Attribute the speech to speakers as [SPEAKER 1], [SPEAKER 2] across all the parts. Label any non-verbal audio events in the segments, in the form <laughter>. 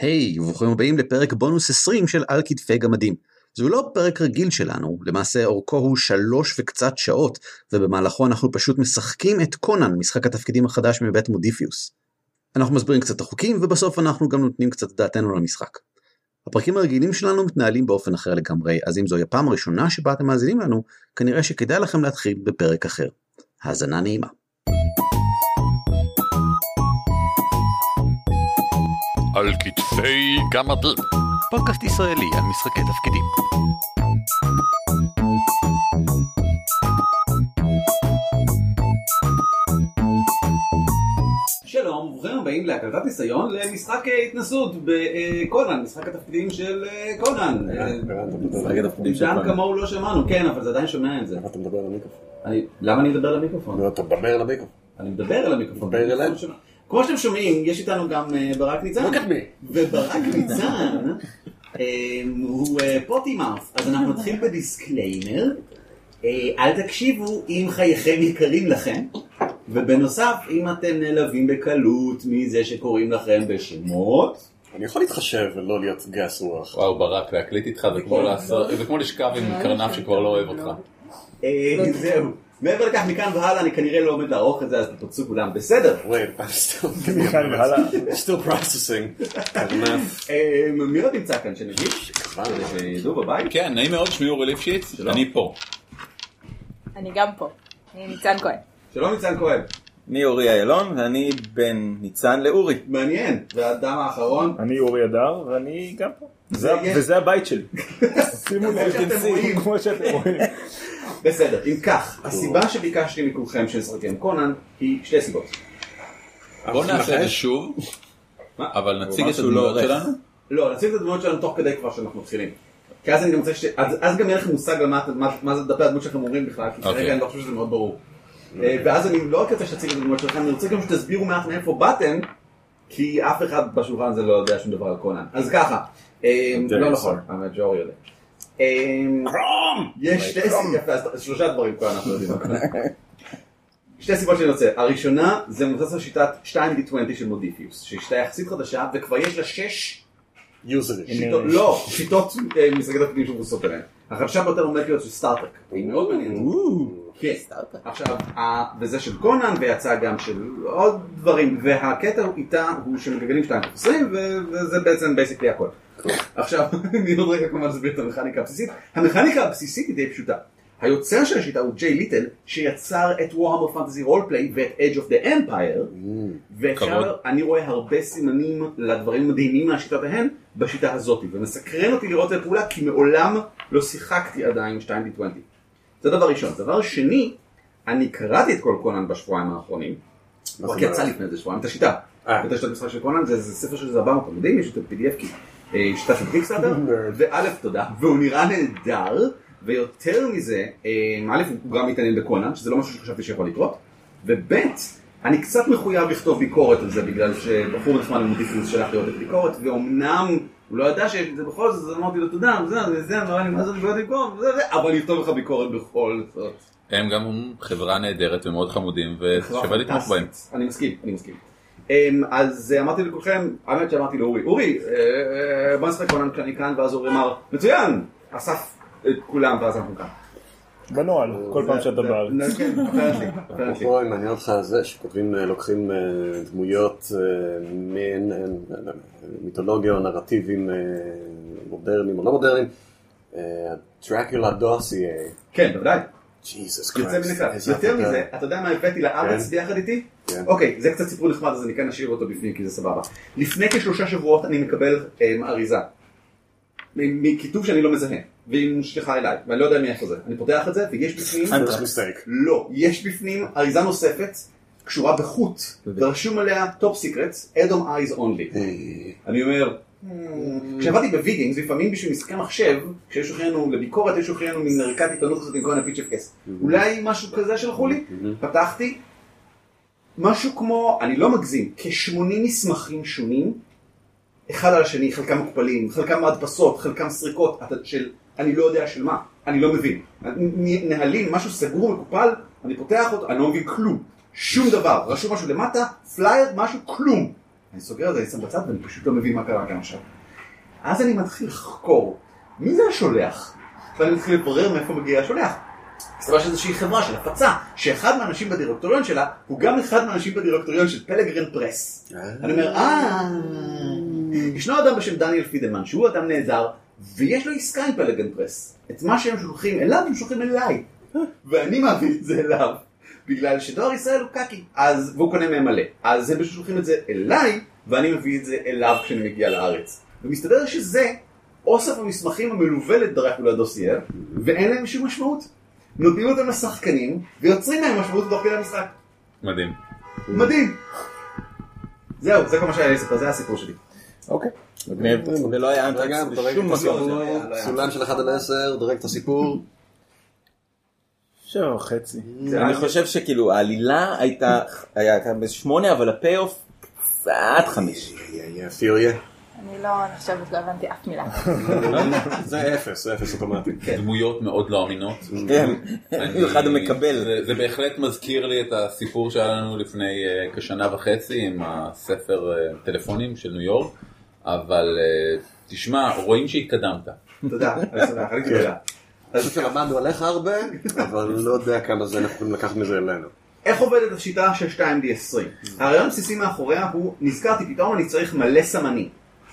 [SPEAKER 1] היי, וברוכים הבאים לפרק בונוס 20 של על כתפי גמדים. זהו לא פרק רגיל שלנו, למעשה אורכו הוא שלוש וקצת שעות, ובמהלכו אנחנו פשוט משחקים את קונן, משחק התפקידים החדש מבית מודיפיוס. אנחנו מסבירים קצת את החוקים, ובסוף אנחנו גם נותנים קצת את דעתנו למשחק. הפרקים הרגילים שלנו מתנהלים באופן אחר לגמרי, אז אם זוהי הפעם הראשונה שבה אתם מאזינים לנו, כנראה שכדאי לכם להתחיל בפרק אחר. האזנה נעימה.
[SPEAKER 2] על כתפי גמדים.
[SPEAKER 3] פודקאסט ישראלי על משחקי תפקידים.
[SPEAKER 4] שלום, וברוכים הבאים להקלטת ניסיון למשחק אה, התנסות בקונן, משחק התפקידים של אה, קונן. אה, עידן כמוהו לא שמענו, כן, אבל זה עדיין שומע את זה.
[SPEAKER 5] אה, אתה מדבר למיקרופון.
[SPEAKER 4] אני- למה אני מדבר למיקרופון?
[SPEAKER 5] אתה מדבר למיקרופון.
[SPEAKER 4] אני מדבר אל המיקרופון.
[SPEAKER 5] לא. מדבר אליי.
[SPEAKER 4] אני שומע. כמו שאתם שומעים, יש איתנו גם אה, ברק ניצן.
[SPEAKER 5] Look at me.
[SPEAKER 4] וברק ניצן אה, הוא אה, פוטי מאוף, אז אנחנו נתחיל בדיסקליימר. אה, אל תקשיבו אם חייכם יקרים לכם, ובנוסף, אם אתם נעלבים בקלות מזה שקוראים לכם בשמות,
[SPEAKER 5] אני יכול להתחשב ולא להיות גס רוח.
[SPEAKER 2] וואו ברק, להקליט איתך זה כמו לעשות- זה כמו לשכב עם קרנף שכבר לא אוהב אותך.
[SPEAKER 4] אה, זהו. מעבר לכך, מכאן והלאה אני כנראה לא עומד לערוך את זה, אז תפוצו כולם בסדר.
[SPEAKER 5] Wait, I'm still...
[SPEAKER 6] מכאן והלאה.
[SPEAKER 5] still processing. קרנף.
[SPEAKER 4] אה, מי עוד נמצא כאן שנגיד?
[SPEAKER 5] כבר.
[SPEAKER 4] שידעו בבית.
[SPEAKER 2] כן, נעים מאוד, שמי אורי ליפשיץ, אני פה.
[SPEAKER 7] אני גם פה. אני ניצן כהן.
[SPEAKER 4] שלום ניצן כהן.
[SPEAKER 8] אני אורי איילון ואני בן ניצן לאורי.
[SPEAKER 4] מעניין. והאדם האחרון.
[SPEAKER 6] אני אורי אדר ואני גם פה. זה-
[SPEAKER 8] כן.
[SPEAKER 4] יהיה.
[SPEAKER 6] וזה הבית שלי. שימו לב,
[SPEAKER 4] שאתם
[SPEAKER 6] תנסי,
[SPEAKER 4] רואים.
[SPEAKER 6] כמו שאתם רואים.
[SPEAKER 4] <laughs> בסדר, אם כך, הסיבה שביקשתי מכולכם שנשחק עם קונן היא שתי סיבות.
[SPEAKER 2] בוא נעשה את זה שוב, אבל נציג את
[SPEAKER 8] משהו לא
[SPEAKER 2] הדמויות
[SPEAKER 8] עורך.
[SPEAKER 2] שלנו.
[SPEAKER 4] לא, נציג את הדמויות שלנו תוך כדי כבר שאנחנו מתחילים. כי אז אני גם רוצה ש... אז אז גם יהיה לכם מושג על מה- מה- מה זה דפי הדמות שלכם אומרים בכלל, כי
[SPEAKER 2] אוקיי.
[SPEAKER 4] כרגע אני לא חושב שזה מאוד ברור. אה, ואז אני לא רק רוצה שתציג את הדמויות שלכם, אני רוצה גם שתסבירו מעט מאיפה באתם, כי אף אחד בשולחן הזה לא יודע שום דבר על קונן. אז ככה, אה, לא נכון, האמת שאורי יודע. אה, יש שתי סיבות, יפה, אז שלושה דברים כבר אנחנו יודעים. שתי סיבות שאני רוצה, הראשונה זה מבוסס על שיטת 2D20 של מודיפיוס, שהיא שיטה יחסית חדשה וכבר יש לה שש
[SPEAKER 5] יוזרי.
[SPEAKER 4] שיטות, לא, שיטות אה, משחקי תפקידים שמבוססות עליהן. החדשה ביותר עומדת להיות של סטארטק. היא מאוד מעניינת. כן. עכשיו, ה- וזה של קונן ויצא גם של עוד דברים, והקטע הוא איתה הוא שמגלגלים 2 20 וזה בעצם בייסיקלי הכל. עכשיו, <laughs> אני עוד רגע כמובן אסביר את המכניקה הבסיסית. המכניקה הבסיסית היא די פשוטה. היוצר של השיטה הוא ג'יי ליטל, שיצר את Warhammer Fantasy Roleplay ואת Edge of the Empire, ואפשר,
[SPEAKER 2] כבוד.
[SPEAKER 4] אני רואה הרבה סימנים לדברים מדהימים מהשיטות ההן בשיטה הזאת, ומסקרן אותי לראות את הפעולה, כי מעולם לא שיחקתי עדיין 2D20. זה דבר ראשון. דבר שני, אני קראתי את כל קונן בשבועיים האחרונים,
[SPEAKER 5] מה
[SPEAKER 4] רק
[SPEAKER 5] זאת
[SPEAKER 4] יצא
[SPEAKER 5] אומרת?
[SPEAKER 4] לפני איזה שבועיים, את השיטה.
[SPEAKER 5] אה.
[SPEAKER 4] את השיטת המשחק של קונן, זה זה ספר של איזה 400 עמודים, יש את ה-PDF כי אה, שיטה של פיקסטארטר, וא' תודה, והוא נראה נהדר, ויותר מזה, אה, א' הוא גם מתעניין בקונן, שזה לא משהו שחשבתי שיכול לקרות, וב' אני קצת מחויב לכתוב ביקורת על זה, בגלל שבחור נחמד למודיפוס שלח לי עותק ביקורת, ואומנם הוא לא ידע שיש את זה בכל זאת, אז אמרתי לו תודה, וזה, וזה, אמר לי מה זה ביקורת ביקורת, וזה, וזה, אבל אני אכתוב לך ביקורת בכל זאת.
[SPEAKER 2] הם גם חברה נהדרת ומאוד חמודים, ושווה לתמוך בהם.
[SPEAKER 4] לא, אני מסכים, אני מסכים. אמ, אז אה, אמרתי לכולכם, האמת שאמרתי לאורי, אורי, אה, אה, בוא נשחק קונן כשאני כאן, ואז אורי אמר, מצוין, אסף את כולם, ואז אנחנו כאן. אה,
[SPEAKER 6] בנוהל, כל פעם
[SPEAKER 4] זה-
[SPEAKER 6] שאתה בארץ.
[SPEAKER 4] זה- כן, <laughs> apparently, apparently.
[SPEAKER 5] פה מעניין אותך זה שכותבים, אה, לוקחים אה, דמויות אה, מעין אה, לא יודע, מיתולוגיה או נרטיבים אה, מודרניים או לא מודרניים. אה, דרקולה דוסייה.
[SPEAKER 4] כן, בוודאי,
[SPEAKER 5] ג'יזוס
[SPEAKER 4] יוצא מן הכלל. יותר מזה, אתה יודע מה הבאתי לארץ
[SPEAKER 5] כן.
[SPEAKER 4] ביחד איתי?
[SPEAKER 5] כן.
[SPEAKER 4] אוקיי, זה קצת סיפור נחמד, אז אני כן אשאיר אותו בפנים, כי זה סבבה. לפני כשלושה שבועות אני מקבל אמ, אריזה. מ- מכיתוב שאני לא מזהה, והיא נשלחה אליי, ואני לא יודע מאיפה זה. אני פותח את זה, ויש בפנים...
[SPEAKER 5] First mistake.
[SPEAKER 4] לא, יש בפנים אריזה נוספת, קשורה בחוט, ורשום עליה טופ סיקרטס, אדום אייז אונלי. אני אומר, כשעבדתי בווידינגס, לפעמים בשביל משחקי מחשב, כשיש שולחנו לביקורת, יש שולחנו מן ערכת עיתונות כזאת עם כל הפיצ' אף קס. אולי משהו כזה שלחו לי, פתחתי, משהו כמו, אני לא מגזים, כ-80 מסמכים שונים, אחד על השני, חלקם מוקפלים, חלקם הדפסות, חלקם סריקות, אתה- של אני לא יודע של מה, אני לא מבין. נ- נהלים, משהו סגור, מקופל, אני פותח אותו, אני לא מבין כלום. שום דבר, רשום משהו למטה, פלייר, משהו, כלום. אני סוגר את זה, אני שם בצד ואני פשוט לא מבין מה קרה כאן עכשיו. אז אני מתחיל לחקור, מי זה השולח? ואני מתחיל לברר מאיפה מגיע השולח. מסתבר שזו איזושהי חברה של הפצה, שאחד מהאנשים בדירקטוריון שלה, הוא גם אחד מהאנשים בדירקטוריון של פלגרן פרס. אני אומר, אה... ישנו אדם בשם דניאל פידלמן, שהוא אדם נהדר, ויש לו עסקה עם פלגן פרס. את מה שהם שולחים אליו, הם שולחים אליי. ואני מעביר את זה אליו. בגלל שדואר ישראל הוא קקי, אז, והוא קונה מהם מלא. אז הם פשוט שולחים את זה אליי, ואני מביא את זה אליו כשאני מגיע לארץ. ומסתבר שזה אוסף המסמכים המלווה לדרקולה דוסייר, ואין להם שום משמעות. נותנים אותם לשחקנים, ויוצרים להם משמעות תוך כדי המשחק.
[SPEAKER 2] מדהים.
[SPEAKER 4] מדהים. זהו, זה כל מה שהיה לי לספר, זה הסיפור שלי.
[SPEAKER 6] אוקיי.
[SPEAKER 8] זה לא היה אנטרקס
[SPEAKER 5] רגע, דרג
[SPEAKER 8] בשום
[SPEAKER 5] את
[SPEAKER 8] מקום.
[SPEAKER 5] הסיפור,
[SPEAKER 4] לא היה, לא היה.
[SPEAKER 5] סולם של 1 על 10, דרג את הסיפור.
[SPEAKER 6] שבע וחצי.
[SPEAKER 8] אני חושב שכאילו העלילה
[SPEAKER 6] <laughs>
[SPEAKER 8] הייתה הייתה בשמונה אבל הפי אוף עד חמש.
[SPEAKER 5] פיוריה.
[SPEAKER 7] אני לא נחשבת, לא הבנתי אף מילה.
[SPEAKER 5] זה אפס, זה אפס אוטומטי.
[SPEAKER 2] דמויות מאוד לא אמינות.
[SPEAKER 4] <laughs>
[SPEAKER 8] כן,
[SPEAKER 2] אני-
[SPEAKER 8] במיוחד המקבל.
[SPEAKER 2] זה- זה בהחלט מזכיר לי את הסיפור שהיה לנו לפני אה, כשנה וחצי עם הספר אה, טלפונים של ניו יורק, אבל אה, תשמע, רואים שהתקדמת.
[SPEAKER 4] <laughs> תודה, אני שמח, אני תודה.
[SPEAKER 5] אני חושב שלמדנו אוקיי, עליך הרבה, אבל לא יודע כמה זה אנחנו יכולים לקחת מזה אלינו.
[SPEAKER 4] איך עובדת השיטה של 2D20? הרעיון הבסיסי מאחוריה הוא, נזכרתי, פתאום אני צריך מלא סמנים.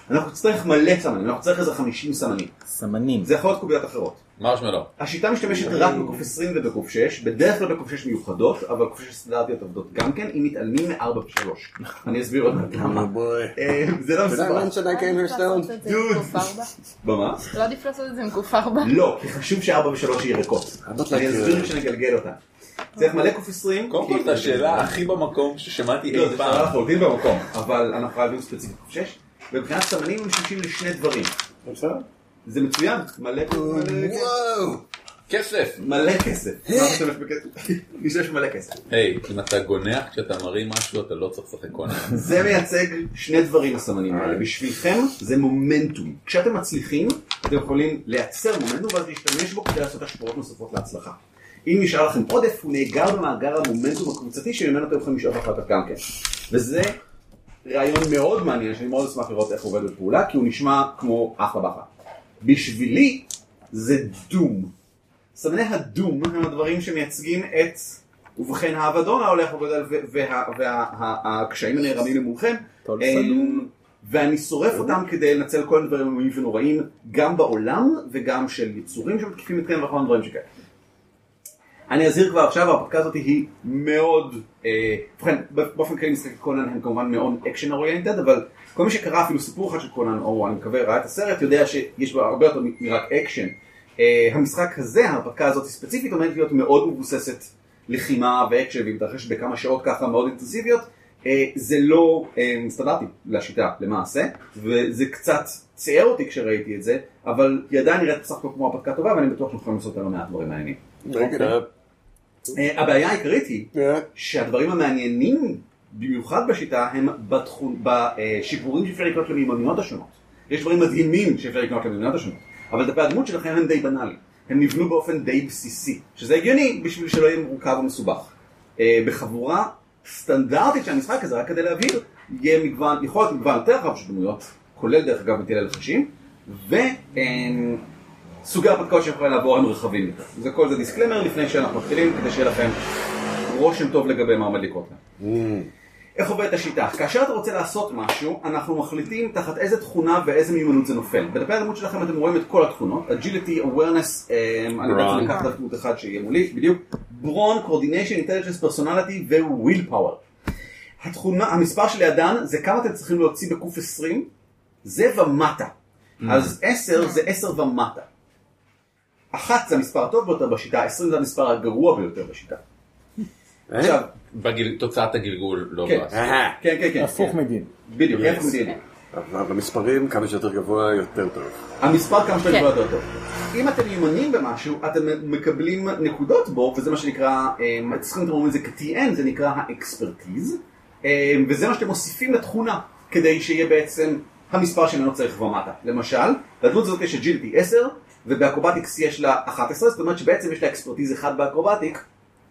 [SPEAKER 4] אנחנו נצטרך מלא סמנים, אנחנו נצטרך איזה 50 סמנים.
[SPEAKER 8] סמנים.
[SPEAKER 4] זה יכול להיות קוביות אחרות.
[SPEAKER 2] מרשמלו.
[SPEAKER 4] השיטה משתמשת רק בקוף 20 ובקוף 6, בדרך כלל בקוף 6 מיוחדות, אבל בקוף 6 סטנדרטיות עובדות גם כן, אם מתעלמים מ-4 ו-3. אני אסביר עוד מעט נכון. למה.
[SPEAKER 5] בואי.
[SPEAKER 4] אה, זה לא
[SPEAKER 5] Did I
[SPEAKER 4] מסובך.
[SPEAKER 5] mention I came
[SPEAKER 7] לא
[SPEAKER 5] here
[SPEAKER 7] עדיף לעשות
[SPEAKER 5] stoned?
[SPEAKER 7] את זה עם
[SPEAKER 4] Dude.
[SPEAKER 7] גוף ארבע?
[SPEAKER 4] במה?
[SPEAKER 7] לא עדיף לעשות את זה עם גוף ארבע?
[SPEAKER 4] לא, כי חשוב ש-4 ו-3 יהיו ריקות.
[SPEAKER 5] not
[SPEAKER 4] אני
[SPEAKER 5] like-
[SPEAKER 4] אסביר כשנגלגל אותה. צריך מלא קוף 20.
[SPEAKER 2] קודם כל,
[SPEAKER 4] כי- אה,
[SPEAKER 2] זו השאלה הכי במקום ששמעתי
[SPEAKER 4] כן, לא,
[SPEAKER 2] אי
[SPEAKER 4] זה שאלה
[SPEAKER 2] פעם.
[SPEAKER 4] לחלוטין במקום, אבל אנחנו חייבים ספציפית קוף 6. ומבחינת סמנים הם משמשים לשני דברים.
[SPEAKER 6] בסדר?
[SPEAKER 4] זה מצוין, מלא מלא-
[SPEAKER 5] וואו!
[SPEAKER 2] כסף!
[SPEAKER 4] מלא כסף.
[SPEAKER 2] אה.
[SPEAKER 4] מה משתמש <laughs> בכסף? משתמש במלא כסף.
[SPEAKER 2] היי, אם אתה גונח כשאתה מרים משהו, אתה לא צריך לשחק קונן.
[SPEAKER 4] זה מייצג שני דברים הסמנים האלה. בשבילכם זה מומנטום. כשאתם מצליחים, אתם יכולים לייצר מומנטום ואז להשתמש בו כדי לעשות השפעות נוספות להצלחה. אם נשאר לכם עודף, הוא נאגר במאגר המומנטום הקבוצתי שממנו אתם יכולים לשאוף אחר כך גם כן. וזה רעיון מאוד מעניין, שאני מאוד אשמח לראות איך הוא עובד בפעולה, כי הוא נשמע כמו אחלה באחלה. בשבילי זה דום. סמני הדום הם הדברים שמייצגים את ובכן האבדון ההולך וגודל והקשיים הנערמים למולכם.
[SPEAKER 8] טול
[SPEAKER 4] אה,
[SPEAKER 8] סדום.
[SPEAKER 4] ואני שורף אותם כדי לנצל כל מיני דברים איומים ונוראים, גם בעולם וגם של יצורים שמתקיפים אתכם וכל מיני דברים שכאלה. אני אזהיר כבר עכשיו, ההרפתקה הזאת היא מאוד, אה, ובכן, באופן כללי משחקי קונן הם כמובן מאוד אקשן אוריינטד, אבל כל מי שקרא אפילו סיפור אחד של קונן, או אני מקווה ראה את הסרט, יודע שיש בה הרבה יותר מ- מרק אקשן. אה, המשחק הזה, ההרפתקה הזאת ספציפית, עומדת להיות מאוד מבוססת לחימה ואקשן, והיא מתרחשת בכמה שעות ככה מאוד אינטנסיביות. אה, זה לא אה, סטנדרטי לשיטה למעשה, וזה קצת צייר אותי כשראיתי את זה, אבל היא עדיין נראית בסך הכל כמו הרפתקה טובה, ואני בטוח שאנחנו יכולים לעשות לא מעט דברים מעניינים.
[SPEAKER 5] אוקיי.
[SPEAKER 4] אה, הבעיה העיקרית היא
[SPEAKER 5] אה?
[SPEAKER 4] שהדברים המעניינים במיוחד בשיטה הם בתחום, בשיפורים שאפשר לקנות למיומנויות השונות. יש דברים מדהימים שאפשר לקנות למיומנויות השונות, אבל דפי הדמות שלכם הם די בנאליים. הם נבנו באופן די בסיסי, שזה הגיוני בשביל שלא יהיה מורכב ומסובך. אה, בחבורה סטנדרטית של המשחק הזה, רק כדי להבהיר, יהיה מגוון, יכול להיות מגוון יותר רחב של דמויות, כולל דרך אגב מטילי לחשים, אה, וסוגי ההרפתקאות שיכולים לעבור הם רחבים יותר. זה כל זה דיסקלמר לפני שאנחנו מתחילים, כדי שיהיה לכם רושם טוב לגבי מה עומד לקרות להם. איך עובדת השיטה? כאשר אתה רוצה לעשות משהו, אנחנו מחליטים תחת איזה תכונה ואיזה מיומנות זה נופל. בדפי הדמות שלכם אתם רואים את כל התכונות, agility, awareness, אמ, אני בעצם אקח דף דמות אחד שיהיה מולי, בדיוק, ברון, coordination, intelligence, personality ו-will power. התכונה, המספר שלידן זה כמה אתם צריכים להוציא בקוף 20, זה ומטה. אז 10 זה 10 ומטה. אחת זה המספר הטוב ביותר בשיטה, 20 זה המספר הגרוע ביותר בשיטה.
[SPEAKER 5] אה?
[SPEAKER 4] עכשיו,
[SPEAKER 2] בגיל- תוצאת הגלגול לא
[SPEAKER 4] כן.
[SPEAKER 2] באה.
[SPEAKER 5] אהה.
[SPEAKER 4] כן, כן, כן.
[SPEAKER 6] הפוך מדין.
[SPEAKER 4] בדיוק,
[SPEAKER 5] Yes.
[SPEAKER 4] איפה מדהים.
[SPEAKER 5] אבל במספרים כמה שיותר גבוה יותר טוב.
[SPEAKER 4] המספר כמה שאתם
[SPEAKER 7] כן.
[SPEAKER 4] יותר טוב. אם אתם מיומנים במשהו, אתם מקבלים נקודות בו, וזה מה שנקרא, אמ, צריכים לומר את זה כ-TN, זה נקרא האקספרטיז, אמ, וזה מה שאתם מוסיפים לתכונה, כדי שיהיה בעצם המספר שממנו צריך ומטה. למשל, לדמות הזאת יש אג'ילטי 10, ובאקרובטיקס יש לה 11, זאת אומרת שבעצם יש לה אקספרטיז 1 באקרובטיק,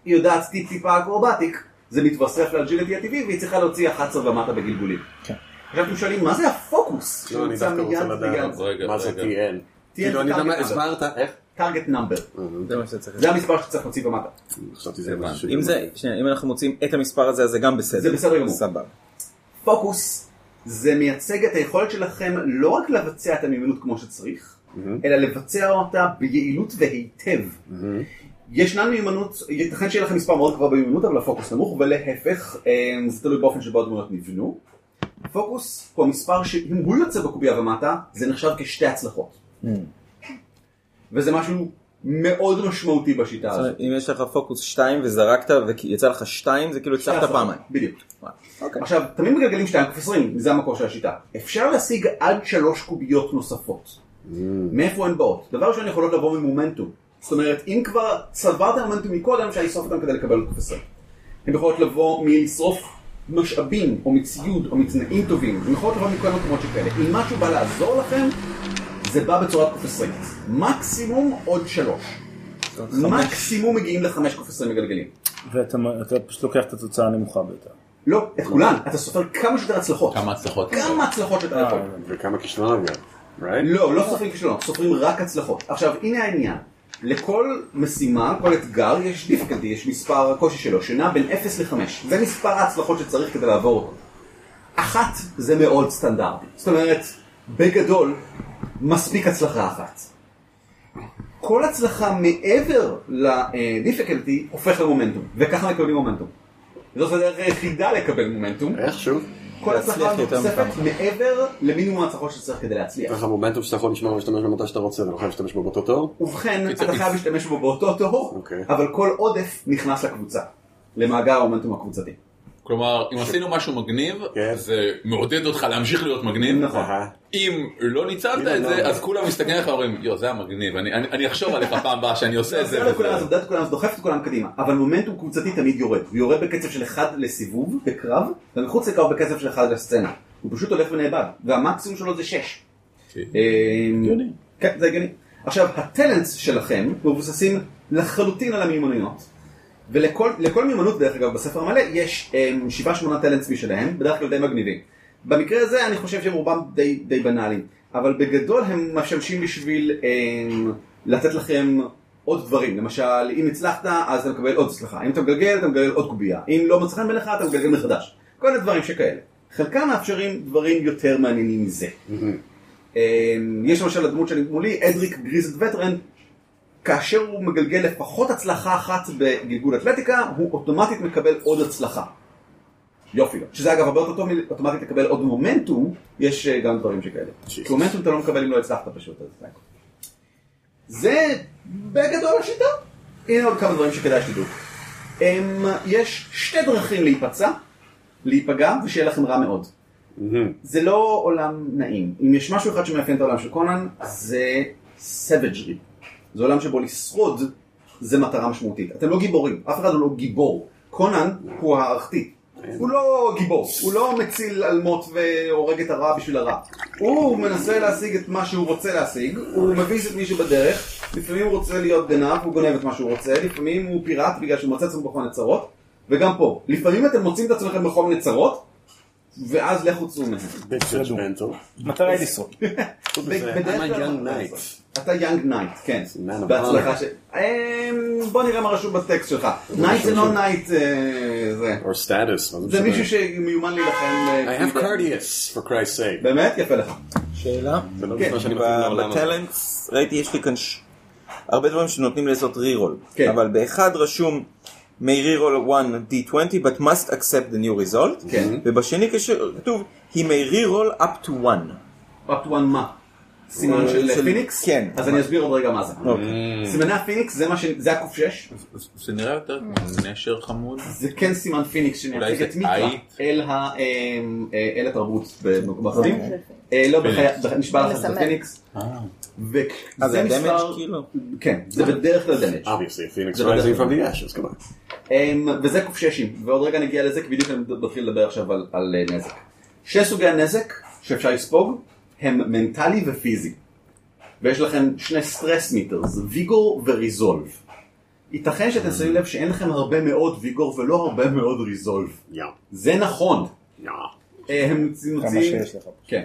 [SPEAKER 4] היא יודעת טיפ טיפה אקרובטיק, זה מתווסף לאג'ילטי הטבעי, והיא צריכה להוציא 11 ומטה בגלגולים. עכשיו אתם שואלים, מה זה הפוקוס?
[SPEAKER 5] כן. לא, אני
[SPEAKER 4] שנמצא
[SPEAKER 5] דווקא רוצה
[SPEAKER 4] מיד
[SPEAKER 5] לדעת
[SPEAKER 4] ליד?
[SPEAKER 2] רגע,
[SPEAKER 5] מה זה
[SPEAKER 2] רגע.
[SPEAKER 5] TN.
[SPEAKER 4] TN
[SPEAKER 5] כאילו, אני
[SPEAKER 4] זה
[SPEAKER 5] יודע מה,
[SPEAKER 4] target
[SPEAKER 5] הסברת, איך?
[SPEAKER 4] target number.
[SPEAKER 9] זה מה שצריך.
[SPEAKER 4] זה המספר שצריך להוציא במטה.
[SPEAKER 5] חשבתי זה משהו
[SPEAKER 8] אם זה, שנייה, אם אנחנו מוצאים את המספר הזה, אז זה גם בסדר.
[SPEAKER 4] זה בסדר גמור.
[SPEAKER 8] סבבה.
[SPEAKER 4] פוקוס זה מייצג את היכולת שלכם לא רק לבצע את המיומנות כמו שצריך, אלא לבצע אותה ביעילות והיטב. ישנן מיומנות, ייתכן שיהיה לכם מספר מאוד גבוה במיומנות, אבל הפוקוס נמוך, ולהפך, אה, זה תלוי באופן שבו הדמויות נבנו. פוקוס הוא המספר שאם הוא יוצא בקובייה ומטה, זה נחשב כשתי הצלחות. וזה משהו מאוד משמעותי בשיטה
[SPEAKER 8] זאת
[SPEAKER 4] הזאת.
[SPEAKER 8] אומרת, אם יש לך פוקוס 2 וזרקת ויצא לך 2, זה כאילו הצלחת פעמיים.
[SPEAKER 4] בדיוק.
[SPEAKER 8] וואי, אוקיי.
[SPEAKER 4] עכשיו, תמיד מגלגלים 2 כפול 20, זה המקור של השיטה. אפשר להשיג עד 3 קוביות נוספות. מאיפה הן באות? דבר ראשון יכולות לבוא ממומנטום. זאת אומרת, אם כבר צברת מומנטום מקודם, אפשר לשרוף אותם כדי לקבל קוף 20. הן יכולות לבוא מלשרוף משאבים, או מציוד, או מתנאים טובים. הן יכולות לבוא מכל המקומות שכאלה. אם משהו בא לעזור לכם, זה בא בצורת קוף 20. מקסימום עוד 3. מקסימום מגיעים לחמש קוף 20 מגלגלים.
[SPEAKER 6] ואתה אתה פשוט לוקח את התוצאה הנמוכה ביותר.
[SPEAKER 4] לא, את כולן. אתה סופר כמה שיותר הצלחות.
[SPEAKER 2] כמה הצלחות?
[SPEAKER 4] כמה הצלחות שאתה
[SPEAKER 6] אה,
[SPEAKER 4] יכול.
[SPEAKER 5] וכמה כישלון אגב, right?
[SPEAKER 4] לא, לא סופרים כישלונות, סופרים רק הצלחות. עכשיו, הנה העניין. לכל משימה, כל אתגר, יש דיפקלטי, יש מספר הקושי שלו, שנע בין 0 ל-5. זה מספר ההצלחות שצריך כדי לעבור אותו. אחת זה מאוד סטנדרטי. זאת אומרת, בגדול, מספיק הצלחה אחת. כל הצלחה מעבר לדיפקלטי הופך למומנטום, וככה מקבלים מומנטום. זאת הדרך היחידה לקבל מומנטום.
[SPEAKER 5] איך שוב?
[SPEAKER 4] כל
[SPEAKER 8] אה, להצליח
[SPEAKER 4] הצלחה
[SPEAKER 8] יותר
[SPEAKER 4] נוספת
[SPEAKER 8] מפעם
[SPEAKER 4] מעבר למינימום ההצלחות שצריך כדי להצליח.
[SPEAKER 5] ככה מומנטום שאתה יכול לשמור ולהשתמש במתי שאתה רוצה, ולא חייב להשתמש בו באותו תור?
[SPEAKER 4] ובכן, אתה חייב להשתמש בו באותו טהור,
[SPEAKER 5] אוקיי.
[SPEAKER 4] אבל כל עודף נכנס לקבוצה, למאגר האומנטום הקבוצתי.
[SPEAKER 2] כלומר, אם עשינו משהו מגניב,
[SPEAKER 5] כן.
[SPEAKER 2] זה מעודד אותך להמשיך להיות מגניב.
[SPEAKER 4] נכון.
[SPEAKER 5] אהה.
[SPEAKER 2] אם לא ניצלת
[SPEAKER 5] הנה,
[SPEAKER 2] את
[SPEAKER 5] לא.
[SPEAKER 2] זה, אז כולם מסתכלים עליך ואומרים, יו, זה היה מגניב, אני- אני אני אחשוב עליך פעם הבאה שאני עושה את
[SPEAKER 4] לא, זה
[SPEAKER 2] זה.
[SPEAKER 4] עוזר
[SPEAKER 2] וזה."
[SPEAKER 4] לכולם, זה מודד כולם, זה דוחף את כולם קדימה, אבל מומנטום קבוצתי תמיד יורד. הוא יורד בקצב של 1 לסיבוב, בקרב, ומחוץ לקרב בקצב של 1 לסצנה. הוא פשוט הולך ונאבד, והמקסימום שלו זה 6. אוקיי. הגיוני. כן, זה הגיוני. עכשיו, הטלנטס שלכם מבוססים לחלוטין על המיומנויות, ולכל לכל מיומנות, דרך אגב, בספר המלא, יש אמ, שבעה שמונה טלנטס משלהם, בדרך כלל די מגניבים. במקרה הזה אני חושב שהם רובם די, די בנאליים, אבל בגדול הם משמשים בשביל אמ, לתת לכם עוד דברים. למשל, אם הצלחת, אז אתה מקבל עוד הצלחה. אם אתה מגלגל, אתה מגלגל עוד קובייה. אם לא מצא חן בעיניך, אתה מגלגל מחדש. כל מיני דברים שכאלה. חלקם מאפשרים דברים יותר מעניינים מזה. אמ, יש למשל הדמות שלי מולי, אדריק גריזד וטרן, כאשר הוא מגלגל לפחות הצלחה אחת בגלגול אתלטיקה, הוא אוטומטית מקבל עוד הצלחה. יופי לו. שזה אגב הרבה יותר טוב מאוטומטית לקבל עוד מומנטום, יש אה, גם דברים שכאלה. כי מומנטום אתה לא מקבל אם לא הצלחת פשוט. אז זה הכל. זה בגדול השיטה. הנה עוד כמה דברים שכדאי שתדעו. אמ, יש שתי דרכים להיפצע, להיפגע ושיהיה לכם רע מאוד. זה לא עולם נעים. אם יש משהו אחד שמאפיין את העולם של קונן, זה סווג'רי. זה עולם שבו לשרוד זה מטרה משמעותית. אתם לא גיבורים, אף אחד הוא לא גיבור. קונן הוא הארכתי. הוא לא גיבור, הוא לא מציל אלמות והורג את הרע בשביל הרע. הוא מנסה להשיג את מה שהוא רוצה להשיג, הוא מביס את מי שבדרך, לפעמים הוא רוצה להיות גנב, הוא גונב את מה שהוא רוצה, לפעמים הוא פיראט בגלל שהוא מוצא את עצמו בכל מיני צרות, וגם פה, לפעמים אתם מוצאים את עצמכם בכל מיני צרות, ואז לכו צאו מהם.
[SPEAKER 5] Judgmental.
[SPEAKER 6] מטרה היא לשרוד.
[SPEAKER 4] <laughs> בדרך
[SPEAKER 5] I'm a
[SPEAKER 4] כלל
[SPEAKER 5] young
[SPEAKER 4] אנחנו
[SPEAKER 5] knight.
[SPEAKER 4] נעשה. אתה יאנג נייט, כן.
[SPEAKER 5] Man of
[SPEAKER 4] בהצלחה ש... אמ, בוא נראה מה רשום בטקסט שלך. נייט זה לא
[SPEAKER 5] רשום.
[SPEAKER 4] נייט אה, זה.
[SPEAKER 5] Or status. מה
[SPEAKER 4] זה
[SPEAKER 5] משנה?
[SPEAKER 4] מישהו שמיומן להילחם.
[SPEAKER 5] I
[SPEAKER 4] אה,
[SPEAKER 5] have cardius, for Christ's sake.
[SPEAKER 4] באמת? יפה לך.
[SPEAKER 8] שאלה?
[SPEAKER 5] זה לא
[SPEAKER 4] כן,
[SPEAKER 5] משנה שאני
[SPEAKER 8] ב-
[SPEAKER 5] מתאים לעולם הזה.
[SPEAKER 8] בטלנטס ראיתי יש לי כאן ש... הרבה דברים שנותנים לעשות re-roll,
[SPEAKER 4] כן.
[SPEAKER 8] אבל באחד רשום may re-roll 1 d20 but must accept the new result,
[SPEAKER 4] כן.
[SPEAKER 8] ובשני כש- כתוב he may re-roll up to 1.
[SPEAKER 4] up to one מה? סימן
[SPEAKER 8] אה,
[SPEAKER 4] של
[SPEAKER 8] של-
[SPEAKER 4] פיניקס?
[SPEAKER 8] כן.
[SPEAKER 4] אז אני אסביר עוד רגע מה זה.
[SPEAKER 8] אוקיי.
[SPEAKER 4] סימני הפיניקס זה מה ש... זה הקוף 6.
[SPEAKER 2] זה נראה יותר כמו נשר חמוד.
[SPEAKER 4] זה כן סימן פיניקס
[SPEAKER 2] אולי
[SPEAKER 4] שמייצג
[SPEAKER 2] זה
[SPEAKER 4] את מיטרה
[SPEAKER 2] עית?
[SPEAKER 4] אל ה- אמ, אה, אל התרבות במחדים.
[SPEAKER 7] אוקיי.
[SPEAKER 4] לא,
[SPEAKER 2] פיניקס. אה.
[SPEAKER 4] בחיי- נשבע לך את
[SPEAKER 7] מסמל.
[SPEAKER 4] הפיניקס.
[SPEAKER 8] אז
[SPEAKER 4] וזה
[SPEAKER 8] אה, זה
[SPEAKER 4] מספר...
[SPEAKER 8] דמג' כאילו?
[SPEAKER 4] כן, זה בדרך כלל דמג'.
[SPEAKER 2] אה.
[SPEAKER 5] Obviously, Phoenix
[SPEAKER 4] זה לא
[SPEAKER 5] rising
[SPEAKER 4] דרך
[SPEAKER 5] from the ashes, come on.
[SPEAKER 4] אמ, וזה קוף ששים, ועוד רגע נגיע לזה, כי בדיוק אני מתחיל לדבר עכשיו על, על אה, נזק. שני סוגי הנזק שאפשר לספוג הם מנטלי ופיזי. ויש לכם שני סטרס מיטרס, ויגור וריזולב. ייתכן
[SPEAKER 2] אה.
[SPEAKER 4] שאתם שמים לב שאין לכם הרבה מאוד ויגור ולא הרבה מאוד ריזולב.
[SPEAKER 5] יא,
[SPEAKER 4] זה נכון.
[SPEAKER 5] יא.
[SPEAKER 4] אה, הם מוציאים...
[SPEAKER 6] כמה שיש לך.
[SPEAKER 4] כן.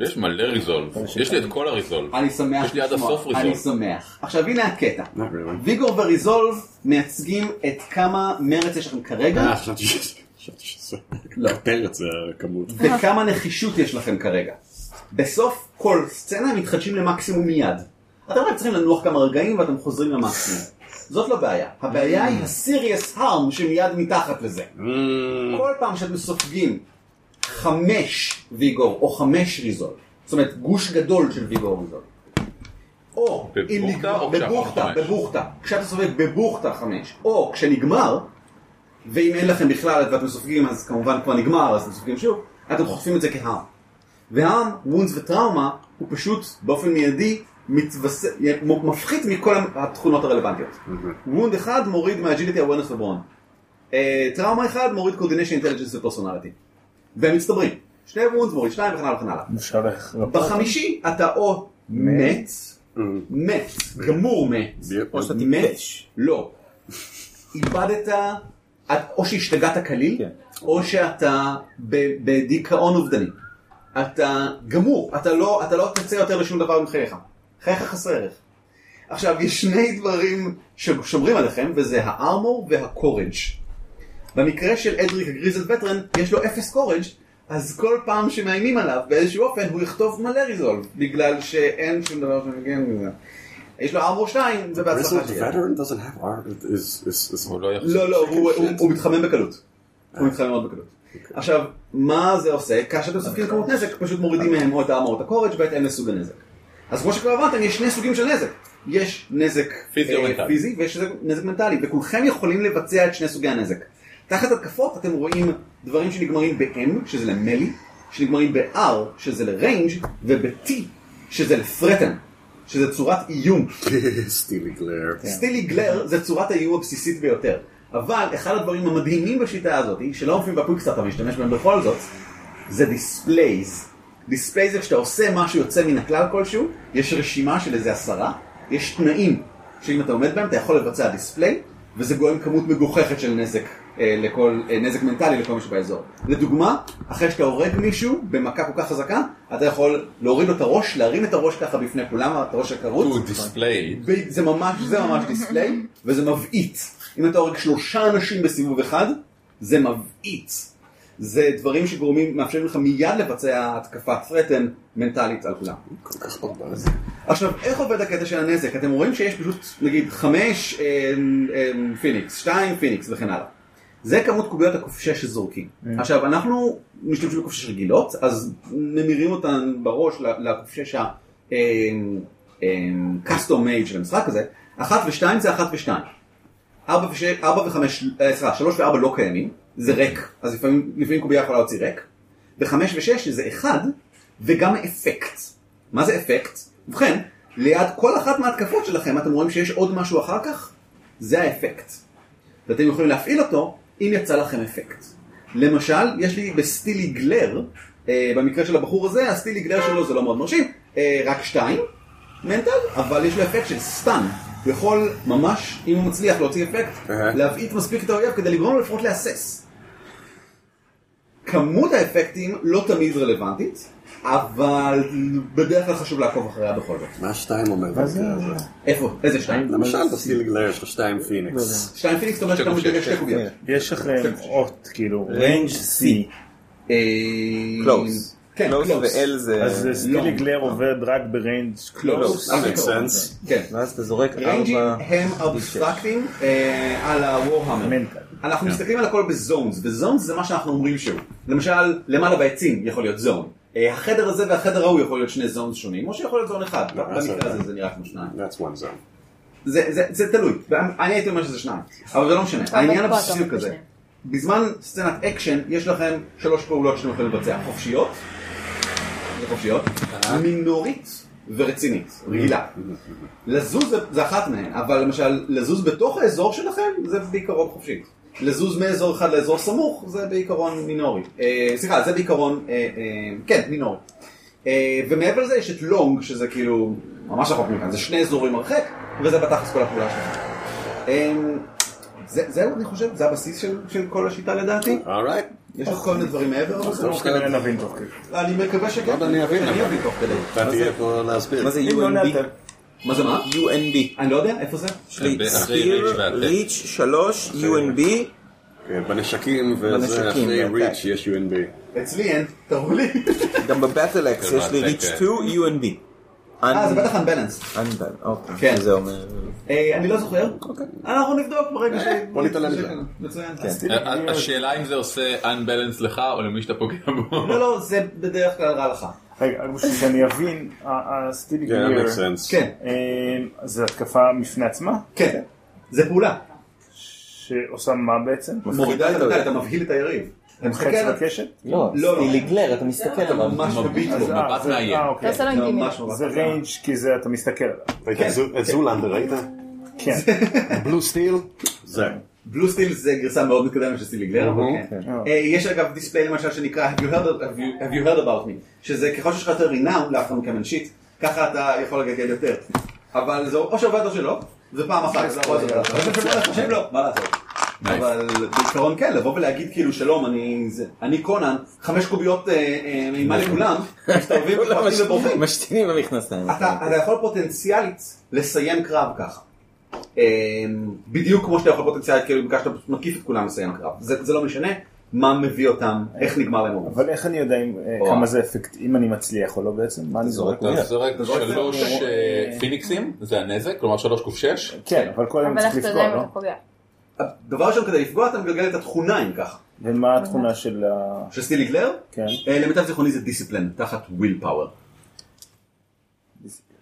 [SPEAKER 2] יש מלא ריזולב, יש לי את כל הריזולב.
[SPEAKER 4] אני שמח.
[SPEAKER 2] יש לי עד
[SPEAKER 4] לשמוע.
[SPEAKER 2] הסוף
[SPEAKER 4] אני
[SPEAKER 2] ריזולב.
[SPEAKER 4] שמח. עכשיו הנה הקטע.
[SPEAKER 5] Not really.
[SPEAKER 4] ויגור וריזולב מייצגים את כמה מרץ יש לכם כרגע,
[SPEAKER 5] אה, חשבתי ש- חשבתי שזה... <laughs>
[SPEAKER 4] לא.
[SPEAKER 5] פרץ זה הכמות.
[SPEAKER 4] וכמה נחישות יש לכם כרגע. בסוף כל סצנה הם מתחדשים למקסימום מיד. אתם רק צריכים לנוח כמה רגעים ואתם חוזרים למקסימום. זאת לא בעיה. הבעיה
[SPEAKER 6] Mm.
[SPEAKER 4] היא ה-serious harm שמיד מתחת לזה. כל פעם שאתם סופגים חמש ויגור או חמש ריזול, זאת אומרת גוש גדול של ויגור ריזול, או אם
[SPEAKER 2] בבוכטה
[SPEAKER 4] נגמר-
[SPEAKER 2] או כשאנחנו
[SPEAKER 4] בבוכטה,
[SPEAKER 2] חמש?
[SPEAKER 4] בבוכטה, כשאתה סופג בבוכטה חמש, או כשנגמר, ואם אין לכם בכלל ואתם סופגים אז כמובן כבר נגמר אז אתם סופגים שוב, אתם חוטפים את זה כהאם. והאם, וונס וטראומה, הוא פשוט באופן מיידי מתווסף, מפחית מכל התכונות הרלוונטיות. וונד אחד מוריד מהאג'יליטי הוונס וברון. אה, טראומה אחד מוריד קורדינשן אינטליג'נס ופרסונליטי. והם מצטברים. שני וונדס מוריד שתיים וכן הלאה וכן הלאה.
[SPEAKER 6] אפשר לחרפות.
[SPEAKER 4] בחמישי אתה או מת, מת, גמור מת,
[SPEAKER 5] Mm. או שאתה
[SPEAKER 4] מת, לא. איבדת, את- או שהשתגעת כליל,
[SPEAKER 5] כן.
[SPEAKER 4] או שאתה ב- בדיכאון אובדני. אתה גמור, אתה לא, אתה לא תצא יותר לשום דבר מחייך. חייך חסר ערך. עכשיו, יש שני דברים ששומרים עליכם, וזה הארמור והקורג'. במקרה של אדריק גריזל וטרן, יש לו אפס קורג', אז כל פעם שמאיימים עליו באיזשהו אופן, הוא יכתוב מלא ריזולב, בגלל שאין שום דבר שמגן מזה. יש לו ארמור 2, זה
[SPEAKER 5] Grizzled
[SPEAKER 4] בהצלחה שלו.
[SPEAKER 5] veteran doesn't have art. It is- is- is-
[SPEAKER 2] הוא לא יחזיק.
[SPEAKER 4] לא, לא, הוא- הוא- הוא מתחמם בקלות. הוא מתחמם מאוד בקלות. עכשיו, מה זה עושה? כאשר אתם סופגים כמות נזק, פשוט מורידים מהם או את האמור או את הקורג' בהתאם לסוג הנזק. אז כמו שכבר הבנתם, יש שני סוגים של נזק. יש נזק
[SPEAKER 2] פיזי או
[SPEAKER 4] אה,
[SPEAKER 2] מנטלי.
[SPEAKER 4] פיזי ויש נזק- נזק מנטלי, וכולכם יכולים לבצע את שני סוגי הנזק. תחת התקפות אתם רואים דברים שנגמרים ב-M, שזה למלי, שנגמרים ב-R, שזה לריינג', וב-T, שזה לפרטן, שזה צורת איום.
[SPEAKER 5] Steely glare.
[SPEAKER 4] סטילי גלר זה צורת האיום הבסיסית ביותר. אבל אחד הדברים המדהימים בשיטה הזאת, שלא מופיעים בקוויקסטארט אבל משתמש בהם בכל זאת, זה דיספלייז. דיספלייז זה כשאתה עושה משהו יוצא מן הכלל כלשהו, יש רשימה של איזה עשרה, יש תנאים שאם אתה עומד בהם אתה יכול לבצע דיספליי, וזה גורם כמות מגוחכת של נזק, אה, לכל, אה, נזק מנטלי לכל מי שבאזור. לדוגמה, אחרי שאתה הורג מישהו במכה כל כך חזקה, אתה יכול להוריד לו את הראש, להרים את הראש ככה בפני כולם, את הראש הכרות,
[SPEAKER 2] הוא דיספליי.
[SPEAKER 4] ב- זה ממש, זה ממש דיספליי, וזה מבעית. אם אתה הורג שלושה אנשים בסיבוב אחד, זה מבעית. זה דברים שגורמים, מאפשרים לך מיד לבצע התקפת פרטן מנטלית על כולם.
[SPEAKER 5] כל כך ברבר.
[SPEAKER 4] עכשיו, איך עובד הקטע של הנזק? אתם רואים שיש פשוט, נגיד, חמש אה, אה, פיניקס, שתיים פיניקס וכן הלאה. זה כמות קוביות הקופשש שזורקים. עכשיו, אנחנו משתמשים בקופשש רגילות, אז ממירים אותן בראש ל- לקופשש ה-custom אמ, made של המשחק הזה. אחת ושתיים זה אחת ושתיים. ארבע וש- ארבע וחמש, אה, סליחה, שלוש וארבע לא קיימים, זה ריק, אז לפעמים, לפעמים קובייה יכולה להוציא ריק. וחמש ושש זה אחד, וגם אפקט. מה זה אפקט? ובכן, ליד כל אחת מההתקפות שלכם אתם רואים שיש עוד משהו אחר כך, זה האפקט. ואתם יכולים להפעיל אותו אם יצא לכם אפקט. למשל, יש לי בסטילי גלר, אה, במקרה של הבחור הזה, הסטילי גלר שלו זה לא מאוד מרשים, אה, רק שתיים, מנטל, אבל יש לו אפקט של סטן. הוא יכול ממש, אם הוא מצליח להוציא אפקט,
[SPEAKER 5] אהה.
[SPEAKER 4] להבעיט מספיק את האויב כדי לגרום לו לפחות להסס. כמות האפקטים לא תמיד רלוונטית, אבל בדרך כלל חשוב לעקוב אחריה בכל זאת.
[SPEAKER 5] מה שתיים אומר במקרה הזה?
[SPEAKER 4] איפה? איזה שתיים?
[SPEAKER 5] למשל בסטילי גלר יש לך שתיים פיניקס.
[SPEAKER 4] שתיים פיניקס, זאת אומרת שאתה מדגש שתי קוביות.
[SPEAKER 6] יש לכם אות, כאילו,
[SPEAKER 8] Range C.
[SPEAKER 4] אה,
[SPEAKER 8] Close.
[SPEAKER 4] כן,
[SPEAKER 8] Close
[SPEAKER 4] קלוס.
[SPEAKER 8] ו-L זה...
[SPEAKER 6] אז
[SPEAKER 4] לא.
[SPEAKER 6] סטילי גלר עובד רק בריינג' קלוס.
[SPEAKER 5] That makes sense.
[SPEAKER 4] כן.
[SPEAKER 8] ואז אתה זורק
[SPEAKER 4] ריינג'ים
[SPEAKER 8] ארבע...
[SPEAKER 4] הם אבסטרקטים אה, על הוורהמר.
[SPEAKER 6] מנטל.
[SPEAKER 4] אנחנו מסתכלים על הכל בזונס, וזונס זה מה שאנחנו אומרים שהוא. למשל, למעלה בעצים יכול להיות זון. אה, החדר הזה והחדר ההוא יכול להיות שני זונס שונים, או שיכול להיות זון אחד.
[SPEAKER 5] לא,
[SPEAKER 4] במקרה
[SPEAKER 5] זה-
[SPEAKER 4] הזה זה נראה כמו שניים.
[SPEAKER 5] That's one zone.
[SPEAKER 4] זה, זה, זה תלוי, אני הייתי אומר שזה שניים, אבל זה לא משנה,
[SPEAKER 7] אבל
[SPEAKER 4] העניין
[SPEAKER 7] פה אתה
[SPEAKER 4] הבסיסי הוא
[SPEAKER 7] אומר
[SPEAKER 4] כזה,
[SPEAKER 7] בשניהם.
[SPEAKER 4] בזמן סצנת אקשן יש לכם שלוש פעולות שאתם יכולים לבצע, חופשיות, זה חופשיות, מינורית ורצינית, רגילה. לזוז זה, זה אחת מהן, אבל למשל לזוז בתוך האזור שלכם זה בעיקרון חופשי. לזוז מאזור אחד לאזור סמוך זה בעיקרון מינורי. אה, סליחה, זה בעיקרון, אה, אה, כן, מינורי. אה, ומעבר לזה יש את לונג, שזה כאילו ממש רחוק מכאן, זה שני אזורים הרחק, וזה בתכלס כל הפעולה שלכם. אה, זה- זהו, אני חושב, זה הבסיס של, של כל השיטה לדעתי.
[SPEAKER 5] All right.
[SPEAKER 4] יש עוד כל מיני דברים מעבר לזה?
[SPEAKER 6] לא כנראה נבין תוך כדי.
[SPEAKER 4] אני מקווה שכן.
[SPEAKER 5] לא, אני אבין, אבל-
[SPEAKER 4] אבין תוך כדי.
[SPEAKER 5] אתה תהיה פה להסביר. <laughs>
[SPEAKER 8] מה זה
[SPEAKER 6] אם לא
[SPEAKER 8] UND?
[SPEAKER 6] נעתם.
[SPEAKER 4] מה זה מה?
[SPEAKER 8] UND.
[SPEAKER 4] אני לא יודע, איפה זה?
[SPEAKER 8] יש לי
[SPEAKER 2] אחרי
[SPEAKER 8] ספיר,
[SPEAKER 2] reach והטק.
[SPEAKER 8] ריץ' 3, UNB,
[SPEAKER 5] כן, בנשקים וזה,
[SPEAKER 8] בנשקים,
[SPEAKER 5] אחרי
[SPEAKER 8] כן.
[SPEAKER 5] ריץ' יש UNB.
[SPEAKER 4] אצלי אין, תראו לי.
[SPEAKER 8] גם בבטל אקס יש לי
[SPEAKER 2] והטק,
[SPEAKER 8] ריץ'
[SPEAKER 2] כן.
[SPEAKER 8] 2, UNB.
[SPEAKER 4] אה, זה בטח unbalanced.
[SPEAKER 8] אנדן,
[SPEAKER 4] כן.
[SPEAKER 8] אוקיי. זה אומר...
[SPEAKER 4] אה, אני לא זוכר. אנחנו נבדוק ברגע ש...
[SPEAKER 5] אוקיי. אה, בוא נתעלם מזה.
[SPEAKER 4] מצוין.
[SPEAKER 5] כן.
[SPEAKER 2] ה- השאלה אם זה עושה unbalance לך או למי שאתה פוגע בו.
[SPEAKER 4] לא, לא, זה בדרך כלל רע לך.
[SPEAKER 6] רגע, רק בשביל שאני אבין, אה, הסטילי
[SPEAKER 5] כן,
[SPEAKER 6] גריר,
[SPEAKER 5] make sense.
[SPEAKER 4] כן,
[SPEAKER 6] אה, זה התקפה בפני עצמה?
[SPEAKER 4] כן. זה פעולה.
[SPEAKER 6] שעושה מה בעצם?
[SPEAKER 4] מורידה את המדע, אתה מבהיל את היריב. אתה מסתכל
[SPEAKER 6] חץ
[SPEAKER 4] עליו,
[SPEAKER 6] בקשת?
[SPEAKER 8] לא,
[SPEAKER 4] לא,
[SPEAKER 8] סטילי
[SPEAKER 4] לא.
[SPEAKER 8] גלר, אתה מסתכל
[SPEAKER 4] אתה
[SPEAKER 8] עליו.
[SPEAKER 4] ממש מביט
[SPEAKER 6] אז,
[SPEAKER 4] בו.
[SPEAKER 6] אה,
[SPEAKER 2] מבט
[SPEAKER 6] זה-
[SPEAKER 2] מאיים.
[SPEAKER 6] אה, אוקיי.
[SPEAKER 7] תעשה לו
[SPEAKER 4] אתה
[SPEAKER 7] אינטימי.
[SPEAKER 4] לא, ממש מבט.
[SPEAKER 6] זה ריינג' כי זה אתה מסתכל עליו.
[SPEAKER 7] כן.
[SPEAKER 5] ראית את זו- את זולנדר, ראית?
[SPEAKER 6] כן.
[SPEAKER 7] <laughs>
[SPEAKER 5] בלו סטיל? זה.
[SPEAKER 4] בלו סטיל זה גרסה מאוד מתקדמת של סילי גלר. אבל
[SPEAKER 8] אוקיי.
[SPEAKER 4] כן. אה, יש אגב דיספליי למשל שנקרא Have you heard- Have you- Have you heard about me, שזה ככל שיש לך יותר רינאום לאף אחד מכם אין שיט, ככה אתה יכול לגלגל יותר. אבל זה או שעובד או שלא, זה פעם אחת, זה לא עובד. לא. אני חושב שלא, אני חושב שלא, מה לעשות. אבל בעיקרון כן, לבוא ולהגיד כאילו שלום, אני זה- אני קונן, חמש קוביות אה, אה, <laughs> מימה לכולם, מסתובבים ופרטים ובורחים.
[SPEAKER 8] משתינים במכנסיים.
[SPEAKER 4] אתה, אתה יכול פוטנציאלית לסיים קרב ככה. אמ, בדיוק כמו שאתה יכול פוטנציאלית, כאילו אם שאתה פשוט מקיף את כולם לסיים קרב. זה, זה לא משנה מה מביא אותם, איך נגמר להם הרוב.
[SPEAKER 6] אבל איך אני יודע אם, אה,
[SPEAKER 2] או.
[SPEAKER 6] כמה זה אפקט, אם אני מצליח או לא בעצם? מה אני זורק?
[SPEAKER 2] אתה זורק
[SPEAKER 4] זורק
[SPEAKER 2] שלוש
[SPEAKER 6] זה-
[SPEAKER 2] אה, פיניקסים, זה הנזק, כלומר שלוש קוף שש.
[SPEAKER 6] כן, אבל קודם
[SPEAKER 7] אבל
[SPEAKER 6] צריך
[SPEAKER 7] איך אתה יודע
[SPEAKER 6] לפגוע,
[SPEAKER 7] אם
[SPEAKER 6] לא?
[SPEAKER 7] אתה פוגע?
[SPEAKER 4] דבר ראשון, כדי לפגוע אתה מגלגל את התכונה אם ככה.
[SPEAKER 6] ומה התכונה של ה...
[SPEAKER 4] של סטילי גלר,
[SPEAKER 6] כן.
[SPEAKER 4] אה, למיטב זיכרוני זה דיסציפלן, תחת וויל פאוור.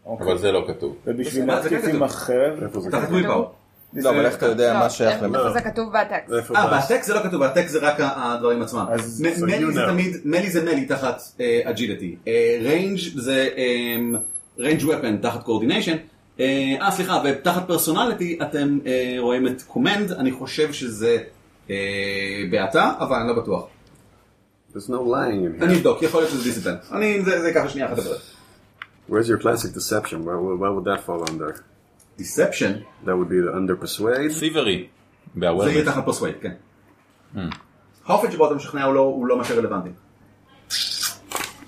[SPEAKER 6] אוקיי.
[SPEAKER 2] אבל זה לא כתוב.
[SPEAKER 6] ובשביל
[SPEAKER 4] מה זה
[SPEAKER 6] להתקיף
[SPEAKER 4] כתוב?
[SPEAKER 6] עם החרב?
[SPEAKER 5] איפה זה?
[SPEAKER 4] תחת וויל פאוור.
[SPEAKER 8] לא, אבל איך אתה יודע
[SPEAKER 7] לא,
[SPEAKER 8] מה שייך
[SPEAKER 7] איפה
[SPEAKER 8] למה?
[SPEAKER 7] זה כתוב בטקסט.
[SPEAKER 5] איפה
[SPEAKER 4] אה,
[SPEAKER 5] זה?
[SPEAKER 4] בטקסט זה לא כתוב, בטקסט זה רק ה- הדברים עצמם.
[SPEAKER 6] אז-
[SPEAKER 4] מ-
[SPEAKER 5] so
[SPEAKER 4] מלי
[SPEAKER 5] you
[SPEAKER 4] זה
[SPEAKER 5] know.
[SPEAKER 4] תמיד, מלי זה מלי תחת אה, אג'יליטי. ריינג' זה ריינג' ופן תחת קורדיניישן. אה, סליחה, ותחת פרסונליטי אתם אה, רואים את קומנד, אני חושב שזה אה, בעתה, אבל אני לא בטוח.
[SPEAKER 5] There's no lying in here.
[SPEAKER 4] אני אבדוק, יכול להיות שזה דיסציפלין. אני, זה זה ככה שנייה אחת.
[SPEAKER 5] Where's your classic deception? Where, where would that fall under?
[SPEAKER 4] דיספשן,
[SPEAKER 5] That would be the under persuade.
[SPEAKER 2] סיברי.
[SPEAKER 4] זה יהיה תחת פרסווייד, כן. האופן שבו אתה משכנע הוא לא- הוא לא מה שרלוונטי.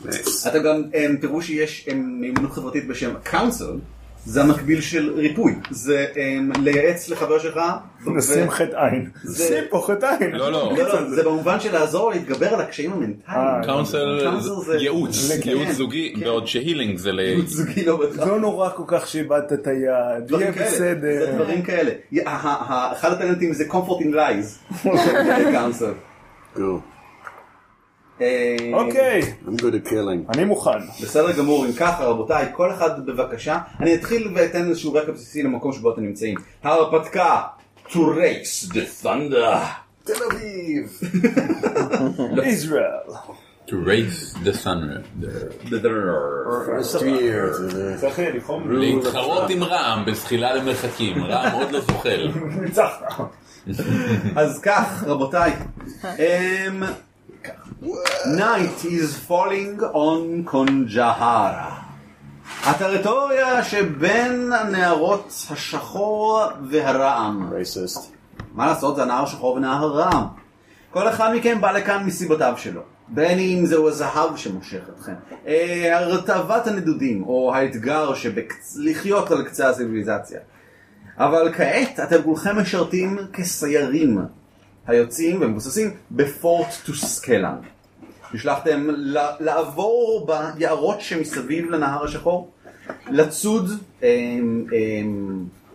[SPEAKER 5] Nice.
[SPEAKER 4] אתם גם הם, תראו שיש הם, מיומנות חברתית בשם קאונסל, זה המקביל של ריפוי, זה הם, לייעץ לחבר שלך, ו-
[SPEAKER 6] נשים חטא עין.
[SPEAKER 4] זה-
[SPEAKER 6] שים פה חטא עין.
[SPEAKER 2] לא, לא.
[SPEAKER 4] לא, לא, זה במובן של לעזור להתגבר על הקשיים המנטליים,
[SPEAKER 6] אה,
[SPEAKER 2] קאונסל
[SPEAKER 4] קאונסל זה-
[SPEAKER 2] ייעוץ,
[SPEAKER 4] כן,
[SPEAKER 2] ייעוץ זוגי,
[SPEAKER 4] כן.
[SPEAKER 2] בעוד שהילינג זה לייעוץ.
[SPEAKER 4] זוגי לא
[SPEAKER 6] זה
[SPEAKER 4] בטח.
[SPEAKER 6] לא נורא כל כך שאיבדת את היד, יהיה
[SPEAKER 4] דברים כאלה, זה
[SPEAKER 6] בסדר.
[SPEAKER 4] דברים כאלה, ה- ה- ה- אחד הטלנטים זה comforting
[SPEAKER 6] <laughs>
[SPEAKER 4] lies, זה קאונסל.
[SPEAKER 5] Cool.
[SPEAKER 4] אה,
[SPEAKER 6] אוקיי,
[SPEAKER 5] I'm good at killing.
[SPEAKER 6] אני מוכן.
[SPEAKER 4] בסדר גמור, אם ככה רבותיי, כל אחד בבקשה. אני אתחיל ואתן איזשהו רקע בסיסי למקום שבו אתם נמצאים. ההרפתקה, to race the thunder.
[SPEAKER 5] תל אביב!
[SPEAKER 4] לא.
[SPEAKER 6] ישראל.
[SPEAKER 2] To raise the sun.
[SPEAKER 5] First year. זה-
[SPEAKER 6] צריך לבחור
[SPEAKER 2] להתחרות עם רעם בזחילה למרחקים, רעם עוד לא זוחל.
[SPEAKER 6] ניצחת.
[SPEAKER 4] אז כך, רבותיי. אמ, כך. Night is falling on קונג'הרה. הטריטוריה שבין הנערות השחור והרעם.
[SPEAKER 5] Racist.
[SPEAKER 4] מה לעשות, זה הנהר שחור ונהר רעם. כל אחד מכם בא לכאן מסיבותיו שלו. בין אם זהו הזהב שמושך אתכם, אה, הרטבת הנדודים, או האתגר שלחיות על קצה הסיביליזציה. אבל כעת אתם כולכם משרתים כסיירים היוצאים ומבוססים בפורט טוסקלן. נשלחתם ל- לעבור ביערות שמסביב לנהר השחור, לצוד אה, אה,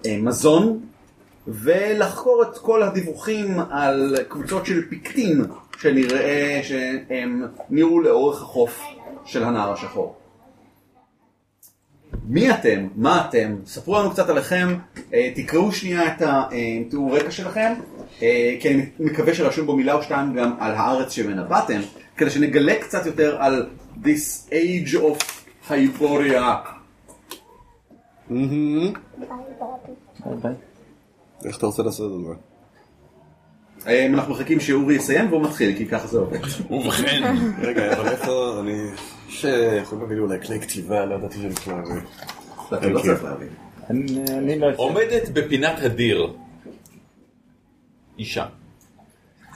[SPEAKER 4] אה, מזון ולחקור את כל הדיווחים על קבוצות של פיקטים שנראה שהם נראו לאורך החוף של הנהר השחור. מי אתם? אמ, מה אתם? ספרו לנו קצת עליכם, אה, תקראו שנייה את התיאור רקע שלכם, אה, כי אני מקווה שרשום בו מילה או שתיים גם על הארץ שממנה באתם, כדי שנגלה קצת יותר על this age of היבוריה.
[SPEAKER 5] איך אתה רוצה לעשות את זה?
[SPEAKER 4] אה, אנחנו מחכים שאורי יסיים והוא מתחיל, כי ככה זה <laughs> עובד.
[SPEAKER 2] ובכן,
[SPEAKER 5] רגע, אבל איפה אני... שיכולים להביא לי אולי כלי כתיבה, לא ידעתי שאני יכול להביא.
[SPEAKER 4] אתה לא צריך להבין.
[SPEAKER 6] אני- אני לא...
[SPEAKER 2] עומדת בפינת הדיר. אישה.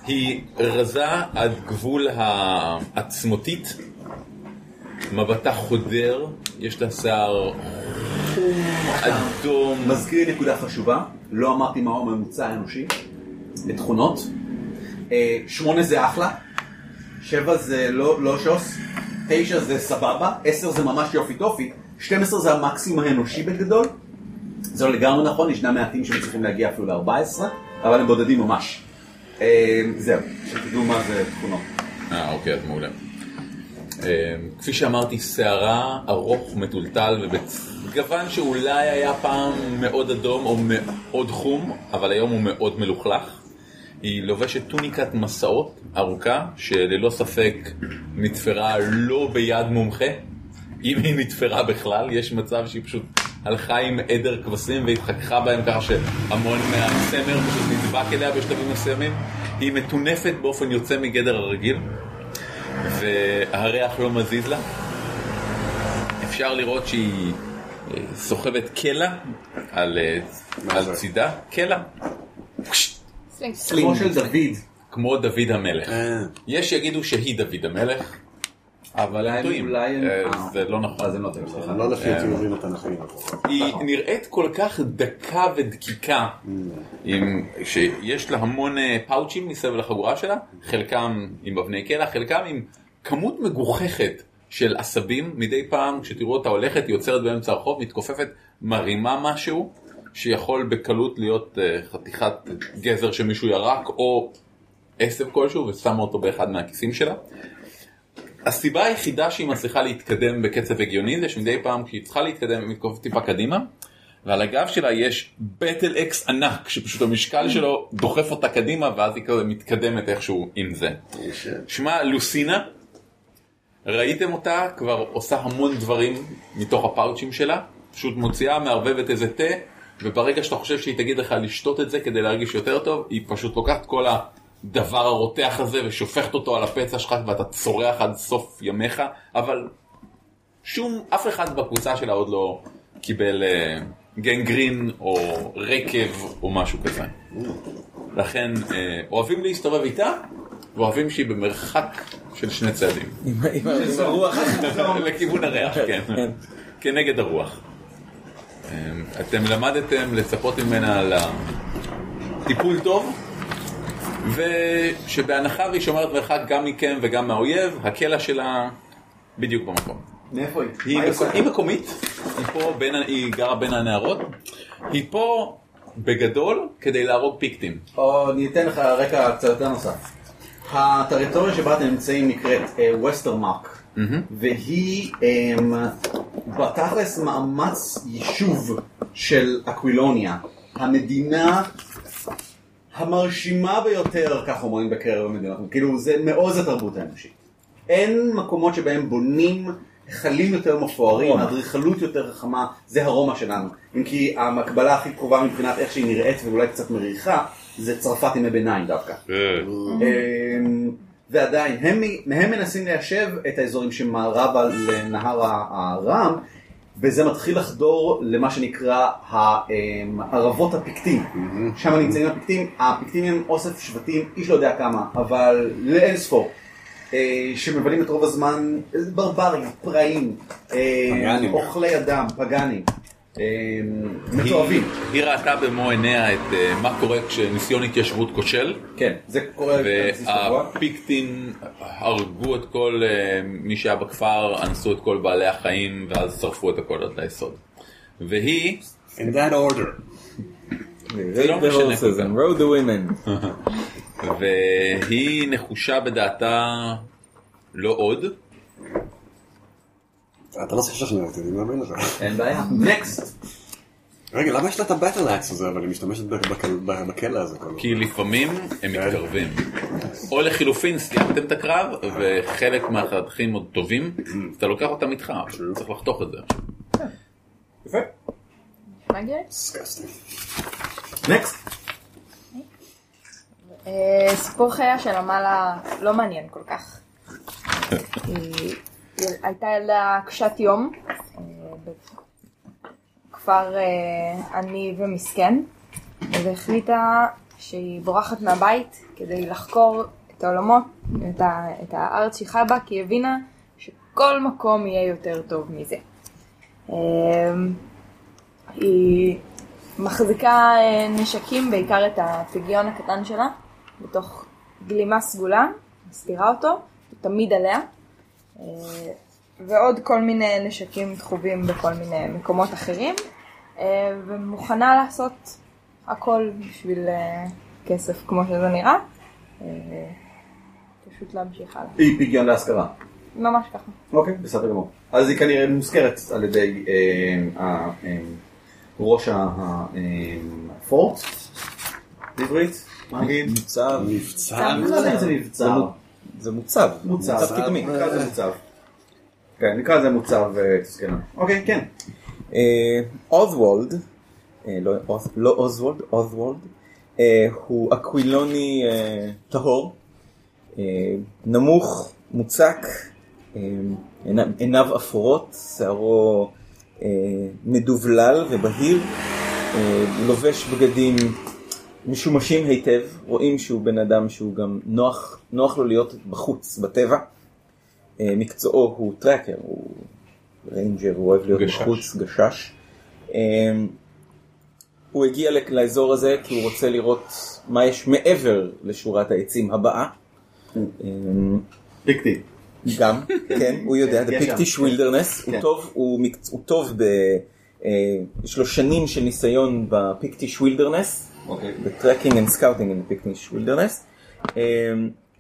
[SPEAKER 2] היא רזה עד גבול העצמותית, מבטה חודר, יש לה שיער אדום.
[SPEAKER 4] מזכיר לי נקודה חשובה, לא אמרתי מהו הממוצע האנושי לתכונות. אה, שמונה זה אחלה, שבע זה לא, לא שוס, תשע זה סבבה, עשר זה ממש יופי טופי, 12 זה המקסימום האנושי בגדול. זה לא לגמרי נכון, ישנם מעטים שמצליחים להגיע אפילו ל-14, אבל הם בודדים ממש. אה, זהו, שתדעו מה זה תכונות.
[SPEAKER 2] אה, אוקיי, אז מעולה. אה, כפי שאמרתי, שערה ארוך, מטולטל ובגוון שאולי היה פעם מאוד אדום או מאוד חום, אבל היום הוא מאוד מלוכלך. היא לובשת טוניקת מסעות ארוכה, שללא ספק נתפרה לא ביד מומחה, אם היא נתפרה בכלל, יש מצב שהיא פשוט הלכה עם עדר כבשים והתחככה בהם כך שהמון מהסמר פשוט נדבק אליה בשלבים מסוימים. היא מטונפת באופן יוצא מגדר הרגיל, והריח לא מזיז לה. אפשר לראות שהיא אה, סוחבת קלע על, אה, על צידה, קלע,
[SPEAKER 7] סלינג.
[SPEAKER 4] כמו של דוד,
[SPEAKER 2] כמו דוד המלך.
[SPEAKER 4] אה.
[SPEAKER 5] אה.
[SPEAKER 2] יש שיגידו שהיא דוד המלך, אבל הם
[SPEAKER 4] הם-
[SPEAKER 2] טועים.
[SPEAKER 4] אולי הם-
[SPEAKER 2] אה,
[SPEAKER 4] אה.
[SPEAKER 2] זה לא נכון.
[SPEAKER 4] אז הם לא טועים, סליחה.
[SPEAKER 5] לא לפי התיאורים התנ"כיים.
[SPEAKER 2] היא נראית כל כך דקה ודקיקה, עם, שיש לה המון אה, פאוצ'ים מסביב לחגורה שלה, חלקם עם אבני קלע, חלקם עם כמות מגוחכת של עשבים מדי פעם, כשתראו אותה הולכת, היא עוצרת באמצע הרחוב, מתכופפת, מרימה משהו, שיכול בקלות להיות אה, חתיכת גזר שמישהו ירק, או עשב כלשהו, ושמה אותו באחד מהכיסים שלה. הסיבה היחידה שהיא מצליחה להתקדם בקצב הגיוני זה שמדי פעם כשהיא צריכה להתקדם היא מתכופפת טיפה קדימה ועל הגב שלה יש בטל אקס ענק שפשוט המשקל שלו דוחף אותה קדימה ואז היא כזה מתקדמת איכשהו עם זה. שמה לוסינה, ראיתם אותה כבר עושה המון דברים מתוך הפאוצ'ים שלה, פשוט מוציאה מערבבת איזה תה וברגע שאתה חושב שהיא תגיד לך לשתות את זה כדי להרגיש יותר טוב היא פשוט לוקחת כל הדבר הרותח הזה ושופכת אותו על הפצע שלך ואתה צורח עד סוף ימיך אבל שום אף אחד בקבוצה שלה עוד לא קיבל אה, גנגרין או רקב או משהו כזה. לכן אה, אוהבים להסתובב איתה ואוהבים שהיא במרחק של שני צעדים.
[SPEAKER 8] עם הרוח.
[SPEAKER 2] לא, לכיוון הריח, כן.
[SPEAKER 8] כן.
[SPEAKER 2] כנגד הרוח. אמ, אתם למדתם לצפות ממנה על הטיפול טוב, ושבהנחה והיא שומרת מרחק גם מכם וגם מהאויב, הקלע שלה בדיוק במקום.
[SPEAKER 4] מאיפה היא?
[SPEAKER 2] היא,
[SPEAKER 4] מה היא
[SPEAKER 2] מקו-
[SPEAKER 4] עושה?
[SPEAKER 2] היא מקומית, היא פה, בין, ה- היא גרה בין הנערות, היא פה בגדול כדי להרוג פיקטים.
[SPEAKER 4] או אני אתן לך רקע קצת יותר נוסף. הטריטוריה שבה אתם נמצאים נקראת ווסטרמארק, והיא אמ, בתכלס מאמץ יישוב של אקווילוניה, המדינה המרשימה ביותר, כך אומרים בקרב המדינות, כאילו זה מעוז התרבות האנושית. אין מקומות שבהם בונים היכלים יותר מפוארים, אדריכלות יותר חכמה, זה הרומא שלנו. אם כי המקבלה הכי קרובה מבחינת איך שהיא נראית ואולי קצת מריחה, זה צרפת ימי ביניים דווקא. אמ, ועדיין, הם, הם מנסים ליישב את האזורים שמערבה לנהר ה- הרם, וזה מתחיל לחדור למה שנקרא הערבות הפיקטים. שם נמצאים הפיקטים, הפיקטים הם אוסף שבטים, איש לא יודע כמה, אבל לאין ספור. אה, שמבלים את רוב הזמן אה, ברברים, פראים, אה,
[SPEAKER 5] פגאנים.
[SPEAKER 4] אוכלי אדם, פגאנים, אה, מתועבים.
[SPEAKER 2] היא ראתה במו עיניה את אה, מה קורה כשניסיון התיישבות כושל.
[SPEAKER 4] כן, זה קורה. על בסיס שבוע.
[SPEAKER 2] והפיקטים הרגו את כל אה, מי שהיה בכפר, אנסו את כל בעלי החיים ואז שרפו את הכל עד ליסוד. והיא,
[SPEAKER 5] In that order.
[SPEAKER 2] זה לא
[SPEAKER 8] Raid the
[SPEAKER 2] משנה כל
[SPEAKER 8] horses
[SPEAKER 2] כך.
[SPEAKER 8] and road the women.
[SPEAKER 2] והיא נחושה בדעתה לא עוד,
[SPEAKER 5] אתה לא צריך לשכנע אותי, אני מאמין לך.
[SPEAKER 4] אין בעיה. נקסט.
[SPEAKER 5] רגע, למה יש לה את הבטל אקס הזה, אבל היא משתמשת בכל- בכלא הזה כל הזמן?
[SPEAKER 2] כי לפעמים הם מתקרבים. או לחילופין סיימתם את הקרב וחלק מהחתכים עוד טובים, אז אתה לוקח אותם איתך, צריך לחתוך את זה.
[SPEAKER 7] מה הגיע?
[SPEAKER 5] Disgusting.
[SPEAKER 4] נקסט.
[SPEAKER 7] אה, סיפור חייה של עמלה לא מעניין כל כך. היא היא הייתה ילדה קשת יום, אה, בכפר אה, עני ומסכן, והחליטה שהיא בורחת מהבית כדי לחקור את העולמות, את, ה, את הארץ שהיא חיה בה, כי היא הבינה שכל מקום יהיה יותר טוב מזה. אמ, היא מחזיקה אה, נשקים, בעיקר את הפגיון הקטן שלה, בתוך גלימה סגולה, מסתירה אותו, הוא תמיד עליה, אה, ועוד כל מיני נשקים דחובים בכל מיני מקומות אחרים, אה, ומוכנה לעשות הכל בשביל אה, כסף כמו שזה נראה, אה, פשוט להמשיך הלאה.
[SPEAKER 4] היא פגיון להשכרה.
[SPEAKER 7] ממש ככה.
[SPEAKER 4] אוקיי, בסדר גמור. אז היא כנראה מוזכרת על ידי אה, ה- אה, ראש ה- ה- אה, הפורט, בעברית, מה נגיד?
[SPEAKER 8] מוצב,
[SPEAKER 4] אני לא יודע אם זה מבצר.
[SPEAKER 8] זה מוצב,
[SPEAKER 4] מוצב.
[SPEAKER 8] מוצב קדמי.
[SPEAKER 4] נקרא לזה מוצב. כן, נקרא לזה מוצב אה, תזכנה. אוקיי, כן.
[SPEAKER 8] אה, אוזוולד, אה, לא אוז- לא אוזוולד, אוזוולד, אה, הוא אקווילוני אה, טהור, אה, נמוך, מוצק, אה, עיני- עיניו אפורות, שערו אה, מדובלל ובהיר, אה, לובש בגדים משומשים היטב, רואים שהוא בן אדם שהוא גם נוח, נוח לו להיות בחוץ, בטבע. אה, מקצועו הוא טראקר, הוא ריינג'ר, הוא אוהב להיות
[SPEAKER 2] גשש.
[SPEAKER 8] בחוץ, גשש. אה, הוא הגיע לק- לאזור הזה כי הוא רוצה לראות מה יש מעבר לשורת העצים הבאה. אה,
[SPEAKER 4] פיקטי. <laughs>
[SPEAKER 8] גם, כן, הוא יודע, The
[SPEAKER 4] יש שם.
[SPEAKER 8] Pictish Wilderness, הוא
[SPEAKER 4] כן.
[SPEAKER 8] טוב, הוא מקצ- הוא טוב ב... אה, יש לו שנים של ניסיון בפיקטיש וילדרנס,
[SPEAKER 4] אוקיי.
[SPEAKER 8] בטרקינג אנד סקאוטינג אין פיקטיש וילדרנס, אמ,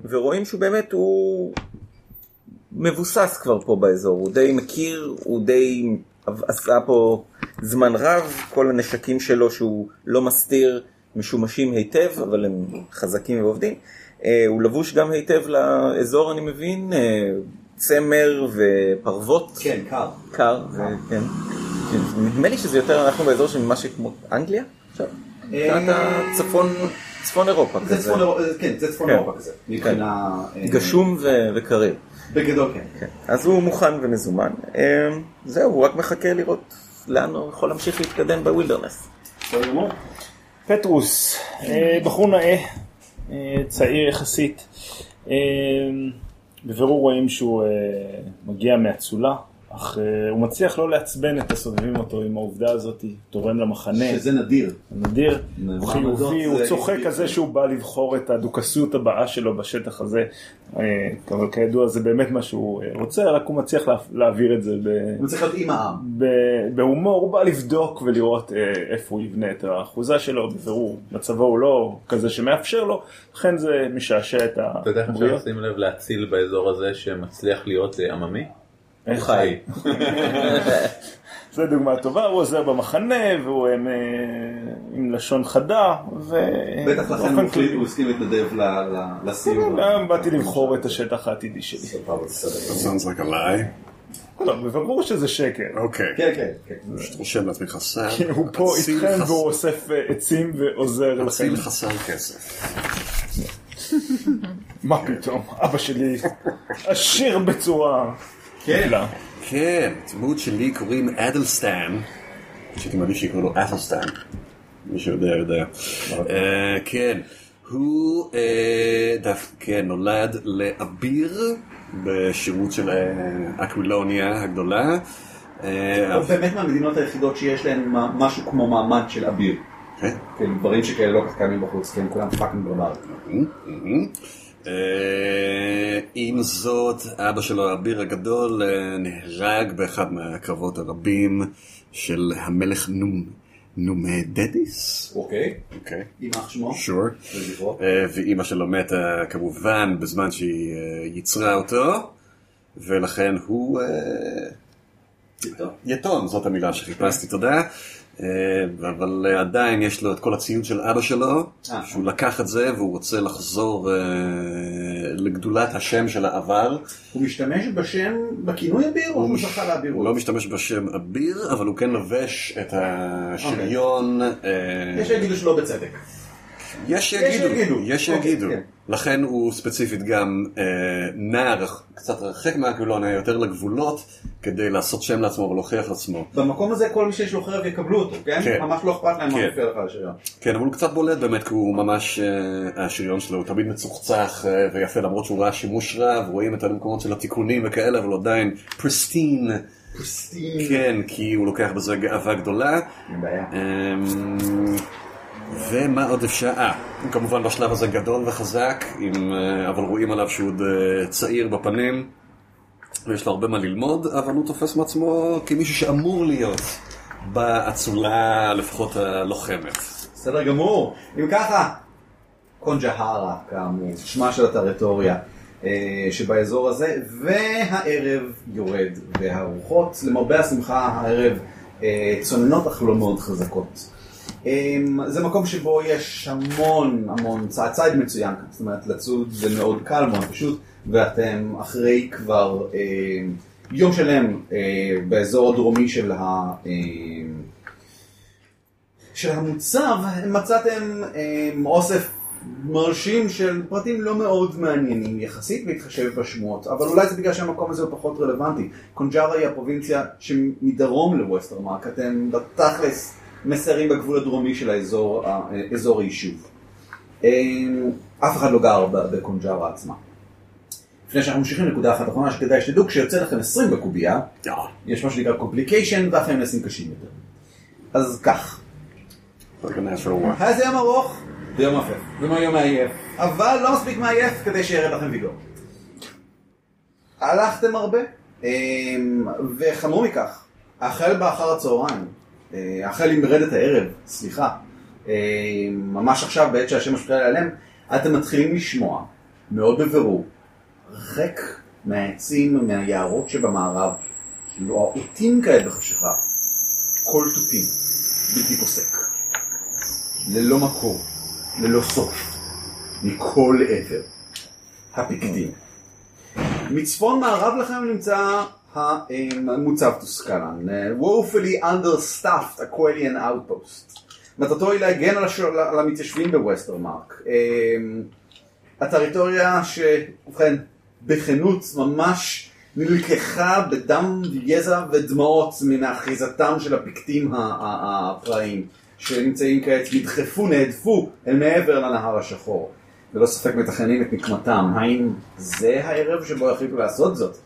[SPEAKER 8] ורואים שהוא באמת, הוא מבוסס כבר פה באזור, הוא די מכיר, הוא די עשה פה זמן רב, כל הנשקים שלו שהוא לא מסתיר משומשים היטב, אבל הם חזקים ועובדים. אה, הוא לבוש גם היטב לאזור, אני מבין, אה, צמר ופרוות.
[SPEAKER 4] כן, קר.
[SPEAKER 8] קר, זה- כן. כן, נדמה לי שזה יותר, אנחנו באזור של משהו כמו אנגליה עכשיו? מבחינת
[SPEAKER 4] אה,
[SPEAKER 8] הצפון, צפון אירופה
[SPEAKER 4] זה
[SPEAKER 8] כזה.
[SPEAKER 4] צפון אירופה, כן, זה צפון
[SPEAKER 8] כן.
[SPEAKER 4] אירופה כזה. מבחינה... אה,
[SPEAKER 8] גשום ו- וקריר.
[SPEAKER 4] בגדול כן.
[SPEAKER 8] כן. אז הוא מוכן ומזומן. אה, זהו, הוא רק מחכה לראות לאן הוא יכול להמשיך להתקדם בווילדרנס.
[SPEAKER 4] בסדר גמור.
[SPEAKER 6] פטרוס, אה, בחור נאה, אה, צעיר יחסית. אה, בבירור רואים שהוא אה, מגיע מהאצולה, אך אה, הוא מצליח לא לעצבן את הסובבים אותו עם העובדה הזאת, תורם למחנה,
[SPEAKER 4] שזה
[SPEAKER 8] כן.
[SPEAKER 4] נדיר.
[SPEAKER 6] נדיר, הוא
[SPEAKER 4] מעמדות
[SPEAKER 6] חיובי,
[SPEAKER 4] זה
[SPEAKER 6] הוא צוחק
[SPEAKER 4] יופי.
[SPEAKER 6] על זה שהוא בא לבחור את הדוכסות הבאה שלו בשטח הזה, אה, אבל כידוע זה באמת מה שהוא אה, רוצה, רק הוא מצליח לה- להעביר את זה ב-
[SPEAKER 4] הוא צריך להיות עם העם.
[SPEAKER 6] ב- בהומור, הוא בא לבדוק ולראות אה, איפה הוא יבנה את האחוזה שלו, בבירור, מצבו הוא לא כזה שמאפשר לו, לכן זה משעשע את
[SPEAKER 2] אתה יודע איך אפשר
[SPEAKER 6] הבריות.
[SPEAKER 2] לשים לב להציל באזור הזה שמצליח להיות אה, עממי?
[SPEAKER 6] איך?
[SPEAKER 8] חי.
[SPEAKER 6] זו דוגמה טובה, הוא עוזר במחנה, והוא אה, אה, עם לשון חדה, ו...
[SPEAKER 8] כן.
[SPEAKER 6] לא
[SPEAKER 4] בטח לכן
[SPEAKER 6] באופן
[SPEAKER 4] הוא החליט,
[SPEAKER 6] כללי-
[SPEAKER 4] הוא הסכים להתנדב ל- ל- לסיום.
[SPEAKER 6] אה, באתי לבחור את השטח העתידי שלי.
[SPEAKER 4] סבבה, בסדר.
[SPEAKER 5] That sounds like a lie.
[SPEAKER 6] לא, בברור שזה שקר.
[SPEAKER 5] אוקיי.
[SPEAKER 4] כן, כן, כן.
[SPEAKER 5] פשוט רושם לעצמי חסר.
[SPEAKER 6] כי כן, הוא פה
[SPEAKER 5] אציל
[SPEAKER 6] איתכם
[SPEAKER 5] חס-
[SPEAKER 6] והוא אוסף אה, עצים ועוזר לכם.
[SPEAKER 5] אציל חסר כסף.
[SPEAKER 6] מה פתאום, אבא שלי עשיר בצורה...
[SPEAKER 4] כן.
[SPEAKER 6] לא.
[SPEAKER 5] כן, הדמות שלי קוראים אדלסטן. שהייתי מעדיף שיקראו לו אתלסטן. מי שיודע יודע.
[SPEAKER 6] אוקיי.
[SPEAKER 5] אה, כן, הוא אה, דף, כן, נולד לאביר בשירות של אה, אקווילוניה הגדולה. אה,
[SPEAKER 4] הוא באמת מהמדינות היחידות שיש להן מה- משהו כמו מעמד של אביר.
[SPEAKER 5] כן.
[SPEAKER 4] כן, דברים שכאלה לא כל כך קיימים בחוץ, כן, כולם פאקינג ברברים.
[SPEAKER 5] אה, עם זאת, אבא שלו, האביר הגדול, אה, נהרג באחד מהקרבות הרבים של המלך נום, נומדדיס.
[SPEAKER 4] אוקיי.
[SPEAKER 5] אוקיי,
[SPEAKER 4] יימח שמו.
[SPEAKER 5] שור.
[SPEAKER 4] ולזכרו.
[SPEAKER 5] ואימא שלו מתה כמובן בזמן שהיא אה, ייצרה אותו, ולכן הוא אה, יתום, זאת המילה שחיפשתי, תודה. אה, אבל אה, עדיין יש לו את כל הציוד של אבא שלו,
[SPEAKER 4] אה.
[SPEAKER 5] שהוא לקח את זה והוא רוצה לחזור אה, לגדולת השם של העבר.
[SPEAKER 4] הוא משתמש בשם, בכינוי אביר, או שהוא זכה לאביר?
[SPEAKER 5] הוא לא משתמש בשם אביר, אבל הוא כן לובש את השריון. אה,
[SPEAKER 4] אוקיי. יש שיגידו שלא בצדק.
[SPEAKER 5] יש שיגידו,
[SPEAKER 4] שיגידו.
[SPEAKER 5] יש
[SPEAKER 4] אוקיי,
[SPEAKER 5] שיגידו.
[SPEAKER 4] כן.
[SPEAKER 5] לכן הוא ספציפית גם אה, נער קצת הרחק מהקולוניה, יותר לגבולות, כדי לעשות שם לעצמו ולהוכיח לעצמו.
[SPEAKER 4] במקום הזה כל מי שיש לו חרב יקבלו אותו, כן?
[SPEAKER 5] כן.
[SPEAKER 4] ממש לא אכפת להם מה
[SPEAKER 5] כן.
[SPEAKER 4] מופיע לך על השריון.
[SPEAKER 5] כן, אבל הוא קצת בולט באמת, כי הוא ממש, אה, השריון שלו הוא תמיד מצוחצח אה, ויפה, למרות שהוא ראה שימוש רב, רואים את המקומות של התיקונים וכאלה, אבל הוא עדיין פרסטין. פרסטין. כן, כי הוא לוקח בזה גאווה גדולה.
[SPEAKER 4] אין בעיה.
[SPEAKER 5] אמ, ומה עוד אפשר? אה, הוא כמובן בשלב הזה גדול וחזק, עם, אה, אבל רואים עליו שהוא עוד אה, צעיר בפנים, ויש לו הרבה מה ללמוד, אבל הוא תופס מעצמו כמישהו שאמור להיות באצולה, לפחות הלוחמת.
[SPEAKER 4] בסדר גמור. אם ככה, קונג'הרה, כאמור, שמה של הטריטוריה אה, שבאזור הזה, והערב יורד, והרוחות, למרבה השמחה, הערב אה, צוננות אך לא מאוד חזקות. אה, זה מקום שבו יש המון המון צע- ציד מצוין, כאן. זאת אומרת לצוד זה מאוד קל, מאוד פשוט, ואתם אחרי כבר אה, יום שלם אה, באזור הדרומי של ה... אה, של המוצב מצאתם אה, אוסף מרשים של פרטים לא מאוד מעניינים יחסית בהתחשב בשמועות, אבל אולי זה בגלל שהמקום הזה הוא פחות רלוונטי. קונג'ארה היא הפרובינציה שמדרום לווסטרמרק, אתם בתכלס מסיירים בגבול הדרומי של האזור, ה- אה, אזור היישוב. אה, אף אחד לא גר ב- בקונג'ארה עצמה. לפני שאנחנו ממשיכים, נקודה אחת אחרונה שכדאי שתדעו, כשיוצא לכם 20 בקובייה, יש מה שנקרא קומפליקיישן, ואחרים נעשים קשים יותר. אז כך.
[SPEAKER 5] Like a natural one.
[SPEAKER 4] היה זה יום ארוך ויום עפף. ויום מעייף. אבל לא מספיק מעייף כדי שירד לכם ויגור. הלכתם הרבה, אמ, וחמור מכך, החל באחר הצהריים, אה, החל עם רדת הערב, סליחה, אמ, ממש עכשיו בעת שהשמש מתחילה להיעלם, אתם מתחילים לשמוע, מאוד בבירור, הרחק מהעצים, מהיערות שבמערב, כאילו העוטים כעת בחשיכה, קול תופים, בלתי פוסק. ללא מקור, ללא סוף, מכל עבר. הפיקדים. מצפון מערב לכם נמצא המוצב טוסקלן, woefully understaffed Aqualian outpost. מטרתו היא להגן על, השול, על המתיישבים בווסטרמרק. אמ, הטריטוריה שבכן, בכנות ממש נלקחה בדם, יזע ודמעות מאחיזתם של הפיקטים ה- ה- הפראיים שנמצאים כעת, נדחפו, נהדפו אל מעבר לנהר השחור. ולא ספק מתכננים את נקמתם. האם זה הערב שבו החליטו לעשות זאת?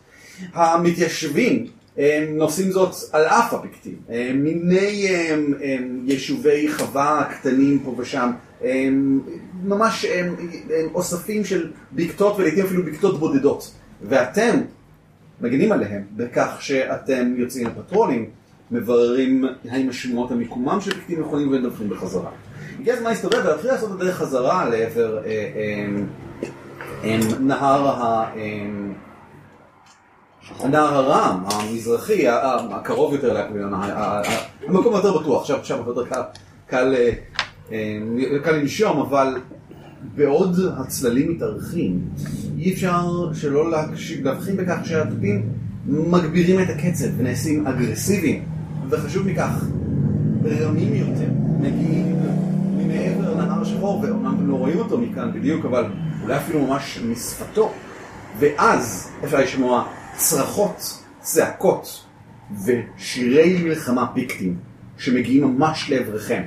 [SPEAKER 4] המתיישבים הם עושים זאת על אף הפיקטים. הם מיני הם, הם, יישובי חווה קטנים פה ושם, הם, ממש הם, הם אוספים של בקתות ולעיתים אפילו בקתות בודדות. ואתם מגנים עליהם בכך שאתם יוצאים לפטרולים, מבררים האם השמועות על מיקומם של פיקטים נכונים ומדווחים בחזרה. הגיע הזמן להסתובב ולהתחיל לעשות את הדרך חזרה לעבר אה, אה, אה, נהר ה... אה, הנהר הרם, המזרחי, ה- ה- הקרוב יותר לאקווילון, ה- ה- ה- המקום היותר בטוח, שם שם יותר קל, קל, אה, אה, קל לנשום, אבל בעוד הצללים מתארכים, אי אפשר שלא להקשיב- להבחין בכך שהתופים מגבירים את הקצב ונעשים אגרסיביים, וחשוב מכך, רמים יותר, מגיעים מעבר לנהר השחור, ואומנם לא רואים אותו מכאן בדיוק, אבל אולי אפילו ממש משפתו. ואז אפשר לשמוע צרחות, צעקות ושירי מלחמה פיקטים שמגיעים ממש לעברכם.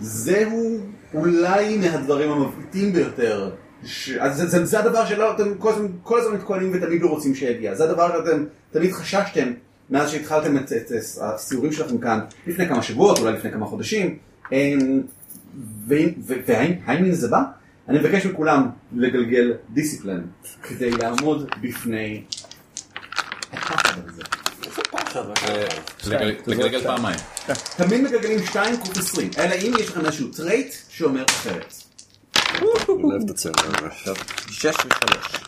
[SPEAKER 4] זהו אולי מהדברים המבעיטים ביותר. ש... אז זה, זה, זה הדבר שלא, אתם כל הזמן, כל הזמן מתכוננים ותמיד לא רוצים שיגיע. זה הדבר שאתם תמיד חששתם מאז שהתחלתם את, את, את הסיורים שלכם כאן לפני כמה שבועות, אולי לפני כמה חודשים. אמ, והאם ו- והאם- האם זה בא? אני מבקש מכולם לגלגל דיסציפלן כדי לעמוד בפני הפחד הזה.
[SPEAKER 2] לגלגל פעמיים.
[SPEAKER 4] תמיד מגלגלים 2 קוף 20, אלא אם יש לכם איזשהו טרייט שאומר אחרת.
[SPEAKER 5] אני אוהב את הצבע.
[SPEAKER 8] שש ושלוש.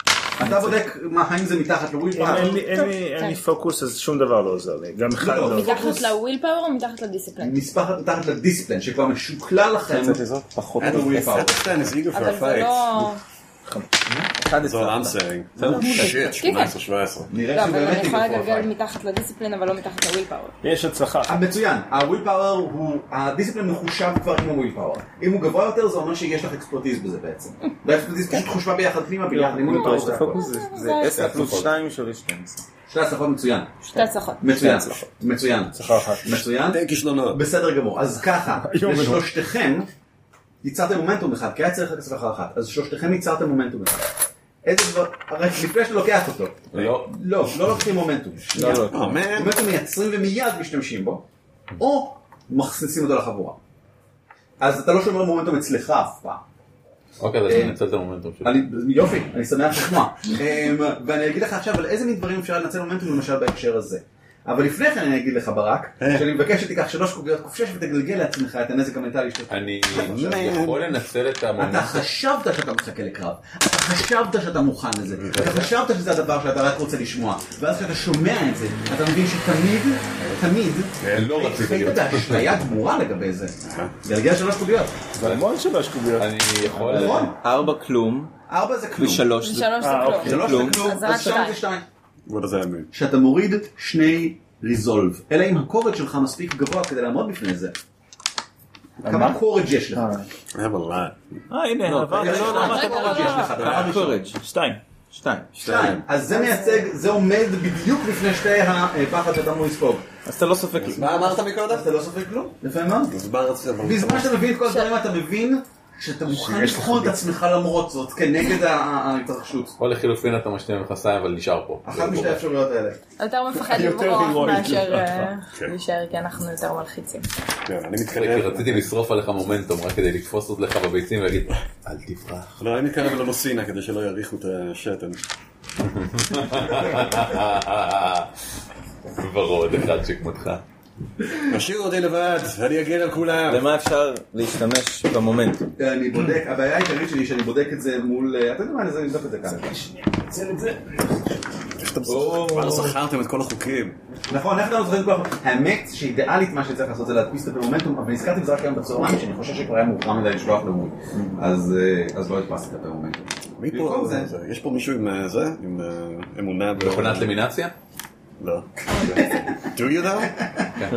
[SPEAKER 4] אתה בודק מה האם זה מתחת לוויל פעם.
[SPEAKER 6] אין לי- אין לי- אין לי פוקוס אז שום דבר לא עוזר לי, גם אחד
[SPEAKER 4] לא,
[SPEAKER 6] לא עוזר.
[SPEAKER 9] מתחת לוויל פאוור או מתחת לדיסציפלין?
[SPEAKER 4] נספחת מתחת לדיסציפלין שכבר משוקלל לכם
[SPEAKER 8] קצת לזאת פחות.
[SPEAKER 4] את הוויל פאוור.
[SPEAKER 5] That is eager for
[SPEAKER 9] אבל
[SPEAKER 5] a
[SPEAKER 9] זה
[SPEAKER 5] fight.
[SPEAKER 9] לא...
[SPEAKER 5] זה all I'm saying. שיט, 18-17.
[SPEAKER 9] לא,
[SPEAKER 4] נראה
[SPEAKER 9] אבל אני
[SPEAKER 4] שבאמת היא
[SPEAKER 9] יכולה
[SPEAKER 4] בפורפיי.
[SPEAKER 9] לגלגל מתחת לדיסציפלין, אבל לא מתחת לוויל פאוור.
[SPEAKER 6] יש הצלחה.
[SPEAKER 4] אה, מצוין, הוויל פאוור הוא, הדיסציפלין מחושב כבר עם הוויל פאוור. אם הוא גבוה יותר זה אומר שיש לך אקספרטיז בזה בעצם. והאקספרטיז פשוט חושבה ביחד פנימה לא ביחד עם הוויל פאוור.
[SPEAKER 8] יש את הפוקוס, זה- זה 10 פלוס 2 שווה 12.
[SPEAKER 4] שתי הצלחות מצוין.
[SPEAKER 9] שתי הצלחות.
[SPEAKER 4] מצוין. מצוין. מצוין.
[SPEAKER 5] די כישלונות.
[SPEAKER 4] בסדר גמור. אז ככה, לשלושתכם ייצרתם מומנטום אחד, כי היה צריך רק הצלחה אחת. אז שלושתכם ייצרתם מומנטום אחד. איזה דבר, הרי לפני שאתה לוקח אותו.
[SPEAKER 2] לא.
[SPEAKER 4] לא, לא לוקחים מומנטום.
[SPEAKER 8] לא, לא.
[SPEAKER 5] אה, מן.
[SPEAKER 4] מומנטום מייצרים ומיד משתמשים בו, או מכניסים אותו לחבורה. אז אתה לא שומר מומנטום אצלך אף פעם.
[SPEAKER 2] אוקיי,
[SPEAKER 4] אה,
[SPEAKER 2] אז אני אנצל את המומנטום שלי.
[SPEAKER 4] אני, יופי, אני שמח לשמוע. אמ, ואני אגיד לך עכשיו על איזה מין דברים אפשר לנצל מומנטום למשל בהקשר הזה. אבל לפני כן אני אגיד לך ברק, שאני מבקש שתיקח שלוש קוביות קופשש ותגלגל לעצמך את הנזק המנטלי שלך.
[SPEAKER 2] אני יכול לנצל את
[SPEAKER 4] לא אתה
[SPEAKER 2] המומנטום.
[SPEAKER 4] חשבת שאתה מחכה לקרב, אתה חשבת שאתה מוכן לזה, אתה חשבת שזה הדבר שאתה רק רוצה לשמוע, ואז כשאתה שומע את זה, אתה מבין שתמיד, תמיד,
[SPEAKER 2] לא רציתי
[SPEAKER 4] היית
[SPEAKER 2] להיות. אה?
[SPEAKER 4] באשליה גמורה לגבי זה. גלגל שלוש קוביות,
[SPEAKER 6] זה המון שלוש קוביות.
[SPEAKER 2] אני יכול...
[SPEAKER 4] נכון?
[SPEAKER 8] 4 כלום,
[SPEAKER 4] ארבע זה כלום,
[SPEAKER 8] ו3 זה
[SPEAKER 9] שלוש זה
[SPEAKER 6] אה,
[SPEAKER 9] כלום.
[SPEAKER 6] אוקיי.
[SPEAKER 4] שלוש
[SPEAKER 8] כלום.
[SPEAKER 4] זה לא כלום,
[SPEAKER 9] אז רק
[SPEAKER 4] אז שתיים
[SPEAKER 9] שתיים.
[SPEAKER 4] זה שתיים.
[SPEAKER 5] What does that mean?
[SPEAKER 4] שאתה מוריד שני ריזולב, אלא אם הכובד שלך מספיק גבוה כדי לעמוד בפני זה. כמה קורג' יש
[SPEAKER 8] אה.
[SPEAKER 4] לך?
[SPEAKER 5] I have a lot.
[SPEAKER 10] אה, הנה, עבר,
[SPEAKER 4] רגע,
[SPEAKER 10] לא, למה אתה
[SPEAKER 4] כמה
[SPEAKER 10] לא
[SPEAKER 4] קורג' יש לך? דבר
[SPEAKER 8] כמה
[SPEAKER 4] ראשון.
[SPEAKER 8] קורג'?
[SPEAKER 10] שתיים.
[SPEAKER 8] 2.
[SPEAKER 4] שתיים. אז זה מייצג, זה עומד בדיוק לפני שתי הפחד שאתה אמור לספוג.
[SPEAKER 8] אז אתה לא סופג כלום.
[SPEAKER 5] מה אמרת מקודם?
[SPEAKER 4] אז אתה לא סופג כלום? יפה מאוד.
[SPEAKER 5] אז מה רצית?
[SPEAKER 4] בזמן שאתה מבין את כל הדברים אתה מבין שאתה מוכן לבחון את עצמך למרות זאת, כנגד ה- ה- ההתרחשות.
[SPEAKER 2] או לחילופין אתה משתין במכנסיים אבל נשאר פה. לא
[SPEAKER 4] אחת משתי האפשרויות האלה.
[SPEAKER 9] יותר מפחד
[SPEAKER 6] יותר
[SPEAKER 9] לברוח
[SPEAKER 6] הירואי.
[SPEAKER 9] מאשר אה,
[SPEAKER 5] כן.
[SPEAKER 9] להישאר, כי אנחנו יותר מלחיצים.
[SPEAKER 5] כן, אני
[SPEAKER 2] כי
[SPEAKER 5] מתקרב.
[SPEAKER 2] רציתי לשרוף עליך מומנטום רק כדי לתפוס אותך בביצים ולהגיד אל תברח. <laughs>
[SPEAKER 5] לא, אני מתקרב ללוסינה כדי שלא יריחו את השתן.
[SPEAKER 2] ורוד אחד שכמותך.
[SPEAKER 5] תשאיר אותי לבד, אני אגן על כולם.
[SPEAKER 8] למה אפשר להשתמש במומנטום?
[SPEAKER 4] אני בודק, הבעיה העיקרית שלי היא שאני בודק את זה מול, אה, אתה יודע מה, אני אבדוק את זה כאן.
[SPEAKER 5] כבר זכרתם את כל החוקים.
[SPEAKER 4] נכון, איך אתה לא זוכר את כל החוק? האמת שאידיאלית מה שצריך לעשות זה להדפיס את הפרומנטום, אבל נזכרתי בזה רק היום בצהריים, שאני חושב שכבר היה מאוחר מדי לשלוח למול. אז אה, אז לא הדפסתי את הפרומנטום.
[SPEAKER 5] מי פה?
[SPEAKER 4] במקום זה.
[SPEAKER 5] זה- יש פה מישהו עם אה, זה? עם אה, אמונה ב...
[SPEAKER 2] מכונת למינציה?
[SPEAKER 5] לא. Do you know?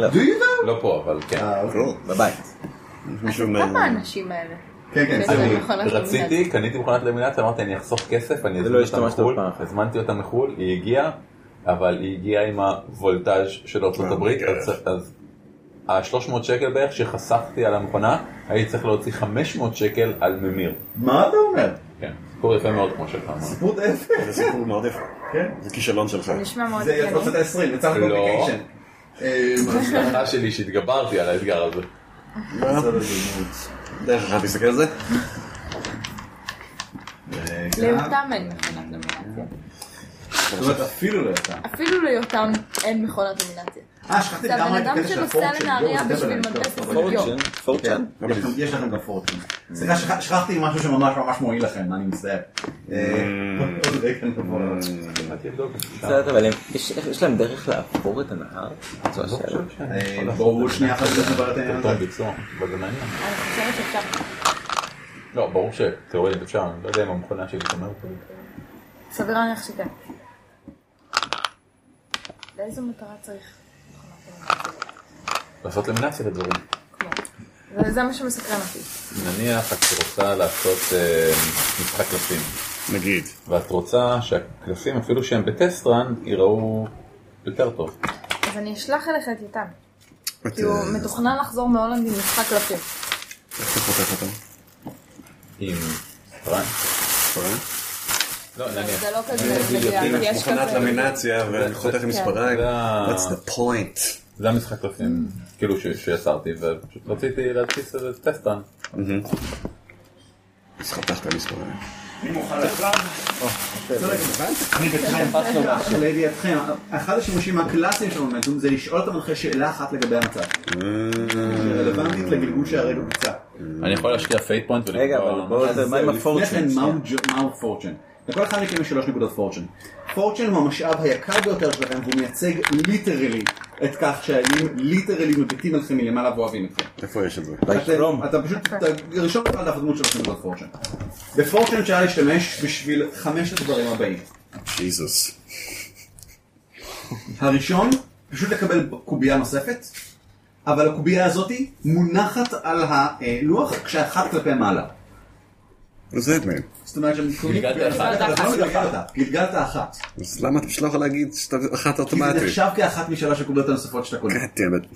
[SPEAKER 2] לא פה אבל כן.
[SPEAKER 5] Cool.
[SPEAKER 8] בבית.
[SPEAKER 5] יש מישהו עם...
[SPEAKER 9] כמה האנשים האלה?
[SPEAKER 4] כן, כן,
[SPEAKER 9] יש להם
[SPEAKER 4] בסדר.
[SPEAKER 9] מכונת למידה?
[SPEAKER 2] רציתי, קניתי מכונת למינציה, אמרתי אני אחסוך כסף, אני
[SPEAKER 8] ולא
[SPEAKER 2] אזמין אותה
[SPEAKER 8] השתמשת
[SPEAKER 2] מחו"ל,
[SPEAKER 8] בפעם אחת.
[SPEAKER 2] הזמנתי אותה מחו"ל, היא הגיעה, אבל היא הגיעה עם הוולטאז' של ארצות הברית, אז- אז ה-300 שקל בערך שחסכתי על המכונה, הייתי צריך להוציא 500 שקל על ממיר.
[SPEAKER 4] מה אתה אומר?
[SPEAKER 2] כן, סיפור יפה מאוד כמו שלך. אמרת.
[SPEAKER 4] סיפור אפס.
[SPEAKER 5] זה סיפור מאוד יפה.
[SPEAKER 4] כן.
[SPEAKER 5] זה כישלון שלך.
[SPEAKER 9] נשמע מאוד
[SPEAKER 4] זה יצא את
[SPEAKER 9] הגיוני.
[SPEAKER 4] ה-20, יצא אה,
[SPEAKER 2] לא.
[SPEAKER 4] קומפליקיישן.
[SPEAKER 2] ההצלחה שלי שהתגברתי על האתגר הזה.
[SPEAKER 5] דרך אחת תסתכל על זה.
[SPEAKER 9] להיותם אין מכונת לומינציה.
[SPEAKER 4] זאת אה, אומרת, אפילו לא יצא.
[SPEAKER 9] אפילו להיותם אין מכונת לומינציה.
[SPEAKER 4] אה, שכחתי
[SPEAKER 9] זה
[SPEAKER 4] לגמרי
[SPEAKER 9] הבן
[SPEAKER 4] את
[SPEAKER 9] אדם
[SPEAKER 4] הקטע של
[SPEAKER 9] שנוסע
[SPEAKER 4] הפורצ'ן.
[SPEAKER 9] לנהריה
[SPEAKER 4] יואו, זה
[SPEAKER 9] בשביל
[SPEAKER 4] קטע
[SPEAKER 9] מדפסת.
[SPEAKER 4] טוב, אבל-
[SPEAKER 9] יואו.
[SPEAKER 8] פורצ'ן? פורצ'ן?
[SPEAKER 4] יש לכם- יש לכם גם פורצ'ן. סליחה, שכח- שכחתי משהו שממש ממש מועיל לכם, אני מצטער. אה, עוד רגע נבוא לזה.
[SPEAKER 8] בסדר, אבל הם- יש- יש להם דרך לעבור את הנהר? זו השאלה.
[SPEAKER 4] אה, בואו שנייה אחת נברר את העניין
[SPEAKER 2] אותו
[SPEAKER 4] הזה.
[SPEAKER 2] ביצוע, אבל זה מעניין.
[SPEAKER 9] אני חושבת שאפשר.
[SPEAKER 2] לא, ברור שתיאורטית אפשר, אני לא יודע אם המכונה שלי תומרת.
[SPEAKER 9] סביר להניח שכן. לאיזו מטרה צריך מכונת לומינציה?
[SPEAKER 2] לעשות למינציה לדברים.
[SPEAKER 9] כמו. זה- זה מה שמסקרן אותי.
[SPEAKER 2] נניח את רוצה לעשות אה, משחק קלפים,
[SPEAKER 5] נגיד.
[SPEAKER 2] ואת רוצה שהקלפים, אפילו שהם בטסט ראנד, ייראו יותר טוב.
[SPEAKER 9] אז אני אשלח אליך את יותם. כי הוא מתוכנן לחזור מהולנד עם משחק קלפים.
[SPEAKER 5] איך אתה חותך אותם?
[SPEAKER 2] עם ראנד. לא, נניח.
[SPEAKER 9] זה לא כזה מדויק, כי יש
[SPEAKER 5] מכונת
[SPEAKER 9] כזה...
[SPEAKER 5] למינציה וחותך עם מספריים.
[SPEAKER 2] זה ה-
[SPEAKER 5] What's the point?
[SPEAKER 2] זה המשחק קלפים, כאילו ש- שיצרתי, ופשוט רציתי להדפיס איזה טסט ראנד.
[SPEAKER 5] אז חתכת עם מספריים.
[SPEAKER 4] לידיעתכם, אחד השימושים הקלאסיים של מומנטום זה לשאול את המנחה שאלה אחת לגבי המצב. שרלוונטית לגלגול שהרגע בוצע.
[SPEAKER 2] אני יכול להשקיע פייט פוינט
[SPEAKER 8] רגע,
[SPEAKER 2] לא,
[SPEAKER 8] אבל בואו,
[SPEAKER 4] אז
[SPEAKER 8] מה עם
[SPEAKER 4] זהו, לפני
[SPEAKER 8] הפורצ'ן?
[SPEAKER 4] כן, מהו ג'- מהו פורצ'ן? לכל אחד מכם יש שלוש נקודות פורצ'ן. פורצ'ן הוא המשאב היקר ביותר שלכם והוא מייצג ליטרלי את כך שהאלים ליטרלי מביטים עליכם מלמעלה ואוהבים אתכם.
[SPEAKER 5] איפה יש את זה?
[SPEAKER 4] אתם- אתה פשוט, אתה- ראשון אחד דף הדמות שלכם זה פורשן. בפורשן שהיה להשתמש בשביל חמשת הדברים הבאים.
[SPEAKER 5] ג'יזוס.
[SPEAKER 4] הראשון, פשוט לקבל קובייה נוספת, אבל הקובייה הזאתי מונחת על הלוח כשאחת כלפי מעלה.
[SPEAKER 5] אז זה מהם.
[SPEAKER 4] זאת אומרת שהם קובעים קובייה
[SPEAKER 2] אחת.
[SPEAKER 4] נוספת, אבל אתה לא גלגלת, גלגלת אחת.
[SPEAKER 5] אז למה אתה פשוט לא יכול להגיד שאתה אחת
[SPEAKER 4] כי זה
[SPEAKER 5] אוטומטית?
[SPEAKER 4] נחשב כאחת משלוש הקוביות הנוספות שאתה קונה.
[SPEAKER 5] God damn it.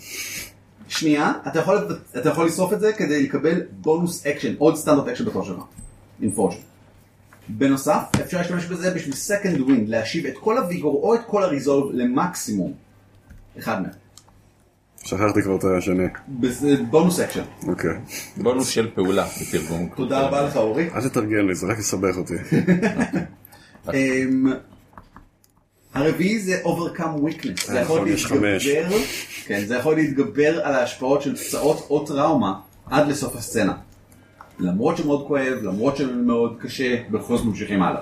[SPEAKER 4] שנייה, אתה יכול, אתה יכול לשרוף את זה כדי לקבל בונוס אקשן, עוד סטנדרט אקשן בכל שנה, עם פורשן. בנוסף, אפשר להשתמש בזה בשביל second wind, להשיב את כל הוויגור או את כל הריזולב למקסימום. אחד מהם.
[SPEAKER 5] שכחתי כבר את השני.
[SPEAKER 4] בזה- בונוס אקשן.
[SPEAKER 5] אוקיי.
[SPEAKER 2] בונוס של פעולה בתרגום.
[SPEAKER 4] תודה רבה לך אורי.
[SPEAKER 5] אל תתרגל לי, זה רק יסבך אותי.
[SPEAKER 4] <laughs> אמ, הרביעי זה overcome weakness, זה
[SPEAKER 5] אה,
[SPEAKER 4] יכול
[SPEAKER 5] נכון, יש חמש.
[SPEAKER 4] להתגבר, כן, זה יכול להתגבר על ההשפעות של פצעות או טראומה עד לסוף הסצנה. למרות שמאוד כואב, למרות שמאוד קשה, בכל זאת ממשיכים הלאה.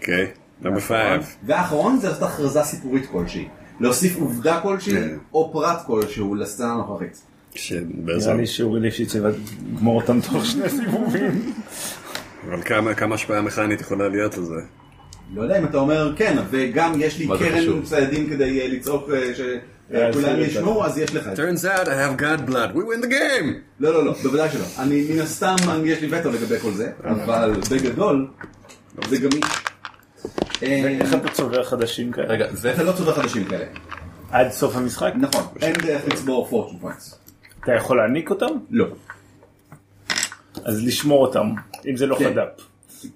[SPEAKER 5] אוקיי. נאמבר פייב.
[SPEAKER 4] והאחרון זה לעשות הכרזה סיפורית כלשהי, להוסיף עובדה כלשהי
[SPEAKER 5] כן.
[SPEAKER 4] או פרט כלשהו לסצנה הנוכחית.
[SPEAKER 5] שבאיזה...
[SPEAKER 6] נראה לי שאורי ליפשיץ יבד- יגמור אותם תוך שני סיבובים.
[SPEAKER 5] אבל כמה- כמה השפעה מכנית יכולה להיות לזה?
[SPEAKER 4] לא יודע אם אתה אומר כן, וגם יש לי
[SPEAKER 2] מה זה
[SPEAKER 4] קרן
[SPEAKER 2] חשוב?
[SPEAKER 4] ציידים כדי אה, לצעוק אה, שכולם
[SPEAKER 6] בסדר.
[SPEAKER 4] ישמעו, אז יש לך את זה.
[SPEAKER 5] Turns out I have god blood, we win the game!
[SPEAKER 4] לא, לא, לא, בוודאי שלא. אני מן הסתם, אני- יש לי וטו לגבי כל זה,
[SPEAKER 5] אה.
[SPEAKER 4] אבל בגדול, זה גמיש. אה,
[SPEAKER 6] איך אתה צובר חדשים כאלה?
[SPEAKER 2] רגע, זה
[SPEAKER 4] אתה לא צודק חדשים כאלה.
[SPEAKER 6] עד סוף המשחק?
[SPEAKER 4] נכון, אין דרך לצבור פורצ'ן פוינטס.
[SPEAKER 6] אתה יכול להעניק אותם?
[SPEAKER 4] לא.
[SPEAKER 6] אז לשמור אותם, אם זה לא
[SPEAKER 4] כן.
[SPEAKER 6] חד"פ.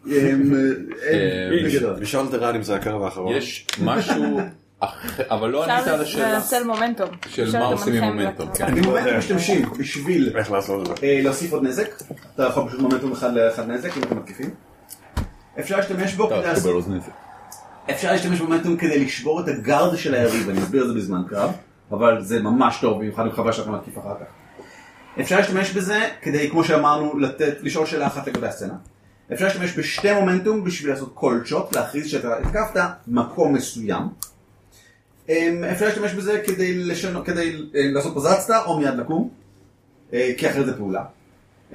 [SPEAKER 4] אמ, אין,
[SPEAKER 2] אה,
[SPEAKER 4] בגדול.
[SPEAKER 5] לשאול את ערן אם זה הקרב האחרון.
[SPEAKER 2] יש משהו אחר, אבל לא ענית
[SPEAKER 7] אפשר
[SPEAKER 2] על השאלה.
[SPEAKER 7] לנצל מומנטום.
[SPEAKER 2] של
[SPEAKER 7] אפשר
[SPEAKER 2] מה עושים עם
[SPEAKER 7] למנכם
[SPEAKER 2] מומנטום,
[SPEAKER 7] לקרב.
[SPEAKER 2] כן.
[SPEAKER 4] במומנטום משתמשים בשביל
[SPEAKER 5] אה. איך לעשות את זה?
[SPEAKER 4] אה, להוסיף עוד נזק. אתה יכול פשוט מומנטום אחד לאחד נזק אם אתם מתקיפים. אפשר להשתמש בו
[SPEAKER 2] טוב,
[SPEAKER 4] כדי
[SPEAKER 2] תקבל
[SPEAKER 4] לעשות...
[SPEAKER 2] אוזנית.
[SPEAKER 4] אפשר להשתמש במומנטום כדי לשבור את הגארד של היריב, אני אסביר את זה בזמן קרב, אבל זה ממש טוב, במיוחד אם חבל שאנחנו נתקיף אחר כך. אפשר להשתמש בזה כדי, כמו שאמרנו, לתת, לשאול שאלה אחת לגבי הסצנה. אפשר להשתמש בשתי מומנטום בשביל לעשות כל שוט, להכריז שאתה התקפת מקום מסוים. אמ, אפשר להשתמש בזה כדי, לשנות, כדי אה, לעשות פזצת או מיד לקום, אה, כי אחרת זה פעולה.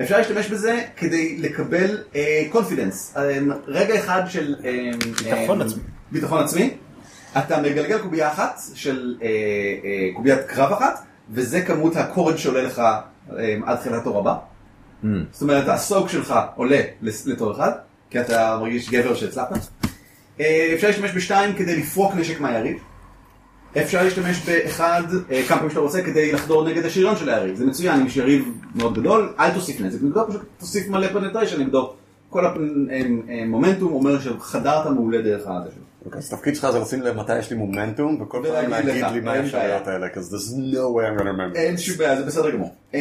[SPEAKER 4] אפשר להשתמש בזה כדי לקבל קונפידנס, רגע אחד של אה,
[SPEAKER 6] ביטחון
[SPEAKER 4] אה,
[SPEAKER 6] עצמי.
[SPEAKER 4] ביטחון עצמי. אתה מגלגל קובייה אחת של אה, אה, קוביית קרב אחת, וזה כמות הקורד שעולה לך אה, עד תחילת התור הבא.
[SPEAKER 6] Mm.
[SPEAKER 4] זאת אומרת, הסוג שלך עולה לס- לתור אחד, כי אתה מרגיש גבר שהצלחת. אה, אפשר להשתמש בשתיים כדי לפרוק נשק מהיריב. אפשר להשתמש באחד אה, כמה פעמים שאתה רוצה כדי לחדור נגד השריון של היריב. זה מצוין, אם יש יריב מאוד גדול, אל תוסיף נזק נגדו, פשוט תוסיף מלא פנטריישן נגדו. כל המומנטום אומר שחדרת מעולה דרך הזה שלו.
[SPEAKER 5] אוקיי, אז התפקיד שלך זה לשים לב מתי יש לי מומנטום, וכל פעם
[SPEAKER 4] ולהגיד
[SPEAKER 5] להגיד
[SPEAKER 4] לך,
[SPEAKER 5] לי מה
[SPEAKER 4] אין
[SPEAKER 5] האפשרויות
[SPEAKER 4] בעיה.
[SPEAKER 5] האלה, because there's no way I'm gonna remember.
[SPEAKER 4] אין שום בעיה, זה בסדר גמור. אמ,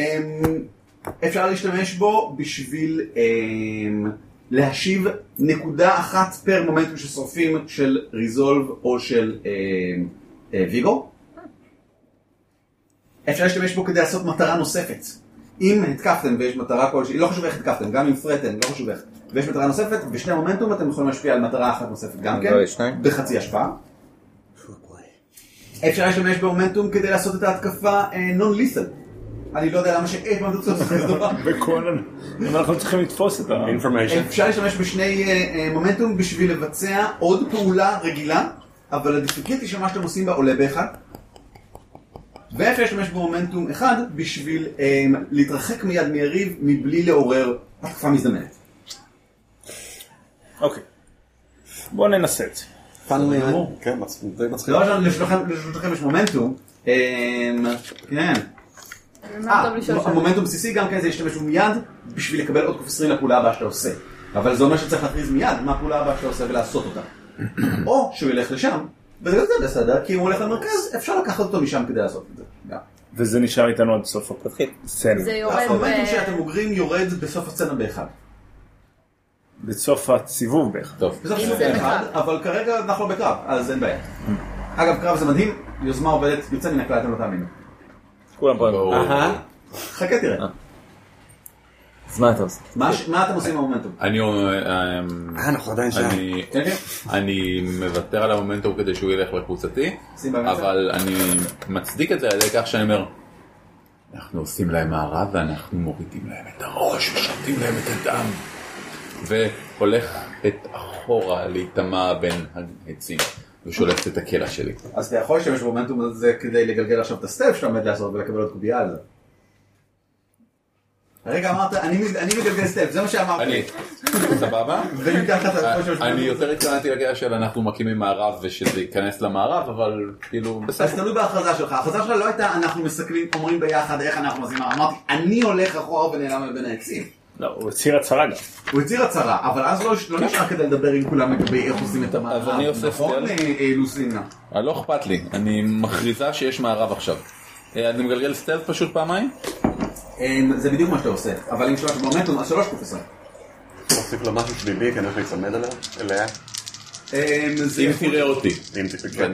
[SPEAKER 4] אפשר להשתמש בו בשביל אמ, להשיב נקודה אחת פר מומנטום ששורפים של ריזולב או של אמ, אה, ויגו. אפשר להשתמש בו כדי לעשות מטרה נוספת. אם התקפתם ויש מטרה כלשהי, לא חשוב איך התקפתם, גם אם הפרעתם, לא חשוב איך, ויש מטרה נוספת, בשני מומנטום אתם יכולים להשפיע על מטרה אחת נוספת גם כן,
[SPEAKER 8] לא, יש שניים.
[SPEAKER 4] בחצי השפעה. אפשר להשתמש במומנטום כדי לעשות את ההתקפה נון ליסל. אני לא יודע למה שאי פעם תוצאות כזה דבר.
[SPEAKER 6] בקונן. אבל אנחנו צריכים לתפוס את ה...
[SPEAKER 5] Information.
[SPEAKER 4] אפשר להשתמש בשני אה, אה, מומנטום בשביל לבצע עוד פעולה רגילה, אבל הדיפיקטי של מה שאתם עושים בה עולה באחד. ואפשר להשתמש במומנטום אחד בשביל אה, להתרחק מיד מיריב מבלי לעורר התקפה מזדמנת.
[SPEAKER 6] אוקיי. בואו ננסה את זה.
[SPEAKER 5] כן, מצ- די מצחיק.
[SPEAKER 4] דבר ראשון, לשלושכם- לשלושתכם יש מומנטום. אה, כן.
[SPEAKER 9] מה טוב לשאול
[SPEAKER 4] אה,
[SPEAKER 9] שאלה?
[SPEAKER 4] מומנטום בסיסי גם כן זה להשתמש בו מיד בשביל לקבל עוד קוף 20 לפעולה הבאה שאתה עושה. אבל זה אומר שצריך להכריז מיד מה הפעולה הבאה שאתה עושה ולעשות אותה. או שהוא ילך לשם, וזה גם זה בסדר, כי אם הוא הולך למרכז, אפשר לקחת אותו משם כדי לעשות את זה. גם.
[SPEAKER 6] וזה נשאר איתנו עד סוף הפרקית.
[SPEAKER 9] זה יורד אה,
[SPEAKER 4] המומנטום אה, שאתם
[SPEAKER 9] ב...
[SPEAKER 4] אוגרים יורד בסוף הסצנה באחד.
[SPEAKER 6] בסוף הסיבוב בערך.
[SPEAKER 2] טוב,
[SPEAKER 4] בסוף הסצנה באחד, אבל כרגע אנחנו לא בקרב, אז אין בעיה. אגב, קרב זה מדהים, יוזמה עובדת, יוצא מן הכלל, אתם לא תאמינו.
[SPEAKER 6] כולם פה.
[SPEAKER 2] ברור.
[SPEAKER 4] חכה תראה.
[SPEAKER 8] אז מה אתה עושה?
[SPEAKER 4] מה ש- מה אתם עושים במומנטום?
[SPEAKER 2] אני אומר, אמ,
[SPEAKER 5] אה, אנחנו עדיין שם.
[SPEAKER 2] אני-
[SPEAKER 4] כן,
[SPEAKER 2] אני מוותר על המומנטום כדי שהוא ילך לקבוצתי,
[SPEAKER 4] שים באמצע.
[SPEAKER 2] אבל אני מצדיק את זה על ידי כך שאני אומר, אנחנו עושים להם מערב ואנחנו מורידים להם את הראש ושותים להם את הדם, והולך את אחורה להיטמע בין העצים ושולף את הקלע שלי.
[SPEAKER 4] אז אתה יכול להשתמש במומנטום הזה כדי לגלגל עכשיו את הסטף שאתה עומד לעשות ולקבל עוד קובייה על זה. הרגע אמרת, אני אני מגלגל סטף, זה מה שאמרת.
[SPEAKER 2] אני, סבבה?
[SPEAKER 4] ומתחת אתה יכול להשתמש
[SPEAKER 2] אני
[SPEAKER 4] במומנטום.
[SPEAKER 2] יותר התכוונתי לקטע של אנחנו מקימים מערב ושזה ייכנס למערב, אבל כאילו
[SPEAKER 4] אז
[SPEAKER 2] בסדר.
[SPEAKER 4] תלוי בהכרזה שלך. ההכרזה שלך לא הייתה אנחנו מסכלים, אומרים ביחד איך אנחנו עושים מה. אמרתי, אני הולך אחורה ונעלם מבין העצים.
[SPEAKER 6] לא, הוא הצהיר הצהרה גם.
[SPEAKER 4] הוא הצהיר הצהרה, אבל אז לא- לא נשאר כדי לדבר עם כולם לגבי איך עושים את המערב.
[SPEAKER 2] אני עושה
[SPEAKER 4] נכון,
[SPEAKER 2] סטל.
[SPEAKER 4] אה, אה, לוסינה?
[SPEAKER 2] אה, לא אכפת לי, אני מכריזה שיש מערב עכשיו. אה, אני מגלגל סטלט פשוט פעמיים?
[SPEAKER 4] אה, זה בדיוק מה שאתה עושה, אבל אם שלוש במומנטום, אז שלוש קופסה.
[SPEAKER 5] תוסיף לו משהו שלילי, כי אני הולך להיצמד אליה, אליה,
[SPEAKER 4] אה, זה...
[SPEAKER 2] אם תראה אותי.
[SPEAKER 5] אם תתקן.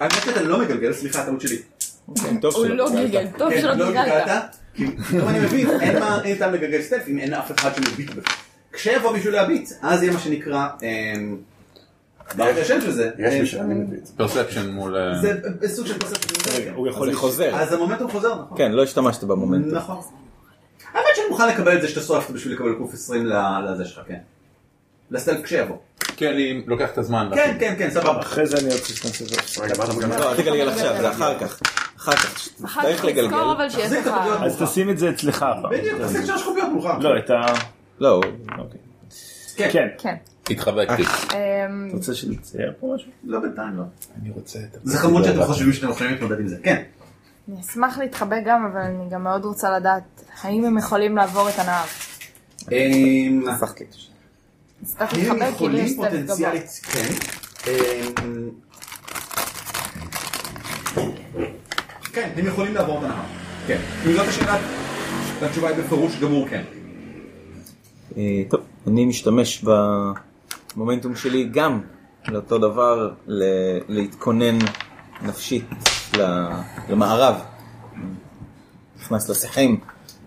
[SPEAKER 4] האמת שאתה לא מגלגל, סליחה, טעות שלי.
[SPEAKER 8] טוב
[SPEAKER 9] הוא
[SPEAKER 8] שלא.
[SPEAKER 9] לא גלגל, טוב
[SPEAKER 4] כן,
[SPEAKER 9] שלא
[SPEAKER 4] לא
[SPEAKER 9] גלגלת.
[SPEAKER 4] גלגלת. כי פתאום אני מבין, אין מה- אין טעם לגלגל סטף אם אין אף אחד שמביט בך. כשיבוא מישהו להביט, אז יהיה מה שנקרא... אה, מה השם של זה?
[SPEAKER 5] יש
[SPEAKER 4] אה,
[SPEAKER 5] מי שאני מביט.
[SPEAKER 2] פרספשן מול... אה,
[SPEAKER 4] זה בסוג של פרספציה. כרגע.
[SPEAKER 8] הוא יכול
[SPEAKER 4] אז-
[SPEAKER 8] לחוזר.
[SPEAKER 4] אז המומנטום חוזר, נכון.
[SPEAKER 8] כן, לא השתמשת במומנט.
[SPEAKER 4] נכון. האמת שאני מוכן לקבל את זה שאתה סועפת בשביל לקבל קוף 20 ל- לזה שלך, כן. לסטלף כשיבוא.
[SPEAKER 2] כן, אני לוקח את הזמן.
[SPEAKER 4] כן, כן, כן, סבבה.
[SPEAKER 6] אחרי זה אני רוצה שתעשה את זה.
[SPEAKER 5] רגע, מה אתה מגלגל?
[SPEAKER 8] לא, אל תגלגל עכשיו, זה אחר כך. אחר כך,
[SPEAKER 9] אחר
[SPEAKER 8] צריך
[SPEAKER 9] כך תזכור
[SPEAKER 8] לגלגל.
[SPEAKER 9] אבל שיש
[SPEAKER 4] תחזיק את
[SPEAKER 9] לך...
[SPEAKER 4] הבדיות
[SPEAKER 6] אז
[SPEAKER 4] מולך.
[SPEAKER 6] תשים את זה אצלך הפעם.
[SPEAKER 4] בדיוק, תעשה את שלוש קוביות מולך.
[SPEAKER 6] לא, את ה...
[SPEAKER 8] לא, הוא-
[SPEAKER 6] אוקיי.
[SPEAKER 4] כן.
[SPEAKER 6] כן.
[SPEAKER 9] כן.
[SPEAKER 2] התחבקתי.
[SPEAKER 9] אמ,
[SPEAKER 6] רוצה שנצייר פה משהו?
[SPEAKER 4] לא בינתיים, לא.
[SPEAKER 2] אני רוצה את
[SPEAKER 4] זה חמוד שאתם חושבים שאתם יכולים להתמודד עם זה, כן.
[SPEAKER 9] אני אשמח להתחבא גם, אבל אני גם מאוד רוצה לדעת האם הם יכולים לעבור את הנהר.
[SPEAKER 2] אוקיי.
[SPEAKER 4] אמ,
[SPEAKER 8] הפכתי את זה.
[SPEAKER 9] אז אתה
[SPEAKER 4] אם הם
[SPEAKER 9] תתחבא כאילו יש
[SPEAKER 4] יכולים
[SPEAKER 9] סטף גבוה.
[SPEAKER 4] פוטנציאלית, כן. אמ, כן, הם יכולים לעבור את הנהר. אה, כן. אם זאת השאלה, התשובה היא בפירוש גמור כן.
[SPEAKER 8] אה, טוב, אני משתמש במומנטום שלי גם לאותו דבר, ל- להתכונן נפשית ל- למערב. נכנס לשיחים.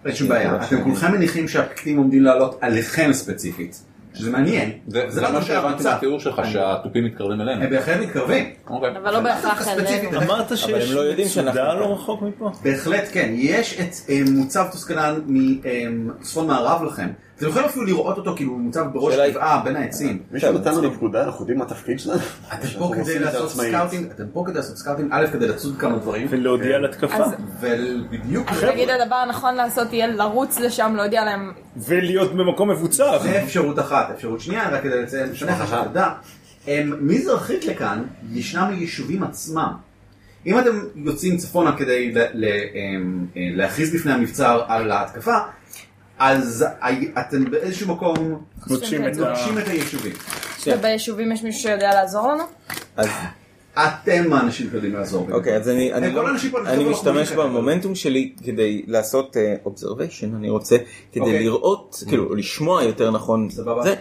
[SPEAKER 4] אין שום בעיה. אתם כולכם מניחים שהפקטים עומדים לעלות עליכם ספציפית. שזה מעניין.
[SPEAKER 2] זה
[SPEAKER 4] לא
[SPEAKER 2] מה
[SPEAKER 4] תוצאה
[SPEAKER 2] שהבנתי
[SPEAKER 4] מהמצב.
[SPEAKER 2] מהתיאור שלך, שהתופים מתקרבים
[SPEAKER 4] הם
[SPEAKER 2] אלינו.
[SPEAKER 4] בהחלט מתקרבים.
[SPEAKER 2] אוקיי.
[SPEAKER 9] אבל לא בהכרח
[SPEAKER 4] דווקא ספציפית,
[SPEAKER 9] עלינו.
[SPEAKER 6] אמרת שיש
[SPEAKER 8] הם לא יודעים
[SPEAKER 6] מצודה
[SPEAKER 8] שאנחנו-
[SPEAKER 6] לא רחוק מפה?
[SPEAKER 4] בהחלט כן, יש את אה, מוצב טוסקנן מצפון מערב לכם. אתם יכולים אפילו לראות אותו כאילו הוא מוצב בראש
[SPEAKER 8] שאלה היא-
[SPEAKER 4] גבעה בין העצים.
[SPEAKER 5] מישהו
[SPEAKER 8] בסדר,
[SPEAKER 5] נתן לנו פקודה, אנחנו יודעים מה התפקיד שלנו?
[SPEAKER 4] אתם פה
[SPEAKER 5] שאנחנו
[SPEAKER 4] כדי
[SPEAKER 5] עושים את זה
[SPEAKER 4] לעשות
[SPEAKER 5] עצמאית.
[SPEAKER 4] סקאוטינג, אתם פה כדי לעשות סקאוטינג, א' כדי לצוד כמה דברים,
[SPEAKER 6] ולהודיע על התקפה.
[SPEAKER 9] אז-
[SPEAKER 4] ובדיוק
[SPEAKER 9] תגיד הדבר הנכון לעשות יהיה לרוץ לשם, להודיע להם,
[SPEAKER 6] ולהיות במקום מבוצר.
[SPEAKER 4] זה אפשרות אחת. אפשרות שנייה, רק כדי לציין לפניך שתדע, הם, מזרחית לכאן ישנם היישובים עצמם. אם אתם יוצאים צפונה כדי ל- ל- אמ, אה, להכריז בפני המבצר על ההתקפה, אז הי- אתם באיזשהו מקום
[SPEAKER 6] נוטשים את ה...
[SPEAKER 4] נוטשים את היישובים.
[SPEAKER 9] וביישובים יש מישהו שיודע לעזור לנו?
[SPEAKER 8] אז
[SPEAKER 4] אתם האנשים שיודעים לעזור. לי.
[SPEAKER 8] אוקיי, אז אני, אני,
[SPEAKER 4] כן, כל
[SPEAKER 8] לא,
[SPEAKER 4] האנשים פה נכתבו
[SPEAKER 8] אני
[SPEAKER 4] לך
[SPEAKER 8] משתמש
[SPEAKER 4] מוזיקה.
[SPEAKER 8] במומנטום שלי כדי לעשות uh, observation, אני רוצה, כדי
[SPEAKER 4] אוקיי.
[SPEAKER 8] לראות, כאילו, או לשמוע יותר נכון,
[SPEAKER 4] סבבה.
[SPEAKER 8] זה,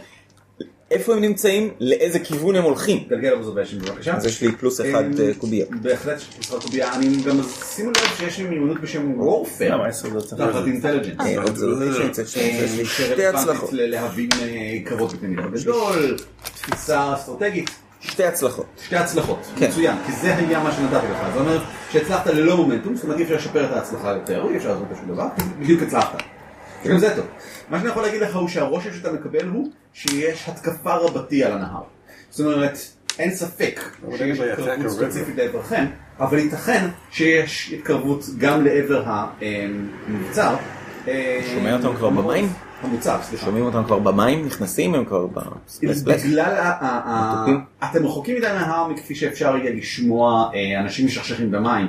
[SPEAKER 8] איפה הם נמצאים, לאיזה כיוון הם הולכים.
[SPEAKER 4] גלגל אובזרביישן בבקשה.
[SPEAKER 8] אז יש לי פלוס אחד
[SPEAKER 4] אמ,
[SPEAKER 8] אה, קובייה.
[SPEAKER 4] בהחלט פלוס קובייה. אני גם, שימו לב שיש לי מיומנות בשם וורפייר.
[SPEAKER 6] למה עשר דקות?
[SPEAKER 4] תחת אינטליג'נס.
[SPEAKER 8] אה, observation, צריך שאני- יש לי שתי הצלחות.
[SPEAKER 4] להבין אה, קרבות בקנה מידה גדול, תפיסה אסטרטגית,
[SPEAKER 8] שתי הצלחות.
[SPEAKER 4] שתי הצלחות.
[SPEAKER 8] כן.
[SPEAKER 4] מצוין, כי זה היה מה שנתתי לך. זאת אומרת שהצלחת ללא מומנטום, זאת אומרת אי אפשר לשפר את ההצלחה יותר, אי אפשר לעשות בשום דבר, בדיוק הצלחת.
[SPEAKER 8] כן.
[SPEAKER 4] גם זה טוב. מה שאני יכול להגיד לך הוא שהרושם שאתה מקבל הוא שיש התקפה רבתי על הנהר. זאת אומרת, אין ספק
[SPEAKER 5] אבל
[SPEAKER 4] שיש
[SPEAKER 5] זה יצא
[SPEAKER 4] התקרבות
[SPEAKER 5] כרבע.
[SPEAKER 4] ספציפית לעברכם, אבל ייתכן שיש התקרבות גם לעבר אה, המבצר.
[SPEAKER 8] שומע אותם כבר במים?
[SPEAKER 4] המוצב, אה, סליחה.
[SPEAKER 8] שומעים אותם כבר במים, נכנסים, הם כבר ב... ספלס, ספלס.
[SPEAKER 4] בגלל ה... ה- ה-
[SPEAKER 8] מטופים?
[SPEAKER 4] אתם רחוקים מדי מההר מכפי שאפשר יהיה לשמוע אה, אנשים משכשכים במים.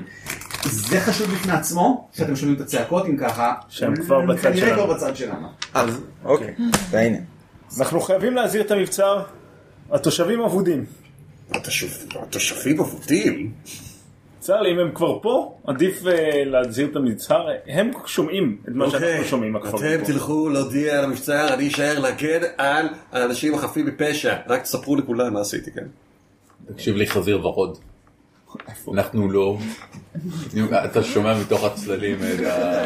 [SPEAKER 4] זה חשוב בפני עצמו, שאתם שומעים את הצעקות אם ככה.
[SPEAKER 6] שהם כבר בצד
[SPEAKER 4] כנראה לא
[SPEAKER 6] שלנו.
[SPEAKER 4] כבר בצד שלנו.
[SPEAKER 8] אז, אוקיי, זה העניין.
[SPEAKER 6] אנחנו חייבים להזהיר את המבצר. התושבים אבודים.
[SPEAKER 5] התושבים- התושבים עבודים?
[SPEAKER 6] צר לי, אם הם כבר פה, עדיף אה, להזהיר את המבצר. הם שומעים את מה לא שאנחנו שומעים, הכפרים
[SPEAKER 5] אוקיי, אתם
[SPEAKER 6] פה.
[SPEAKER 5] תלכו להודיע על המבצע, אני אשאר להגן על האנשים החפים מפשע. רק תספרו לכולם מה עשיתי, כן?
[SPEAKER 2] תקשיב לי חזיר ורוד. אנחנו לא... אה, אתה שומע מתוך הצללים את ה...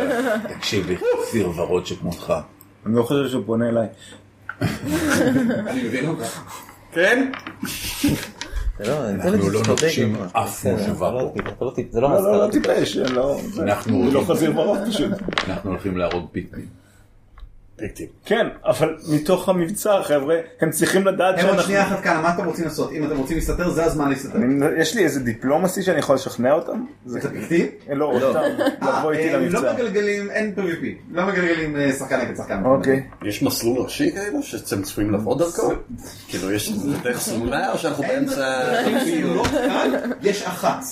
[SPEAKER 2] תקשיב לי חזיר ורוד שכמותך.
[SPEAKER 6] אני לא חושב שהוא פונה אליי.
[SPEAKER 4] אני מבין אותך.
[SPEAKER 5] כן?
[SPEAKER 8] זה לא, זה
[SPEAKER 2] אנחנו לא
[SPEAKER 8] צודק,
[SPEAKER 2] נוטשים
[SPEAKER 8] אבל-
[SPEAKER 2] אף
[SPEAKER 8] בסדר,
[SPEAKER 2] מושבה
[SPEAKER 8] אתה לא
[SPEAKER 2] פה.
[SPEAKER 8] טיפ- אתה לא טיפ- זה לא
[SPEAKER 6] לא, לא, לא
[SPEAKER 8] מאסטר.
[SPEAKER 6] טיפש, אני לא...
[SPEAKER 2] אנחנו-
[SPEAKER 6] הוא לא חזיר בראש פשוט.
[SPEAKER 2] אנחנו הולכים להרוג פיקמין.
[SPEAKER 6] כן, אבל מתוך המבצע, חבר'ה, הם צריכים לדעת
[SPEAKER 4] הם עוד שנייה אחת כאן, מה אתם רוצים לעשות? אם אתם רוצים להסתתר, זה הזמן להסתתר.
[SPEAKER 6] אני- יש לי איזה דיפלומסי שאני יכול לשכנע אותם? זה-
[SPEAKER 4] אתה פיקטי?
[SPEAKER 6] אה, לא, אותם, לבוא איתי
[SPEAKER 4] אה, לא
[SPEAKER 6] למבצע.
[SPEAKER 4] מגלגלים, אין PVP. לא מגלגלים אה, שחקן נגד שחקן.
[SPEAKER 6] אוקיי.
[SPEAKER 5] יש מסלול ראשי כאילו שאתם צפויים לבוא דרכו? כאילו יש דרך סלולה או שאנחנו
[SPEAKER 4] אין
[SPEAKER 5] באמצע...
[SPEAKER 4] מסלולות כאן, כאילו לא יש אחת.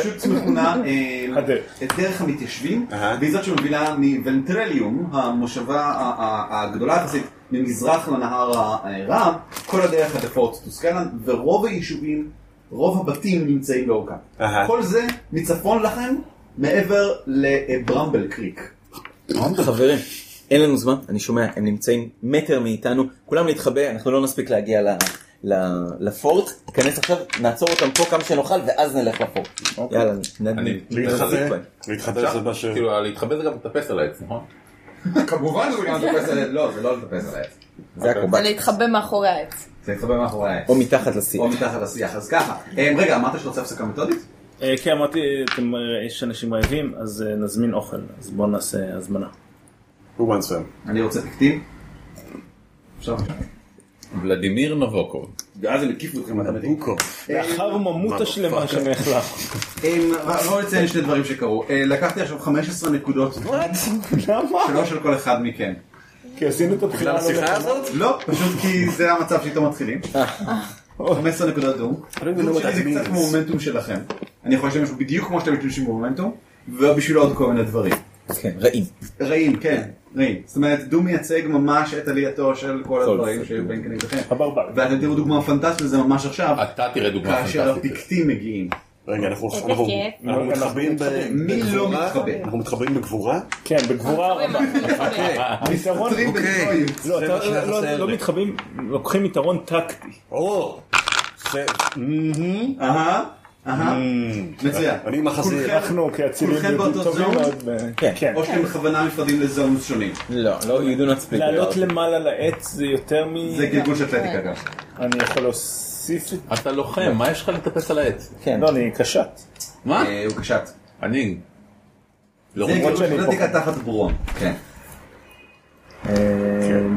[SPEAKER 4] פשוט מכונה אה,
[SPEAKER 6] הדרך.
[SPEAKER 4] את דרך המתיישבים,
[SPEAKER 5] אהה.
[SPEAKER 4] והיא זאת שמובילה מוונטרליום, המושבה ה- ה- הגדולה יחסית, ממזרח לנהר הרעם, כל הדרך עד הפורט טוסקנן, ורוב היישובים, רוב הבתים נמצאים לאורכה.
[SPEAKER 5] אהה.
[SPEAKER 4] כל זה מצפון לכם, מעבר לברמבל קריק.
[SPEAKER 8] חברים, אין לנו זמן, אני שומע, הם נמצאים מטר מאיתנו, כולם להתחבא, אנחנו לא נספיק להגיע ל- ל- לפורט, ניכנס עכשיו, נעצור אותם פה כמה שנוכל, ואז נלך לפורט. יאללה, נ-
[SPEAKER 2] אני-
[SPEAKER 8] נ-
[SPEAKER 5] להתחבא,
[SPEAKER 8] נזיק בהם.
[SPEAKER 5] להתחבא זה מה ש...
[SPEAKER 2] כאילו, להתחבא זה גם לטפס על העץ, נכון?
[SPEAKER 4] כמובן זה לא לטפס על העץ, לא, זה לא לטפס על העץ.
[SPEAKER 8] זה
[SPEAKER 9] זה
[SPEAKER 8] הקרבט,
[SPEAKER 9] להתחבא מאחורי העץ.
[SPEAKER 4] זה יתחבא מאחורי העץ.
[SPEAKER 8] או מתחת לשיא.
[SPEAKER 4] או מתחת לשיח, אז ככה. אה, רגע, אמרת שאתה רוצה הפסקה מתודית?
[SPEAKER 6] אה, כן, אמרתי, אתם, אה, יש אנשים רעבים, אז אה, נזמין אוכל, אז בואו נעשה הזמנה.
[SPEAKER 5] הוא מנסוים.
[SPEAKER 4] אני רוצה פיקטים. עכשיו.
[SPEAKER 2] ולדימיר נבוקוב.
[SPEAKER 4] ואז הם הקיפו אתכם עד המדינה.
[SPEAKER 5] בוקו.
[SPEAKER 6] לאחר ממותה שלמה שנחלף.
[SPEAKER 4] בואו נציין לא שני דברים שקרו. אה, לקחתי עכשיו 15 נקודות,
[SPEAKER 6] למה?
[SPEAKER 4] שלוש על כל אחד מכם.
[SPEAKER 6] כי עשינו את הבחירה. לא
[SPEAKER 5] השיחה
[SPEAKER 6] נכונה.
[SPEAKER 5] הזאת?
[SPEAKER 4] לא, פשוט כי זה המצב שאיתו מתחילים. 15 נקודות דום.
[SPEAKER 6] לא
[SPEAKER 4] דום שלי זה קצת כמו מומנטום שלכם. אני יכול להשתמש בו בדיוק כמו שאתם משתמשים במומנטום, ובשביל עוד כל מיני דברים.
[SPEAKER 8] כן, רעים.
[SPEAKER 4] רעים, כן, רעים. זאת אומרת, דום מייצג ממש את עלייתו של כל הדברים
[SPEAKER 8] זה
[SPEAKER 4] שבין כנגדכם.
[SPEAKER 6] הברבר.
[SPEAKER 4] ואתם תראו דוגמה פנטסטית לזה ממש עכשיו,
[SPEAKER 2] אתה תראה דוגמה
[SPEAKER 4] כאשר
[SPEAKER 2] פנטסטית.
[SPEAKER 4] הפיקטים מגיעים.
[SPEAKER 5] רגע, אנחנו אנחנו-
[SPEAKER 9] כיף.
[SPEAKER 5] אנחנו מתחבאים ב-
[SPEAKER 4] מי לא
[SPEAKER 5] בגבורה?
[SPEAKER 4] מתחבא?
[SPEAKER 5] אנחנו מתחבאים בגבורה?
[SPEAKER 6] כן, בגבורה הרבה.
[SPEAKER 4] אה,
[SPEAKER 6] יתרון...
[SPEAKER 4] מסתתרים
[SPEAKER 5] אוקיי.
[SPEAKER 4] בגויים.
[SPEAKER 6] לא,
[SPEAKER 5] זה
[SPEAKER 6] אתה-
[SPEAKER 5] מה שהיה
[SPEAKER 6] לא-
[SPEAKER 5] חסר
[SPEAKER 6] לא
[SPEAKER 5] לי.
[SPEAKER 6] מתחבאים, לוקחים יתרון טקטי.
[SPEAKER 5] או! זה... מהמם.
[SPEAKER 4] אהה, אהה, מצוין.
[SPEAKER 5] אני עם החזיר.
[SPEAKER 4] כולכם-
[SPEAKER 6] אנחנו כאצילים
[SPEAKER 4] כולכם באותו
[SPEAKER 6] טובים
[SPEAKER 4] זון?
[SPEAKER 6] מאוד. ב-
[SPEAKER 8] כן.
[SPEAKER 6] כן.
[SPEAKER 4] או שאתם בכוונה נפרדים לזונס שונים.
[SPEAKER 8] לא, לא, you do not speak.
[SPEAKER 6] לעלות למעלה לעץ זה יותר מ...
[SPEAKER 4] זה גלגול של אתלטיקה גם.
[SPEAKER 6] אני יכול להוסיף את...
[SPEAKER 2] אתה לוחם, מה יש לך לטפס על העץ?
[SPEAKER 8] כן.
[SPEAKER 6] לא, אני קשת.
[SPEAKER 2] מה?
[SPEAKER 4] אה, הוא קשת.
[SPEAKER 2] אני... לא
[SPEAKER 4] זה גלגול
[SPEAKER 2] רוצה.
[SPEAKER 4] של
[SPEAKER 6] שאני
[SPEAKER 4] אתלטיקה תחת ברון. כן.
[SPEAKER 6] אה,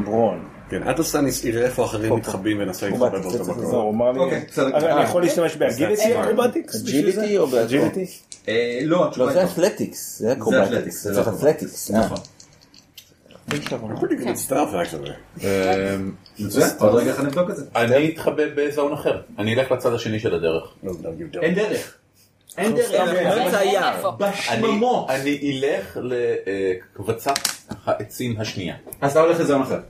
[SPEAKER 6] ברון.
[SPEAKER 5] כן, עד הסטניס יראה איפה אחרים מתחבאים וינסה
[SPEAKER 8] אקרובטיקס,
[SPEAKER 5] להתחבא באותו
[SPEAKER 8] זה צריך
[SPEAKER 5] מקום.
[SPEAKER 8] לעזור.
[SPEAKER 6] הוא אמר לי...
[SPEAKER 4] אוקיי, בסדר.
[SPEAKER 6] אבל
[SPEAKER 4] אה,
[SPEAKER 6] אני יכול להשתמש באגיליטי אקרובטיקס? בשביל זה?
[SPEAKER 8] אג'יליטי או באג'יליטי?
[SPEAKER 6] אגיליטי?
[SPEAKER 4] אה, לא,
[SPEAKER 8] לא,
[SPEAKER 4] התשובה
[SPEAKER 8] זה
[SPEAKER 4] היא טוב.
[SPEAKER 8] אתלטיקס, זה
[SPEAKER 4] זה
[SPEAKER 8] הקרבט.
[SPEAKER 4] אתלטיקס, זה
[SPEAKER 8] זה
[SPEAKER 4] לא
[SPEAKER 8] צריך
[SPEAKER 4] אקרובטיקס.
[SPEAKER 8] אתלטיקס. אה.
[SPEAKER 4] נכון.
[SPEAKER 5] Pretty good stuff, actually.
[SPEAKER 2] אמ,
[SPEAKER 4] מצוין, עוד רגע אחד נבדוק את זה.
[SPEAKER 2] אני אתחבא בזון אחר. אני אלך לצד השני של הדרך.
[SPEAKER 5] No, no, you don't.
[SPEAKER 4] אין דרך. אין דרך.
[SPEAKER 8] באמצע היער.
[SPEAKER 4] בשממות.
[SPEAKER 2] אני אלך לקבצת העצים השנייה.
[SPEAKER 4] אז אתה הולך לזון אחר.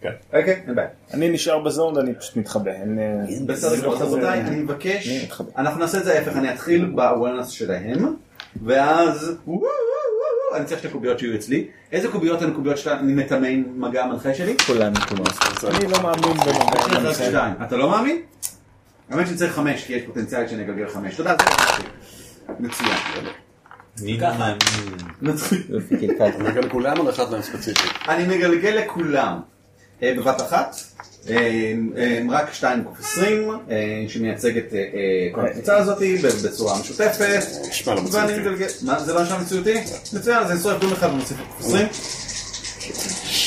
[SPEAKER 2] כן.
[SPEAKER 4] אוקיי, אין בעיה.
[SPEAKER 6] אני נשאר בזון ואני פשוט מתחבא. אין, אה,
[SPEAKER 4] בסדר
[SPEAKER 6] זה
[SPEAKER 4] גמור,
[SPEAKER 6] לא
[SPEAKER 4] אז
[SPEAKER 6] אה, כזה-
[SPEAKER 4] רבותיי, אני מבקש,
[SPEAKER 8] אני מתחבא.
[SPEAKER 4] אנחנו נעשה את זה ההפך, אני אתחיל בוולנס שלהם, ואז וואו, וואו, וואו, אני צריך שתי קוביות שיהיו אצלי. איזה קוביות הן קוביות שאתה מטמא עם מגע המנחה שלי?
[SPEAKER 8] כולנו כולנו.
[SPEAKER 6] אני לא מאמין במגע.
[SPEAKER 4] אני צריך שתיים. אתה לא מאמין? האמת שצריך חמש, כי יש פוטנציאל שאני אגלגל חמש. תודה. זה מצוין. מצחיק.
[SPEAKER 8] יופי, קלקלת.
[SPEAKER 5] וגם כולם על אחת מהם ספציפית.
[SPEAKER 4] אני מגלגל לכולם אה, בבת אחת, אה, אה, רק 2 קוף 20, אה, שמייצג את אה, אה, כל הקבוצה הזאת ב- בצורה משותפת.
[SPEAKER 5] נשמע לא מציאותי.
[SPEAKER 4] ואני מגלגל... מה, זה לא נשמע מציאותי? מצוין, אז אני צורך דון אחד ומוסיף את קוף 20.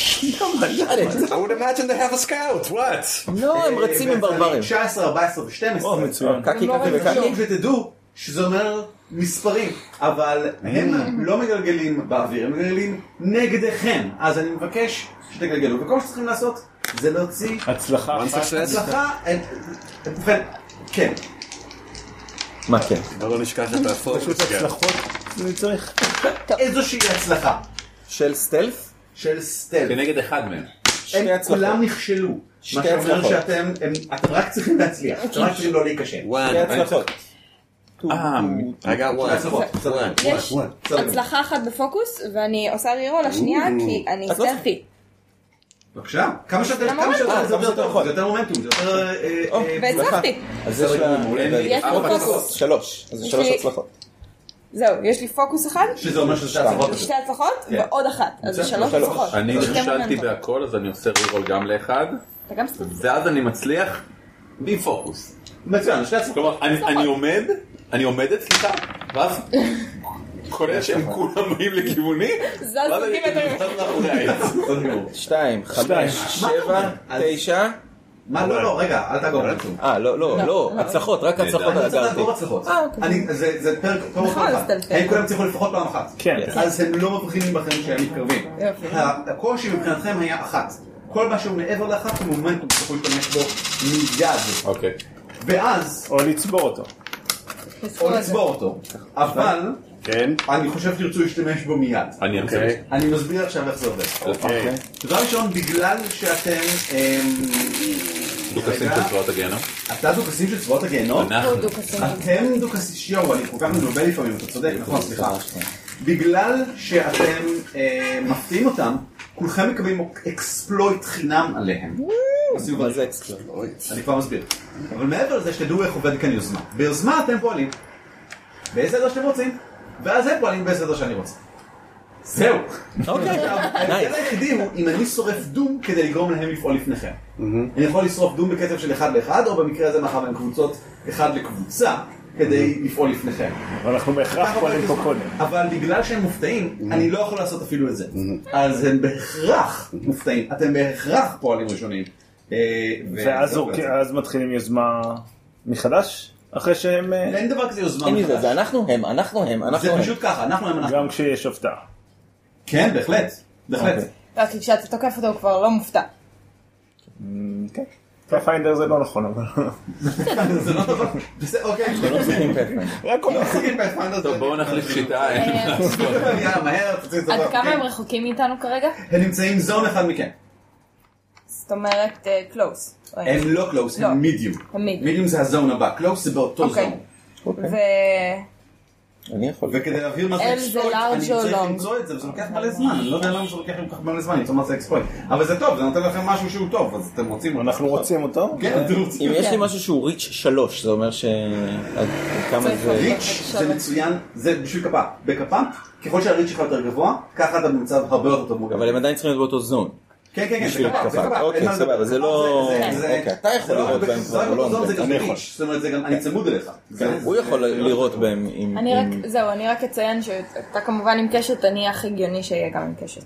[SPEAKER 5] I would imagine they have a scout, what?
[SPEAKER 8] לא, הם רצים
[SPEAKER 4] אה,
[SPEAKER 8] עם ברברים.
[SPEAKER 4] 19, 14 ו-12.
[SPEAKER 6] או, מצוין.
[SPEAKER 8] קקי קקי וקקי.
[SPEAKER 4] שתדעו שזה אומר מספרים, אבל הם לא מגלגלים באוויר, הם מגלגלים נגדכם. אז אני מבקש שתגלגלו. וכל שצריכים לעשות זה להוציא
[SPEAKER 6] הצלחה
[SPEAKER 5] One
[SPEAKER 6] אחת.
[SPEAKER 5] success.
[SPEAKER 4] הצלחה, אה, ו- כן,
[SPEAKER 8] מה כן?
[SPEAKER 5] אבל לא נשכח את הפוקוס.
[SPEAKER 6] פשוט הצלחות. אני צריך.
[SPEAKER 4] איזושהי הצלחה
[SPEAKER 8] של סטלף?
[SPEAKER 4] של סטל.
[SPEAKER 2] כנגד אחד מהם.
[SPEAKER 8] שתי
[SPEAKER 4] הם
[SPEAKER 8] כן, הצלחות.
[SPEAKER 4] כולם נכשלו. מה
[SPEAKER 8] שתי
[SPEAKER 4] שאומר
[SPEAKER 8] הצלחות.
[SPEAKER 4] שאתם הם- אתם רק צריכים להצליח, אתם רק צריכים לא להיכשל.
[SPEAKER 5] וואן.
[SPEAKER 8] שתי הצלחות.
[SPEAKER 2] אה,
[SPEAKER 5] I got one.
[SPEAKER 4] הצלחות,
[SPEAKER 5] וואן.
[SPEAKER 9] יש
[SPEAKER 5] וואן.
[SPEAKER 9] הצלחה אחת בפוקוס, ואני עושה רירול השנייה, כי אני
[SPEAKER 8] את לא
[SPEAKER 9] סלפי.
[SPEAKER 4] בבקשה, כמה שאתם,
[SPEAKER 9] למה
[SPEAKER 4] כמה
[SPEAKER 9] לא?
[SPEAKER 4] שאתם,
[SPEAKER 8] אה,
[SPEAKER 4] זה
[SPEAKER 8] כמה
[SPEAKER 4] יותר
[SPEAKER 8] שאתה
[SPEAKER 4] טוב,
[SPEAKER 8] יכול.
[SPEAKER 4] זה יותר מומנטום, זה יותר... אה,
[SPEAKER 9] אוקיי.
[SPEAKER 4] אה,
[SPEAKER 8] הצלחה.
[SPEAKER 9] והצלחתי.
[SPEAKER 8] אז יש לה...
[SPEAKER 9] יש לי פוקוס.
[SPEAKER 8] שלוש. אז זה שלוש הצלחות.
[SPEAKER 7] זהו, יש לי פוקוס אחד,
[SPEAKER 4] שזה אומר שזה הצלחות.
[SPEAKER 7] שתי הצלחות ועוד אחת, אז זה שלוש
[SPEAKER 4] שלוש.
[SPEAKER 7] הצלחות.
[SPEAKER 2] אני
[SPEAKER 7] שתי
[SPEAKER 2] נכשלתי לא,
[SPEAKER 7] מומנטום.
[SPEAKER 2] בהכל אז אני עושה רירול גם לאחד
[SPEAKER 7] אתה גם סתם.
[SPEAKER 2] ואז אני מצליח בי פוקוס.
[SPEAKER 4] מצוין, שתי הצלחות.
[SPEAKER 2] כלומר אני- אני עומד, אני עומדת סליחה, ואז קולט שהם כולם באים לכיווני,
[SPEAKER 9] לא
[SPEAKER 7] זז
[SPEAKER 2] ואז אני
[SPEAKER 7] סנטימטרים.
[SPEAKER 2] נכנס מאחורי העץ.
[SPEAKER 8] שתיים, חמש, שבע,
[SPEAKER 4] אז-
[SPEAKER 8] תשע.
[SPEAKER 4] מה, לא, לא, רגע, אל תגור.
[SPEAKER 8] אה, לא, לא, לא, הצלחות, רק הצלחות
[SPEAKER 4] אני
[SPEAKER 8] על
[SPEAKER 4] צריך
[SPEAKER 8] הגרתי.
[SPEAKER 4] לעבור הצלחות.
[SPEAKER 7] אה, אוקיי.
[SPEAKER 4] אני- זה זה פרק פעם
[SPEAKER 7] נכון,
[SPEAKER 4] אחת.
[SPEAKER 7] אז תלתל.
[SPEAKER 4] הם כולם הצליחו לפחות פעם אחת.
[SPEAKER 6] כן.
[SPEAKER 4] אז הם לא מבחינים בכם שהם מתקרבים.
[SPEAKER 7] יופי.
[SPEAKER 4] ה- הקושי מבחינתכם היה אחת. כל מה שהוא מעבר לאחת הוא מומנטום שתוכלו להשתמש בו מיד.
[SPEAKER 2] אוקיי.
[SPEAKER 4] ואז,
[SPEAKER 6] או לצבור אותו.
[SPEAKER 4] או לצבור אותו. אבל,
[SPEAKER 5] כן?
[SPEAKER 4] אני חושב שתרצו להשתמש בו מיד.
[SPEAKER 2] אני ארצה.
[SPEAKER 5] אוקיי.
[SPEAKER 4] אני מסביר עכשיו איך זה עובד.
[SPEAKER 5] אוקיי.
[SPEAKER 4] דבר ראשון, בגלל שאתם... אמ,
[SPEAKER 2] דוכסים
[SPEAKER 4] רגע,
[SPEAKER 2] של צבאות הגיהנום.
[SPEAKER 4] אתה דוכסים של צבאות הגיהנום?
[SPEAKER 2] אנחנו.
[SPEAKER 4] אתם דוכסים, שיואו, אני כל כך מנובל לפעמים, אתה צודק, נכון, סליחה. בגלל שאתם אה, מפתיעים אותם, כולכם מקבלים אקספלויט חינם עליהם. בסיבוב
[SPEAKER 8] מה
[SPEAKER 4] הזה.
[SPEAKER 8] זה אקסטרה?
[SPEAKER 4] אני כבר מסביר. אבל מעבר לזה, שתדעו איך עובד כאן יוזמה. ביוזמה אתם פועלים. באיזה עדר שאתם רוצים, ואז הם פועלים באיזה עדר שאני רוצה. זהו. עכשיו, ההבדל היחידי הוא אם אני שורף דום כדי לגרום להם לפעול לפניכם. אני יכול לשרוף דום בקצב של אחד לאחד, או במקרה הזה מאחר והם קבוצות אחד לקבוצה, כדי לפעול לפניכם.
[SPEAKER 6] אבל אנחנו
[SPEAKER 4] אה,
[SPEAKER 6] בהכרח פועלים פה קודם.
[SPEAKER 4] אבל בגלל שהם מופתעים, אני לא יכול לעשות אפילו את זה. אז הם בהכרח מופתעים, אתם בהכרח פועלים ראשונים. אה, ו- לא,
[SPEAKER 6] ואז זורקים- אז מתחילים יוזמה מחדש? אחרי שהם... אה,
[SPEAKER 4] אין דבר כזה יוזמה
[SPEAKER 8] אין לי זה,
[SPEAKER 4] מחדש.
[SPEAKER 8] זה אנחנו הם, אנחנו הם, אנחנו
[SPEAKER 4] זה
[SPEAKER 8] הם.
[SPEAKER 4] פשוט ככה, אנחנו הם אנחנו.
[SPEAKER 6] גם כשיש הפתעה.
[SPEAKER 4] כן, בהחלט. בהחלט.
[SPEAKER 8] אוקיי.
[SPEAKER 7] רק כי כשאתה תוקף אותו הוא כבר לא מופתע.
[SPEAKER 6] כן. פאפיינדר זה לא נכון, אבל...
[SPEAKER 4] <laughs>
[SPEAKER 6] <laughs>
[SPEAKER 4] זה לא דבר. בסדר, אוקיי. <laughs> לא
[SPEAKER 8] משחקים פטמן.
[SPEAKER 6] רק אומר.
[SPEAKER 2] טוב בואו נחליף
[SPEAKER 9] אוקיי.
[SPEAKER 2] שיטה. אין מה לעשות.
[SPEAKER 4] יאללה, לא מהר, תוציא את זה. אוקיי.
[SPEAKER 7] עד כמה הם רחוקים מאיתנו כרגע?
[SPEAKER 4] הם נמצאים זון אחד מכם.
[SPEAKER 7] זאת אומרת, אה, קלוס.
[SPEAKER 4] הם לא קלוס,
[SPEAKER 7] לא.
[SPEAKER 4] הם מידיום.
[SPEAKER 7] הם medium.
[SPEAKER 4] מידיום זה הזון הבא, קלוס זה באותו
[SPEAKER 7] אוקיי.
[SPEAKER 4] זון.
[SPEAKER 7] ו...
[SPEAKER 8] אני יכול.
[SPEAKER 4] וכדי להבהיר מה
[SPEAKER 7] L
[SPEAKER 4] זה
[SPEAKER 7] זה
[SPEAKER 4] אקספלויט,
[SPEAKER 7] large or
[SPEAKER 4] אני צריך
[SPEAKER 7] long.
[SPEAKER 4] למצוא את זה, וזה לוקח מלא זמן, אני לא יודע למה זה לוקח כל כך מלא זמן למצוא מה זה אקספלויט. אבל זה טוב, זה נותן לכם משהו שהוא טוב, אז אתם רוצים... אותו.
[SPEAKER 6] אנחנו רוצים אותו?
[SPEAKER 4] כן, אתם רוצים.
[SPEAKER 8] אם יש לי משהו שהוא ריץ' שלוש, זה אומר ש... עד כמה
[SPEAKER 7] צריך
[SPEAKER 8] זה...
[SPEAKER 4] ריץ' זה מצוין, זה בשביל כפה. בכפה, ככל שהריץ' שלך יותר גבוה, ככה אתה במצב הרבה יותר טוב.
[SPEAKER 8] אבל הם עדיין צריכים להיות באותו זון.
[SPEAKER 4] כן, כן, כן,
[SPEAKER 8] בשביל
[SPEAKER 4] זה כפה,
[SPEAKER 8] התקפה.
[SPEAKER 4] זה כפה,
[SPEAKER 8] אוקיי,
[SPEAKER 4] אין מה
[SPEAKER 8] סבבה,
[SPEAKER 4] לדבר.
[SPEAKER 8] זה לא-
[SPEAKER 7] כן.
[SPEAKER 4] זה- זה-
[SPEAKER 8] אוקיי, אתה יכול
[SPEAKER 4] זה לא-
[SPEAKER 8] לראות בהם
[SPEAKER 4] זה
[SPEAKER 8] כבר,
[SPEAKER 4] לא
[SPEAKER 8] לא
[SPEAKER 4] זה גם
[SPEAKER 8] אני אוקיי.
[SPEAKER 4] ריץ', זאת אומרת, זה גם, אני צמוד אליך. זה-
[SPEAKER 8] הוא
[SPEAKER 4] זה-
[SPEAKER 8] יכול לראות בהם עם...
[SPEAKER 7] אני רק,
[SPEAKER 8] עם-
[SPEAKER 7] זהו, אני רק אציין שאתה כמובן עם קשת, אני הכי הגיוני שיהיה גם עם קשת.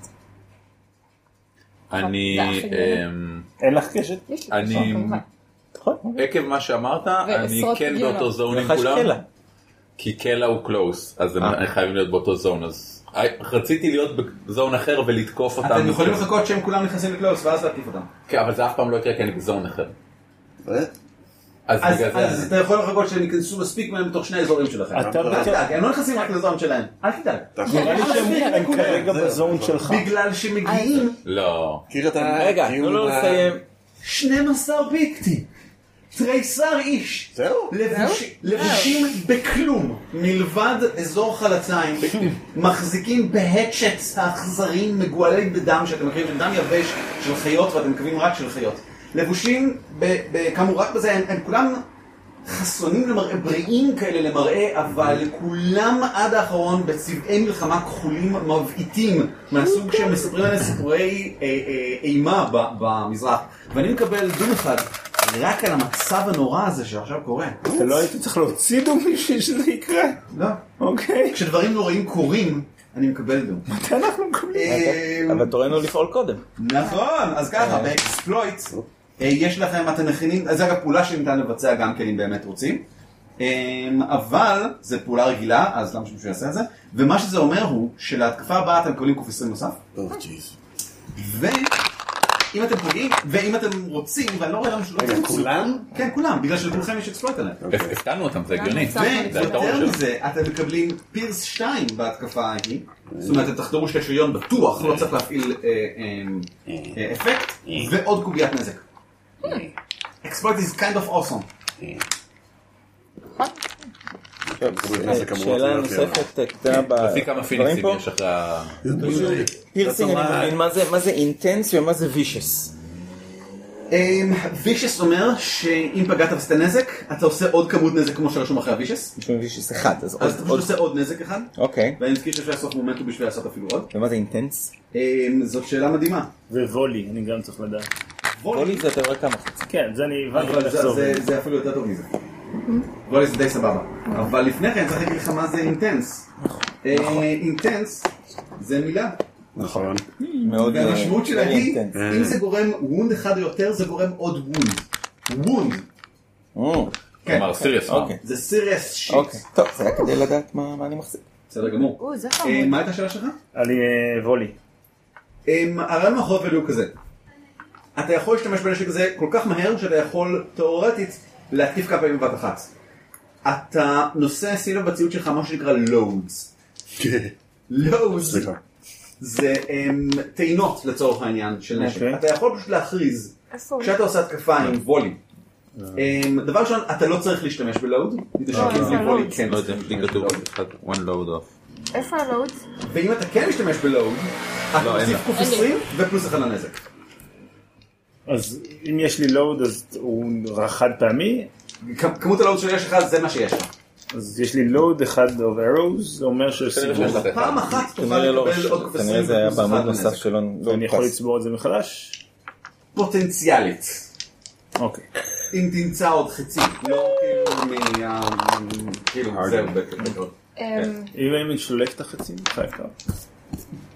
[SPEAKER 2] אני...
[SPEAKER 7] זה הכי גדול.
[SPEAKER 2] אמ,
[SPEAKER 6] אין לך קשת?
[SPEAKER 7] יש לי קשת,
[SPEAKER 2] אני...
[SPEAKER 7] כמובן.
[SPEAKER 2] עקב מה שאמרת, אני
[SPEAKER 7] ועשרות
[SPEAKER 2] כן
[SPEAKER 7] גיהנום.
[SPEAKER 2] באותו זון עם
[SPEAKER 8] לך יש קלע.
[SPEAKER 2] כולם. כי קלע הוא קלוס, אז הם
[SPEAKER 8] אה.
[SPEAKER 2] חייבים להיות באותו זון. אז רציתי להיות בזון אחר ולתקוף אותם.
[SPEAKER 4] אתם יכולים לחכות שהם כולם נכנסים לקלוס, ואז להטיף אותם.
[SPEAKER 2] כן, אבל זה אף פעם לא יקרה כי אני בזון אחר.
[SPEAKER 5] אה,
[SPEAKER 2] אז
[SPEAKER 4] אז
[SPEAKER 2] בגלל זה...
[SPEAKER 4] אז אתה יכול לחכות שהם ייכנסו מספיק מהם בתוך שני האזורים שלכם.
[SPEAKER 6] אתה
[SPEAKER 4] אל
[SPEAKER 6] בטוח-
[SPEAKER 4] תדאג, הם לא נכנסים רק לזון שלהם. אל תדאג.
[SPEAKER 6] נראה לי שהם הם כרגע בזון שלך.
[SPEAKER 4] בגלל שמגיעים
[SPEAKER 2] לא.
[SPEAKER 5] מכיר את ה...
[SPEAKER 8] רגע, לא,
[SPEAKER 5] כאילו
[SPEAKER 8] תנו לו
[SPEAKER 5] ה-
[SPEAKER 8] לסיים.
[SPEAKER 4] 12 ביקטים. תריסר איש.
[SPEAKER 5] זהו?
[SPEAKER 4] לבוש- לבושים בכלום, מלבד אזור חלציים, מחזיקים בהצ'טס האכזריים מגואלי בדם, שאתם מכירים, של דם יבש, של חיות, ואתם מקווים רק של חיות. לבושים, ב- ב- כאמור, רק בזה, הם, הם כולם חסונים למראה, בריאים כאלה למראה, אבל
[SPEAKER 6] Mm-hmm.
[SPEAKER 4] כולם עד האחרון בצבעי מלחמה כחולים מבעיטים, מהסוג שמספרים עליהם סיפורי אה, אה, אימה ב- במזרח. ואני מקבל דום אחד. רק על המצב הנורא הזה שעכשיו קורה.
[SPEAKER 6] אתה לא היית צריך להוציא דום בשביל שזה יקרה.
[SPEAKER 4] לא.
[SPEAKER 6] אוקיי.
[SPEAKER 4] כשדברים נוראים קורים, אני מקבל דום.
[SPEAKER 6] אנחנו מקבלים.
[SPEAKER 4] אה,
[SPEAKER 8] אבל תורנו לפעול קודם.
[SPEAKER 4] נכון, אז ככה,
[SPEAKER 5] כן.
[SPEAKER 4] באקספלויט, אה, יש לכם, אתם מכינים, אז זה אגב פעולה שניתן לבצע גם כן אם באמת רוצים, אה, אבל זה פעולה רגילה, אז למה שמישהו יעשה את זה? ומה שזה אומר הוא שלהתקפה הבאה אתם מקבלים קוף 20 נוסף,
[SPEAKER 5] אוף, ג'יז.
[SPEAKER 4] ואם אתם פוגעים, ואם אתם רוצים, ואני לא רואה למה שלא
[SPEAKER 5] רגע,
[SPEAKER 4] תרצו-
[SPEAKER 5] כולם?
[SPEAKER 4] כן, כולם, בגלל שלכולכם יש אקספלויט עליהם.
[SPEAKER 2] הפתענו אותם,
[SPEAKER 9] אה,
[SPEAKER 2] זה הגיוני.
[SPEAKER 7] זה
[SPEAKER 2] זה היתרון
[SPEAKER 4] ויותר
[SPEAKER 2] שלו.
[SPEAKER 4] מזה, אתם מקבלים פירס 2 בהתקפה ההיא, זאת אומרת, אתם תחדרו שתי שריון בטוח, לא צריך להפעיל אה, אה, אה, אפקט, ועוד קוביית נזק. אקספלויט is kind of awesome.
[SPEAKER 5] כן, זה נכנס לכמויות
[SPEAKER 8] אה, שאלה
[SPEAKER 5] להיות יותר.
[SPEAKER 8] נוספת אה, קטנה
[SPEAKER 2] תעשי כמה
[SPEAKER 8] בדברים
[SPEAKER 2] פיניצים
[SPEAKER 8] פה.
[SPEAKER 2] יש אחרי ה...
[SPEAKER 8] פירסינג אני מבין מה זה- מה זה אינטנס ומה זה וישס.
[SPEAKER 4] אמ, וישס אומר שאם פגעת ועשית נזק, אתה עושה עוד כמות נזק כמו שרשום אחרי הווישס.
[SPEAKER 8] יש לנו וישיס אחד, אז עוד,
[SPEAKER 4] אז אתה פשוט
[SPEAKER 8] עוד,
[SPEAKER 4] עושה עוד נזק אחד.
[SPEAKER 8] אוקיי.
[SPEAKER 4] ואני מזכיר שאפשר לעשות מומנטום בשביל לעשות אפילו עוד.
[SPEAKER 8] ומה זה אינטנס?
[SPEAKER 4] אמ, זאת שאלה מדהימה.
[SPEAKER 6] וולי, אני גם צריך לדעת.
[SPEAKER 8] וולי זה יותר רק המחצה.
[SPEAKER 6] כן, זה אני הבנתי
[SPEAKER 4] אבל זה-
[SPEAKER 6] לחזור.
[SPEAKER 4] זה- זה אפילו יותר טוב מזה.
[SPEAKER 8] Mhm.
[SPEAKER 4] וולי זה די סבבה. אבל לפני כן צריך להגיד לך מה זה אינטנס.
[SPEAKER 8] נכון.
[SPEAKER 4] אה, אינטנס זה מילה.
[SPEAKER 5] נכון.
[SPEAKER 8] מאוד... אה,
[SPEAKER 4] והמשמעות שלה
[SPEAKER 8] very
[SPEAKER 4] היא,
[SPEAKER 8] intense.
[SPEAKER 4] אם זה גורם וונד אחד או יותר, זה גורם עוד וונד. וונד.
[SPEAKER 8] או,
[SPEAKER 4] כן.
[SPEAKER 2] כלומר, סיריוס.
[SPEAKER 8] אה, אוקיי.
[SPEAKER 4] זה סיריאס שיט.
[SPEAKER 8] אוקיי. טוב, זה היה כדי לדעת מה מה אני מחזיק.
[SPEAKER 4] בסדר גמור.
[SPEAKER 9] או, זה
[SPEAKER 4] אה,
[SPEAKER 8] אוקיי.
[SPEAKER 9] חמוד.
[SPEAKER 4] מה הייתה השאלה שלך?
[SPEAKER 6] אני אה, וולי.
[SPEAKER 4] אמ, הרעיון מאחורי ולו הוא כזה. אתה יכול להשתמש בנשק הזה כל כך מהר שאתה יכול תאורטית להתקיף כמה פעמים בבת אחת. אתה נוסע סביב בציוד שלך מה שנקרא לואודס. לואודס
[SPEAKER 5] סליחה.
[SPEAKER 4] זה אמ, טעינות לצורך העניין של נשק.
[SPEAKER 6] אוקיי.
[SPEAKER 4] אתה יכול פשוט להכריז
[SPEAKER 9] איפה הוא?
[SPEAKER 4] כשאתה עושה התקפה עם וולי. אמ, דבר ראשון, אתה לא צריך להשתמש בלואוד.
[SPEAKER 9] אה,
[SPEAKER 4] נשקים בלי וולי
[SPEAKER 9] לואודס.
[SPEAKER 4] כן
[SPEAKER 2] לא יודע,
[SPEAKER 4] צריך.
[SPEAKER 2] לי כתוב אחד, one load off.
[SPEAKER 9] איפה הלו"ד?
[SPEAKER 4] ואם אתה כן משתמש בלואוד, אתה
[SPEAKER 2] לא, אין
[SPEAKER 4] מוסיף
[SPEAKER 2] לה.
[SPEAKER 4] קוף 20 ופלוס אחד לנזק.
[SPEAKER 6] אז אם יש לי לואוד אז הוא רק חד פעמי,
[SPEAKER 4] כ- כמות הלואוד שיש לך זה מה שיש לך.
[SPEAKER 6] אז יש לי לואוד אחד of arrows, זה אומר
[SPEAKER 4] כן,
[SPEAKER 6] שיש סיבוב.
[SPEAKER 4] פעם אחת תוכל
[SPEAKER 8] כנראה לא,
[SPEAKER 4] לקבל עוד קוף 20
[SPEAKER 8] כנראה זה היה
[SPEAKER 4] ופלוס אחד
[SPEAKER 8] בעמוד נוסף
[SPEAKER 4] לנזק.
[SPEAKER 8] שלא... לא
[SPEAKER 6] אני יכול
[SPEAKER 8] נתפס.
[SPEAKER 6] לצבור את זה מחדש?
[SPEAKER 4] פוטנציאלית.
[SPEAKER 6] אוקיי.
[SPEAKER 4] אם תמצא עוד חצי. לא כאילו מה... כאילו זהו בקרוב.
[SPEAKER 9] אמ,
[SPEAKER 6] אם אני משולק את החצים, חייב כמה.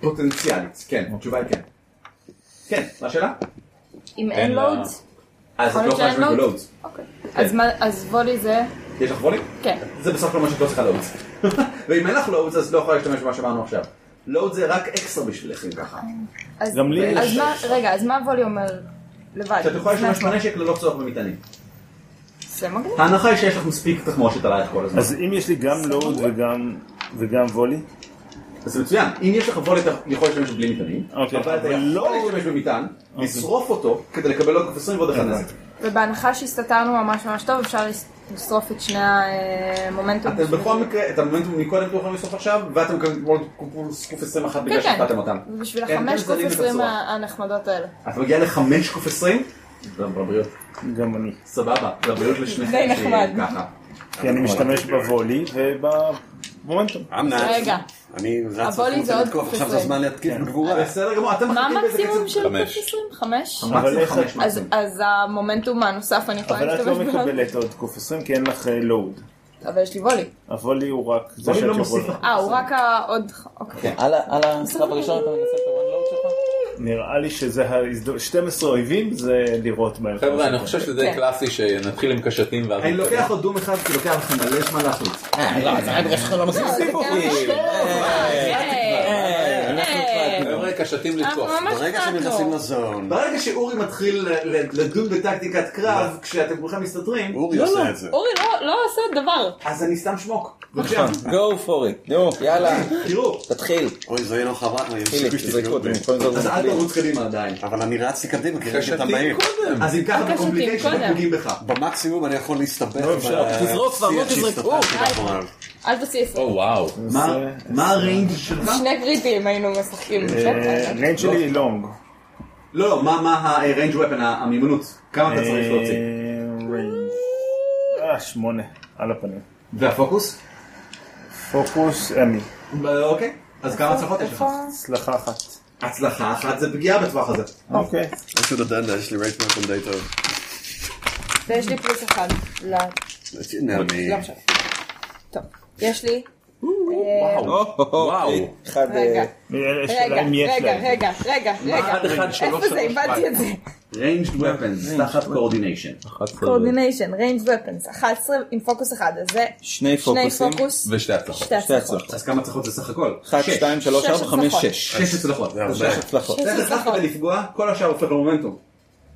[SPEAKER 4] פוטנציאלית, כן. התשובה היא כן. כן, מה השאלה?
[SPEAKER 9] אם
[SPEAKER 2] אין
[SPEAKER 9] אין
[SPEAKER 2] לה-
[SPEAKER 9] לואוד?
[SPEAKER 4] אז את
[SPEAKER 9] יכול
[SPEAKER 4] לא
[SPEAKER 9] להיות
[SPEAKER 4] יכולה
[SPEAKER 9] שאין
[SPEAKER 4] להשתמש
[SPEAKER 9] לואוד?
[SPEAKER 4] בלואוד.
[SPEAKER 9] אוקיי. אז מה- אז וולי זה?
[SPEAKER 4] יש לך וולי?
[SPEAKER 9] כן.
[SPEAKER 4] זה בסך הכל מה שאת לא צריכה לואוד. <laughs> ואם אין לך לואוד אז לא יכולה להשתמש במה שאמרנו עכשיו. לואוד זה רק אקסטרה בשבילך אם
[SPEAKER 9] אה,
[SPEAKER 4] ככה.
[SPEAKER 9] אז-
[SPEAKER 6] גם לי
[SPEAKER 9] אז
[SPEAKER 6] יש.
[SPEAKER 9] מה, רגע, אז מה וולי אומר לבד?
[SPEAKER 4] שאת יכולה להשתמש
[SPEAKER 9] בפני
[SPEAKER 4] בנשק ללא צורך במטענים.
[SPEAKER 9] עצמו? זה מגניב.
[SPEAKER 4] ההנחה היא שיש לך מספיק תחמושת עלייך כל הזמן.
[SPEAKER 6] אז אם יש לי גם לואוד וגם וגם וולי,
[SPEAKER 4] אז זה מצוין, אם יש לך וולט אתה יכול להשתמש בלי מטענים,
[SPEAKER 6] אוקיי.
[SPEAKER 4] אבל אתה
[SPEAKER 6] אבל
[SPEAKER 4] יכול
[SPEAKER 6] לא- אוקיי.
[SPEAKER 4] להשתמש במטען, לשרוף אותו כדי לקבל עוד קוף 20 ועוד אחד נזק.
[SPEAKER 9] ובהנחה שהסתתרנו ממש ממש טוב, אפשר לס- לשרוף את שני אה, המומנטום.
[SPEAKER 4] אתם בכל מקרה, את המומנטום מקודם אתם יכולים לשרוף עכשיו, ואתם מקבלים עוד קוף- קוף 21 בגלל
[SPEAKER 9] כן.
[SPEAKER 4] שהפעתם אותם.
[SPEAKER 9] ובשביל
[SPEAKER 4] כן,
[SPEAKER 9] החמש
[SPEAKER 4] אתם מזנים
[SPEAKER 9] קוף
[SPEAKER 4] את
[SPEAKER 9] עשרים
[SPEAKER 4] הצורה.
[SPEAKER 9] הנחמדות האלה.
[SPEAKER 4] אתה מגיע לחמש קוף 20? לבריאות.
[SPEAKER 6] גם אני.
[SPEAKER 4] סבבה, לבריאות לשניכם.
[SPEAKER 9] די נחמד.
[SPEAKER 4] שככה.
[SPEAKER 6] כי אני משתמש בוולי ובמומנטום.
[SPEAKER 9] רגע.
[SPEAKER 5] אני כן. רץ
[SPEAKER 9] הבולי זה
[SPEAKER 5] החוצה
[SPEAKER 9] עוד
[SPEAKER 5] לתקוף,
[SPEAKER 9] קופצה.
[SPEAKER 5] עכשיו זה הזמן להתקיף בגבורה.
[SPEAKER 4] בסדר גמור, אתם
[SPEAKER 9] מה
[SPEAKER 4] מחליטים באיזה
[SPEAKER 9] המקסימום של
[SPEAKER 2] חמש.
[SPEAKER 9] קוף עשרים? חמש?
[SPEAKER 4] מקסימום
[SPEAKER 6] איך-
[SPEAKER 4] חמש
[SPEAKER 9] אז-
[SPEAKER 4] מקסימום.
[SPEAKER 9] אז המומנטום הנוסף אני יכולה
[SPEAKER 6] אבל את
[SPEAKER 9] להשתמש
[SPEAKER 6] לא מקבלת עוד קוף 20 כי אין לך אה, לואוד.
[SPEAKER 9] אבל יש לי וולי.
[SPEAKER 6] הוולי הוא רק... זה
[SPEAKER 4] וולי
[SPEAKER 6] שאת
[SPEAKER 4] לא
[SPEAKER 6] יכולה-
[SPEAKER 4] מוסיף לך.
[SPEAKER 9] אה, הוא רק העוד... אוקיי.
[SPEAKER 8] על ה- על הסלב הראשון אתה מנסה את הוואן לואוד שלך?
[SPEAKER 6] נראה לי שזה ההזדמנות, 12 אויבים זה לירות בהם.
[SPEAKER 2] חבר'ה, אני חושב שזה
[SPEAKER 9] כן.
[SPEAKER 2] קלאסי שנתחיל עם קשתים ואז...
[SPEAKER 4] אני לוקח עוד דום אחד כי לוקח לכם מלא זמן לעשות.
[SPEAKER 8] אה, לא, זה רק בגלל שלך לא מוסיף סיבובים. אה, אנחנו כבר-
[SPEAKER 2] חבר'ה, קשתים
[SPEAKER 9] אנחנו
[SPEAKER 2] לתקוף.
[SPEAKER 9] ממש
[SPEAKER 5] ברגע שנכנסים
[SPEAKER 9] נעקור.
[SPEAKER 5] לזון,
[SPEAKER 4] ברגע שאורי מתחיל ל- ל- לדון בטקטיקת
[SPEAKER 6] לא.
[SPEAKER 4] קרב, כשאתם כולכם מסתתרים,
[SPEAKER 5] אורי עושה את זה.
[SPEAKER 9] אורי לא- לא עושה דבר.
[SPEAKER 4] אז אני סתם שמוק. בבקשה,
[SPEAKER 8] go for it. נו, יאללה,
[SPEAKER 4] תראו.
[SPEAKER 8] תתחיל.
[SPEAKER 5] אוי, זו יהיה לו חבל, אני
[SPEAKER 8] חיליק,
[SPEAKER 5] חושב
[SPEAKER 8] תזרקו
[SPEAKER 5] שתפגעו
[SPEAKER 8] אותי,
[SPEAKER 5] בי.
[SPEAKER 8] אני יכול לזרוק
[SPEAKER 4] אז אל
[SPEAKER 8] אותי.
[SPEAKER 4] תרוץ קדימה עדיין.
[SPEAKER 5] אבל אני רצתי קדימה, כי ראיתי אותם
[SPEAKER 2] קשתים
[SPEAKER 5] בעיר.
[SPEAKER 2] קודם.
[SPEAKER 4] אז אם ככה
[SPEAKER 9] רק השוטים
[SPEAKER 4] בקומפליקיישן
[SPEAKER 9] קודם.
[SPEAKER 4] הם פוגעים בך.
[SPEAKER 5] במקסימום אני יכול להסתבך. ב-
[SPEAKER 8] תזרוק כבר, לא
[SPEAKER 5] שיח
[SPEAKER 8] תזרקו.
[SPEAKER 5] שהסתתרתי מאחוריו.
[SPEAKER 9] אל תוציא
[SPEAKER 2] או
[SPEAKER 9] עשרים.
[SPEAKER 2] וואו.
[SPEAKER 4] מה- מה הריינג' שלך?
[SPEAKER 9] שני קריטים היינו משחקים.
[SPEAKER 6] הריינג אה, שלי היא לונג.
[SPEAKER 4] לא, לא, מה- מה הריינג' ופן, המימונות? כמה אתה צריך להוציא?
[SPEAKER 6] אה, ריינג. אה, שמונה, על הפנים.
[SPEAKER 4] והפוקוס?
[SPEAKER 6] פוקוס אמי,
[SPEAKER 4] ב- אוקיי. אז כמה הצלחות יש לך?
[SPEAKER 6] הצלחה אחת.
[SPEAKER 4] הצלחה אחת זה פגיעה בטווח הזה.
[SPEAKER 6] אוקיי.
[SPEAKER 5] I should have done that, יש לי רייט מאפון די טוב.
[SPEAKER 9] ויש לי פלוס אחד. לא,
[SPEAKER 5] That's you know me.
[SPEAKER 9] לא משנה. טוב. יש לי...
[SPEAKER 2] וואו.
[SPEAKER 8] אחד,
[SPEAKER 9] רגע,
[SPEAKER 8] אה,
[SPEAKER 9] רגע,
[SPEAKER 6] השאלה אם יש
[SPEAKER 9] רגע,
[SPEAKER 6] להם.
[SPEAKER 9] רגע, רגע,
[SPEAKER 2] עד
[SPEAKER 9] רגע.
[SPEAKER 2] אה, אחד, שלוש,
[SPEAKER 9] איפה זה?
[SPEAKER 2] שלוש,
[SPEAKER 9] איבדתי
[SPEAKER 2] שתיים.
[SPEAKER 9] את זה.
[SPEAKER 4] ריינג' ופנס, תחת קורדיניישן.
[SPEAKER 9] קורדיניישן, ריינג' ופנס, 11 עם פוקוס אחד, אז זה שני
[SPEAKER 8] שני פוקוסים.
[SPEAKER 9] פוקוס,
[SPEAKER 2] ושתי הצלחות.
[SPEAKER 9] שתי
[SPEAKER 8] שתי
[SPEAKER 9] הצלחות.
[SPEAKER 8] הצלחות.
[SPEAKER 4] אז כמה הצלחות זה סך הכל?
[SPEAKER 8] 1,
[SPEAKER 4] שש.
[SPEAKER 8] 2, 3,
[SPEAKER 9] שש
[SPEAKER 8] 4, 5,
[SPEAKER 9] הצלחות.
[SPEAKER 8] 6.
[SPEAKER 4] שש הצלחות.
[SPEAKER 5] זה הרבה.
[SPEAKER 8] הצלחות.
[SPEAKER 9] שש
[SPEAKER 4] זה הצלחת
[SPEAKER 9] הצלחות.
[SPEAKER 4] לפגוע, כל השאר הופך למומנטום.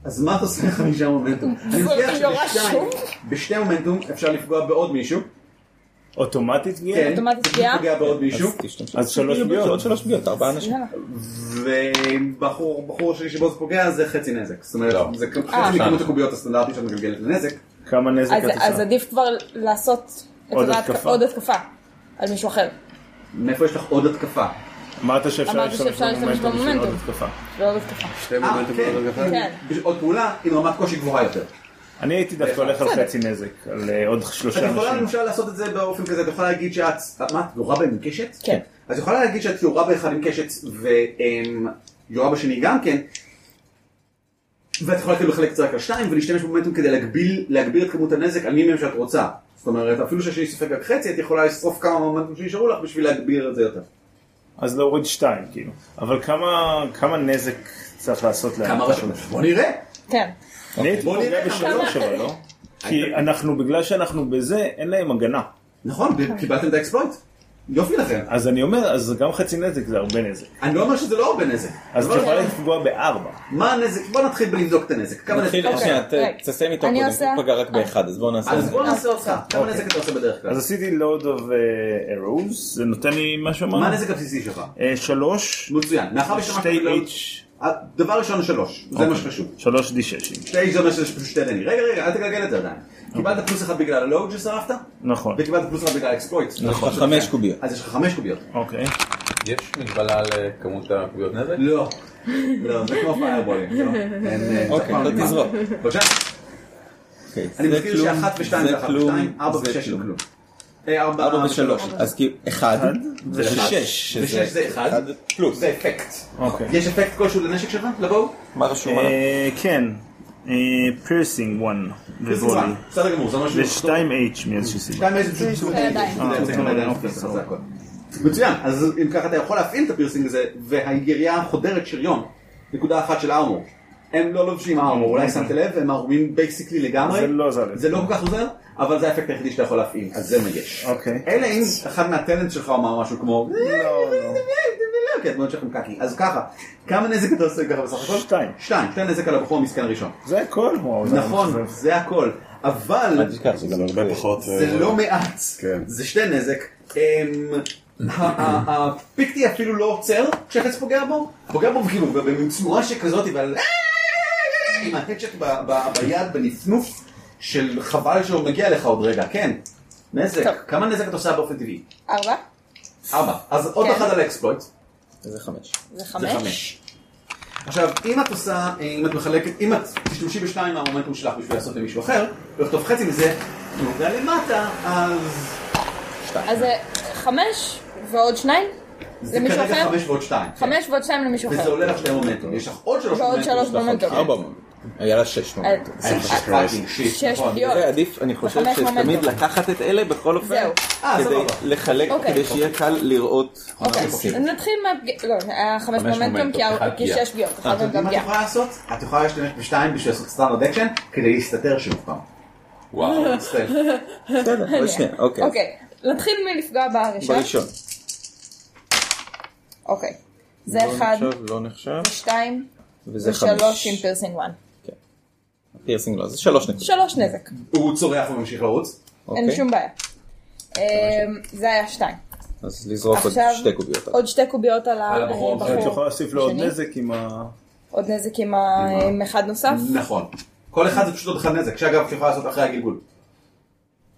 [SPEAKER 4] אז מה אתה עושה חמישה
[SPEAKER 9] <laughs>
[SPEAKER 4] מומנטום? אני מבטיח
[SPEAKER 9] לא רשום.
[SPEAKER 4] שבשתיים- בשתי מומנטום אפשר לפגוע בעוד מישהו.
[SPEAKER 6] אוטומטית גיל?
[SPEAKER 4] כן,
[SPEAKER 9] אוטומטית
[SPEAKER 4] זה
[SPEAKER 9] פגיעה?
[SPEAKER 4] פוגע בעוד מישהו.
[SPEAKER 8] תשתמש.
[SPEAKER 6] אז שלוש פגיעות.
[SPEAKER 8] עוד שלוש פגיעות, ארבעה אנשים.
[SPEAKER 9] יאללה.
[SPEAKER 4] ובחור בחור שלי שבו זה פוגע זה חצי נזק. זאת אומרת,
[SPEAKER 2] לא.
[SPEAKER 4] זה כ-
[SPEAKER 9] אה.
[SPEAKER 4] חצי מכמות הקוביות הסטנדרטית שאת מגלגלת לנזק.
[SPEAKER 6] כמה נזק
[SPEAKER 9] אז-
[SPEAKER 6] את
[SPEAKER 9] אז
[SPEAKER 6] עושה?
[SPEAKER 9] עדיף כבר לעשות את
[SPEAKER 6] עוד
[SPEAKER 9] אותה
[SPEAKER 6] התקפה.
[SPEAKER 9] התק- עוד התקפה על מישהו אחר.
[SPEAKER 4] מאיפה יש לך עוד התקפה?
[SPEAKER 6] אמרת שאפשר
[SPEAKER 9] אמרתי
[SPEAKER 6] להשתמש
[SPEAKER 9] שאפשר להשתמש
[SPEAKER 6] במומנטום בשביל עוד
[SPEAKER 9] במומנטום.
[SPEAKER 6] התקפה.
[SPEAKER 9] לא התקפה.
[SPEAKER 5] שתי מומנטים
[SPEAKER 4] כן.
[SPEAKER 5] בעוד הגפה?
[SPEAKER 9] כן.
[SPEAKER 4] עוד פעולה עם רמת קושי גבוהה יותר.
[SPEAKER 6] אני הייתי דווקא הולך על חצי נזק, על אה, עוד
[SPEAKER 4] את
[SPEAKER 6] שלושה
[SPEAKER 4] יכולה
[SPEAKER 6] אנשים.
[SPEAKER 4] למשל לעשות את זה באופן כזה, את יכולה להגיד שאת, את- מה, את יורה בהם עם קשת?
[SPEAKER 8] כן.
[SPEAKER 4] אז את יכולה להגיד שאת יורה באחד עם קשת ויורה בשני גם כן, ואת יכולה כאילו לחלק את זה רק לשתיים ולהשתמש במומנטום כדי להגביל, להגביר את כמות הנזק על מי מהם שאת רוצה. זאת אומרת, אפילו שהשני סופג רק חצי, את יכולה לשרוף כמה מומנטום שנשארו לך בשביל להגביר את זה יותר.
[SPEAKER 6] אז להוריד שתיים, כאילו. אבל כמה- כמה נזק צריך לעשות להם?
[SPEAKER 4] כמה רשויות? בוא נראה.
[SPEAKER 9] כן.
[SPEAKER 6] אני הייתי
[SPEAKER 4] בוא
[SPEAKER 6] פוגע
[SPEAKER 4] נראה כמה-
[SPEAKER 6] בשלוש, אבל לא. כי אנחנו, בגלל שאנחנו בזה, אין להם הגנה.
[SPEAKER 4] נכון, קיבלתם את האקספלויט. יופי לכם.
[SPEAKER 6] אז אני אומר, אז גם חצי נזק זה הרבה נזק.
[SPEAKER 4] אני לא אומר שזה לא הרבה נזק.
[SPEAKER 6] אז את
[SPEAKER 4] אבל לא.
[SPEAKER 6] יכולה לפגוע בארבע.
[SPEAKER 4] מה הנזק? בוא נתחיל בלבדוק את הנזק. כמה נזק?
[SPEAKER 8] נתחיל,
[SPEAKER 9] אוקיי,
[SPEAKER 8] שנייה, ת-
[SPEAKER 9] רגע.
[SPEAKER 8] תסיים איתו
[SPEAKER 9] אני
[SPEAKER 8] קודם,
[SPEAKER 9] עושה-
[SPEAKER 8] הוא פגע רק באחד, אז בואו נעשה את
[SPEAKER 4] אז
[SPEAKER 8] זה.
[SPEAKER 4] בוא נעשה אותך. אוקיי. כמה נזק אתה עושה בדרך כלל?
[SPEAKER 6] אז עשיתי load of uh, arrows, זה נותן לי משהו
[SPEAKER 4] מה הנזק הבסיסי שלך?
[SPEAKER 6] Uh, שלוש,
[SPEAKER 4] מצוין. מאחר ושמעת...
[SPEAKER 6] שתי
[SPEAKER 4] לא-
[SPEAKER 6] H,
[SPEAKER 4] הדבר ראשון שלוש.
[SPEAKER 8] אוקיי.
[SPEAKER 4] זה מה שחשוב.
[SPEAKER 6] שלוש D6.
[SPEAKER 4] שתי זה אומר שזה פשוט שתי דני. רגע, רגע, אל תגלגל את זה עדיין.
[SPEAKER 8] אוקיי.
[SPEAKER 4] קיבלת פלוס אחד בגלל הלואוד ששרפת?
[SPEAKER 6] נכון.
[SPEAKER 4] וקיבלת פלוס אחד בגלל האקספלויט.
[SPEAKER 8] נכון, חמש קוביות.
[SPEAKER 4] כן. אז יש לך חמש קוביות.
[SPEAKER 6] אוקיי.
[SPEAKER 2] יש מגבלה על אה, כמות הקוביות נזק?
[SPEAKER 4] לא. לא, זה כמו פיירבולים. לא. אין, אה, זה
[SPEAKER 8] אוקיי,
[SPEAKER 4] אף פעם
[SPEAKER 8] לא
[SPEAKER 4] נגמר.
[SPEAKER 8] תזרוק.
[SPEAKER 4] בבקשה.
[SPEAKER 8] אוקיי,
[SPEAKER 4] אני
[SPEAKER 8] זה
[SPEAKER 4] מזכיר
[SPEAKER 8] כלום,
[SPEAKER 4] שאחת ושתיים זה אחת
[SPEAKER 8] כלום,
[SPEAKER 4] ושתיים, ארבע
[SPEAKER 8] זה
[SPEAKER 4] ושש לא
[SPEAKER 8] כלום.
[SPEAKER 4] כלום. אה,
[SPEAKER 8] ארבע ושלוש, אז כאילו, אחד, זה שש, שזה
[SPEAKER 4] ושש זה אחד.
[SPEAKER 8] אחד פלוס.
[SPEAKER 4] זה אפקט.
[SPEAKER 6] אוקיי.
[SPEAKER 4] יש אפקט כלשהו לנשק שלך? לבואו?
[SPEAKER 8] מה רשום עליו?
[SPEAKER 6] אה, כן, אה, פירסינג 1 וולי.
[SPEAKER 4] בסדר גמור, זה משהו...
[SPEAKER 6] זה 2H מאיזושהי סיבה.
[SPEAKER 4] שתיים איזה פשוט...
[SPEAKER 9] שתי ידיים.
[SPEAKER 4] אה,
[SPEAKER 6] אה,
[SPEAKER 4] זה גם הידיים,
[SPEAKER 6] אוקיי,
[SPEAKER 4] זה
[SPEAKER 6] סבבה.
[SPEAKER 4] הכל. מצוין, אז אם ככה אתה יכול להפעיל את הפירסינג הזה, והירייה חודרת שריון, נקודה אחת של ארמור. הם לא לובשים ארמור, אולי שמת לב, הם ערומים בייסיקלי לגמרי.
[SPEAKER 6] אה, אוקיי. זה לא עזר לי.
[SPEAKER 4] זה לא כל כך עוזר, אבל זה האפקט היחידי שאתה יכול להפעיל, אז זה מגש.
[SPEAKER 6] אוקיי.
[SPEAKER 4] אלא אם אחד מהטלנט שלך אמר משהו כמו... "אה,
[SPEAKER 6] לא, לא.
[SPEAKER 4] כי הדמות שלכם קקי. אוקיי, אז ככה, כמה נזק אתה עושה ככה בסך הכל?
[SPEAKER 6] שתיים.
[SPEAKER 4] שתיים, שתי נזק על הבחור המסכן הראשון.
[SPEAKER 6] זה הכל? וואו, זה
[SPEAKER 4] נכון,
[SPEAKER 6] מסובב.
[SPEAKER 4] זה הכל. אבל...
[SPEAKER 8] אל תשכח, זה
[SPEAKER 5] לא,
[SPEAKER 8] גם הרבה
[SPEAKER 5] הרבה פחות.
[SPEAKER 4] זה
[SPEAKER 5] אה,
[SPEAKER 4] לא מעט,
[SPEAKER 5] כן.
[SPEAKER 4] זה שתי נזק. אמ, ה- ה- הפיקטי אפילו לא עוצר כשהחץ פוגע בו, פוגע בו כאילו במין צורה שכזאת, אבל עם ההדשט ב- ב- ביד, בנפנוף של חבל שהוא מגיע לך עוד רגע, כן.
[SPEAKER 9] טוב.
[SPEAKER 4] נזק, כמה נזק את עושה באופן טבעי?
[SPEAKER 9] ארבע?
[SPEAKER 4] ארבע. אז עוד
[SPEAKER 9] כן.
[SPEAKER 4] אחד על האקספלויט.
[SPEAKER 8] אה, זה חמש.
[SPEAKER 9] זה
[SPEAKER 4] זה
[SPEAKER 9] חמש?
[SPEAKER 4] חמש. עכשיו, אם את עושה, אם את מחלקת, אם את תשתמשי בשניים מהמומנטום שלך בשביל לעשות למישהו אחר, ולכתוב חצי מזה, נוגע למטה, אז...
[SPEAKER 9] אז זה חמש ועוד שניים?
[SPEAKER 4] אה, כן. זה
[SPEAKER 9] למישהו
[SPEAKER 4] כרגע
[SPEAKER 9] אחר?
[SPEAKER 4] חמש ועוד שתיים.
[SPEAKER 9] חמש ועוד שניים למישהו
[SPEAKER 4] וזה
[SPEAKER 9] אחר.
[SPEAKER 4] עולה לך שני מומנטום, אוקיי. יש לך עוד שלוש
[SPEAKER 9] ועוד שלוש
[SPEAKER 4] שאתה יכול
[SPEAKER 9] מומנטום.
[SPEAKER 4] לקחת.
[SPEAKER 8] ארבע מאות. היה לה שש מאות.
[SPEAKER 9] אז- אז-
[SPEAKER 4] פאקינג שיט,
[SPEAKER 9] אה, שש
[SPEAKER 4] נכון.
[SPEAKER 9] פגיעות.
[SPEAKER 8] זה עדיף, אני חושב
[SPEAKER 9] וחמש
[SPEAKER 8] שתמיד
[SPEAKER 9] מומנטום.
[SPEAKER 8] לקחת את אלה בכל אופן,
[SPEAKER 9] זהו.
[SPEAKER 4] אה,
[SPEAKER 8] כדי
[SPEAKER 4] סבבה.
[SPEAKER 8] לחלק,
[SPEAKER 9] אוקיי.
[SPEAKER 8] כדי שיהיה קל לראות מה
[SPEAKER 9] אוקיי,
[SPEAKER 8] עושים.
[SPEAKER 9] אז נתחיל מהפגיעה, לא, היה חמש מומנטום
[SPEAKER 2] מומנטום,
[SPEAKER 9] כי
[SPEAKER 2] אחד
[SPEAKER 9] אר- כי
[SPEAKER 2] פגיעה.
[SPEAKER 9] שש פגיעות, אחת
[SPEAKER 4] אתם יודעים
[SPEAKER 9] גם
[SPEAKER 4] אה, מה את
[SPEAKER 9] פגיעה.
[SPEAKER 4] יכולה לעשות? את יכולה להשתמש בשתיים בשביל לעשות סטארט אקשן כדי להסתתר שוב פעם.
[SPEAKER 2] וואו. לא,
[SPEAKER 4] מצטער.
[SPEAKER 8] בסדר, אבל שנייה, אוקיי. אז
[SPEAKER 9] אוקיי, נתחיל מלפגוע בראשון.
[SPEAKER 8] בראשון.
[SPEAKER 9] אוקיי. זה
[SPEAKER 8] לא
[SPEAKER 9] אחד,
[SPEAKER 8] נחשב, לא נחשב,
[SPEAKER 9] שתיים,
[SPEAKER 8] וזה
[SPEAKER 9] ושלוש עם
[SPEAKER 8] חמש.
[SPEAKER 9] פירסינג וואן.
[SPEAKER 8] פירסינג לא, זה שלוש נקודות.
[SPEAKER 9] שלוש נזק,
[SPEAKER 4] הוא צורח וממשיך לרוץ.
[SPEAKER 8] אוקיי.
[SPEAKER 9] אין שום בעיה. אמ, זה היה שתיים.
[SPEAKER 8] אז לזרוק עוד
[SPEAKER 9] עכשיו-
[SPEAKER 8] שתי קוביות.
[SPEAKER 9] עוד שתי קוביות על
[SPEAKER 4] על הבחור.
[SPEAKER 9] הבחור.
[SPEAKER 6] את יכולה להוסיף לו עוד
[SPEAKER 9] השני.
[SPEAKER 6] נזק עם ה...
[SPEAKER 9] עוד נזק עם ה- עם אחד נוסף?
[SPEAKER 4] נכון. כל אחד זה פשוט עוד אחד נזק, שאגב, את יכולה לעשות אחרי הגלגול.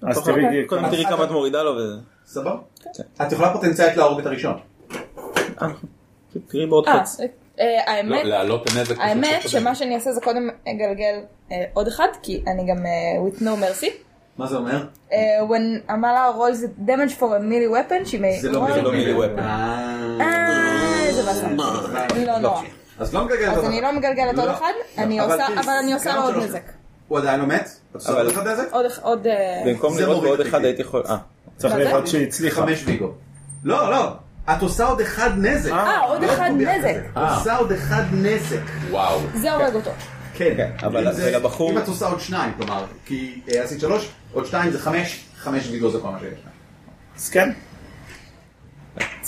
[SPEAKER 6] אז
[SPEAKER 9] אוקיי.
[SPEAKER 6] תראי,
[SPEAKER 8] קודם תראי כמה את מורידה לו וזה.
[SPEAKER 4] סבבה?
[SPEAKER 9] כן.
[SPEAKER 4] את יכולה פוטנציאלית להרוג את הראשון.
[SPEAKER 8] תראי בעוד
[SPEAKER 9] אה,
[SPEAKER 8] חץ.
[SPEAKER 9] אה,
[SPEAKER 2] לא,
[SPEAKER 9] האמת,
[SPEAKER 2] להעלות את הנזק.
[SPEAKER 9] האמת שמה שאני אעשה זה קודם אגלגל אה, עוד אחד, כי אני גם אה, with no mercy.
[SPEAKER 4] מה זה אומר?
[SPEAKER 9] Uh, when Amala rolls the damage for a melee weapon, she may
[SPEAKER 4] זה לא
[SPEAKER 9] roll-
[SPEAKER 8] לא
[SPEAKER 4] מגלגל.
[SPEAKER 8] מילי ופן.
[SPEAKER 4] אה,
[SPEAKER 9] אה, איזה באסה. לא נורא.
[SPEAKER 4] אז לא מגלגלת
[SPEAKER 9] אז
[SPEAKER 4] אותו.
[SPEAKER 9] אני לא מגלגלת עוד
[SPEAKER 4] לא.
[SPEAKER 9] אחד, אני
[SPEAKER 4] אבל
[SPEAKER 9] עושה-
[SPEAKER 4] תראי,
[SPEAKER 9] אבל אני עושה
[SPEAKER 4] גם
[SPEAKER 9] לו עוד
[SPEAKER 4] שלוש.
[SPEAKER 9] נזק.
[SPEAKER 4] הוא עדיין לא מת? את עושה עוד אחד נזק?
[SPEAKER 9] עוד- עוד... אה,
[SPEAKER 8] במקום
[SPEAKER 4] זה
[SPEAKER 8] לראות
[SPEAKER 4] מוריד
[SPEAKER 8] בעוד
[SPEAKER 4] אותי.
[SPEAKER 8] אחד הייתי יכול... אה,
[SPEAKER 6] צריך
[SPEAKER 9] מה
[SPEAKER 4] נכון.
[SPEAKER 9] זה?
[SPEAKER 6] לראות שהיא הצליחה.
[SPEAKER 4] חמש ויגו. לא, לא. את עושה עוד אחד נזק. לא
[SPEAKER 9] אה, עוד אחד נזק. אה.
[SPEAKER 4] עושה עוד אחד נזק.
[SPEAKER 2] וואו.
[SPEAKER 9] זה הורג אותו.
[SPEAKER 4] כן.
[SPEAKER 8] כן, אבל
[SPEAKER 4] אם זה-
[SPEAKER 8] ולבחור-
[SPEAKER 4] אם את עושה עוד שניים, כלומר, כי אה, עשית שלוש, עוד שתיים זה חמש, חמש ויגו זה כל מה שיש.
[SPEAKER 6] אז כן.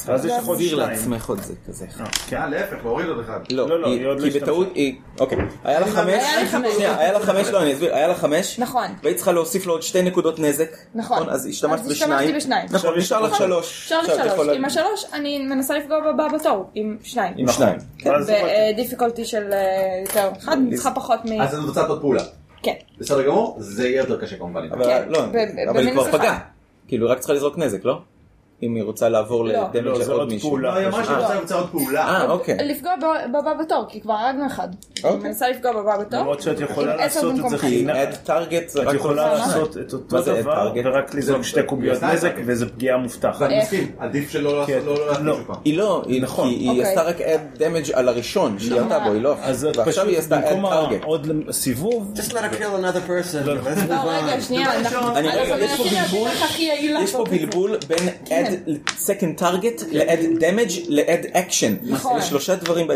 [SPEAKER 6] אז יש לך עוד
[SPEAKER 8] תחזיר
[SPEAKER 6] שניים.
[SPEAKER 8] לעצמך עוד זה כזה. אחד.
[SPEAKER 6] אה, כן.
[SPEAKER 4] אה, להפך, להוריד עוד אחד.
[SPEAKER 6] לא, לא,
[SPEAKER 8] לא,
[SPEAKER 6] היא עוד לא
[SPEAKER 8] היא- כי
[SPEAKER 6] השתמשה.
[SPEAKER 8] בטעות היא... אוקיי. היה לה חמש...
[SPEAKER 9] היה לי חמש.
[SPEAKER 8] שנייה, היה לה חמש, לא, אני אסביר. היה לה חמש.
[SPEAKER 9] נכון.
[SPEAKER 8] והיא צריכה להוסיף לו עוד שתי נקודות נזק.
[SPEAKER 9] נכון.
[SPEAKER 8] אז השתמשת
[SPEAKER 9] אז
[SPEAKER 8] בשניים.
[SPEAKER 9] השתמשתי בשניים.
[SPEAKER 8] נכון,
[SPEAKER 6] עכשיו יש
[SPEAKER 8] נשאר
[SPEAKER 6] לך
[SPEAKER 8] לך
[SPEAKER 6] עוד.
[SPEAKER 8] שלוש.
[SPEAKER 9] אוקיי, אפשר
[SPEAKER 8] עכשיו את יכולה-
[SPEAKER 9] לשלוש. עם השלוש, אני מנסה לפגוע בבא בתור, עם שניים.
[SPEAKER 8] עם שניים.
[SPEAKER 6] ואז אמרתי,
[SPEAKER 9] בדיפיקולטי של אה, יותר אחד, אני צריכה פחות מ...
[SPEAKER 4] אז את מבצעת עוד פעולה.
[SPEAKER 9] כן.
[SPEAKER 4] בסדר גמור, זה יהיה יותר קשה כמובן.
[SPEAKER 8] אבל לא,
[SPEAKER 9] ב- ב-
[SPEAKER 8] אבל היא
[SPEAKER 9] במינוס
[SPEAKER 8] כבר
[SPEAKER 9] אחד.
[SPEAKER 8] פגעה. כאילו, היא רק צריכה לזרוק נזק, לא? אם היא רוצה לעבור
[SPEAKER 9] לא.
[SPEAKER 8] לדמג'
[SPEAKER 6] לא,
[SPEAKER 8] של
[SPEAKER 6] זה
[SPEAKER 8] עוד
[SPEAKER 6] עוד
[SPEAKER 8] מישהו.
[SPEAKER 6] פעולה.
[SPEAKER 4] לא, היא אמרה שהיא רוצה רוצה עוד פעולה.
[SPEAKER 8] אה, אוקיי.
[SPEAKER 9] לפגוע ב- בבא בתור, כי כבר הרגנו אחד. אני מנסה לפגוע בבא בתור.
[SPEAKER 6] למרות שאת
[SPEAKER 9] עם
[SPEAKER 6] יכולה
[SPEAKER 9] עשר
[SPEAKER 6] לעשות את
[SPEAKER 9] במקום
[SPEAKER 6] זה
[SPEAKER 9] חמש.
[SPEAKER 6] חינם.
[SPEAKER 8] את טארגט זה
[SPEAKER 6] את
[SPEAKER 8] אה, רק
[SPEAKER 6] יכולה
[SPEAKER 8] כל אחד.
[SPEAKER 6] לעשות את אותו
[SPEAKER 8] מה זה לא add
[SPEAKER 6] דבר
[SPEAKER 8] target?
[SPEAKER 6] ורק לזרוק שתי קוביות
[SPEAKER 4] היא עשתה
[SPEAKER 6] נזק
[SPEAKER 4] את זה.
[SPEAKER 6] וזה פגיעה
[SPEAKER 9] אה,
[SPEAKER 6] מובטחת.
[SPEAKER 4] ואני מסכים, עדיף שלא לעשות,
[SPEAKER 6] כן.
[SPEAKER 4] לא
[SPEAKER 6] לא.
[SPEAKER 4] לעשות שוב פעם.
[SPEAKER 8] היא לא, היא נכון, כי היא
[SPEAKER 9] אוקיי.
[SPEAKER 8] עשתה רק add damage על הראשון, שהיא ירתה בו, היא לא,
[SPEAKER 6] אז את
[SPEAKER 8] ועכשיו
[SPEAKER 6] פשוט
[SPEAKER 8] היא עשתה add
[SPEAKER 6] במקום
[SPEAKER 8] target.
[SPEAKER 6] עוד סיבוב,
[SPEAKER 5] Just let her kill another person. Let's
[SPEAKER 9] לא,
[SPEAKER 5] move
[SPEAKER 9] רגע,
[SPEAKER 5] on.
[SPEAKER 9] שנייה, אנחנו...
[SPEAKER 8] אני- רגע,
[SPEAKER 9] אנחנו
[SPEAKER 8] יש פה
[SPEAKER 9] מנסים להבין
[SPEAKER 8] בלבול?
[SPEAKER 9] איך הכי יעיל
[SPEAKER 8] יש פה
[SPEAKER 9] לעשות את זה.
[SPEAKER 8] בלבול בין
[SPEAKER 9] כן.
[SPEAKER 8] add second target ל-add damage ל-add action.
[SPEAKER 9] נכון.
[SPEAKER 8] זה שלושה דברים ב...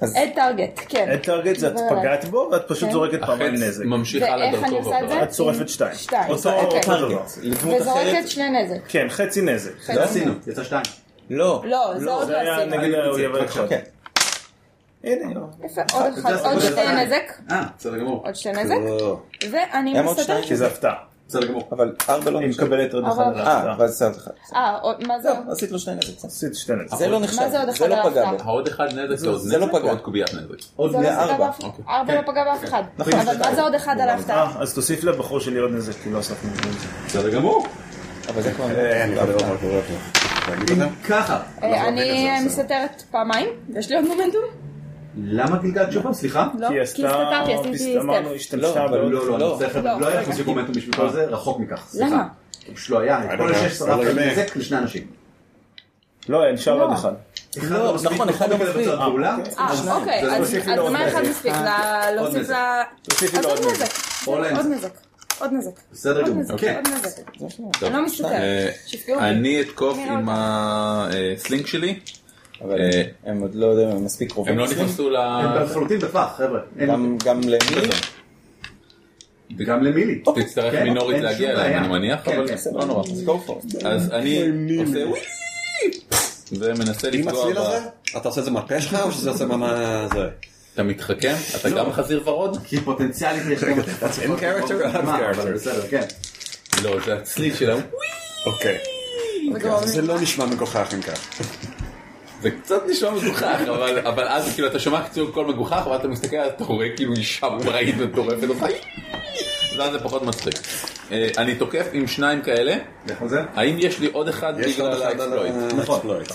[SPEAKER 9] את טארגט, כן.
[SPEAKER 6] את טרגט זה את
[SPEAKER 9] עובר עליי.
[SPEAKER 6] פגעת בו ואת פשוט
[SPEAKER 9] כן.
[SPEAKER 6] זורקת פעמיים
[SPEAKER 2] החץ
[SPEAKER 6] נזק.
[SPEAKER 2] ממשיך הלאה
[SPEAKER 9] ואיך אני
[SPEAKER 2] דרכו.
[SPEAKER 9] עושה את זה?
[SPEAKER 6] את צורפת שתיים.
[SPEAKER 9] שתיים.
[SPEAKER 6] אותו
[SPEAKER 9] אוקיי.
[SPEAKER 6] אותו דבר.
[SPEAKER 8] target. לדמות אחרת.
[SPEAKER 9] וזורקת שני נזק.
[SPEAKER 6] כן, חצי נזק.
[SPEAKER 4] זה עשינו, יצא שתיים.
[SPEAKER 8] לא.
[SPEAKER 9] לא, זה עוד
[SPEAKER 6] זה
[SPEAKER 9] לא
[SPEAKER 6] היה
[SPEAKER 9] עשינו.
[SPEAKER 6] נגד האויב האחד.
[SPEAKER 8] כן. לא.
[SPEAKER 6] הנה,
[SPEAKER 9] יפה, עוד אחד,
[SPEAKER 4] זה
[SPEAKER 9] עוד
[SPEAKER 4] עשינו.
[SPEAKER 9] שתי נזק.
[SPEAKER 4] אה, בסדר גמור,
[SPEAKER 9] עוד שתי
[SPEAKER 4] לא,
[SPEAKER 9] נזק. ואני
[SPEAKER 8] היה עוד
[SPEAKER 9] מסתדרת.
[SPEAKER 8] שתיים
[SPEAKER 6] כי זה הפתעה.
[SPEAKER 4] בסדר גמור.
[SPEAKER 8] אבל ארבע לא
[SPEAKER 6] היא
[SPEAKER 8] נחשב.
[SPEAKER 6] מקבלת עוד אחד
[SPEAKER 9] אבל-
[SPEAKER 6] על
[SPEAKER 8] אה,
[SPEAKER 6] ההפתעה.
[SPEAKER 8] ואז סיימת אחד.
[SPEAKER 9] אה, עוד- מה זה?
[SPEAKER 8] לא, עשית לו שני נזק. בסדר.
[SPEAKER 6] עשית שתי נזק.
[SPEAKER 8] זה לא נחשב,
[SPEAKER 9] מה זה עוד
[SPEAKER 8] זה
[SPEAKER 9] אחד
[SPEAKER 8] לא
[SPEAKER 9] על
[SPEAKER 8] פגע
[SPEAKER 9] ההפתעה?
[SPEAKER 8] בו.
[SPEAKER 2] העוד אחד נזק זה אוקיי. עוד
[SPEAKER 8] זה לא
[SPEAKER 2] נזק או
[SPEAKER 8] פגע.
[SPEAKER 2] עוד קוביית נזק?
[SPEAKER 8] עוד
[SPEAKER 9] זה לא פגע
[SPEAKER 8] ארבע.
[SPEAKER 9] באף אחד. ארבע לא פגע באף אחד. אבל מה זה עוד אחד על ההפתעה?
[SPEAKER 6] אה, אז תוסיף לבחור שלי עוד נזק, כי לא הוספנו את זה.
[SPEAKER 4] בסדר גמור.
[SPEAKER 8] אבל זה כבר...
[SPEAKER 5] אני יכול לראות מה קורה פה. תגיד את זה?
[SPEAKER 4] ככה,
[SPEAKER 9] אה, אני מסתתרת פעמיים, יש לי עוד מומנטום?
[SPEAKER 4] למה גלגלת שוב פעם? סליחה?
[SPEAKER 9] לא, כי הסתתרתי, עשיתי
[SPEAKER 6] אמרנו,
[SPEAKER 9] סטפ.
[SPEAKER 6] השתמשה
[SPEAKER 8] לא, אבל
[SPEAKER 6] בעוד...
[SPEAKER 4] לא, לא,
[SPEAKER 8] לא.
[SPEAKER 4] לא, צריך-
[SPEAKER 9] לא,
[SPEAKER 4] לא היה
[SPEAKER 9] רגע.
[SPEAKER 4] חצי מומנטום בשביל כל זה, רחוק מכך, סליחה.
[SPEAKER 9] למה?
[SPEAKER 4] זה פשוט לא
[SPEAKER 8] אה,
[SPEAKER 4] היה, את כל ה-16
[SPEAKER 5] אבל
[SPEAKER 4] רפת
[SPEAKER 5] באמת.
[SPEAKER 4] נזק לשני אנשים.
[SPEAKER 6] לא, נשאר עוד אחד.
[SPEAKER 4] אחד
[SPEAKER 8] לא,
[SPEAKER 4] מספיק,
[SPEAKER 8] נכון, אחד לא
[SPEAKER 4] בכל מקרה
[SPEAKER 8] מספיק.
[SPEAKER 4] לבצע פעולה.
[SPEAKER 9] אה, אוקיי,
[SPEAKER 4] זה
[SPEAKER 9] אז
[SPEAKER 4] מוסיף
[SPEAKER 6] לי
[SPEAKER 9] אז
[SPEAKER 6] עוד
[SPEAKER 9] מה
[SPEAKER 6] נזק.
[SPEAKER 9] אחד מספיק? לה- להוסיף
[SPEAKER 4] נזק.
[SPEAKER 9] לה...
[SPEAKER 6] תוסיפי
[SPEAKER 9] אז
[SPEAKER 6] לו
[SPEAKER 9] עוד
[SPEAKER 6] עוד
[SPEAKER 9] נזק.
[SPEAKER 4] עוד
[SPEAKER 9] עוד
[SPEAKER 4] נזק.
[SPEAKER 9] נזק. עוד נזק.
[SPEAKER 4] בסדר
[SPEAKER 9] עוד
[SPEAKER 4] גמור,
[SPEAKER 9] נזק,
[SPEAKER 4] אוקיי.
[SPEAKER 9] עוד נזק. אני לא מסתתרת. שיפגעו בי.
[SPEAKER 2] אה, אני לא אתקוף
[SPEAKER 9] נראה
[SPEAKER 2] עם
[SPEAKER 9] אותך.
[SPEAKER 2] הסלינק שלי.
[SPEAKER 8] אבל
[SPEAKER 2] אה,
[SPEAKER 8] הם עוד לא יודעים, הם מספיק קרובים.
[SPEAKER 2] הם לא
[SPEAKER 8] אצלי.
[SPEAKER 2] נכנסו ל...
[SPEAKER 8] כן.
[SPEAKER 4] הם לחלוטין בטווח, חבר'ה. אין-
[SPEAKER 8] גם- גם למי?
[SPEAKER 4] וגם למילי.
[SPEAKER 8] אוקיי.
[SPEAKER 2] תצטרך
[SPEAKER 4] כן,
[SPEAKER 2] מינורית
[SPEAKER 4] אין
[SPEAKER 2] להגיע
[SPEAKER 4] שום
[SPEAKER 2] אליהם,
[SPEAKER 4] בעיה.
[SPEAKER 2] אני מניח,
[SPEAKER 4] כן,
[SPEAKER 2] אבל...
[SPEAKER 4] כן.
[SPEAKER 8] בסדר, לא נורא, אז go for it.
[SPEAKER 2] אז אני עושה וואי ומנסה
[SPEAKER 5] עם
[SPEAKER 2] לפגוע
[SPEAKER 5] הצליל הזה?
[SPEAKER 2] ב...
[SPEAKER 5] אתה עושה את זה מהפה שלך או שזה עושה מה... זה?
[SPEAKER 2] אתה מתחכם? אתה
[SPEAKER 5] לא.
[SPEAKER 2] גם חזיר ורוד?
[SPEAKER 4] כי פוטנציאלית יש גם... אין <laughs>
[SPEAKER 5] character, out of character.
[SPEAKER 4] בסדר, כן.
[SPEAKER 2] לא, זה הצליל של ה...
[SPEAKER 5] אוקיי. אוקיי, אז זה לא נשמע מגוחך אם כך.
[SPEAKER 2] זה קצת נשמע מגוחך, אבל אבל אז כאילו אתה שומע קצור קול מגוחך, ואז אתה מסתכל, אתה רואה כאילו אישה ברית מטורפת, עושה... ואז זה פחות מצחיק. אה, אני תוקף עם שניים כאלה,
[SPEAKER 4] איך זה?
[SPEAKER 2] האם יש לי עוד אחד
[SPEAKER 5] יש עוד
[SPEAKER 2] בגלל
[SPEAKER 5] אחד על
[SPEAKER 2] האקספלויט?
[SPEAKER 4] נכון.
[SPEAKER 5] האקספלויט.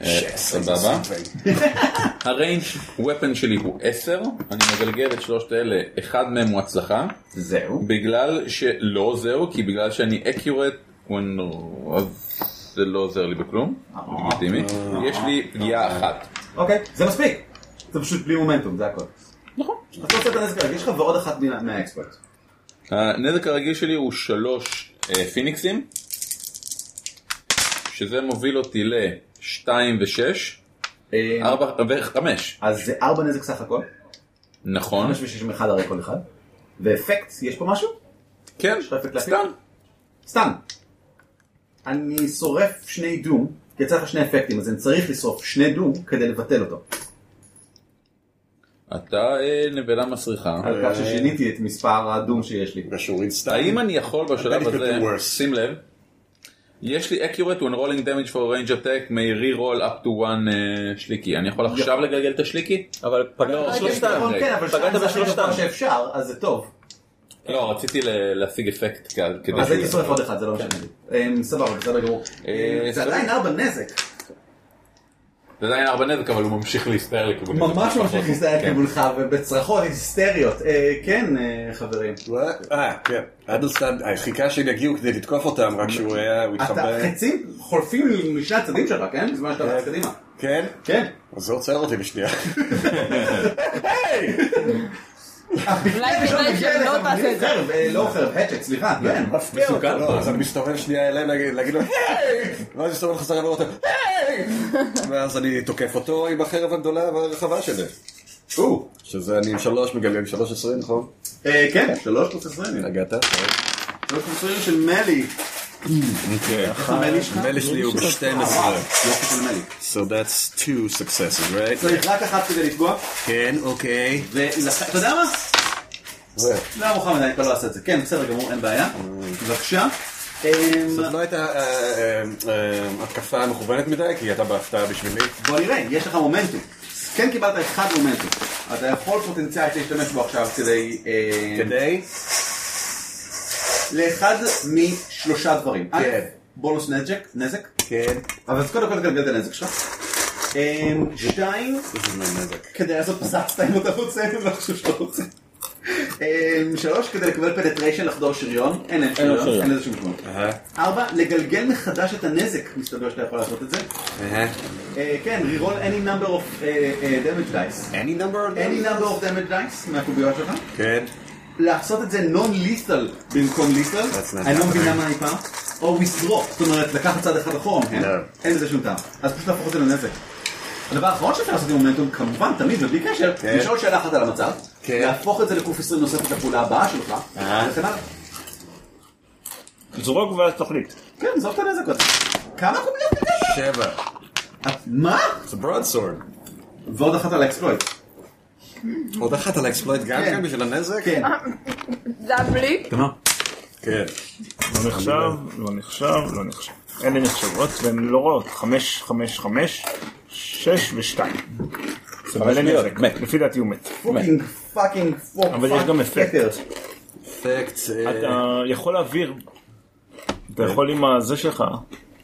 [SPEAKER 2] אה, סבבה. <laughs> הריינג' ופן שלי הוא 10, אני מגלגל את שלושת אלה, אחד מהם הוא הצלחה,
[SPEAKER 4] זהו.
[SPEAKER 2] בגלל שלא זהו, כי בגלל שאני accurate, when... אז זה לא עוזר לי בכלום, לגיטימי, יש לי פגיעה אחת.
[SPEAKER 4] אוקיי, זה מספיק. זה פשוט בלי מומנטום, זה הכל. נכון. אתה עושה את הנזק הרגיל שלך ועוד אחת מה- מהאקספרט.
[SPEAKER 2] הנזק הרגיל שלי הוא 3 פיניקסים, שזה מוביל אותי ל-2 ו-6,
[SPEAKER 4] אה,
[SPEAKER 2] 4 ו-5,
[SPEAKER 4] אז זה ארבע נזק סך הכל.
[SPEAKER 2] נכון?
[SPEAKER 4] יש מישהו שמאחד הרי כל אחד. ואפקט, יש פה משהו?
[SPEAKER 2] כן,
[SPEAKER 4] יש לך אפקט להפיל?
[SPEAKER 2] סתם.
[SPEAKER 4] סתם. אני שורף שני דום, כי יצא לך שני אפקטים, אז אני צריך לשרוף שני דום כדי לבטל אותו.
[SPEAKER 2] אתה אה, נבלה מסריחה.
[SPEAKER 4] על כך ששיניתי את מספר הדום שיש לי.
[SPEAKER 5] ושוריד סתם.
[SPEAKER 2] האם אני יכול בשלב
[SPEAKER 5] That is
[SPEAKER 2] הזה,
[SPEAKER 5] the worst.
[SPEAKER 2] שים לב, יש לי accurate when rolling damage for range attack may re-roll up to one אה, שליקי. אני יכול עכשיו לגלגל את השליקי?
[SPEAKER 8] אבל פגעת בשלושתם.
[SPEAKER 2] אוקיי,
[SPEAKER 4] נכון, כן, אבל
[SPEAKER 8] פגעת
[SPEAKER 4] שם זה הכי
[SPEAKER 8] בשלושתם.
[SPEAKER 4] גבוה שאפשר, אז זה טוב.
[SPEAKER 2] לא, רציתי ל- להשיג אפקט כ- כדי
[SPEAKER 4] אז
[SPEAKER 2] שהוא-
[SPEAKER 4] הייתי שורף עוד אחד, זה לא משנה לי. אמ, סבבה, בסדר גמור.
[SPEAKER 2] אה,
[SPEAKER 4] אמ, זה
[SPEAKER 2] סבבה.
[SPEAKER 4] עדיין ארבע נזק.
[SPEAKER 2] זה עדיין ארבע נזק, אבל הוא ממשיך להסתער לכיוונים.
[SPEAKER 4] ממש
[SPEAKER 2] פחות.
[SPEAKER 4] ממשיך להסתייג
[SPEAKER 2] כן.
[SPEAKER 4] מולך, ובצרחות היסטריות. אה, כן, אה, חברים.
[SPEAKER 5] אה, כן. אדלסטאד, אה, חיכה שהם יגיעו כדי לתקוף אותם, רק שהוא היה, הוא
[SPEAKER 4] אתה, כן?
[SPEAKER 5] התחבא.
[SPEAKER 4] חצים חולפים משני הצדדים שלך, כן? בזמן שאתה רץ קדימה.
[SPEAKER 5] כן?
[SPEAKER 4] כן.
[SPEAKER 5] אז זה עוצר אותי בשנייה.
[SPEAKER 9] אולי
[SPEAKER 4] לא
[SPEAKER 9] כדאי שלא לא, תעשה את זה.
[SPEAKER 4] חרב, אה, לא חרב, הצ'ט, סליחה, כן.
[SPEAKER 5] מסוכן. לא, אז אני מסתובב שנייה אליהם להגיד- להגיד לו, היי! ואז אני מסתובב חזרה ואומר אותו, היי! ואז אני תוקף אותו עם החרב הגדולה והרחבה שלי. או, שזה אני עם שלוש מגלגל, שלוש עשרים, נכון?
[SPEAKER 4] אה, כן, שלוש פלוס עשרים.
[SPEAKER 5] נגעת? <laughs>
[SPEAKER 4] שלוש פלוס עשרים של מלי. המלי שלך?
[SPEAKER 5] המלי שלי הוא ב-12.
[SPEAKER 4] יופי לא, של מלי.
[SPEAKER 5] So that's two successes, right?
[SPEAKER 4] צריך רק אחת כדי לפגוע,
[SPEAKER 5] כן, אוקיי.
[SPEAKER 4] ולכן, אתה יודע מה? לא, מוחמד, אני כבר לא אעשה את זה. כן, בסדר גמור, אין בעיה. בבקשה. אמ,
[SPEAKER 5] זאת לא הייתה אה, אה, אה, התקפה מכוונת מדי, כי היא הייתה בהפתעה בשבילי.
[SPEAKER 4] בוא נראה, יש לך מומנטום. כן קיבלת אחד מומנטום. אתה יכול פוטנציאלית להשתמש בו עכשיו כדי... אה,
[SPEAKER 5] כדי?
[SPEAKER 4] לאחד משלושה דברים. א', בונוס נזק, נזק.
[SPEAKER 5] כן.
[SPEAKER 4] אבל אז קודם כל תגלגל את הנזק שלך. אמ, שתיים, כדי לעשות פסצת אם אתה רוצה, אני לא חושב שאתה רוצה. אמ, שלוש, כדי לקבל פנטריישן לחדור שריון, אין להם
[SPEAKER 8] לו
[SPEAKER 4] שריון,
[SPEAKER 8] שריון.
[SPEAKER 4] אין לזה שום משמעות. ארבע, לגלגל מחדש את הנזק, מסתבר שאתה יכול לעשות את זה. אה, כן, re-roll any number of אה, אה, damage dice.
[SPEAKER 5] Any number?
[SPEAKER 4] any number of damage dice מהקוביות שלך.
[SPEAKER 5] כן.
[SPEAKER 4] לעשות את זה non-lethal במקום lethal,
[SPEAKER 5] not
[SPEAKER 4] אני לא
[SPEAKER 5] happening.
[SPEAKER 4] מבינה מה אני פעם, או withdraw, זאת אומרת לקחת צעד אחד אחורה, כן?
[SPEAKER 5] No.
[SPEAKER 4] אין לזה שום טעם, אז פשוט להפוך את זה לנזק. הדבר האחרון שאפשר לעשות עם מומנטום, כמובן, תמיד ובלי קשר,
[SPEAKER 5] כן.
[SPEAKER 4] לשאול שאלה אחת על המצב,
[SPEAKER 5] כן.
[SPEAKER 4] להפוך את זה לקוף 20 נוספת לפעולה הבאה שלך,
[SPEAKER 5] אה.
[SPEAKER 4] וכן הלאה.
[SPEAKER 6] זרוק ואז תחליט. לא
[SPEAKER 4] כן, זוב את הנזק הזה. כמה קוביות בגלל?
[SPEAKER 5] שבע.
[SPEAKER 4] מה?
[SPEAKER 5] It's a broadsword.
[SPEAKER 4] ועוד אחת על האקספלויט.
[SPEAKER 5] עוד אחת על האקספלויט גם
[SPEAKER 4] כן.
[SPEAKER 5] כן בשביל הנזק?
[SPEAKER 4] כן.
[SPEAKER 9] זה הבליפ?
[SPEAKER 5] כן.
[SPEAKER 6] לא נחשב, לא נחשב, לא נחשב. אלה נחשבות והן לא רעות. חמש, חמש, חמש, שש ושתיים. אבל אין
[SPEAKER 8] שטויות,
[SPEAKER 6] נזק.
[SPEAKER 8] מת.
[SPEAKER 6] לפי דעתי הוא מת.
[SPEAKER 4] פוקינג פאקינג פוק.
[SPEAKER 6] אבל יש גם אפקט.
[SPEAKER 5] אפקט.
[SPEAKER 6] אה, אתה יכול להעביר. אתה יכול עם הזה שלך.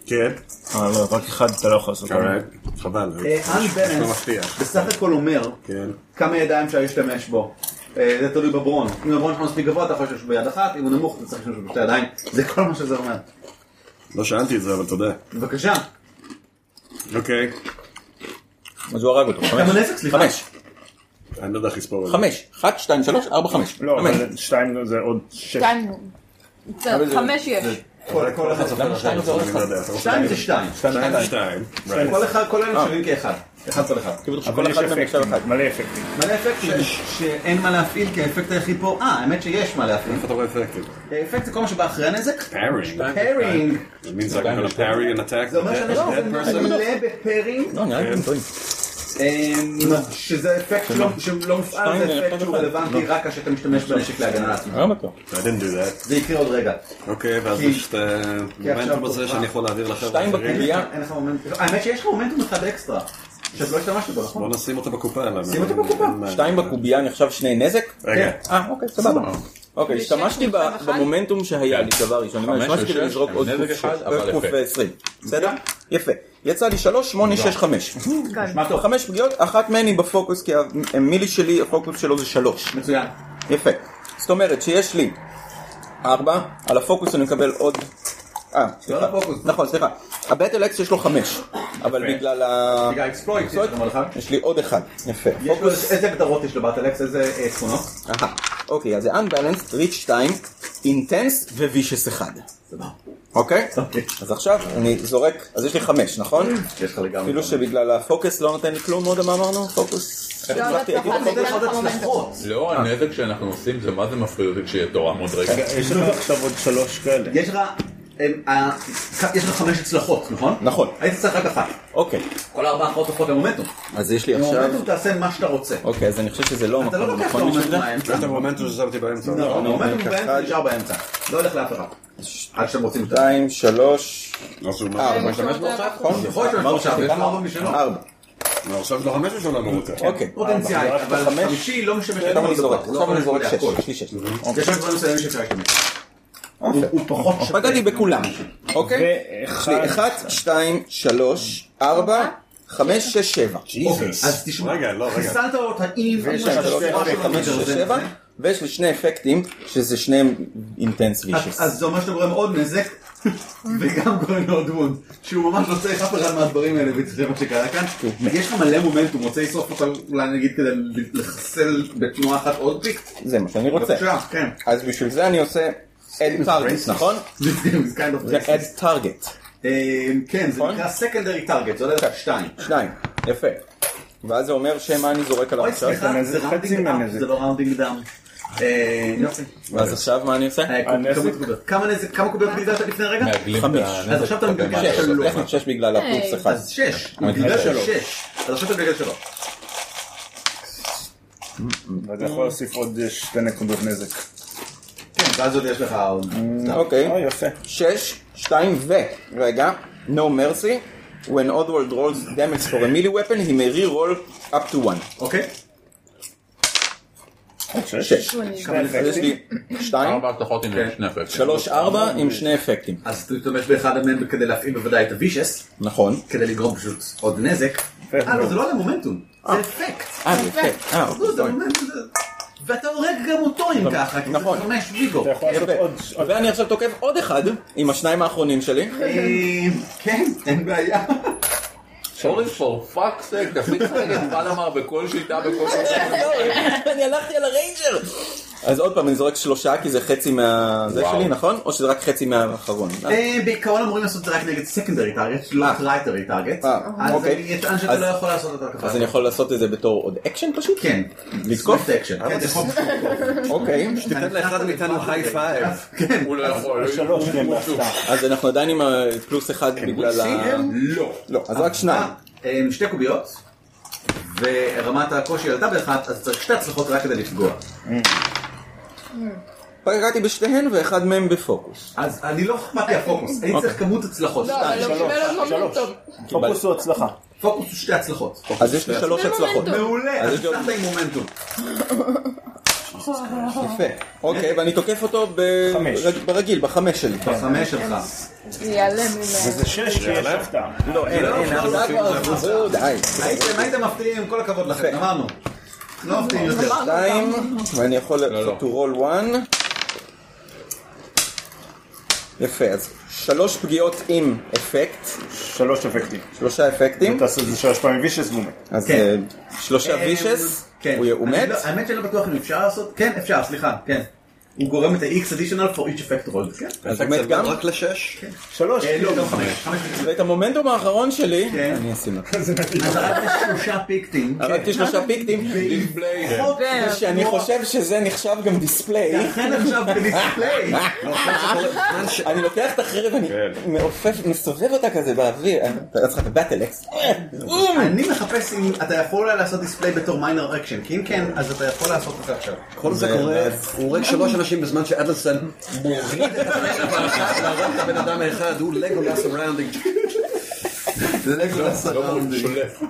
[SPEAKER 5] כן.
[SPEAKER 6] אה, לא, רק אחד אתה לא יכול לעשות.
[SPEAKER 5] אה. Alright. חבל. לא
[SPEAKER 4] אנבלנס
[SPEAKER 5] מפתיע.
[SPEAKER 4] אה, בסך הכל אומר
[SPEAKER 5] כן.
[SPEAKER 4] כמה ידיים אפשר להשתמש בו. אה, זה תלוי בברון. אם הברון שלך מספיק גבוה אתה יכול להשתמש ביד אחת, אם הוא נמוך אתה צריך להשתמש בשתי ידיים. זה כל מה שזה אומר.
[SPEAKER 5] לא שאלתי את זה, אבל תודה.
[SPEAKER 4] בבקשה.
[SPEAKER 5] אוקיי.
[SPEAKER 8] אז הוא הרג אותו.
[SPEAKER 4] כמה
[SPEAKER 8] חמש.
[SPEAKER 4] נזק? סליחה.
[SPEAKER 8] חמש.
[SPEAKER 5] אני לא יודע איך לספור את זה.
[SPEAKER 8] חמש. אחת, שתיים, שלוש, ארבע, חמש.
[SPEAKER 6] לא,
[SPEAKER 8] חמש.
[SPEAKER 6] אבל שתיים זה עוד שש.
[SPEAKER 9] שתיים. חמש יש.
[SPEAKER 4] כל כל אחד זוכר.
[SPEAKER 8] למה שתיים זה עוד
[SPEAKER 5] אני לא
[SPEAKER 8] אחד?
[SPEAKER 5] יודע. אתה רוצה
[SPEAKER 4] שתיים זה שתיים.
[SPEAKER 5] שתיים זה שתיים. Right.
[SPEAKER 4] כל אחד, כל
[SPEAKER 5] אה.
[SPEAKER 4] אלה שווים כאחד. אחד כל אחד.
[SPEAKER 8] כאילו,
[SPEAKER 6] אבל
[SPEAKER 8] כל
[SPEAKER 6] יש
[SPEAKER 8] אחד מהם
[SPEAKER 6] אפקטים,
[SPEAKER 8] נחשב אחד.
[SPEAKER 6] מלא אפקטים.
[SPEAKER 4] מלא אפקטים שאין מה להפעיל כי האפקט היחיד פה, אה, האמת שיש מה להפעיל.
[SPEAKER 5] איפה אתה רואה אפקטים?
[SPEAKER 4] האפקט זה כל מה שבא אחרי הנזק.
[SPEAKER 5] Parrying.
[SPEAKER 4] פארינג.
[SPEAKER 5] It means I can parry and attack
[SPEAKER 4] זה אומר
[SPEAKER 5] the
[SPEAKER 4] שאנשים
[SPEAKER 5] dead person.
[SPEAKER 4] מלא בפארינג.
[SPEAKER 8] לא, נראה לי אתם טועים.
[SPEAKER 4] אמ,
[SPEAKER 5] אה,
[SPEAKER 4] שזה אפקט שלא- שלא לא מופעל,
[SPEAKER 8] שתיים, אה,
[SPEAKER 4] זה אפקט
[SPEAKER 8] אחד,
[SPEAKER 4] שהוא
[SPEAKER 8] אחד.
[SPEAKER 4] רלוונטי רק כשאתה משתמש
[SPEAKER 8] אה.
[SPEAKER 4] בנשק להגנה לעצמך.
[SPEAKER 8] לא בטוח.
[SPEAKER 5] I didn't do that.
[SPEAKER 4] זה יקרה עוד רגע.
[SPEAKER 5] אוקיי, ואז
[SPEAKER 4] כי-
[SPEAKER 5] יש את המומנטום הזה
[SPEAKER 4] תורך.
[SPEAKER 5] שאני יכול להעביר לחבר'ה.
[SPEAKER 8] שתיים
[SPEAKER 5] האחרים.
[SPEAKER 8] בקובייה.
[SPEAKER 4] אין לך מומנטום, האמת שיש לך מומנטום אחד אקסטרה, שאת לא השתמשת בו,
[SPEAKER 5] בוא
[SPEAKER 4] נכון?
[SPEAKER 5] נשים אותה בקופה. למה?
[SPEAKER 4] שים אותה בקופה. כן.
[SPEAKER 5] אין מה-
[SPEAKER 8] שתיים בקובייה נחשב שני נזק?
[SPEAKER 5] רגע.
[SPEAKER 8] אה, אוקיי, סבבה. אוקיי,
[SPEAKER 9] ושש
[SPEAKER 8] השתמשתי ב-
[SPEAKER 9] מושלם אחד?
[SPEAKER 8] במומנטום שהיה לי, דבר ראשון. אני
[SPEAKER 2] חמש
[SPEAKER 8] השתמשתי
[SPEAKER 2] ושש,
[SPEAKER 8] כדי לזרוק עוד
[SPEAKER 2] נזק
[SPEAKER 8] קוף-
[SPEAKER 2] אחד, אבל
[SPEAKER 8] קוף
[SPEAKER 2] יפה.
[SPEAKER 8] אה, עשרים. בסדר? יפה. יצא לי שלוש, שמונה, שש, חמש.
[SPEAKER 4] נשמע טוב,
[SPEAKER 8] חמש פגיעות, אחת מהן היא בפוקוס, כי המילי שלי, הפוקוס שלו זה שלוש.
[SPEAKER 4] מצוין.
[SPEAKER 8] יפה. זאת אומרת שיש לי ארבע, על הפוקוס אני מקבל עוד... אה,
[SPEAKER 4] לא על
[SPEAKER 8] סליחה.
[SPEAKER 4] הפוקוס.
[SPEAKER 8] נכון, סליחה. הבטל אקס יש לו חמש, אבל בגלל ה...
[SPEAKER 4] רגע, אקספלויט, יש לך מלאכה.
[SPEAKER 8] יש לי עוד אחד. יפה.
[SPEAKER 4] יש לו- איזה הגדרות יש לבטלקס, איזה אה, תכונות?
[SPEAKER 8] אהה. אוקיי, אז זה Unbalanced, Reach 2, Intense ו-Vicious 1. אוקיי?
[SPEAKER 4] אוקיי.
[SPEAKER 8] אז עכשיו אני זורק, אז יש לי 5, נכון?
[SPEAKER 4] יש לך לגמרי.
[SPEAKER 8] אפילו שבגלל הפוקוס לא נותן לי כלום עוד, מה אמרנו? פוקוס.
[SPEAKER 9] לא,
[SPEAKER 8] הצלחתי,
[SPEAKER 9] לא
[SPEAKER 8] הייתי
[SPEAKER 9] צריך,
[SPEAKER 8] בפוקוס.
[SPEAKER 9] אני אתן לך מומנטום.
[SPEAKER 2] לאור
[SPEAKER 8] אה.
[SPEAKER 2] הנזק שאנחנו עושים זה מה זה מפחיד אותי כשיהיה תורה עוד רגע.
[SPEAKER 6] יש לך עכשיו עוד שלוש כאלה.
[SPEAKER 4] יש לך... אמ, ה- יש לך חמש הצלחות, נכון?
[SPEAKER 8] נכון.
[SPEAKER 4] היית צריך רק אחת.
[SPEAKER 8] אוקיי,
[SPEAKER 4] כל ארבע אחרות הופכות למומנטום.
[SPEAKER 8] אז יש לי עכשיו...
[SPEAKER 4] במומנטום תעשה מה שאתה רוצה.
[SPEAKER 8] אוקיי, אז אני חושב שזה לא
[SPEAKER 4] אתה לא
[SPEAKER 8] המקום
[SPEAKER 4] לוקח את
[SPEAKER 8] הנכון
[SPEAKER 4] המומנטום
[SPEAKER 8] בשביל זה.
[SPEAKER 4] מהאמצע.
[SPEAKER 5] את המומנטום ששמתי באמצע.
[SPEAKER 4] לא,
[SPEAKER 8] אני
[SPEAKER 4] המומנטום
[SPEAKER 8] אומר
[SPEAKER 4] באמצע
[SPEAKER 8] ככה.
[SPEAKER 4] נשאר באמצע. לא הולך לאף אחד. עד שאתם רוצים יותר.
[SPEAKER 8] 2, 3,
[SPEAKER 5] לא, שהוא
[SPEAKER 8] אה,
[SPEAKER 5] אמר.
[SPEAKER 8] אבל
[SPEAKER 9] משתמש בו עכשיו?
[SPEAKER 8] נכון?
[SPEAKER 4] יכול להיות
[SPEAKER 8] אמרנו
[SPEAKER 4] שיש עכשיו, יש לו ארבע משלו.
[SPEAKER 8] 4.
[SPEAKER 5] לא, עכשיו זה לא חמש ראשון למרות.
[SPEAKER 8] אה, אוקיי.
[SPEAKER 4] פוטנציאל,
[SPEAKER 8] ארבע,
[SPEAKER 4] אבל
[SPEAKER 8] חמש.
[SPEAKER 4] חמישי לא משמש
[SPEAKER 8] עכשיו
[SPEAKER 4] לדבר.
[SPEAKER 8] אני זורק,
[SPEAKER 4] הוא לא
[SPEAKER 8] עכשיו אני זורק
[SPEAKER 4] יכול
[SPEAKER 8] 6.
[SPEAKER 4] להכל.
[SPEAKER 8] יש לי 6.
[SPEAKER 4] יש שם דברים מסוימים שאפשר להשתמש. הוא הוא פחות שווה.
[SPEAKER 8] אוקיי. פגעתי בכולם, אוקיי? יש לי
[SPEAKER 6] ואחד,
[SPEAKER 8] 1, 2, 3, 4, 5, 6, 7.
[SPEAKER 5] ג'יזוס.
[SPEAKER 4] אז תשמע,
[SPEAKER 5] רגע, לא, רגע.
[SPEAKER 4] חיסלת אותה עם...
[SPEAKER 8] ויש להם שלוש, ארבע, לא חמש, שש, שבע, ויש לי שני אפקטים שזה שניהם אינטנס וישס.
[SPEAKER 4] אז זה אומר שאתה גורם עוד נזק. וגם גורם לו עוד וונד, שהוא ממש לא צריך אף אחד מהדברים האלה בהתחשב מה שקרה כאן. יש לך מלא מומנטום, רוצה לשרוף אותו אולי נגיד כדי לחסל בתנועה אחת עוד פיק?
[SPEAKER 8] זה מה שאני רוצה.
[SPEAKER 4] בבקשה, כן.
[SPEAKER 8] אז בשביל זה אני עושה add target, נכון?
[SPEAKER 4] This kind of
[SPEAKER 8] זה
[SPEAKER 4] racist.
[SPEAKER 8] add target.
[SPEAKER 4] אמ, כן, זה
[SPEAKER 8] נכון?
[SPEAKER 4] נקרא secondary target, זה עולה לך שתיים.
[SPEAKER 8] שניים, יפה. ואז זה אומר שמה אני זורק עליו
[SPEAKER 4] אוי,
[SPEAKER 8] עכשיו?
[SPEAKER 4] סליחה, זה
[SPEAKER 6] חצי
[SPEAKER 4] ראונדינג אפ,
[SPEAKER 6] מהנזק.
[SPEAKER 4] זה לא ראונדינג דם. אה, יופי.
[SPEAKER 8] ואז עכשיו מה אני עושה?
[SPEAKER 4] אה,
[SPEAKER 6] הנזק?
[SPEAKER 4] כמות קוביות. כמה נזק, כמה קוביות גילדת לפני רגע?
[SPEAKER 2] מעגלים את
[SPEAKER 8] חמש.
[SPEAKER 2] הנזק
[SPEAKER 4] אז עכשיו אתה
[SPEAKER 2] כלפי
[SPEAKER 4] מגלגל
[SPEAKER 2] מעלה.
[SPEAKER 8] שש,
[SPEAKER 4] שלוש.
[SPEAKER 8] טכנית שש בגלל הקורס אחד.
[SPEAKER 4] כן. אז שש,
[SPEAKER 8] אני
[SPEAKER 4] בגלל
[SPEAKER 8] חייב.
[SPEAKER 4] שלוש. שש. אז עכשיו אתה בגלל שלוש.
[SPEAKER 6] ואתה יכול להוסיף עוד שתי נקודות נזק.
[SPEAKER 4] כן, ואז עוד יש לך עוד.
[SPEAKER 8] אוקיי.
[SPEAKER 6] אה, יפה.
[SPEAKER 8] שש, שתיים ו... רגע, no mercy. When Oddworld rolls damage for a melee weapon, he may re-roll up to one.
[SPEAKER 4] אוקיי?
[SPEAKER 8] שש. אז יש לי שתיים,
[SPEAKER 2] ארבע הבטחות עם
[SPEAKER 4] כן.
[SPEAKER 2] שני אפקטים.
[SPEAKER 8] שלוש, ארבע עם שני אפקטים.
[SPEAKER 4] אז אתה משתמש באחד המהם כדי להפעיל בוודאי את הווישס,
[SPEAKER 8] נכון.
[SPEAKER 4] כדי לגרום פשוט עוד נזק. אה, לא, זה לא על המומנטום, זה אפקט.
[SPEAKER 8] אה, זה אפקט.
[SPEAKER 4] לא,
[SPEAKER 8] אה,
[SPEAKER 4] זה
[SPEAKER 10] נכון.
[SPEAKER 8] אוקיי.
[SPEAKER 4] המומנטום. זה- ואתה הורג גם אותו אם ככה, כי זה
[SPEAKER 8] נכון.
[SPEAKER 4] חמש ויגו.
[SPEAKER 6] אתה יכול לעשות
[SPEAKER 8] יפה.
[SPEAKER 6] עוד... עוד-
[SPEAKER 8] ואני עכשיו תוקף עוד אחד עם השניים האחרונים שלי.
[SPEAKER 4] אה, כן, אין בעיה.
[SPEAKER 2] אורי פור פאק סק, תפסיק לשחק את פלמר בכל שיטה בכל שיטה.
[SPEAKER 8] אה, אני הלכתי על הריינג'ר. אז עוד פעם אני זורק שלושה כי זה חצי מה... זה
[SPEAKER 2] וואו.
[SPEAKER 8] שלי נכון? או שזה רק חצי מהאחרון?
[SPEAKER 4] אה, בעיקרון אמורים לעשות את זה רק נגד סקנדרי טארגט, לא רייטרי טארגט.
[SPEAKER 8] אה,
[SPEAKER 4] אז
[SPEAKER 8] אוקיי.
[SPEAKER 4] אני אטען שאתה
[SPEAKER 8] אז-
[SPEAKER 4] לא יכול לעשות את
[SPEAKER 8] אז אני
[SPEAKER 4] הכפה.
[SPEAKER 8] יכול לעשות את זה בתור עוד אקשן פשוט?
[SPEAKER 4] כן.
[SPEAKER 8] לתקוף?
[SPEAKER 4] Swift action, כן, זה יכול.
[SPEAKER 8] אוקיי.
[SPEAKER 4] שתיתן לאחד מאיתנו high five.
[SPEAKER 2] הוא לא יכול.
[SPEAKER 6] שלוש, כן, בהפתעה.
[SPEAKER 8] אז אנחנו עדיין עם אה, פלוס אחד בגלל ה...
[SPEAKER 4] לא.
[SPEAKER 8] לא, אז רק שניים.
[SPEAKER 4] אה, שתי קוביות, ורמת הקושי עלתה באחת, אז צריך שתי הצלחות רק כדי לפגוע.
[SPEAKER 8] פגעתי בשתיהן ואחד מהם בפוקוס.
[SPEAKER 4] אז אני לא אכפת לי הפוקוס, אני צריך כמות הצלחות. שתיים.
[SPEAKER 9] אבל הוא קיבל עוד
[SPEAKER 6] שלוש.
[SPEAKER 9] מומנטום.
[SPEAKER 6] פוקוס הוא הצלחה.
[SPEAKER 4] פוקוס הוא שתי הצלחות.
[SPEAKER 8] אז יש לי שלוש
[SPEAKER 9] זה
[SPEAKER 8] הצלחות.
[SPEAKER 9] מומנטום.
[SPEAKER 4] מעולה,
[SPEAKER 8] אז
[SPEAKER 4] אז
[SPEAKER 8] יש לי עוד-
[SPEAKER 4] הצלחת עם מומנטום.
[SPEAKER 8] יפה. אוקיי, ואני תוקף אותו ב-
[SPEAKER 6] חמש.
[SPEAKER 8] רג- ברגיל, בחמש שלי.
[SPEAKER 4] חמש שלך.
[SPEAKER 9] ייעלם ממנו.
[SPEAKER 6] זה שש, כי יש הפתעה.
[SPEAKER 8] לא, אין, אין, ארבעה כבר עברו, די.
[SPEAKER 4] הייתם, הייתם מפתיעים, כל הכבוד לכם, אמרנו. לא מפתיעים יותר.
[SPEAKER 8] שתיים, ואני יכול
[SPEAKER 2] לא.
[SPEAKER 8] לעשות to roll one. יפה, אז שלוש פגיעות עם אפקט,
[SPEAKER 6] שלוש אפקטים.
[SPEAKER 8] שלושה אפקטים,
[SPEAKER 6] תעשה את זה שלוש פעמים וישס והוא מת.
[SPEAKER 8] אז
[SPEAKER 4] כן.
[SPEAKER 8] אה, שלושה
[SPEAKER 4] אה,
[SPEAKER 8] וישס,
[SPEAKER 4] כן.
[SPEAKER 8] הוא
[SPEAKER 4] אני
[SPEAKER 8] מת,
[SPEAKER 4] לא- האמת שלא בטוח אם אפשר לעשות, כן אפשר, סליחה, כן. הוא גורם את ה-X additional for each effect roll. כן.
[SPEAKER 8] אז הוא מת גם,
[SPEAKER 6] שלוש.
[SPEAKER 8] כן.
[SPEAKER 4] אה, לא, גם חמש. חמש פיקטים.
[SPEAKER 8] ואת המומנטום האחרון שלי,
[SPEAKER 4] כן.
[SPEAKER 8] אני אשים לך,
[SPEAKER 4] אז הרגת שלושה פיקטים.
[SPEAKER 8] הרגתי שלושה <laughs> פיקטים, כן.
[SPEAKER 2] דיספליי.
[SPEAKER 4] חוק
[SPEAKER 8] שאני
[SPEAKER 4] כמו-
[SPEAKER 8] חושב שזה נחשב גם דיספליי,
[SPEAKER 4] לכן עכשיו בדיספליי.
[SPEAKER 8] <laughs> אני לוקח את החרב, אני מעופף, מסובב אותה כזה באוויר, אתה לא צריך בבטל אקס,
[SPEAKER 4] אני מחפש אם אתה יכול אולי לעשות דיספליי בתור מיינר אקשן, כי אם כן, אז אתה יכול לעשות את זה עכשיו.
[SPEAKER 10] כל זה
[SPEAKER 8] זה-
[SPEAKER 10] קורה,
[SPEAKER 8] זה-
[SPEAKER 10] הוא הורג שלוש אנשים בזמן שאדלסון מוריד את הרשת והרשת להרוג את הבן אדם האחד, הוא לגולס הראונדינג. לגולס הראונדינג.
[SPEAKER 2] שולף.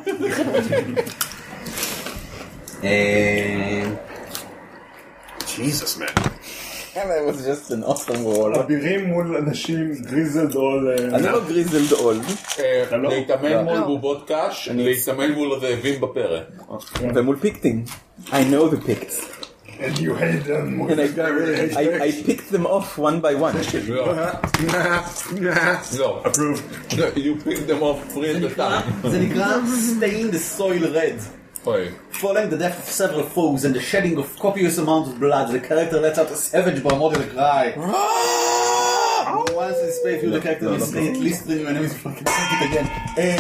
[SPEAKER 10] ג'יזוס מן.
[SPEAKER 8] That was just an awesome roll.
[SPEAKER 6] אבירים מול אנשים אה, גריזלד אול.
[SPEAKER 8] אני לא גריזלד אולד,
[SPEAKER 2] אה,
[SPEAKER 6] אתה לא-
[SPEAKER 2] להתאמן מול
[SPEAKER 9] לא.
[SPEAKER 2] בובות קש,
[SPEAKER 8] אני-
[SPEAKER 2] להתאמן מול רעבים בפרא.
[SPEAKER 8] ומול פיקטים. I know the picts. And I, I, I picked them off one by one.
[SPEAKER 2] לא.
[SPEAKER 4] <laughs>
[SPEAKER 2] לא. לא, You picked them off free at the
[SPEAKER 4] <laughs>
[SPEAKER 2] time.
[SPEAKER 4] זה נקרא stay in the soil red.
[SPEAKER 2] אוי.
[SPEAKER 4] Following the death of several foes and the shedding of copious amounts of blood, the character lets out a savage bravado and a cry.
[SPEAKER 8] Ah!
[SPEAKER 4] Once this play through the character will stay at least three new enemies before continuing it again. אה,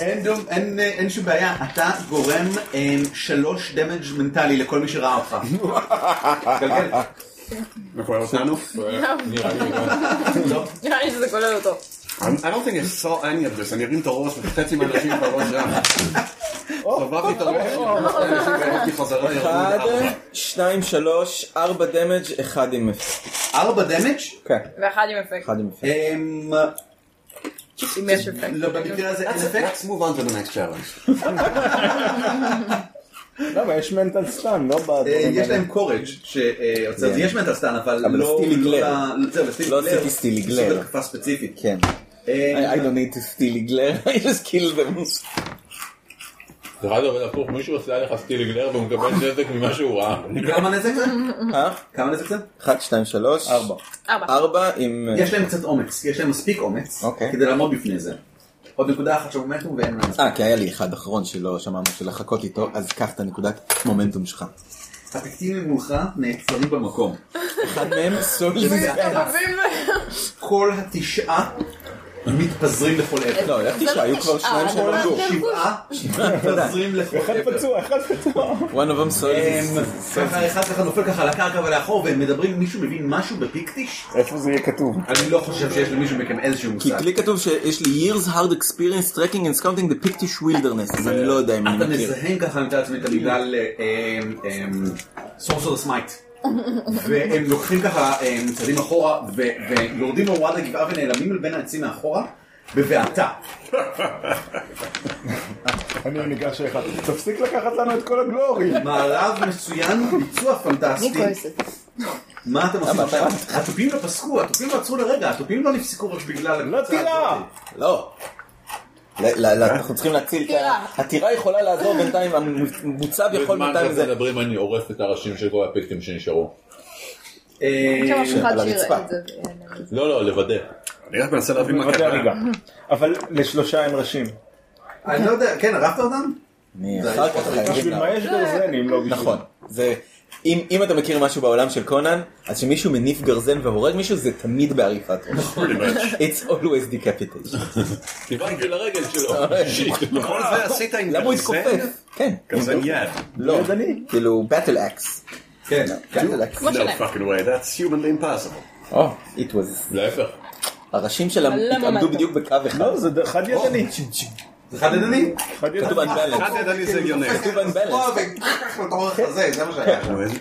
[SPEAKER 4] אין דום- אין- אה, אין שום בעיה, אתה גורם אה, שלוש דמג' מנטלי לכל מי שראה אותך. גלגל.
[SPEAKER 2] נראה לי לא.
[SPEAKER 9] נראה לי שזה כולל אותו.
[SPEAKER 10] I don't think I saw any of this, אני ארים את הראש וחצי מהאנשים בראש
[SPEAKER 4] <laughs>
[SPEAKER 10] שם. סובבתי את הראש, שלחתי אנשים והעליתי חזרה, ירדו
[SPEAKER 8] אחד,
[SPEAKER 10] לארבע.
[SPEAKER 8] שתיים, שלוש, ארבע דמג', אחד עם אפקט.
[SPEAKER 4] ארבע דמג'?
[SPEAKER 8] כן,
[SPEAKER 9] ואחד עם אפקט.
[SPEAKER 8] אחד עם אפקט.
[SPEAKER 4] אמ,
[SPEAKER 9] אם יש אפקט.
[SPEAKER 4] לא, במקרה הזה אין אפקט.
[SPEAKER 10] Let's move on to the next challenge.
[SPEAKER 6] למה?
[SPEAKER 8] אה,
[SPEAKER 6] יש מנטל סטן, לא
[SPEAKER 4] אה,
[SPEAKER 6] בדברים
[SPEAKER 4] יש
[SPEAKER 6] האלה.
[SPEAKER 4] להם קורג' שיוצא,
[SPEAKER 8] כן.
[SPEAKER 4] יש מנטסטן, אבל
[SPEAKER 8] אבל
[SPEAKER 4] לא...
[SPEAKER 8] סטילי
[SPEAKER 4] לא
[SPEAKER 8] גלר.
[SPEAKER 4] ל- זהו, לסטילי
[SPEAKER 8] לא
[SPEAKER 4] גלר.
[SPEAKER 8] עשיתי סטילי
[SPEAKER 4] זה
[SPEAKER 8] גלר.
[SPEAKER 4] סוג התקפה ספציפית.
[SPEAKER 8] כן. I, I don't need to steal it, glare, <laughs> I just kill them.
[SPEAKER 2] זה אחד עובד הפוך, מישהו עושה לך סטיל גלר והוא מקבל נזק ממה
[SPEAKER 4] <laughs>
[SPEAKER 2] שהוא ראה.
[SPEAKER 4] כמה נזק זה?
[SPEAKER 8] אה?
[SPEAKER 4] כמה נזק זה?
[SPEAKER 8] אחד, שתיים, שלוש. ארבע.
[SPEAKER 9] ארבע.
[SPEAKER 8] ארבע עם...
[SPEAKER 4] יש להם קצת אומץ, יש להם מספיק אומץ
[SPEAKER 8] אוקיי.
[SPEAKER 4] כדי לעמוד בפני זה. עוד נקודה אחת של מומנטום ואין מה לעשות.
[SPEAKER 8] אה, כי היה לי אחד אחרון שלא שמענו שלחכות איתו, אז קח את הנקודת מומנטום שלך.
[SPEAKER 4] הפקטינים מולך נעצרים במקום.
[SPEAKER 8] אחד מהם סולי.
[SPEAKER 4] כל התשעה מתפזרים לכל עבר. אה, <laughs>
[SPEAKER 8] לא, איך תשעה? היו כבר שניים
[SPEAKER 4] כל
[SPEAKER 8] שלמדו.
[SPEAKER 4] השבעה מתפזרים לכל
[SPEAKER 6] אחד
[SPEAKER 4] עבר.
[SPEAKER 6] פצוע, אחד פצוע.
[SPEAKER 8] One of them
[SPEAKER 4] הם
[SPEAKER 8] sold
[SPEAKER 4] ככה אחד ככה נופל ככה על הקרקע ולאחור והם מדברים, מישהו מבין משהו בפיקטיש?
[SPEAKER 6] איפה זה יהיה כתוב?
[SPEAKER 4] אני לא חושב שיש למישהו מכם איזשהו
[SPEAKER 8] כי
[SPEAKER 4] מושג.
[SPEAKER 8] לי כתוב שיש לי years hard experience tracking and scouting the Pictish wilderness, אז אני לא יודע אם אני
[SPEAKER 4] אתה
[SPEAKER 8] מכיר.
[SPEAKER 4] מזהם ככה אני מתאר לעצמי את המילה אה, אמ, לסורסור סמייט. והם לוקחים ככה אה, צעדים אחורה ו- ויורדים לו וואד לגבעה ונעלמים אל בין העצים מאחורה בבעתה.
[SPEAKER 6] אני ניגש אליך, תפסיק לקחת לנו את כל הגלורי.
[SPEAKER 4] מערב מצוין, ביצוע פנטסטי.
[SPEAKER 6] אני כועסת.
[SPEAKER 4] מה אתם עושים עכשיו? התופים לא פסקו, התופים לא עצרו לרגע, התופים לא נפסקו רק בגלל... לא
[SPEAKER 8] טירה! לא. ל- ל- ל- אנחנו צריכים להציל את ה... הטירה יכולה לעזור בינתיים, המוצב יכול
[SPEAKER 2] בזמן
[SPEAKER 8] בינתיים
[SPEAKER 2] שאתם
[SPEAKER 8] זה...
[SPEAKER 2] מדברים אני עורף את הראשים של כל הפקטים שנשארו.
[SPEAKER 6] על הרצפה.
[SPEAKER 2] לא, לא, לוודא.
[SPEAKER 5] אני רק מנסה להבין
[SPEAKER 6] מה קרה. אבל לשלושה אין ראשים.
[SPEAKER 4] אני לא יודע, כן, ערפת אותם?
[SPEAKER 8] אני אחר כך חייבים
[SPEAKER 6] בשביל מה
[SPEAKER 8] לעבור.
[SPEAKER 6] יש גרזן אם לא בשביל...
[SPEAKER 8] נכון. זה... אם, אם אתה מכיר משהו בעולם של קונן, אז שמישהו מניף גרזן והורג מישהו זה תמיד בעריפת
[SPEAKER 5] <laughs>
[SPEAKER 8] ראש. It's always decapitated.
[SPEAKER 2] כיוונתי לרגל
[SPEAKER 4] <laughs>
[SPEAKER 2] שלו.
[SPEAKER 5] כל זה עשית עם
[SPEAKER 8] למה הוא
[SPEAKER 5] גרזן?
[SPEAKER 8] התכופף? כן.
[SPEAKER 5] גרזן יד.
[SPEAKER 8] לא, כאילו באטל אקס.
[SPEAKER 4] כן.
[SPEAKER 8] באטל אקס.
[SPEAKER 5] No fucking way, that's humanly impossible.
[SPEAKER 8] או, Oh, it was.
[SPEAKER 2] להפך.
[SPEAKER 8] הראשים שלה
[SPEAKER 9] על
[SPEAKER 8] התעמדו
[SPEAKER 9] המומנטום.
[SPEAKER 8] בדיוק בקו אחד.
[SPEAKER 6] לא, זה חד ידני.
[SPEAKER 4] זה חד ידני?
[SPEAKER 6] חד
[SPEAKER 8] כתוב
[SPEAKER 6] ידני.
[SPEAKER 4] אוקיי.
[SPEAKER 8] unbalanced.
[SPEAKER 5] חד ידני זה הגיוני.
[SPEAKER 8] כתוב unbalanced.
[SPEAKER 4] זה, זה מה שהיה.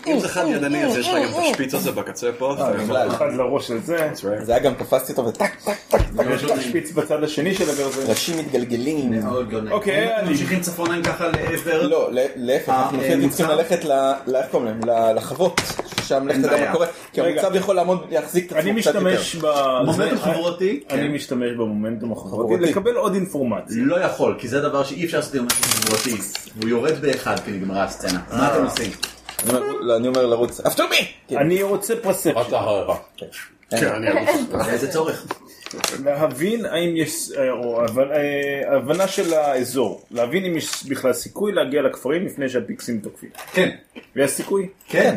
[SPEAKER 5] אם זה חד
[SPEAKER 4] אה,
[SPEAKER 5] ידני אז יש לה גם את השפיץ הזה בקצה פה.
[SPEAKER 8] בכלל.
[SPEAKER 6] אחד לראש של זה.
[SPEAKER 8] זה היה גם תפסתי אותו וטק טק טק טק.
[SPEAKER 6] יש לו שפיץ בצד השני של הגרזן.
[SPEAKER 8] ראשים מתגלגלים.
[SPEAKER 4] מאוד לא נעים.
[SPEAKER 6] אוקיי,
[SPEAKER 4] אנחנו
[SPEAKER 6] אני-
[SPEAKER 4] ממשיכים צפונה ככה לעבר...
[SPEAKER 8] לא, ל- להפך,
[SPEAKER 4] אה,
[SPEAKER 8] אנחנו
[SPEAKER 4] אה,
[SPEAKER 8] היינו
[SPEAKER 4] מוצב?
[SPEAKER 8] צריכים ללכת ל- ל- איך קוראים להם? ל- לחוות, שם לך תדע
[SPEAKER 4] בעיה.
[SPEAKER 8] מה קורה, כי
[SPEAKER 6] רגע.
[SPEAKER 8] המוצב יכול לעמוד, להחזיק את
[SPEAKER 6] אני
[SPEAKER 8] עצמו קצת יותר.
[SPEAKER 6] משתמש ב...
[SPEAKER 4] מומנטום
[SPEAKER 6] זה-
[SPEAKER 4] חברתי? כן.
[SPEAKER 6] אני משתמש במומנטום החברתי
[SPEAKER 8] חברתי.
[SPEAKER 6] לקבל עוד אינפורמציה.
[SPEAKER 4] לא יכול, כי זה דבר שאי אפשר לעשות עם משהו חברתי. והוא יורד באחד כי נגמרה הסצנה. מה אתם עושים?
[SPEAKER 8] אני אומר- לא, אני אומר לרוץ, after me! כן.
[SPEAKER 6] אני רוצה פרספציה.
[SPEAKER 2] רצת אחריך.
[SPEAKER 5] כן, אני
[SPEAKER 4] איזה צורך.
[SPEAKER 6] להבין האם יש, או הבנ- אה, הבנה של האזור, להבין אם יש בכלל סיכוי להגיע לכפרים לפני שהפיקסים תוקפים.
[SPEAKER 4] כן.
[SPEAKER 6] ויש סיכוי?
[SPEAKER 4] כן.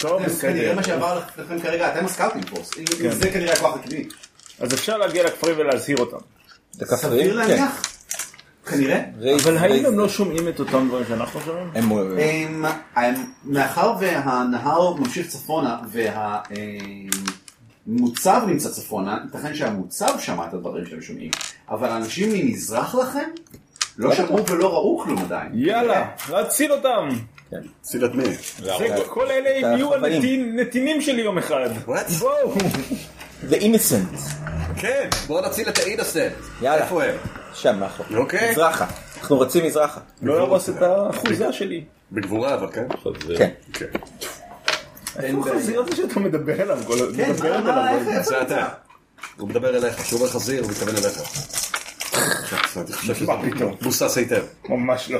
[SPEAKER 6] טוב,
[SPEAKER 4] זה כנראה כן.
[SPEAKER 6] בסדר.
[SPEAKER 4] מה שעבר לכם כרגע, אתם הסקאוטינג פורס. אם- אם זה כנראה הכוח הקדמי.
[SPEAKER 6] אז אפשר להגיע לכפרים ולהזהיר אותם.
[SPEAKER 4] סביר
[SPEAKER 8] כן.
[SPEAKER 4] להניח. כנראה.
[SPEAKER 8] רייז-
[SPEAKER 6] אבל האם
[SPEAKER 8] רייז-
[SPEAKER 6] הם לא שומעים את אותם דברים שאנחנו שומעים?
[SPEAKER 8] הם-
[SPEAKER 4] אמ, אמ, מאחר והנהר ממשיך צפונה והמוצב נמצא צפונה, ייתכן שהמוצב שמע את הדברים שהם שומעים, אבל האנשים ממזרח לכם לא שמעו ולא ראו כלום עדיין.
[SPEAKER 6] יאללה, להציל אותם!
[SPEAKER 5] מציל את מי?
[SPEAKER 6] זה- כל אלה
[SPEAKER 8] את
[SPEAKER 6] יהיו
[SPEAKER 8] החוואים.
[SPEAKER 6] הנתין- נתינים שלי יום אחד.
[SPEAKER 5] What?
[SPEAKER 6] בואו!
[SPEAKER 8] The innocent,
[SPEAKER 5] כן, בוא נציל את האינסטנט.
[SPEAKER 8] יאללה.
[SPEAKER 5] איפה הם?
[SPEAKER 8] שם מאחור.
[SPEAKER 5] אוקיי.
[SPEAKER 8] מזרחה, אנחנו רצים מזרחה.
[SPEAKER 6] לא להרוס את האחוזה שלי.
[SPEAKER 5] בגבורה אבל כן?
[SPEAKER 8] כן.
[SPEAKER 5] כן.
[SPEAKER 6] איפה החזיר הזה שאתה מדבר עליו? כל-
[SPEAKER 9] כן,
[SPEAKER 6] מדברת
[SPEAKER 4] מה,
[SPEAKER 6] עליו.
[SPEAKER 4] איפה?
[SPEAKER 5] זה אתה. הוא מדבר אליך, כשהוא אומר חזיר הוא מתכוון אליך. אני חושב שזה
[SPEAKER 6] פתאום?
[SPEAKER 5] מבוסס היטב.
[SPEAKER 6] ממש לא.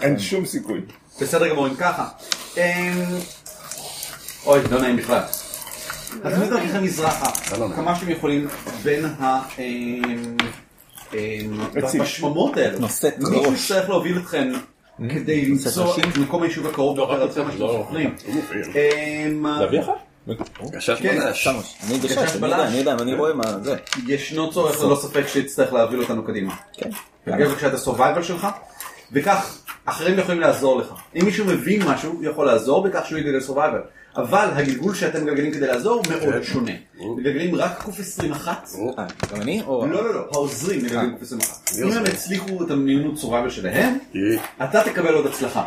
[SPEAKER 6] אין שום סיכוי.
[SPEAKER 4] בסדר גמור, אם ככה. אמ, אוי, לא נעים בכלל. אתם בדרככם מזרחה,
[SPEAKER 5] לא נעים.
[SPEAKER 4] כמה שאתם יכולים בין ה... אמ, אמ,
[SPEAKER 6] עצים.
[SPEAKER 4] בשממות האלה.
[SPEAKER 8] נושאת
[SPEAKER 4] מישהו
[SPEAKER 8] ראש.
[SPEAKER 4] יצטרך להוביל אתכם כדי למצוא
[SPEAKER 8] ראשים?
[SPEAKER 4] את מקום היישוב הקרוב
[SPEAKER 2] לא,
[SPEAKER 4] יותר
[SPEAKER 2] רק
[SPEAKER 4] עד כמה שאתם
[SPEAKER 2] לא.
[SPEAKER 4] זוכרים.
[SPEAKER 5] הוא מוביל.
[SPEAKER 4] אמ,
[SPEAKER 2] להביא לך?
[SPEAKER 5] גשש
[SPEAKER 4] כן.
[SPEAKER 5] בלש.
[SPEAKER 8] סמוש, אני
[SPEAKER 4] גשש
[SPEAKER 8] גשש, אני יודע,
[SPEAKER 4] בלש.
[SPEAKER 8] אני יודע, אני רואה מה זה.
[SPEAKER 4] ישנו צורך ללא ספק שיצטרך להוביל אותנו קדימה.
[SPEAKER 8] כן.
[SPEAKER 4] אגב, כשאתה survival שלך, וכך אחרים יכולים לעזור לך. אם מישהו מבין משהו, הוא יכול לעזור בכך שהוא יגדל survival. אבל הגלגול שאתם מגלגלים כדי לעזור הוא מאוד שונה. מגלגלים רק קוף 21.
[SPEAKER 8] אה, גם אני? או...
[SPEAKER 4] לא, לא, לא, העוזרים מגלגלים קוף 21. אם הם הצליחו את המיונות survival שלהם,
[SPEAKER 5] יהיה.
[SPEAKER 4] אתה תקבל עוד הצלחה.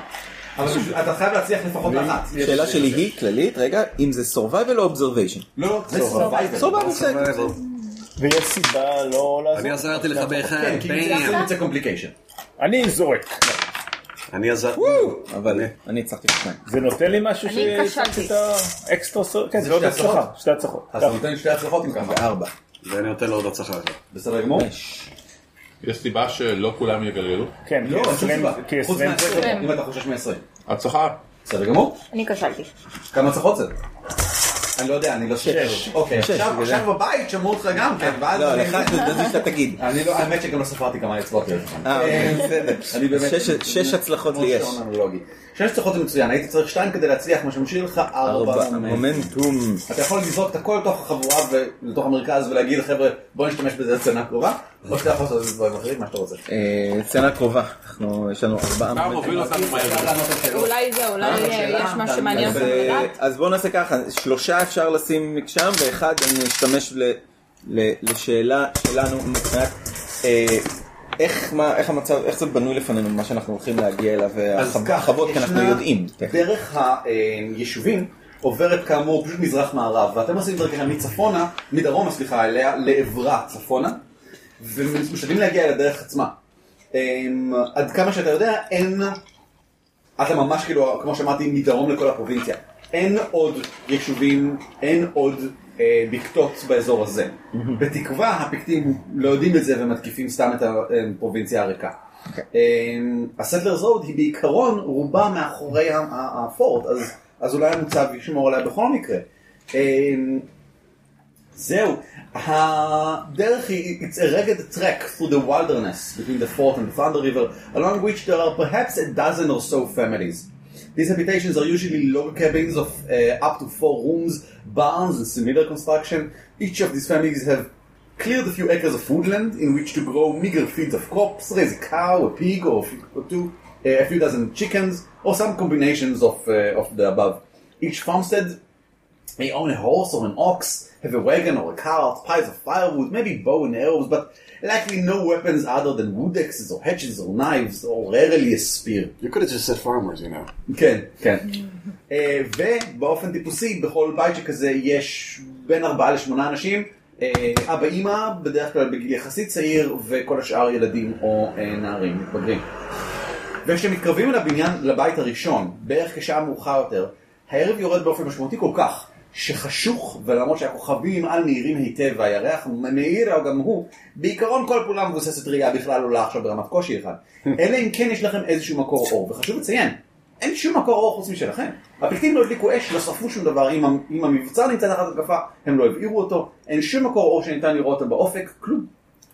[SPEAKER 4] אבל בשביל- אתה חייב להצליח לפחות אחת.
[SPEAKER 8] שאלה שלי היא כללית, רגע, אם זה survival או observation?
[SPEAKER 4] לא, לא, זה survival.
[SPEAKER 8] survival זה...
[SPEAKER 6] ויש סיבה לא לעזור.
[SPEAKER 5] אני עזרתי לך באחד.
[SPEAKER 4] כן, כי
[SPEAKER 5] באם.
[SPEAKER 4] זה קומפליקיישן.
[SPEAKER 6] אני זורק.
[SPEAKER 5] אני עזרתי.
[SPEAKER 8] אבל אני הצלחתי בשניים.
[SPEAKER 6] זה נותן לי משהו ש...
[SPEAKER 9] אני כשלתי.
[SPEAKER 6] את האקסטרה סור... כן, זה עוד
[SPEAKER 4] שתי
[SPEAKER 6] הצלחה.
[SPEAKER 4] הצלחות.
[SPEAKER 6] שתי הצלחות.
[SPEAKER 4] אז לא. אתה נותן שתי הצלחות אם ככה.
[SPEAKER 8] ארבע.
[SPEAKER 5] ואני נותן לו עוד הצלחה.
[SPEAKER 4] בסדר גמור?
[SPEAKER 2] יש סיבה שלא כולם יגלגלו?
[SPEAKER 6] כן,
[SPEAKER 4] לא, אין שום
[SPEAKER 6] כ-עשרים-
[SPEAKER 4] סיבה. חוץ
[SPEAKER 6] כ-עשרים.
[SPEAKER 4] מה-20, אם אתה חושש מ-20.
[SPEAKER 2] הצלחה.
[SPEAKER 4] בסדר גמור.
[SPEAKER 9] אני כשלתי.
[SPEAKER 4] כמה הצלחות זה? אני לא יודע, אני לא
[SPEAKER 6] שש.
[SPEAKER 4] סופר. אוקיי, עכשיו
[SPEAKER 8] בגלל
[SPEAKER 4] עכשיו בבית שמעו אותך גם כן, ואז...
[SPEAKER 8] לא,
[SPEAKER 4] אני-
[SPEAKER 8] לך זה זה שאתה תגיד.
[SPEAKER 4] <laughs> אני לא, האמת שגם לא ספרתי כמה אצבעות יש לך.
[SPEAKER 8] אה, אוקיי, <laughs>
[SPEAKER 4] אני באמת...
[SPEAKER 8] שש- שש הצלחות לי יש.
[SPEAKER 4] כמו שעון אנלוגי. שש הצלחות זה מצוין, הייתי צריך שתיים כדי להצליח, מה שמשאיר לך ארבע.
[SPEAKER 8] ארבע.
[SPEAKER 4] מומנט.
[SPEAKER 8] מומנטום.
[SPEAKER 4] אתה יכול לזרוק את הכל לתוך החבורה ולתוך המרכז ולהגיד לחבר'ה, בוא נשתמש בזה לצנה קרובה, או שאתה יכול לעשות את זה דברים אחרים, מה שאתה רוצה.
[SPEAKER 8] אה, סצנה קרובה. אנחנו, יש לנו ארבעה
[SPEAKER 2] אתה
[SPEAKER 8] מומנטום.
[SPEAKER 2] מוביל אותנו מהר.
[SPEAKER 9] אולי זה, אולי
[SPEAKER 4] אה,
[SPEAKER 9] אה,
[SPEAKER 4] שאלה,
[SPEAKER 9] יש
[SPEAKER 4] אתה-
[SPEAKER 9] משהו שמעניין
[SPEAKER 8] אז,
[SPEAKER 9] אותנו
[SPEAKER 8] אה,
[SPEAKER 9] לדעת.
[SPEAKER 8] אז בואו נעשה ככה, שלושה אפשר לשים שם, ואחד אני אשתמש ל- ל- לשאלה שלנו מבחינת אה, איך מה- איך המצב, איך זה בנוי לפנינו, מה שאנחנו הולכים להגיע אליו, והחוות, כי אנחנו
[SPEAKER 4] ישנה-
[SPEAKER 8] יודעים.
[SPEAKER 4] דרך היישובים עוברת כאמור פשוט מזרח-מערב, ואתם עושים דרככם מצפונה, מדרומה, סליחה, אליה, לעברה צפונה, ומשתדלים להגיע לדרך עצמה. אמ, עד כמה שאתה יודע, אין... אתה ממש כאילו, כמו שאמרתי, מדרום לכל הפרובינציה. אין עוד יישובים, אין עוד אה, בקתות באזור הזה. בתקווה הפיקטים לא יודעים את זה ומתקיפים סתם את הפרובינציה הריקה. אמ, הסטלרס רוד היא בעיקרון רובה מאחורי ה- ה- הפורט, אז, אז אולי המוצב ישמור עליה בכל מקרה. אמ, זהו, הדרך היא, it's a rugged trek through the wilderness between the fort and the Thunder River, along which there are perhaps a dozen or so families. These habitations are usually log cabins of uh, up to four rooms, barns and similar construction. Each of these families have cleared a few acres of woodland in which to grow meager fields of crops, raise a cow, a pig or a few- or two, uh, a few dozen chickens, or some combinations of, uh, of the above. Each farmstead may own a horse or an ox, have a wagon or a cart, piles of firewood, maybe bow and arrows, but likely no weapons other than wood axes or hatchets or knives, or rarely a spear. You could have just said farmers, you know. כן, כן. <laughs> אה, ובאופן טיפוסי, בכל בית שכזה יש בין ארבעה לשמונה אנשים, אה, אבא אימא, בדרך כלל בגיל יחסית צעיר, וכל השאר ילדים או אה, נערים מתבגרים. וכשמתקרבים אל הבניין, לבית הראשון, בערך כשעה מאוחר יותר, הערב יורד באופן משמעותי כל כך, שחשוך, ולמרות שהכוכבים על מאירים היטב והירח מאיר גם הוא, בעיקרון כל פעולה מבוססת ראייה בכלל עולה עכשיו ברמת קושי אחד. אלא אם כן יש לכם איזשהו מקור אור, וחשוב לציין, אין שום מקור אור חוץ משלכם. הפליטים לא הדליקו אש, לא שרפו שום דבר, אם, המ- אם המבצר נמצא תחת התקפה, הם לא הבעירו אותו, אין שום מקור אור שניתן לראות אותו באופק, כלום.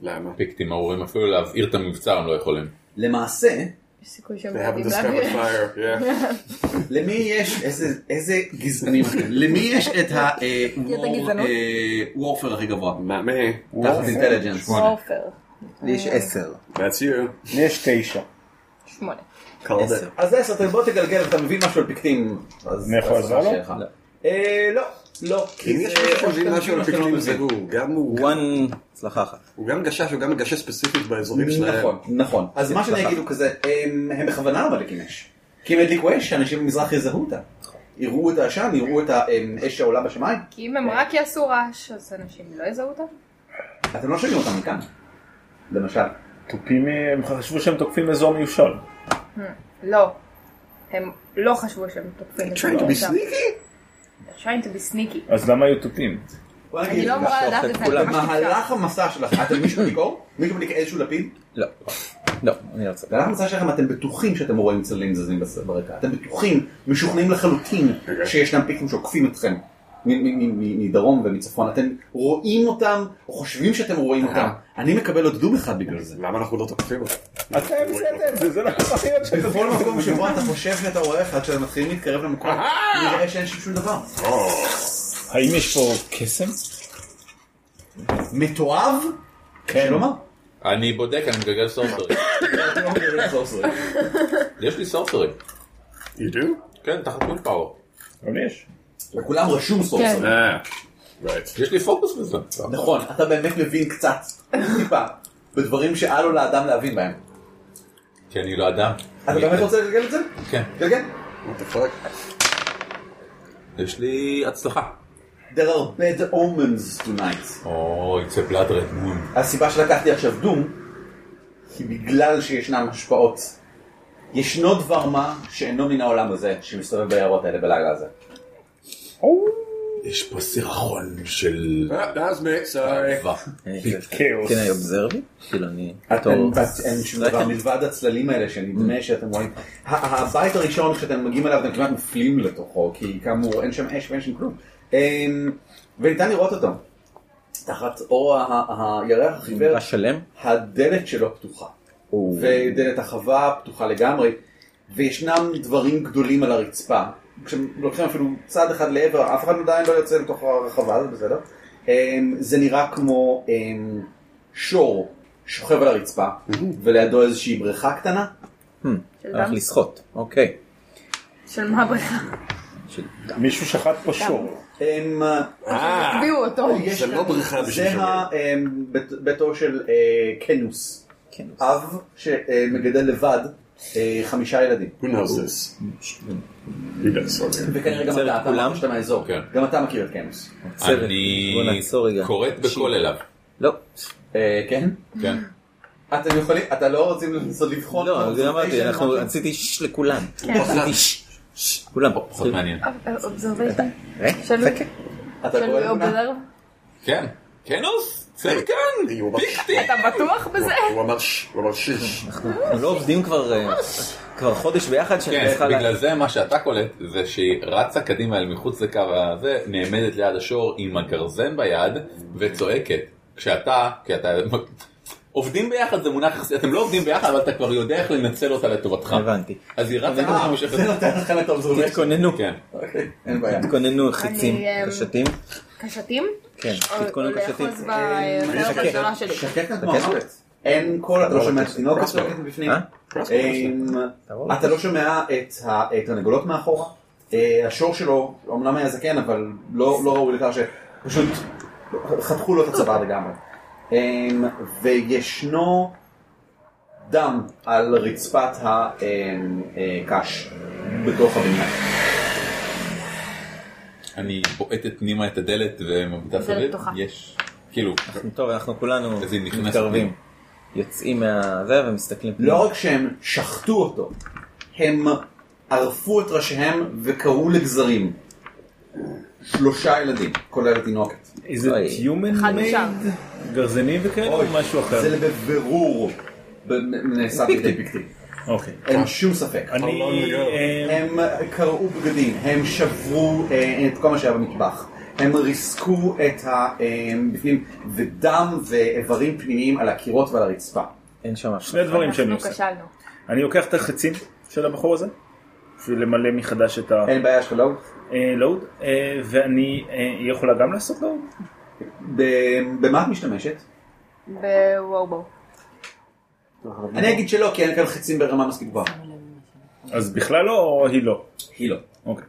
[SPEAKER 2] למה? פיקטים ארורים אפילו להבעיר את המבצר הם לא יכולים.
[SPEAKER 4] למעשה,
[SPEAKER 7] יש סיכוי שהם
[SPEAKER 4] They haven't
[SPEAKER 7] יודעים
[SPEAKER 4] discovered
[SPEAKER 7] להביא.
[SPEAKER 4] fire, למי יש, איזה- איזה גזענים, אתם. למי יש את ה... אה,
[SPEAKER 7] גזע
[SPEAKER 4] war-
[SPEAKER 7] גזענות?
[SPEAKER 4] אה, וורפר הכי גבוה? מה? תחת
[SPEAKER 5] וורפר.
[SPEAKER 4] אינטליג'נס.
[SPEAKER 7] עופר.
[SPEAKER 5] That's you.
[SPEAKER 6] לי יש תשע.
[SPEAKER 7] שמונה.
[SPEAKER 4] עשר. אז עשר, אתה- בוא תגלגל, אתה מבין משהו על פיקטים. אז-
[SPEAKER 5] אני יכול
[SPEAKER 4] אז
[SPEAKER 5] לעזור לו?
[SPEAKER 4] שלך. אה, לא, לא. כי
[SPEAKER 5] אם
[SPEAKER 4] זה-
[SPEAKER 5] יש מישהו
[SPEAKER 4] או שאתה
[SPEAKER 5] שמבין משהו
[SPEAKER 4] מבין
[SPEAKER 5] על
[SPEAKER 4] או שאתה לא
[SPEAKER 5] פיקטים
[SPEAKER 4] מבין.
[SPEAKER 5] זה הוא, גם הוא...
[SPEAKER 8] הצלחה אחת.
[SPEAKER 5] הוא גם גשש, הוא גם מגשש ספציפית באזורים שלהם.
[SPEAKER 4] נכון, נכון. אז מה שאני אגיד הוא כזה, הם הם בכוונה אבל הקים אש. כי הם הדליקו אש, שאנשים במזרח יזהו אותה. יראו את העשן, יראו את האש העולה בשמיים.
[SPEAKER 7] כי אם הם רק יעשו רעש, אז אנשים לא יזהו אותם?
[SPEAKER 4] אתם לא שומעים אותם מכאן. למשל.
[SPEAKER 6] תופים, הם חשבו שהם תוקפים אזור מיושל.
[SPEAKER 7] Hmm, לא. הם לא חשבו שהם תוקפים את
[SPEAKER 6] trying to be
[SPEAKER 7] עכשיו. They're trying to be sneaky.
[SPEAKER 6] אז למה היו תופים?
[SPEAKER 4] בוא
[SPEAKER 7] אני
[SPEAKER 4] נגיד
[SPEAKER 7] לא אמורה
[SPEAKER 4] משהו
[SPEAKER 7] לדעת
[SPEAKER 4] אחר.
[SPEAKER 7] את זה,
[SPEAKER 4] כולם.
[SPEAKER 7] אני ממש
[SPEAKER 4] במהלך המסע שלכם, אתם מישהו מדליקו? מישהו מדליק איזשהו לפיד?
[SPEAKER 8] לא. לא, אני לא רוצה.
[SPEAKER 4] במהלך המסע שלכם אתם בטוחים שאתם רואים צללים זזים בס- ברקע. אתם בטוחים, משוכנעים לחלוטין
[SPEAKER 2] אוקיי.
[SPEAKER 4] שישנם פיקים שעוקפים אתכם. מ- מ- מ- מ- מדרום ומצפון. אתם רואים אותם, או חושבים שאתם רואים אותם. אני מקבל עוד דום אחד בגלל זה. למה אנחנו לא תוקפים אותם?
[SPEAKER 6] אתם בסדר, זה- זה לא יכול להיות שאתם
[SPEAKER 4] בכל מקום שבו אתה חושב שאתה רואה אחד, כשאתם מתחילים להתקרב למקום, נראה שאין שם שום דבר.
[SPEAKER 6] האם יש פה קסם?
[SPEAKER 4] מתועב? כן.
[SPEAKER 2] אני בודק, אני מגלגל סורסרי.
[SPEAKER 4] לא
[SPEAKER 2] יש לי סורסרי. You do? כן, תחת וויל פאוור.
[SPEAKER 6] גם יש.
[SPEAKER 4] לכולם רשום סורסרי. כן.
[SPEAKER 2] יש לי פוקוס בזה.
[SPEAKER 4] נכון, אתה באמת מבין קצת, טיפה, בדברים שאל לו לאדם להבין בהם.
[SPEAKER 2] כי אני לא אדם.
[SPEAKER 4] אתה באמת רוצה לגלגל את זה?
[SPEAKER 2] כן.
[SPEAKER 4] גלגל.
[SPEAKER 2] יש לי הצלחה.
[SPEAKER 4] There are bad omens tonight.
[SPEAKER 2] או, it's a blood red moon.
[SPEAKER 4] הסיבה שלקחתי עכשיו דום, היא בגלל שישנן השפעות. ישנו דבר מה שאינו מן העולם הזה, שמסתובב ביערות האלה בלילה הזה.
[SPEAKER 2] יש פה סירחון של...
[SPEAKER 5] That's me, sorry.
[SPEAKER 8] כן, אני אובזרבי? כאילו אני...
[SPEAKER 4] אתם
[SPEAKER 8] בתור-
[SPEAKER 4] בת- אין שום דבר מלבד הצללים האלה שנדמה שאתם רואים. ה- הבית הראשון כשאתם מגיעים אליו אתם כמעט נופלים לתוכו כי כאמור אין שם אש ואין שם כלום. אמ, וניתן לראות אותו. תחת אור ה- ה- הירח החיוור.
[SPEAKER 8] השלם?
[SPEAKER 4] הדלת שלו פתוחה.
[SPEAKER 8] או.
[SPEAKER 4] ודלת החווה פתוחה לגמרי. וישנם דברים גדולים על הרצפה. כשלוקחים אפילו צעד אחד לעבר אף אחד עדיין לא יוצא לתוך הרחבה זה בסדר. אמ, זה נראה כמו אמ, שור שוכב על הרצפה ולידו איזושהי בריכה קטנה.
[SPEAKER 8] הלך לשחות, אוקיי.
[SPEAKER 7] של מה הבריכה?
[SPEAKER 6] מישהו שחט פה
[SPEAKER 7] שור.
[SPEAKER 4] הם...
[SPEAKER 7] הביאו אותו.
[SPEAKER 4] יש
[SPEAKER 7] זה לא
[SPEAKER 4] כאן-
[SPEAKER 7] בריכה בשביל
[SPEAKER 4] זה
[SPEAKER 7] שומר.
[SPEAKER 4] ה- אמ, בית- ביתו של אה, קנוס. אב שמגדל לבד אה, חמישה ילדים.
[SPEAKER 5] Who knows this? He does, okay.
[SPEAKER 4] וכנראה גם אתה, אתה אמרת שאתה מהאזור. גם אתה מכיר את קנוס.
[SPEAKER 2] אני קוראת בקול אליו.
[SPEAKER 8] לא, אה, כן?
[SPEAKER 2] כן.
[SPEAKER 8] אתם יכולים, אתה לא רוצים לנסות לבחון? לא, זה אמרתי, אנחנו רציתי שש לכולם.
[SPEAKER 9] כן.
[SPEAKER 8] רציתי שש, שש, כולם פה.
[SPEAKER 2] פחות מעניין.
[SPEAKER 9] אובזרוויישן.
[SPEAKER 8] אה,
[SPEAKER 9] שאלו,
[SPEAKER 8] חכה. אתה
[SPEAKER 9] שאלו
[SPEAKER 8] קורא לכולם?
[SPEAKER 9] אובזרב.
[SPEAKER 2] כן. כנוס? צא כאן! פיקטי!
[SPEAKER 9] אתה בטוח בזה?
[SPEAKER 5] הוא אמר ש... הוא אמר שיש.
[SPEAKER 8] אנחנו לא עובדים כבר אה, כבר חודש ביחד שאני
[SPEAKER 2] כן,
[SPEAKER 8] צריכה... לה-
[SPEAKER 2] בגלל זה מה שאתה קולט זה שהיא רצה קדימה אל מחוץ לקו הזה, נעמדת ליד השור עם הגרזן ביד וצועקת. כשאתה, כי אתה... עובדים ביחד זה מונח יחסי, אתם לא עובדים ביחד אבל אתה כבר יודע איך לנצל אותה לטובתך.
[SPEAKER 8] הבנתי. לא,
[SPEAKER 2] אז היא רצה ככה מושכת.
[SPEAKER 8] תתכוננו.
[SPEAKER 2] כן.
[SPEAKER 5] אין בעיה.
[SPEAKER 8] תתכוננו חיצים,
[SPEAKER 9] אני, אה,
[SPEAKER 8] קשתים.
[SPEAKER 9] קשתים?
[SPEAKER 8] כן,
[SPEAKER 9] או-
[SPEAKER 8] תתכוננו
[SPEAKER 9] או
[SPEAKER 8] קשתים.
[SPEAKER 9] לאחוז
[SPEAKER 4] אה,
[SPEAKER 9] בחרב הראשונה אה, שלי.
[SPEAKER 4] שקט את
[SPEAKER 8] שקט.
[SPEAKER 4] מועמד. אין קול, אתה לא שומע את התינוקת צועקת מבפנים.
[SPEAKER 8] אה?
[SPEAKER 4] אמ, אתה לא שומע את ה- את הנגולות מאחורה. אה, השור שלו, אמנם היה זקן, אבל לא לא ראוי לכך שפשוט חתכו לו את הצוואר לגמרי. אמ, וישנו דם על רצפת הקש בתוך הבניין.
[SPEAKER 2] אני בועטת פנימה את הדלת ומביטה
[SPEAKER 9] דלת
[SPEAKER 2] סביב.
[SPEAKER 9] פתוחה.
[SPEAKER 2] יש. כאילו,
[SPEAKER 8] טוב, אנחנו כולנו
[SPEAKER 2] אז היא נכנסת
[SPEAKER 8] מתקרבים. יוצאים מהזה ומסתכלים.
[SPEAKER 4] לא רק שהם שחטו אותו, הם ערפו את ראשיהם וקרעו לגזרים. שלושה ילדים, כולל התינוקת.
[SPEAKER 6] איזה
[SPEAKER 8] אוי.
[SPEAKER 6] human
[SPEAKER 9] אחד נשאר.
[SPEAKER 6] made? גרזנים וכאלה או משהו אחר?
[SPEAKER 4] זה בבירור ב- נעשה בידי כן. פיקטי. כן.
[SPEAKER 6] אוקיי.
[SPEAKER 4] אין שום ספק.
[SPEAKER 6] אני... אה,
[SPEAKER 4] הם קרעו בגדים, הם שברו אה, את כל מה שהיה במטבח. הם ריסקו את ה... אה, בפנים, ודם ואיברים פנימיים על הקירות ועל הרצפה.
[SPEAKER 8] אין שם אף אחד.
[SPEAKER 6] שני דברים שאני
[SPEAKER 9] אנחנו
[SPEAKER 6] עושה.
[SPEAKER 9] כשלנו.
[SPEAKER 6] אני לוקח את החצים של הבחור הזה, בשביל למלא מחדש את
[SPEAKER 4] אין בעיה שלך לא?
[SPEAKER 6] הלואוד, ואני... אה, היא יכולה גם לעשות לואוד?
[SPEAKER 4] ב- במה את משתמשת?
[SPEAKER 9] בוואו
[SPEAKER 4] אני אגיד שלא, כי אין כאן חצים ברמה מספיק גבוהה.
[SPEAKER 6] אז בכלל לא, או היא לא?
[SPEAKER 4] היא לא.
[SPEAKER 6] אוקיי.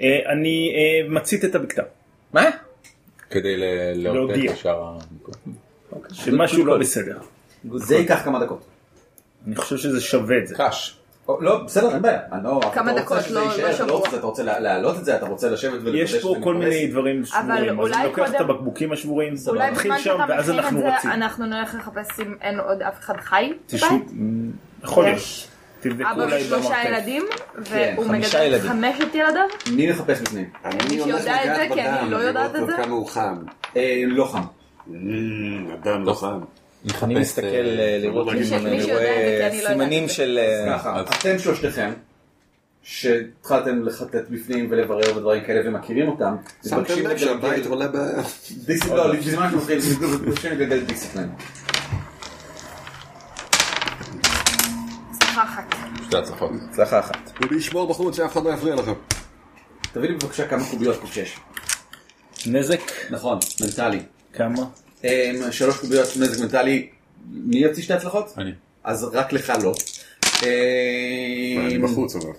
[SPEAKER 6] אה, אני אה, מצית את הבקתה,
[SPEAKER 8] מה?
[SPEAKER 2] כדי ל-
[SPEAKER 6] להודיע.
[SPEAKER 2] לעודד את שאר ה...
[SPEAKER 6] שמשהו לא בסדר.
[SPEAKER 4] זה ייקח כמה דקות.
[SPEAKER 6] אני חושב שזה שווה את זה.
[SPEAKER 2] קש.
[SPEAKER 4] או, לא, בסדר, אין בעיה. אני לא...
[SPEAKER 9] כמה
[SPEAKER 4] אתה רוצה
[SPEAKER 9] דקות,
[SPEAKER 4] שזה
[SPEAKER 9] לא- לא
[SPEAKER 4] יישאר, אתה
[SPEAKER 9] שבוע.
[SPEAKER 4] רוצה- אתה רוצה לה- להעלות את זה, אתה רוצה לשבת ולוודא
[SPEAKER 6] יש פה
[SPEAKER 4] שזה
[SPEAKER 6] כל
[SPEAKER 4] מתפרס.
[SPEAKER 6] מיני דברים שבורים, אז
[SPEAKER 9] אולי
[SPEAKER 6] אני לוקח את
[SPEAKER 9] קודם-
[SPEAKER 6] הבקבוקים השבורים,
[SPEAKER 9] אולי
[SPEAKER 6] מתחיל
[SPEAKER 9] בזמן
[SPEAKER 6] שם,
[SPEAKER 9] שאתה
[SPEAKER 6] ואז
[SPEAKER 9] מכין את
[SPEAKER 6] אנחנו רצים.
[SPEAKER 9] זה, אנחנו נלך לחפש אם אין עוד אף אחד חי
[SPEAKER 6] תשמעו,
[SPEAKER 9] בבית.
[SPEAKER 6] יכול להיות.
[SPEAKER 9] יש
[SPEAKER 6] תבדקו
[SPEAKER 9] אבא
[SPEAKER 6] אולי
[SPEAKER 9] ושלושה
[SPEAKER 6] במרתף.
[SPEAKER 9] ילדים,
[SPEAKER 4] כן,
[SPEAKER 9] והוא
[SPEAKER 8] חמישה
[SPEAKER 9] מגדל
[SPEAKER 8] ילדים.
[SPEAKER 9] חמשת ילדיו.
[SPEAKER 4] מי מחפש בפנים?
[SPEAKER 5] אני
[SPEAKER 9] מישהו
[SPEAKER 5] הולך
[SPEAKER 9] יודע את זה?
[SPEAKER 5] לגעת
[SPEAKER 9] כי
[SPEAKER 8] אה,
[SPEAKER 9] אני
[SPEAKER 5] בדם,
[SPEAKER 9] לא יודעת
[SPEAKER 5] לראות
[SPEAKER 9] את זה.
[SPEAKER 5] כמה הוא חם.
[SPEAKER 4] אה, לא חם.
[SPEAKER 5] אמ, הדם לא חם.
[SPEAKER 8] אני
[SPEAKER 2] מחפש,
[SPEAKER 8] מסתכל
[SPEAKER 2] אה,
[SPEAKER 8] אה, לראות
[SPEAKER 5] מי
[SPEAKER 8] אם
[SPEAKER 5] ש-
[SPEAKER 9] מי שיודע את
[SPEAKER 8] אני
[SPEAKER 9] זה, כי
[SPEAKER 8] רואה
[SPEAKER 9] אני לא יודעת
[SPEAKER 8] סימנים
[SPEAKER 9] את זה.
[SPEAKER 8] של... אה,
[SPEAKER 4] ככה, אתם שלושתכם, שהתחלתם לחטט בפנים ולברר ודברים כאלה ומכירים אותם,
[SPEAKER 5] שמתם
[SPEAKER 4] מבקשים
[SPEAKER 5] לב
[SPEAKER 4] לגלגל
[SPEAKER 5] שהבית עולה ב...
[SPEAKER 4] דיסציפלין, לא, בזמן שאתם מתחילים, מבקשים לגלגל דיסציפלין.
[SPEAKER 9] סליחה אחת.
[SPEAKER 2] שתי הצלחות.
[SPEAKER 8] הצלחה אחת.
[SPEAKER 5] ולשמור בחוץ שאף אחד לא יפריע לכם.
[SPEAKER 4] תביא לי בבקשה כמה קוביות קוב שש.
[SPEAKER 6] נזק,
[SPEAKER 4] נכון, מנטלי.
[SPEAKER 6] כמה?
[SPEAKER 4] אמ, שלוש קוביות נזק מנטלי, מי יוציא שתי הצלחות?
[SPEAKER 2] אני.
[SPEAKER 4] אז רק לך לא. אמ,
[SPEAKER 5] אני בחוץ אבל.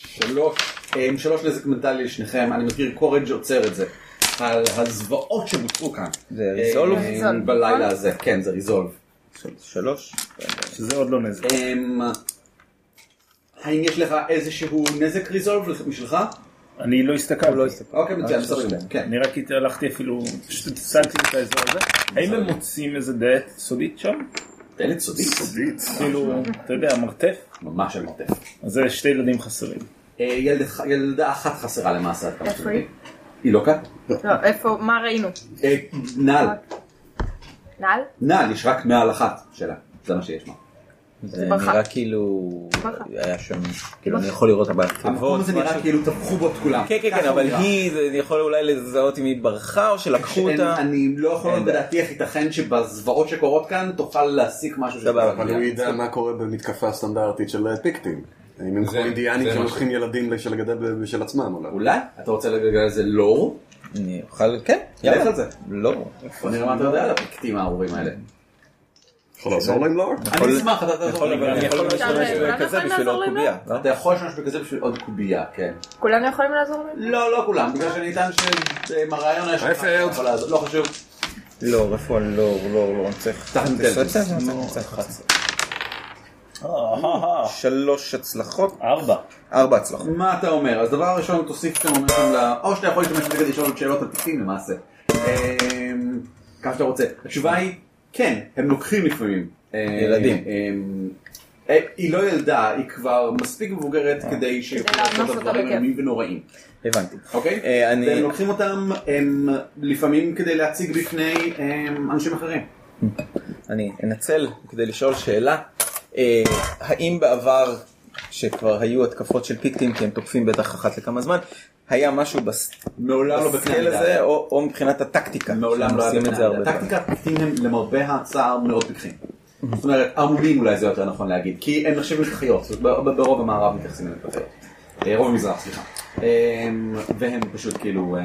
[SPEAKER 4] שלוש, אמ, שלוש נזק מנטלי לשניכם, אני מכיר קורג' עוצר את זה. על הזוועות שבוצעו כאן.
[SPEAKER 8] זה ריזולב?
[SPEAKER 4] אמ,
[SPEAKER 9] ריזולב,
[SPEAKER 4] בלילה
[SPEAKER 9] נכון?
[SPEAKER 4] הזה, כן, זה ריזולב.
[SPEAKER 8] של- שלוש.
[SPEAKER 6] שזה עוד לא נזק.
[SPEAKER 4] אמ, האם יש לך איזשהו נזק ריזולב משלך?
[SPEAKER 6] אני לא הסתכלתי.
[SPEAKER 4] אוקיי, מצוין,
[SPEAKER 8] אה,
[SPEAKER 4] בסדר.
[SPEAKER 8] שלוש.
[SPEAKER 4] כן.
[SPEAKER 6] אני רק הת- הלכתי אפילו, פשוט הצלתי את האזור הזה. האם הם מוצאים איזה דלת סודית שם?
[SPEAKER 4] דלת סודית,
[SPEAKER 6] כאילו, אתה יודע, מרתף?
[SPEAKER 4] ממש על מרתף.
[SPEAKER 6] אז זה שתי ילדים חסרים.
[SPEAKER 4] אה, ילד- ילדה אחת חסרה למעשה. עד כמה
[SPEAKER 9] איפה
[SPEAKER 4] שאני
[SPEAKER 9] היא?
[SPEAKER 4] מבין. היא לא כאן?
[SPEAKER 9] לא, איפה, מה ראינו?
[SPEAKER 4] אה, נעל.
[SPEAKER 9] נעל?
[SPEAKER 4] נעל, יש רק נעל אחת שלה. זה מה שיש מה.
[SPEAKER 8] זה
[SPEAKER 9] ברכה.
[SPEAKER 8] נראה כאילו...
[SPEAKER 9] ברכה.
[SPEAKER 8] היה שם... כאילו, אני יכול לראות הבעיה.
[SPEAKER 4] המקום הזה נראה כאילו טבחו בו את כולם.
[SPEAKER 8] כן, כן, כן,
[SPEAKER 4] ככה
[SPEAKER 8] אבל
[SPEAKER 4] הוא נראה.
[SPEAKER 8] היא, זה- אני יכול אולי לזהות אם היא ברחה או שלקחו
[SPEAKER 4] שאין-
[SPEAKER 8] אותה.
[SPEAKER 4] אני לא יכול
[SPEAKER 8] אין
[SPEAKER 4] לדעת בדעתי איך ייתכן שבזוועות שקורות כאן תוכל להסיק משהו
[SPEAKER 8] סבבה.
[SPEAKER 4] שקורה
[SPEAKER 5] אבל
[SPEAKER 4] במדינה.
[SPEAKER 5] הוא ידע מה קורה במתקפה סטנדרטית של אה, פיקטים. אם הם
[SPEAKER 2] זה-
[SPEAKER 5] כמו אינדיאנים
[SPEAKER 2] זה מה
[SPEAKER 5] שלוקחים ילדים בשביל לגדל בשביל עצמם אולי.
[SPEAKER 4] אולי? אתה רוצה לגלגל על זה לור?
[SPEAKER 8] אני אוכל... כן,
[SPEAKER 4] יאללה.
[SPEAKER 8] יאללה.
[SPEAKER 4] על זה.
[SPEAKER 8] לא.
[SPEAKER 4] בוא נראה מה אתה יודע על הפקטים הארורים האלה.
[SPEAKER 5] יכול לעזור להם לא?
[SPEAKER 4] אני אשמח, אתה
[SPEAKER 8] יכול,
[SPEAKER 4] תעזור לי.
[SPEAKER 8] נכון, אבל אני יכול
[SPEAKER 9] אפשר- אה,
[SPEAKER 8] להשתמש
[SPEAKER 9] כולנו
[SPEAKER 8] בכזה
[SPEAKER 9] יכולים
[SPEAKER 8] בשביל
[SPEAKER 9] לעזור
[SPEAKER 8] עוד
[SPEAKER 9] להם?
[SPEAKER 8] קובייה. לא?
[SPEAKER 4] אתה יכול לשמש בכזה בשביל עוד קובייה, כן.
[SPEAKER 9] כולנו יכולים לעזור להם?
[SPEAKER 4] לא, לא כולם, בגלל שניתן אה, שמהרעיון היה שלך.
[SPEAKER 5] ההפך.
[SPEAKER 4] אבל אז- לא חשוב.
[SPEAKER 8] לא, רפואל, לא, לא, לא, אני צריך...
[SPEAKER 4] תחת אינטליגנס. אה,
[SPEAKER 8] שלוש הצלחות,
[SPEAKER 6] ארבע.
[SPEAKER 8] ארבע הצלחות.
[SPEAKER 4] מה אתה אומר? אז דבר ראשון תוסיף את המומנטום ל... או שאתה יכול להשתמש בגלל לשאול עוד שאלות על פיקטים למעשה. אמ, כמה שאתה רוצה. התשובה היא, כן, הם לוקחים לפעמים. אה,
[SPEAKER 1] ילדים.
[SPEAKER 4] אה, אה, היא לא ילדה, היא כבר מספיק מבוגרת כדי שיכולה
[SPEAKER 1] לאנוס
[SPEAKER 4] לעשות את
[SPEAKER 1] אותה
[SPEAKER 4] הדברים
[SPEAKER 1] בכיף.
[SPEAKER 4] איומים ונוראים.
[SPEAKER 8] הבנתי. אה,
[SPEAKER 4] אוקיי?
[SPEAKER 8] אני-
[SPEAKER 4] והם לוקחים אותם הם, לפעמים כדי להציג בפני הם, אנשים אחרים.
[SPEAKER 8] אני אנצל כדי לשאול שאלה. אה, האם בעבר, שכבר היו התקפות של פיקטים, כי הם תוקפים בטח אחת לכמה זמן, היה משהו בס...
[SPEAKER 4] מעולם לא בקנה מידה.
[SPEAKER 8] הזה, או, או מבחינת הטקטיקה?
[SPEAKER 4] מעולם
[SPEAKER 8] שהם
[SPEAKER 4] לא היה
[SPEAKER 8] עושים את זה הרבה
[SPEAKER 4] בקנה.
[SPEAKER 8] פעמים.
[SPEAKER 4] הטקטיקה הפיקטים הם למרבה הצער מאוד פיקחים. זאת אומרת, עמומים אולי זה יותר נכון להגיד, כי הם נחשבים לחיות, זאת אומרת, ב- ב- ברוב המערב מתייחסים אליהם כחיות. אה, רוב המזרח, סליחה. אמ, והם פשוט כאילו...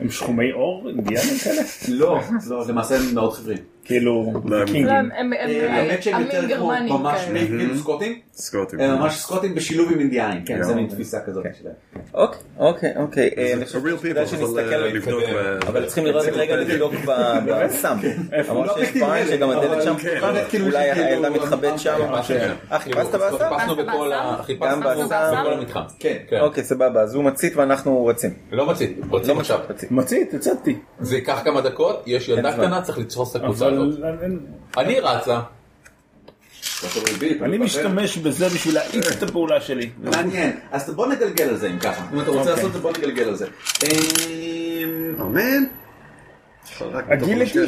[SPEAKER 6] הם שחומי עור? אינדיאנים כאלה?
[SPEAKER 4] לא, לא, למעשה הם מאוד חברים.
[SPEAKER 6] כאילו,
[SPEAKER 9] לא, הם- הם- הם-
[SPEAKER 4] אה, האמת שהם
[SPEAKER 9] עמים
[SPEAKER 4] יותר כמו
[SPEAKER 9] גרמנים
[SPEAKER 4] ממש
[SPEAKER 9] כאלה.
[SPEAKER 4] מי- כאילו סקוטים?
[SPEAKER 8] אה,
[SPEAKER 10] סקוטים.
[SPEAKER 4] הם ממש סקוטים בשילוב עם אינדיאנים, כן, זה
[SPEAKER 8] כן.
[SPEAKER 4] מין תפיסה כזאת שלהם.
[SPEAKER 8] אוקיי, אוקיי, אוקיי. אה,
[SPEAKER 4] זה
[SPEAKER 8] אני חושב
[SPEAKER 4] real people,
[SPEAKER 8] שכדאי שנסתכל
[SPEAKER 4] אבל, אה,
[SPEAKER 8] על-
[SPEAKER 4] לבדוק ב-
[SPEAKER 8] אבל צריכים לראות
[SPEAKER 4] זה
[SPEAKER 8] רגע
[SPEAKER 4] בודק.
[SPEAKER 8] לבדוק ב-
[SPEAKER 4] <laughs>
[SPEAKER 8] בסם.
[SPEAKER 4] איפה?
[SPEAKER 8] אמרת
[SPEAKER 4] לא
[SPEAKER 8] שיש
[SPEAKER 4] פיקטים
[SPEAKER 8] פעם
[SPEAKER 4] האלה,
[SPEAKER 8] שגם הדלת
[SPEAKER 4] אבל
[SPEAKER 8] שם
[SPEAKER 4] כן.
[SPEAKER 8] פתוחה,
[SPEAKER 4] אבל כאילו
[SPEAKER 8] אולי
[SPEAKER 4] שכאילו-
[SPEAKER 8] הילדה מתחבאת שם.
[SPEAKER 4] כן.
[SPEAKER 8] אה, חיפשת
[SPEAKER 2] כאילו,
[SPEAKER 8] באסם?
[SPEAKER 2] חיפשנו בכל ה... חיפשנו
[SPEAKER 8] גם באסם?
[SPEAKER 2] בכל המתחם.
[SPEAKER 4] כן.
[SPEAKER 8] אוקיי, סבבה, אז הוא מצית ואנחנו רצים.
[SPEAKER 2] לא מצית,
[SPEAKER 8] רצים
[SPEAKER 2] עכשיו.
[SPEAKER 6] מצית, הצעתי.
[SPEAKER 2] זה ייקח כמה דקות, יש ילדה
[SPEAKER 6] זמן.
[SPEAKER 2] קטנה, צריך לתפוס את הקבוצה הזאת.
[SPEAKER 6] אבל אני-
[SPEAKER 2] אני רצה.
[SPEAKER 6] אני משתמש בזה בשביל להאיץ את הפעולה שלי.
[SPEAKER 4] מעניין, אז בוא נגלגל על זה אם ככה. אם אתה רוצה
[SPEAKER 6] אוקיי.
[SPEAKER 4] לעשות את זה בוא נגלגל על זה.
[SPEAKER 8] אה.
[SPEAKER 4] אמ,
[SPEAKER 10] אמן. הגיליטי?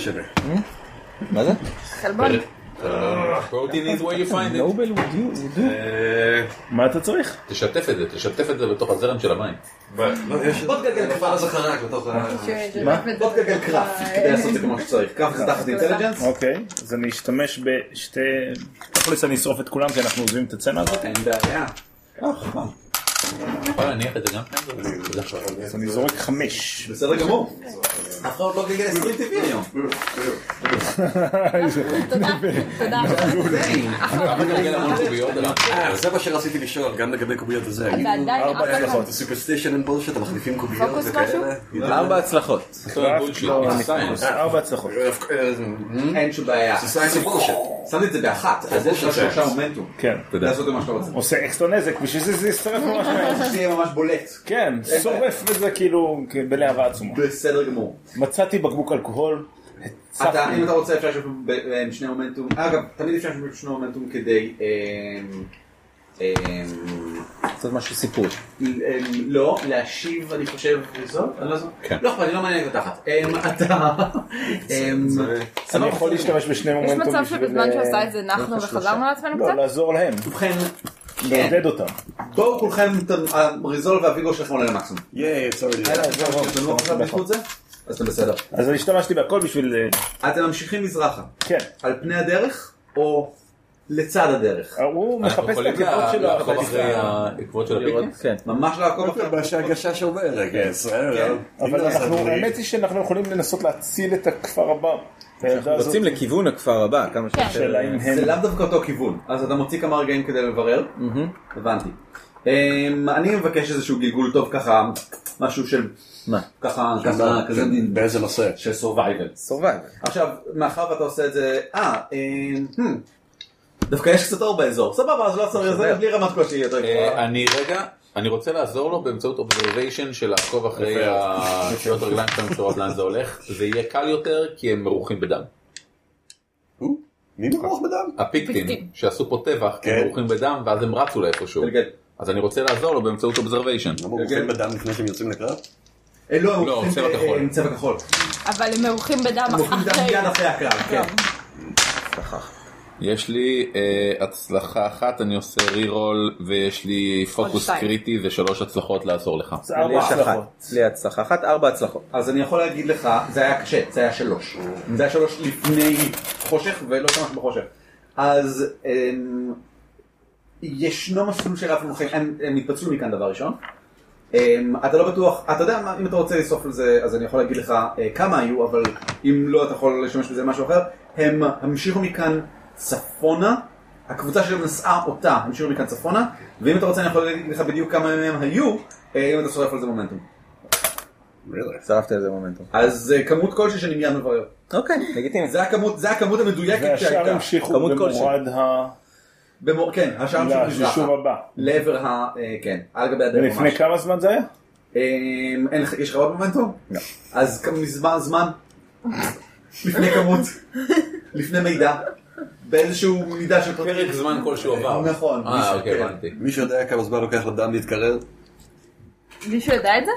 [SPEAKER 8] מה זה?
[SPEAKER 9] חלבון.
[SPEAKER 2] פרוטין is where you find it.
[SPEAKER 8] נובל would
[SPEAKER 4] אה.
[SPEAKER 6] מה אתה צריך?
[SPEAKER 2] תשתף את זה, תשתף את זה בתוך הזרם של המים.
[SPEAKER 4] בוא תגלגל כבר אז אחריך בתוך ה...
[SPEAKER 6] מה?
[SPEAKER 4] בוא תגלגל קראפט כדי לעשות את זה כמו שצריך.
[SPEAKER 2] אה,
[SPEAKER 4] קראפט זה תחת אינטליג'נס.
[SPEAKER 6] אוקיי, אז אני אשתמש בשתי... תכלס אני אשרוף את כולם כי אנחנו עוזבים את הצצנה הזאת.
[SPEAKER 4] אין בעיה.
[SPEAKER 2] אה, יכול להניח אה, את זה גם? תודה.
[SPEAKER 6] אז אני זורק חמש.
[SPEAKER 4] בסדר גמור. אף אחד לא גלגל 20 טבעי היום.
[SPEAKER 9] תודה.
[SPEAKER 10] אה, זה מה שרציתי לשאול, גם לגבי קוביות וזה. כאילו,
[SPEAKER 9] ועדיין אף
[SPEAKER 10] ארבע
[SPEAKER 9] אחד-
[SPEAKER 10] הצלחות, זה סופרסטישן אין בולשיט, אבל מחליפים קוביות
[SPEAKER 9] פוקוס
[SPEAKER 10] וכאלה. כאילו-
[SPEAKER 8] ארבע הצלחות.
[SPEAKER 2] לא
[SPEAKER 6] ארבע הצלחות.
[SPEAKER 5] אה,
[SPEAKER 4] אין שום בעיה. שמתי את זה באחת, אז יש לך שלושה מומנטום.
[SPEAKER 6] כן.
[SPEAKER 4] לעשות את מה שאתה רוצה.
[SPEAKER 6] עושה אקסטרה נזק, בשביל זה זה יסטרף ממש מהר.
[SPEAKER 4] שזה יהיה ממש בולט.
[SPEAKER 6] כן, שורף וזה כאילו בלהבה עצומה.
[SPEAKER 4] בסדר גמור.
[SPEAKER 6] מצאתי בקבוק אלכוהול.
[SPEAKER 4] אתה, אם אתה רוצה אפשר לשבת ב- אה, עם שני מומנטום, אגב, תמיד אפשר לשבת עם שני מומנטום כדי... אמ, אמ,
[SPEAKER 8] לעשות משהו סיפור.
[SPEAKER 4] אמ, לא, להשיב, אני חושב, זאת, אני לא זוכר.
[SPEAKER 2] כן.
[SPEAKER 4] לא אכפת, אני לא מעניין את התחת. אמ, אתה... אמ,
[SPEAKER 6] אני
[SPEAKER 4] סבבה.
[SPEAKER 6] יכול להשתמש בשני
[SPEAKER 9] יש
[SPEAKER 6] מומנטום
[SPEAKER 9] מצב
[SPEAKER 6] בשביל,
[SPEAKER 9] שבזמן
[SPEAKER 6] אה,
[SPEAKER 9] שהוא עשה את זה נחנו וחזרנו לעצמנו
[SPEAKER 6] לא,
[SPEAKER 9] קצת?
[SPEAKER 6] לעזור להם,
[SPEAKER 4] ובכן, כן.
[SPEAKER 6] לעודד אותם.
[SPEAKER 4] בואו כולכם, ת- הריזול והוויגו שלכם עולה למקסימום.
[SPEAKER 10] ייי, סורי.
[SPEAKER 4] יאללה, אז בואו, אתם לא חזרתם בזכות זה? אז אתם בסדר.
[SPEAKER 6] אז אני השתמשתי בהכל בשביל... אה,
[SPEAKER 4] אתם ממשיכים מזרחה.
[SPEAKER 6] כן.
[SPEAKER 4] על פני הדרך, או לצד הדרך?
[SPEAKER 6] הוא
[SPEAKER 2] אנחנו
[SPEAKER 6] מחפש את
[SPEAKER 2] יכולים
[SPEAKER 6] הקליפות שלו.
[SPEAKER 2] לעקוב
[SPEAKER 6] אבל-
[SPEAKER 2] אחרי העקבות של הפיקניק?
[SPEAKER 8] כן.
[SPEAKER 4] ממש לא, לעקוב אחרי...
[SPEAKER 10] הבעיה הגשה שעוברת. כן, בסדר.
[SPEAKER 2] לא,
[SPEAKER 6] אבל אנחנו, האמת היא שאנחנו יכולים לנסות להציל את הכפר הבא. הילדה הזאת-
[SPEAKER 8] רוצים לכיוון הכפר הבא, כמה שיותר.
[SPEAKER 6] שאלה אם הם...
[SPEAKER 4] זה לאו דווקא אותו כיוון, אז אתה מוציא כמה רגעים כדי לברר? הבנתי. אמ, אני מבקש איזשהו גלגול טוב ככה, משהו של...
[SPEAKER 8] מה?
[SPEAKER 4] ככה, ככה, כזה
[SPEAKER 5] כן.
[SPEAKER 4] מין...
[SPEAKER 10] באיזה נושא?
[SPEAKER 4] של survival.
[SPEAKER 8] סורבג.
[SPEAKER 4] עכשיו, מאחר ואתה עושה את זה... אה, אמ, hmm. דווקא יש קצת אור באזור. סבבה, אז לא צריך
[SPEAKER 6] אוקיי.
[SPEAKER 4] לזה, בלי רמת קושי יותר גבוהה.
[SPEAKER 2] אה, אני רגע, אני רוצה לעזור לו באמצעות אובזרוויישן של לעקוב אחרי השעות הרגליים שלהם בצורה לאן זה הולך. זה יהיה קל יותר כי הם מרוחים בדם.
[SPEAKER 10] מי
[SPEAKER 5] כן.
[SPEAKER 10] מרוח בדם?
[SPEAKER 2] הפיקטים
[SPEAKER 9] פיקטים.
[SPEAKER 2] שעשו פה טבח, כי הם
[SPEAKER 10] כן.
[SPEAKER 2] מרוחים בדם ואז הם רצו לאיפשהו.
[SPEAKER 6] כן.
[SPEAKER 4] גלגל.
[SPEAKER 2] אז אני רוצה לעזור לו באמצעות אובזרוויישן.
[SPEAKER 10] הם
[SPEAKER 5] כן,
[SPEAKER 10] מרוחים בדם לפני שהם יוצאים לקרב?
[SPEAKER 4] אה, לא, הם
[SPEAKER 2] לא,
[SPEAKER 4] הולכים
[SPEAKER 2] צבע
[SPEAKER 4] ב-
[SPEAKER 2] כחול.
[SPEAKER 6] אה,
[SPEAKER 4] עם צבע כחול.
[SPEAKER 9] אבל הם מרוחים בדם
[SPEAKER 4] הם הולכים
[SPEAKER 6] אוקיי.
[SPEAKER 4] דם
[SPEAKER 9] אחרי.
[SPEAKER 4] יד אחרי הקרב, כן.
[SPEAKER 2] יש לי אה, הצלחה אחת, אני עושה רירול ויש לי פוקוס
[SPEAKER 9] שתיים.
[SPEAKER 2] קריטי ושלוש הצלחות לעזור לך.
[SPEAKER 6] זה ארבע
[SPEAKER 8] יש
[SPEAKER 6] הצלחות.
[SPEAKER 8] אחת. לי הצלחה אחת, ארבע הצלחות.
[SPEAKER 4] אז אני יכול להגיד לך, זה היה קשה, זה היה שלוש. זה היה שלוש לפני חושך ולא ממש בחושך. אז אמ, ישנו מסלול של אף מומחים, הם הם התפצלו מכאן דבר ראשון. אמ, אתה לא בטוח, אתה יודע מה, אם אתה רוצה לשרוף על זה, אז אני יכול להגיד לך אה, כמה היו, אבל אם לא, אתה יכול לשמש בזה משהו אחר. הם המשיכו מכאן צפונה, הקבוצה שלהם נשאה אותה, המשיכו מכאן צפונה, ואם אתה רוצה אני יכול להגיד לך בדיוק כמה מהם היו, אה, אם אתה שורף על זה מומנטום.
[SPEAKER 8] הצטרפתי לזה מומנטום.
[SPEAKER 4] אז אה, כמות כלשהי שאני מיד מברר.
[SPEAKER 8] אוקיי, לגיטימי.
[SPEAKER 4] זה הכמות, זה הכמות המדויקת
[SPEAKER 6] והשאר
[SPEAKER 4] שהייתה.
[SPEAKER 6] המשיכו
[SPEAKER 8] כמות כלשהי.
[SPEAKER 6] במורד ה...
[SPEAKER 4] במו... כן, השאר המשיכו
[SPEAKER 6] לשישוב
[SPEAKER 4] מזרחה.
[SPEAKER 6] הבא.
[SPEAKER 4] לעבר ה... אה, כן, על גבי הדרך
[SPEAKER 6] ולפני
[SPEAKER 4] ממש.
[SPEAKER 6] כמה זמן זה היה?
[SPEAKER 11] אמ,
[SPEAKER 4] אה, אין לך- יש לך עוד מומנטום?
[SPEAKER 8] לא.
[SPEAKER 4] אז כמה זמן? זמן?
[SPEAKER 11] לפני כמות, לפני מידע, באיזשהו מידע של פרק
[SPEAKER 2] זמן כלשהו עבר.
[SPEAKER 11] נכון.
[SPEAKER 2] אה, אוקיי, הבנתי.
[SPEAKER 4] כן.
[SPEAKER 5] מישהו יודע כמה זמן לוקח לדם להתקרר?
[SPEAKER 9] מישהו יודע את זה?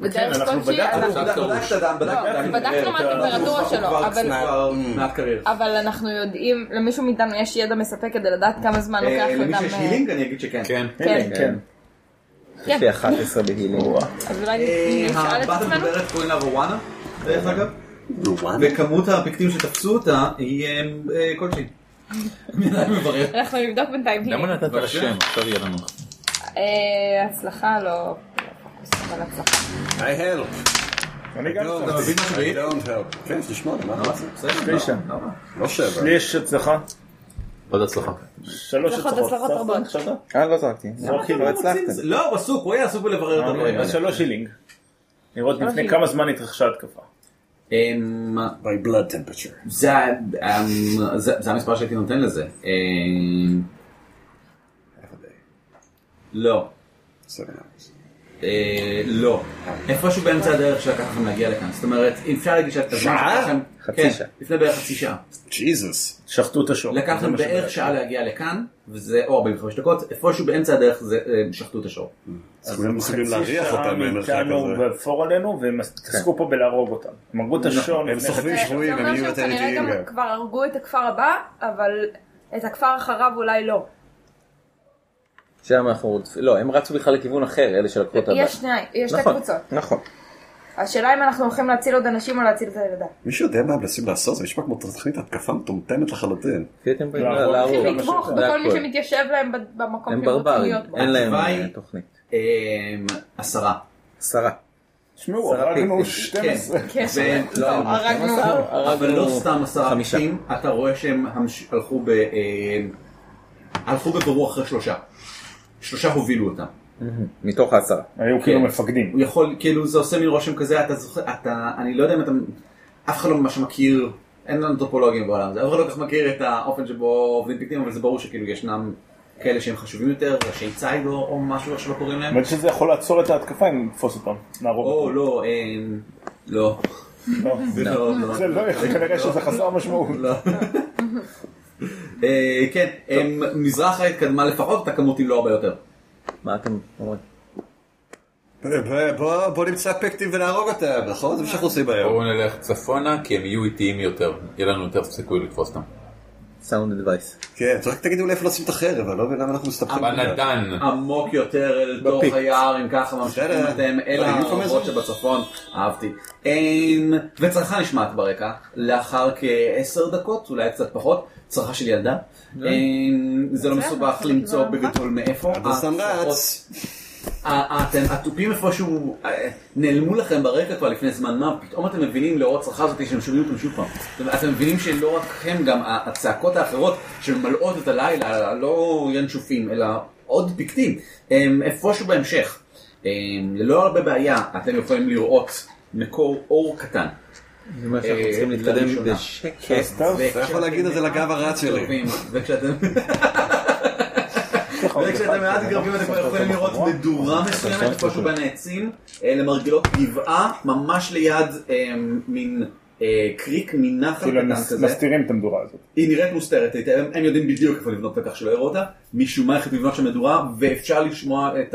[SPEAKER 9] בדרך
[SPEAKER 5] אנחנו
[SPEAKER 9] כלשהי,
[SPEAKER 5] בדקנו,
[SPEAKER 9] אנחנו-
[SPEAKER 5] בדקנו, בדקנו את הדם, בדקנו את הדם.
[SPEAKER 9] לא, בדקנו מה הטמפרטורה שלו, אבל-
[SPEAKER 11] אה,
[SPEAKER 2] אה,
[SPEAKER 11] מהקריירה.
[SPEAKER 9] אבל אנחנו יודעים, למישהו מאיתנו יש ידע מספק כדי לדעת כמה זמן לוקח
[SPEAKER 11] למי
[SPEAKER 9] לדם...
[SPEAKER 11] שיש
[SPEAKER 9] אה,
[SPEAKER 11] הילינג אני אגיד שכן. כן.
[SPEAKER 9] כן. כן.
[SPEAKER 8] יש לי 11 בהילים.
[SPEAKER 9] אז אולי נשאל אה, את
[SPEAKER 11] הבת
[SPEAKER 9] עצמנו?
[SPEAKER 11] המדברת אה, קוראים לה רואנה, דרך אגב. וכמות הפיקטים שתפסו אותה היא אה, אה, כלשהי.
[SPEAKER 9] אנחנו נבדוק בינתיים.
[SPEAKER 12] למה נתת לה שם? עכשיו יהיה לנו.
[SPEAKER 9] אה, הצלחה לא... אבל הצלחה.
[SPEAKER 5] I help.
[SPEAKER 6] אני גם
[SPEAKER 5] לא, אתה מבין מה שבעיה? I don't help. כן, זה שמונה,
[SPEAKER 4] לא,
[SPEAKER 5] מה אתה עושה?
[SPEAKER 6] בסדר, תשע.
[SPEAKER 5] לא שבע.
[SPEAKER 6] לי יש הצלחה.
[SPEAKER 2] עוד הצלחה.
[SPEAKER 6] שלוש
[SPEAKER 9] הצלחות,
[SPEAKER 6] הצלחות.
[SPEAKER 9] נכון, הצלחות
[SPEAKER 6] הצלחת?
[SPEAKER 9] רבות.
[SPEAKER 6] עכשיו?
[SPEAKER 8] אה, לא זרקתי.
[SPEAKER 6] לא
[SPEAKER 11] הצלחתם. לא, הוא עסוק, הוא היה עסוק בלברר את הדברים
[SPEAKER 6] אה, אז
[SPEAKER 11] האלה.
[SPEAKER 6] שלוש הילינג. לראות
[SPEAKER 9] שלוש
[SPEAKER 6] לפני
[SPEAKER 9] הילינג.
[SPEAKER 6] כמה זמן התרחשה התקפה.
[SPEAKER 4] אמ,
[SPEAKER 5] by blood temperature.
[SPEAKER 4] זה ה- אמ, זה- זה המספר שהייתי נותן לזה. אמ, לא.
[SPEAKER 5] Seven hours.
[SPEAKER 4] אה, לא. איפשהו באמצע הדרך שלקח לכם להגיע לכאן. זאת אומרת, אם אפשר להגיד שאת הזמן
[SPEAKER 5] שעה?
[SPEAKER 4] שלקח לכם...
[SPEAKER 8] חצי
[SPEAKER 4] כן,
[SPEAKER 8] שעה.
[SPEAKER 4] לפני בערך חצי שעה.
[SPEAKER 5] Jesus.
[SPEAKER 6] שחטו את השור.
[SPEAKER 4] לקח
[SPEAKER 6] זה
[SPEAKER 4] לכם
[SPEAKER 6] מה שבא.
[SPEAKER 4] בערך שעה להגיע לכאן, וזה או 45 דקות, איפשהו באמצע הדרך זה, אה, שחטו את השור.
[SPEAKER 5] אז הם מסוגלים
[SPEAKER 6] חצי
[SPEAKER 5] להריח
[SPEAKER 6] שעה
[SPEAKER 5] אותם במרחק
[SPEAKER 6] מאיתנו
[SPEAKER 5] הזה.
[SPEAKER 6] ואפור עלינו, והם התעסקו פה בלהרוג אותם. נכון. הם הרגו את השור.
[SPEAKER 5] הם
[SPEAKER 6] לפני
[SPEAKER 5] סוחבים
[SPEAKER 9] זה
[SPEAKER 5] שבויים, הם
[SPEAKER 9] אומר
[SPEAKER 5] יהיו
[SPEAKER 9] שהם
[SPEAKER 5] יותר
[SPEAKER 9] כנראה
[SPEAKER 5] איטיים
[SPEAKER 9] גם
[SPEAKER 5] גם.
[SPEAKER 9] כבר הרגו את הכפר הבא, אבל את הכפר אחריו אולי לא.
[SPEAKER 8] שם אנחנו רודפים, לא, הם רצו בכלל לכיוון אחר, אלה שלקחו את
[SPEAKER 9] יש שניים, יש שתי
[SPEAKER 8] נכון,
[SPEAKER 9] קבוצות.
[SPEAKER 8] נכון.
[SPEAKER 4] לא,
[SPEAKER 9] השאלה אם אנחנו הולכים להציל עוד אנשים או להציל את הילדה.
[SPEAKER 5] מישהו יודע מה הם מנסים לעשות? זה נשמע כמו תוכנית התקפה מטומטמת לחלוטין.
[SPEAKER 8] פתאום
[SPEAKER 4] לא,
[SPEAKER 8] באים
[SPEAKER 6] להרוג.
[SPEAKER 8] להרוג.
[SPEAKER 9] הולכים לתמוך
[SPEAKER 8] זה
[SPEAKER 9] בכל מי
[SPEAKER 8] הכל.
[SPEAKER 9] שמתיישב להם ב- במקום
[SPEAKER 8] הם
[SPEAKER 9] שהם רוצים
[SPEAKER 8] ברברים,
[SPEAKER 9] להיות בו.
[SPEAKER 8] אין להם
[SPEAKER 4] התוואי-
[SPEAKER 8] אה, תוכנית.
[SPEAKER 4] אמ, עשרה.
[SPEAKER 8] עשרה.
[SPEAKER 6] תשמעו,
[SPEAKER 8] שרה
[SPEAKER 6] הרגנו
[SPEAKER 8] פיקניק.
[SPEAKER 6] 12.
[SPEAKER 9] כן.
[SPEAKER 4] ו- לא,
[SPEAKER 9] הרגנו
[SPEAKER 4] אבל לא
[SPEAKER 8] הרגנו
[SPEAKER 4] סתם עשרה
[SPEAKER 8] חמישה.
[SPEAKER 4] פיקטים, אתה רואה שהם המש- הלכו ב... אמ, הלכו בבירור אחרי שלושה. שלושה הובילו אותם.
[SPEAKER 8] מתוך העשרה.
[SPEAKER 6] היו כאילו מפקדים.
[SPEAKER 4] הוא יכול, כאילו זה עושה מין רושם כזה, אתה זוכר, אתה, אני לא יודע אם אתה, אף אחד לא ממש מכיר, אין לנו טופולוגים בעולם, זה אף אחד לא כל כך מכיר את האופן שבו עובדים פיקטים, אבל זה ברור שכאילו ישנם כאלה שהם חשובים יותר, ראשי ציד או, או משהו איך שלא קוראים להם.
[SPEAKER 6] האמת שזה יכול לעצור את ההתקפה אם נתפוס אותם. נהרוג
[SPEAKER 4] או
[SPEAKER 6] אותם.
[SPEAKER 4] לא, אין, לא.
[SPEAKER 6] לא.
[SPEAKER 4] זה לא, לא.
[SPEAKER 6] זה לא יכול, כנראה שזה חסר משמעות.
[SPEAKER 4] לא. אה, כן, הם- מזרחה התקדמה לפחות, הכמות היא לא הרבה יותר.
[SPEAKER 8] מה אתם אומרים?
[SPEAKER 5] בוא נמצא פקטים ונהרוג אותם, נכון? זה מה שאנחנו עושים היום.
[SPEAKER 2] בואו נלך צפונה כי הם יהיו איטיים יותר. יהיה לנו יותר סיכוי לתפוס אותם.
[SPEAKER 8] סאונד אדווייס.
[SPEAKER 5] כן, רק תגידו לי איפה לשים את החרב, אני לא מבין למה אנחנו מסתפקים.
[SPEAKER 2] בנדן.
[SPEAKER 4] עמוק יותר אל תוך
[SPEAKER 8] בפיק.
[SPEAKER 4] היער, אם ככה ממשיכים
[SPEAKER 5] בסדר.
[SPEAKER 4] אתם אל
[SPEAKER 5] אה,
[SPEAKER 4] הרחובות
[SPEAKER 5] אינפורמציה.
[SPEAKER 4] שבצפון, אהבתי. אין... וצרחה נשמעת ברקע, לאחר כעשר דקות, אולי קצת פחות, צרחה של ילדה. אין, זה לא מסובך למצוא בגדול מאיפה.
[SPEAKER 5] הדסן
[SPEAKER 4] הצרחות-
[SPEAKER 5] רץ.
[SPEAKER 4] ה- ה- אתם- התופים איפשהו אה, נעלמו לכם ברקע כבר לפני זמן מה, פתאום אתם מבינים לאור הצרחה הזאת שהם שומעים אותם שוב פעם. אתם- אתם מבינים שלא רק הם, גם ה- הצעקות האחרות שממלאות את הלילה, לא ינשופים, אלא עוד פיקטים, הם איפשהו בהמשך. הם, ללא הרבה בעיה, אתם יכולים לראות מקור אור קטן.
[SPEAKER 8] זה אומר
[SPEAKER 4] אה,
[SPEAKER 8] שאנחנו צריכים להתקדם
[SPEAKER 4] לראשונה.
[SPEAKER 8] בשקט.
[SPEAKER 4] וכשאתם-
[SPEAKER 5] אתה יכול להגיד את זה לגב הרץ שלי.
[SPEAKER 4] מתקרבים, וכשאתם...
[SPEAKER 6] אוקיי,
[SPEAKER 4] וכשאתם מעט
[SPEAKER 6] נכון.
[SPEAKER 4] מתקרבים אתם כבר יכולים לראות מדורה מסוימת איפשהו בין העצים, אה, למרגלות גבעה, ממש ליד אה, מין אה, קריק, מין נחל
[SPEAKER 6] כאילו הם
[SPEAKER 4] קטן
[SPEAKER 6] מס-
[SPEAKER 4] כזה.
[SPEAKER 6] מסתירים את המדורה הזאת.
[SPEAKER 4] היא נראית מוסתרת, היטב, הם, הם יודעים בדיוק איפה לבנות וכך שלא יראו אותה, משום מה החליטו לבנות שם מדורה, ואפשר לשמוע את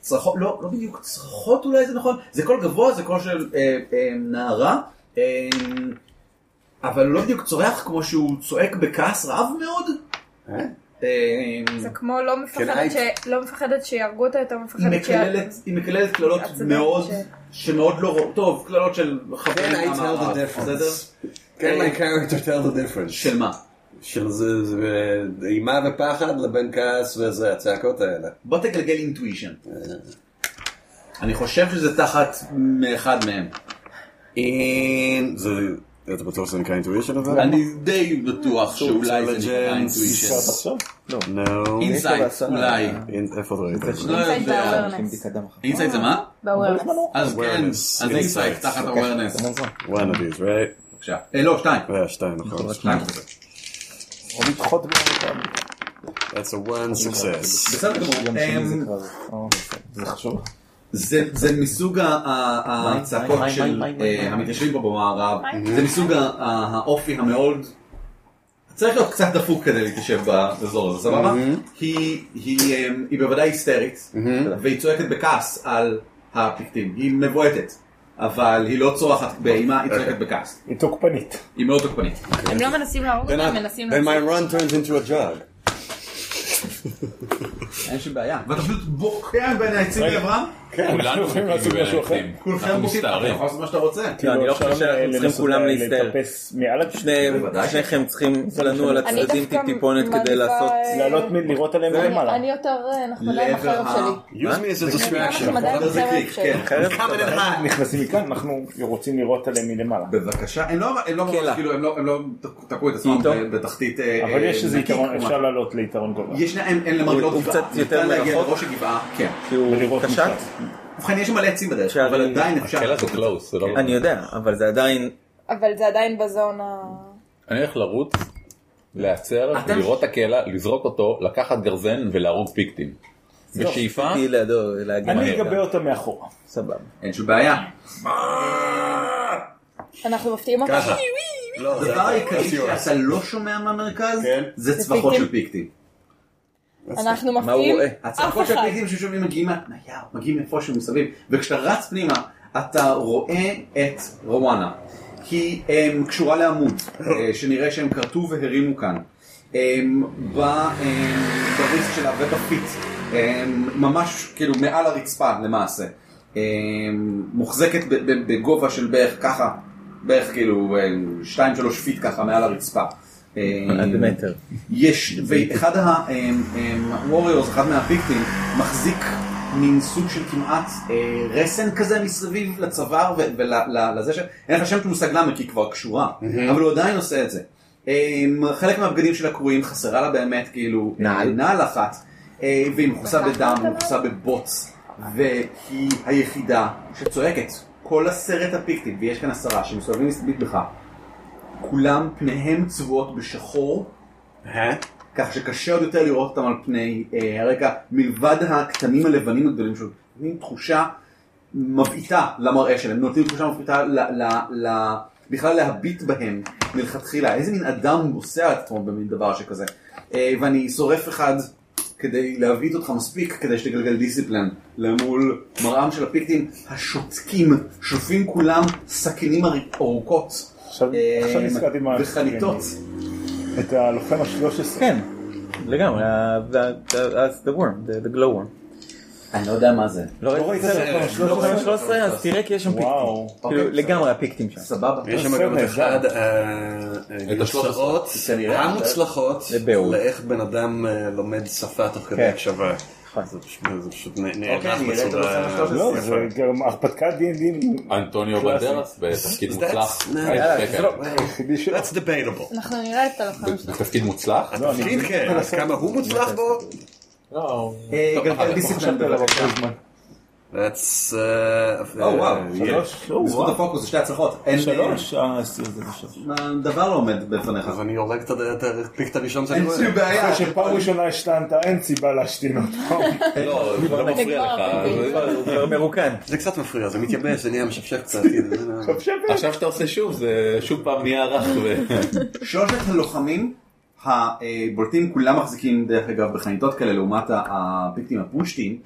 [SPEAKER 4] הצרחות, לא, לא בדיוק צרחות אולי זה נכון, זה קול גבוה, זה קול של אה, אה, נערה, אה, אבל הוא לא בדיוק צורח כמו שהוא צועק בכעס רב מאוד. אה,
[SPEAKER 9] זה כמו לא
[SPEAKER 5] כן,
[SPEAKER 9] מפחדת ש- לא מפחדת שיהרגו אותה, יותר
[SPEAKER 4] היא
[SPEAKER 9] מפחדת
[SPEAKER 4] מקללת, היא מקללת קללות
[SPEAKER 9] עצבנית
[SPEAKER 4] מאוד,
[SPEAKER 9] ש-
[SPEAKER 4] שמאוד לא, רוא- טוב, קללות של חברים
[SPEAKER 5] כן, I tell the
[SPEAKER 4] מהמערב, בסדר? אה,
[SPEAKER 5] difference. כן, my character tell the difference.
[SPEAKER 4] של מה?
[SPEAKER 5] של זה, זה אה, אימה ופחד לבין כעס וזה, הצעקות האלה.
[SPEAKER 4] בוא תגלגל אינטואישן. אני חושב שזה תחת מאחד מהם.
[SPEAKER 5] אין... זה... אתה בטוח שזה נקרא אינטואישן אבל?
[SPEAKER 4] אני די בטוח שאולי זה נקרא
[SPEAKER 5] intelligence.
[SPEAKER 4] אינטואישן.
[SPEAKER 6] אפשר עכשיו?
[SPEAKER 5] לא.
[SPEAKER 4] אינסייט, אולי.
[SPEAKER 5] אין- איפה אתה ראית את זה?
[SPEAKER 4] לא יודע.
[SPEAKER 8] עושים בדיקת דם אחר.
[SPEAKER 4] אינסייט זה מה?
[SPEAKER 9] ש...
[SPEAKER 4] אז כן,
[SPEAKER 5] Awareness.
[SPEAKER 4] אז אינסייט,
[SPEAKER 5] Insight.
[SPEAKER 4] תחת
[SPEAKER 8] אוקיי.
[SPEAKER 4] awareness.
[SPEAKER 8] המון זמן.
[SPEAKER 5] one of these, right?
[SPEAKER 4] בבקשה. אה, לא, שתיים.
[SPEAKER 5] אה, שתיים, נכון.
[SPEAKER 4] שתיים.
[SPEAKER 6] או לדחות בהם אותם.
[SPEAKER 5] That's a one success.
[SPEAKER 4] בסדר גמור.
[SPEAKER 8] יום שני זה
[SPEAKER 4] אמ,
[SPEAKER 8] כבר... או, זה חשוב.
[SPEAKER 4] זה זה מסוג ה- ה- הצעקות
[SPEAKER 1] מה,
[SPEAKER 4] של
[SPEAKER 1] מה, מה,
[SPEAKER 4] אה,
[SPEAKER 1] מה,
[SPEAKER 4] המתיישבים פה במערב,
[SPEAKER 1] מה?
[SPEAKER 4] זה מסוג ה- ה- האופי המאוד... צריך להיות קצת דפוק כדי להתיישב באזור הזה, סבבה?
[SPEAKER 1] Mhm.
[SPEAKER 4] היא- היא אמ, היא בוודאי היסטרית, והיא צועקת בכעס על הפיקטים, היא מבועטת, אבל היא לא צורחת באימה, היא צועקת בכעס.
[SPEAKER 6] היא
[SPEAKER 8] לא,
[SPEAKER 6] תוקפנית.
[SPEAKER 4] היא מאוד תוקפנית.
[SPEAKER 9] הם לא מנסים להרוג אותם, הם מנסים
[SPEAKER 5] Then my
[SPEAKER 9] לעשות.
[SPEAKER 5] run turns into a jog.
[SPEAKER 4] אין שום בעיה. ואתה פשוט בוקע בין העצים
[SPEAKER 5] רגע.
[SPEAKER 4] לאברהם?
[SPEAKER 5] כן, כולנו אנחנו יכולים בוקעים לעשות בין משהו אחר. העצים.
[SPEAKER 4] כולכם
[SPEAKER 5] אנחנו
[SPEAKER 4] בוקעים, אתה
[SPEAKER 5] מסתערים.
[SPEAKER 4] יכול לעשות מה שאתה רוצה.
[SPEAKER 6] כאילו,
[SPEAKER 8] לא, אני לא חושב
[SPEAKER 6] אה,
[SPEAKER 8] שאנחנו צריכים כולם להסתער. שני-
[SPEAKER 4] בוודאי. לא
[SPEAKER 8] שניכם צריכים לנוע על
[SPEAKER 9] אני
[SPEAKER 8] הצדדים
[SPEAKER 9] דווקא
[SPEAKER 8] טיפטיפונת כדי
[SPEAKER 9] מעדיפה,
[SPEAKER 8] לעשות...
[SPEAKER 9] אה, לעלות
[SPEAKER 6] מ- לראות עליהם
[SPEAKER 9] אני- אני יותר אה, נחמדה עם החרב שלי.
[SPEAKER 5] Use me as a
[SPEAKER 9] distraction. אני עדיין בחרב שלי.
[SPEAKER 6] נכנסים מכאן, אנחנו רוצים לראות עליהם מלמעלה.
[SPEAKER 4] בבקשה, הם לא הם לא ממש, כאילו, הם לא- הם לא תקעו את עצמם
[SPEAKER 6] איתו?
[SPEAKER 4] בתחתית... אה,
[SPEAKER 6] אבל
[SPEAKER 4] אה,
[SPEAKER 6] יש איזה
[SPEAKER 4] נקיק,
[SPEAKER 6] יתרון,
[SPEAKER 4] כלומר.
[SPEAKER 6] אפשר לעלות ליתרון גובה.
[SPEAKER 4] יש להם, אין למעלה לא גבעה. ניתן להגיע לראש הגבעה, כן.
[SPEAKER 8] כי הוא
[SPEAKER 4] ולראות
[SPEAKER 8] קשת?
[SPEAKER 4] ובכן, יש מלא עצים בדרך, אבל עדיין אפשר.
[SPEAKER 6] אוקיי,
[SPEAKER 8] אני יודע, אבל זה עדיין...
[SPEAKER 9] אבל זה עדיין בזונה...
[SPEAKER 2] אני הולך לרוץ, להצר,
[SPEAKER 9] אתם-
[SPEAKER 2] לראות את הקלע, לזרוק אותו, לקחת גרזן ולהרוג פיקטים. בשאיפה.
[SPEAKER 6] אני אגבה אותה מאחורה.
[SPEAKER 8] סבבה.
[SPEAKER 4] אין שום בעיה.
[SPEAKER 9] אנחנו מפתיעים אותם.
[SPEAKER 4] ככה.
[SPEAKER 6] לא,
[SPEAKER 4] הדבר העיקרי שאתה לא שומע מהמרכז,
[SPEAKER 5] כן.
[SPEAKER 4] זה צווחות של פיקטים.
[SPEAKER 9] אנחנו מפתיעים אף
[SPEAKER 4] הצעקות של
[SPEAKER 9] אחד.
[SPEAKER 4] הפיקטים ששומעים מגיעים מהתניה, מגיעים איפשהו מסביב, וכשאתה רץ פנימה, אתה רואה את רואנה. היא אמ, קשורה לעמוד, אה, שנראה שהם כרתו והרימו כאן. אמ, ב- אמ, בריסט שלה ובפיט, אמ, ממש כאילו מעל הרצפה למעשה. אמ, מוחזקת ב- ב- בגובה של בערך ככה, בערך כאילו 2-3 פיט ככה מעל הרצפה. אמ,
[SPEAKER 8] עד מטר.
[SPEAKER 4] יש, ואחד הווריורס, אחד מהפיקטים, מחזיק מין סוג של כמעט אה, רסן כזה מסביב לצוואר ולזה ש... אין לך שם מושג למה כי היא כבר קשורה, אבל הוא עדיין עושה את זה. אה, חלק מהבגדים שלה קרועים, חסרה לה באמת כאילו נעל, נעל אחת, אה, והיא מכוסה בדם, מכוסה בבוץ, והיא היחידה שצועקת. כל עשרת הפיקטים, ויש כאן עשרה שמסתובבים מסביבך, כולם פניהם צבועות בשחור, כך שקשה עוד יותר לראות אותם על פני אה, הרקע, מלבד הקטנים הלבנים הגדולים שלו, נותנים תחושה מבעיטה למראה שלהם, נותנים תחושה מבעיטה ל, ל, ל, בכלל להביט בהם מלכתחילה, איזה מין אדם עושה על עצמו במין דבר שכזה. אה, ואני שורף אחד כדי להביט אותך מספיק כדי שתגלגל דיסציפלן למול מראם של הפיקטים השותקים, שופים כולם סכינים ארוכות. אה,
[SPEAKER 6] עכשיו נזכרתי מה...
[SPEAKER 4] וחניתות.
[SPEAKER 5] כן.
[SPEAKER 6] את הלוחם ה-13.
[SPEAKER 8] כן, לגמרי, ה- the- the- that's the worm, the the glow worm.
[SPEAKER 4] אני לא יודע מה זה.
[SPEAKER 8] לא
[SPEAKER 4] לא
[SPEAKER 8] ראית
[SPEAKER 4] ראית
[SPEAKER 8] את
[SPEAKER 4] את
[SPEAKER 8] הסרט
[SPEAKER 4] זה.
[SPEAKER 8] פעם 13? אז תראה כי יש שם
[SPEAKER 6] וואו.
[SPEAKER 8] פיקטים. כאילו
[SPEAKER 6] אוקיי,
[SPEAKER 8] לגמרי הפיקטים שם.
[SPEAKER 4] סבבה.
[SPEAKER 5] יש שם גם את אחד אה, הגרסאות אה, המוצלחות לאיך בן אדם אה, לומד שפה תוך כדי
[SPEAKER 6] כן.
[SPEAKER 5] הקשבה. זה פשוט- זה פשוט נ-
[SPEAKER 4] כן,
[SPEAKER 5] נערך
[SPEAKER 6] אוקיי, נראה את
[SPEAKER 5] בצורה...
[SPEAKER 6] לא,
[SPEAKER 5] יפה.
[SPEAKER 6] זה גם הרפתקת D&D.
[SPEAKER 2] אנטוניו
[SPEAKER 6] קלאסי.
[SPEAKER 2] בנדרס בתפקיד
[SPEAKER 5] That's-
[SPEAKER 2] מוצלח.
[SPEAKER 5] no,
[SPEAKER 2] יאללה,
[SPEAKER 5] that's
[SPEAKER 2] תזרוק.
[SPEAKER 5] not- That's debatable.
[SPEAKER 9] אנחנו נראה את הלוחם שלך.
[SPEAKER 2] בתפקיד מוצלח?
[SPEAKER 9] נכון.
[SPEAKER 5] התפקיד כן, אז כמה הוא מוצלח בו?
[SPEAKER 4] אה,
[SPEAKER 5] טוב,
[SPEAKER 4] גלגל
[SPEAKER 5] אחר כך.
[SPEAKER 4] דיסציפלין, בבקשה.
[SPEAKER 5] That's... אה, Oh,
[SPEAKER 4] או וואו, שלוש, בזכות הפוקוס זה שתי הצלחות. אין- דבר לא עומד בפניך.
[SPEAKER 5] אז אני הורג את ה- את הפיקט הראשון שאני
[SPEAKER 6] אין
[SPEAKER 5] רואה.
[SPEAKER 6] שום בעיה. אחרי שפעם ראשונה השתנת, אין סיבה להשתין אותו.
[SPEAKER 5] לא, זה לא מפריע לך,
[SPEAKER 8] הוא כבר מרוקן.
[SPEAKER 5] זה קצת מפריע, זה מתייבש, זה נהיה משפשף קצת. כאילו,
[SPEAKER 2] עכשיו שאתה עושה שוב, זה שוב פעם נהיה רך.
[SPEAKER 4] שלושת הלוחמים הבולטים כולם מחזיקים דרך אגב בחניתות כאלה לעומת הביטים הפושטים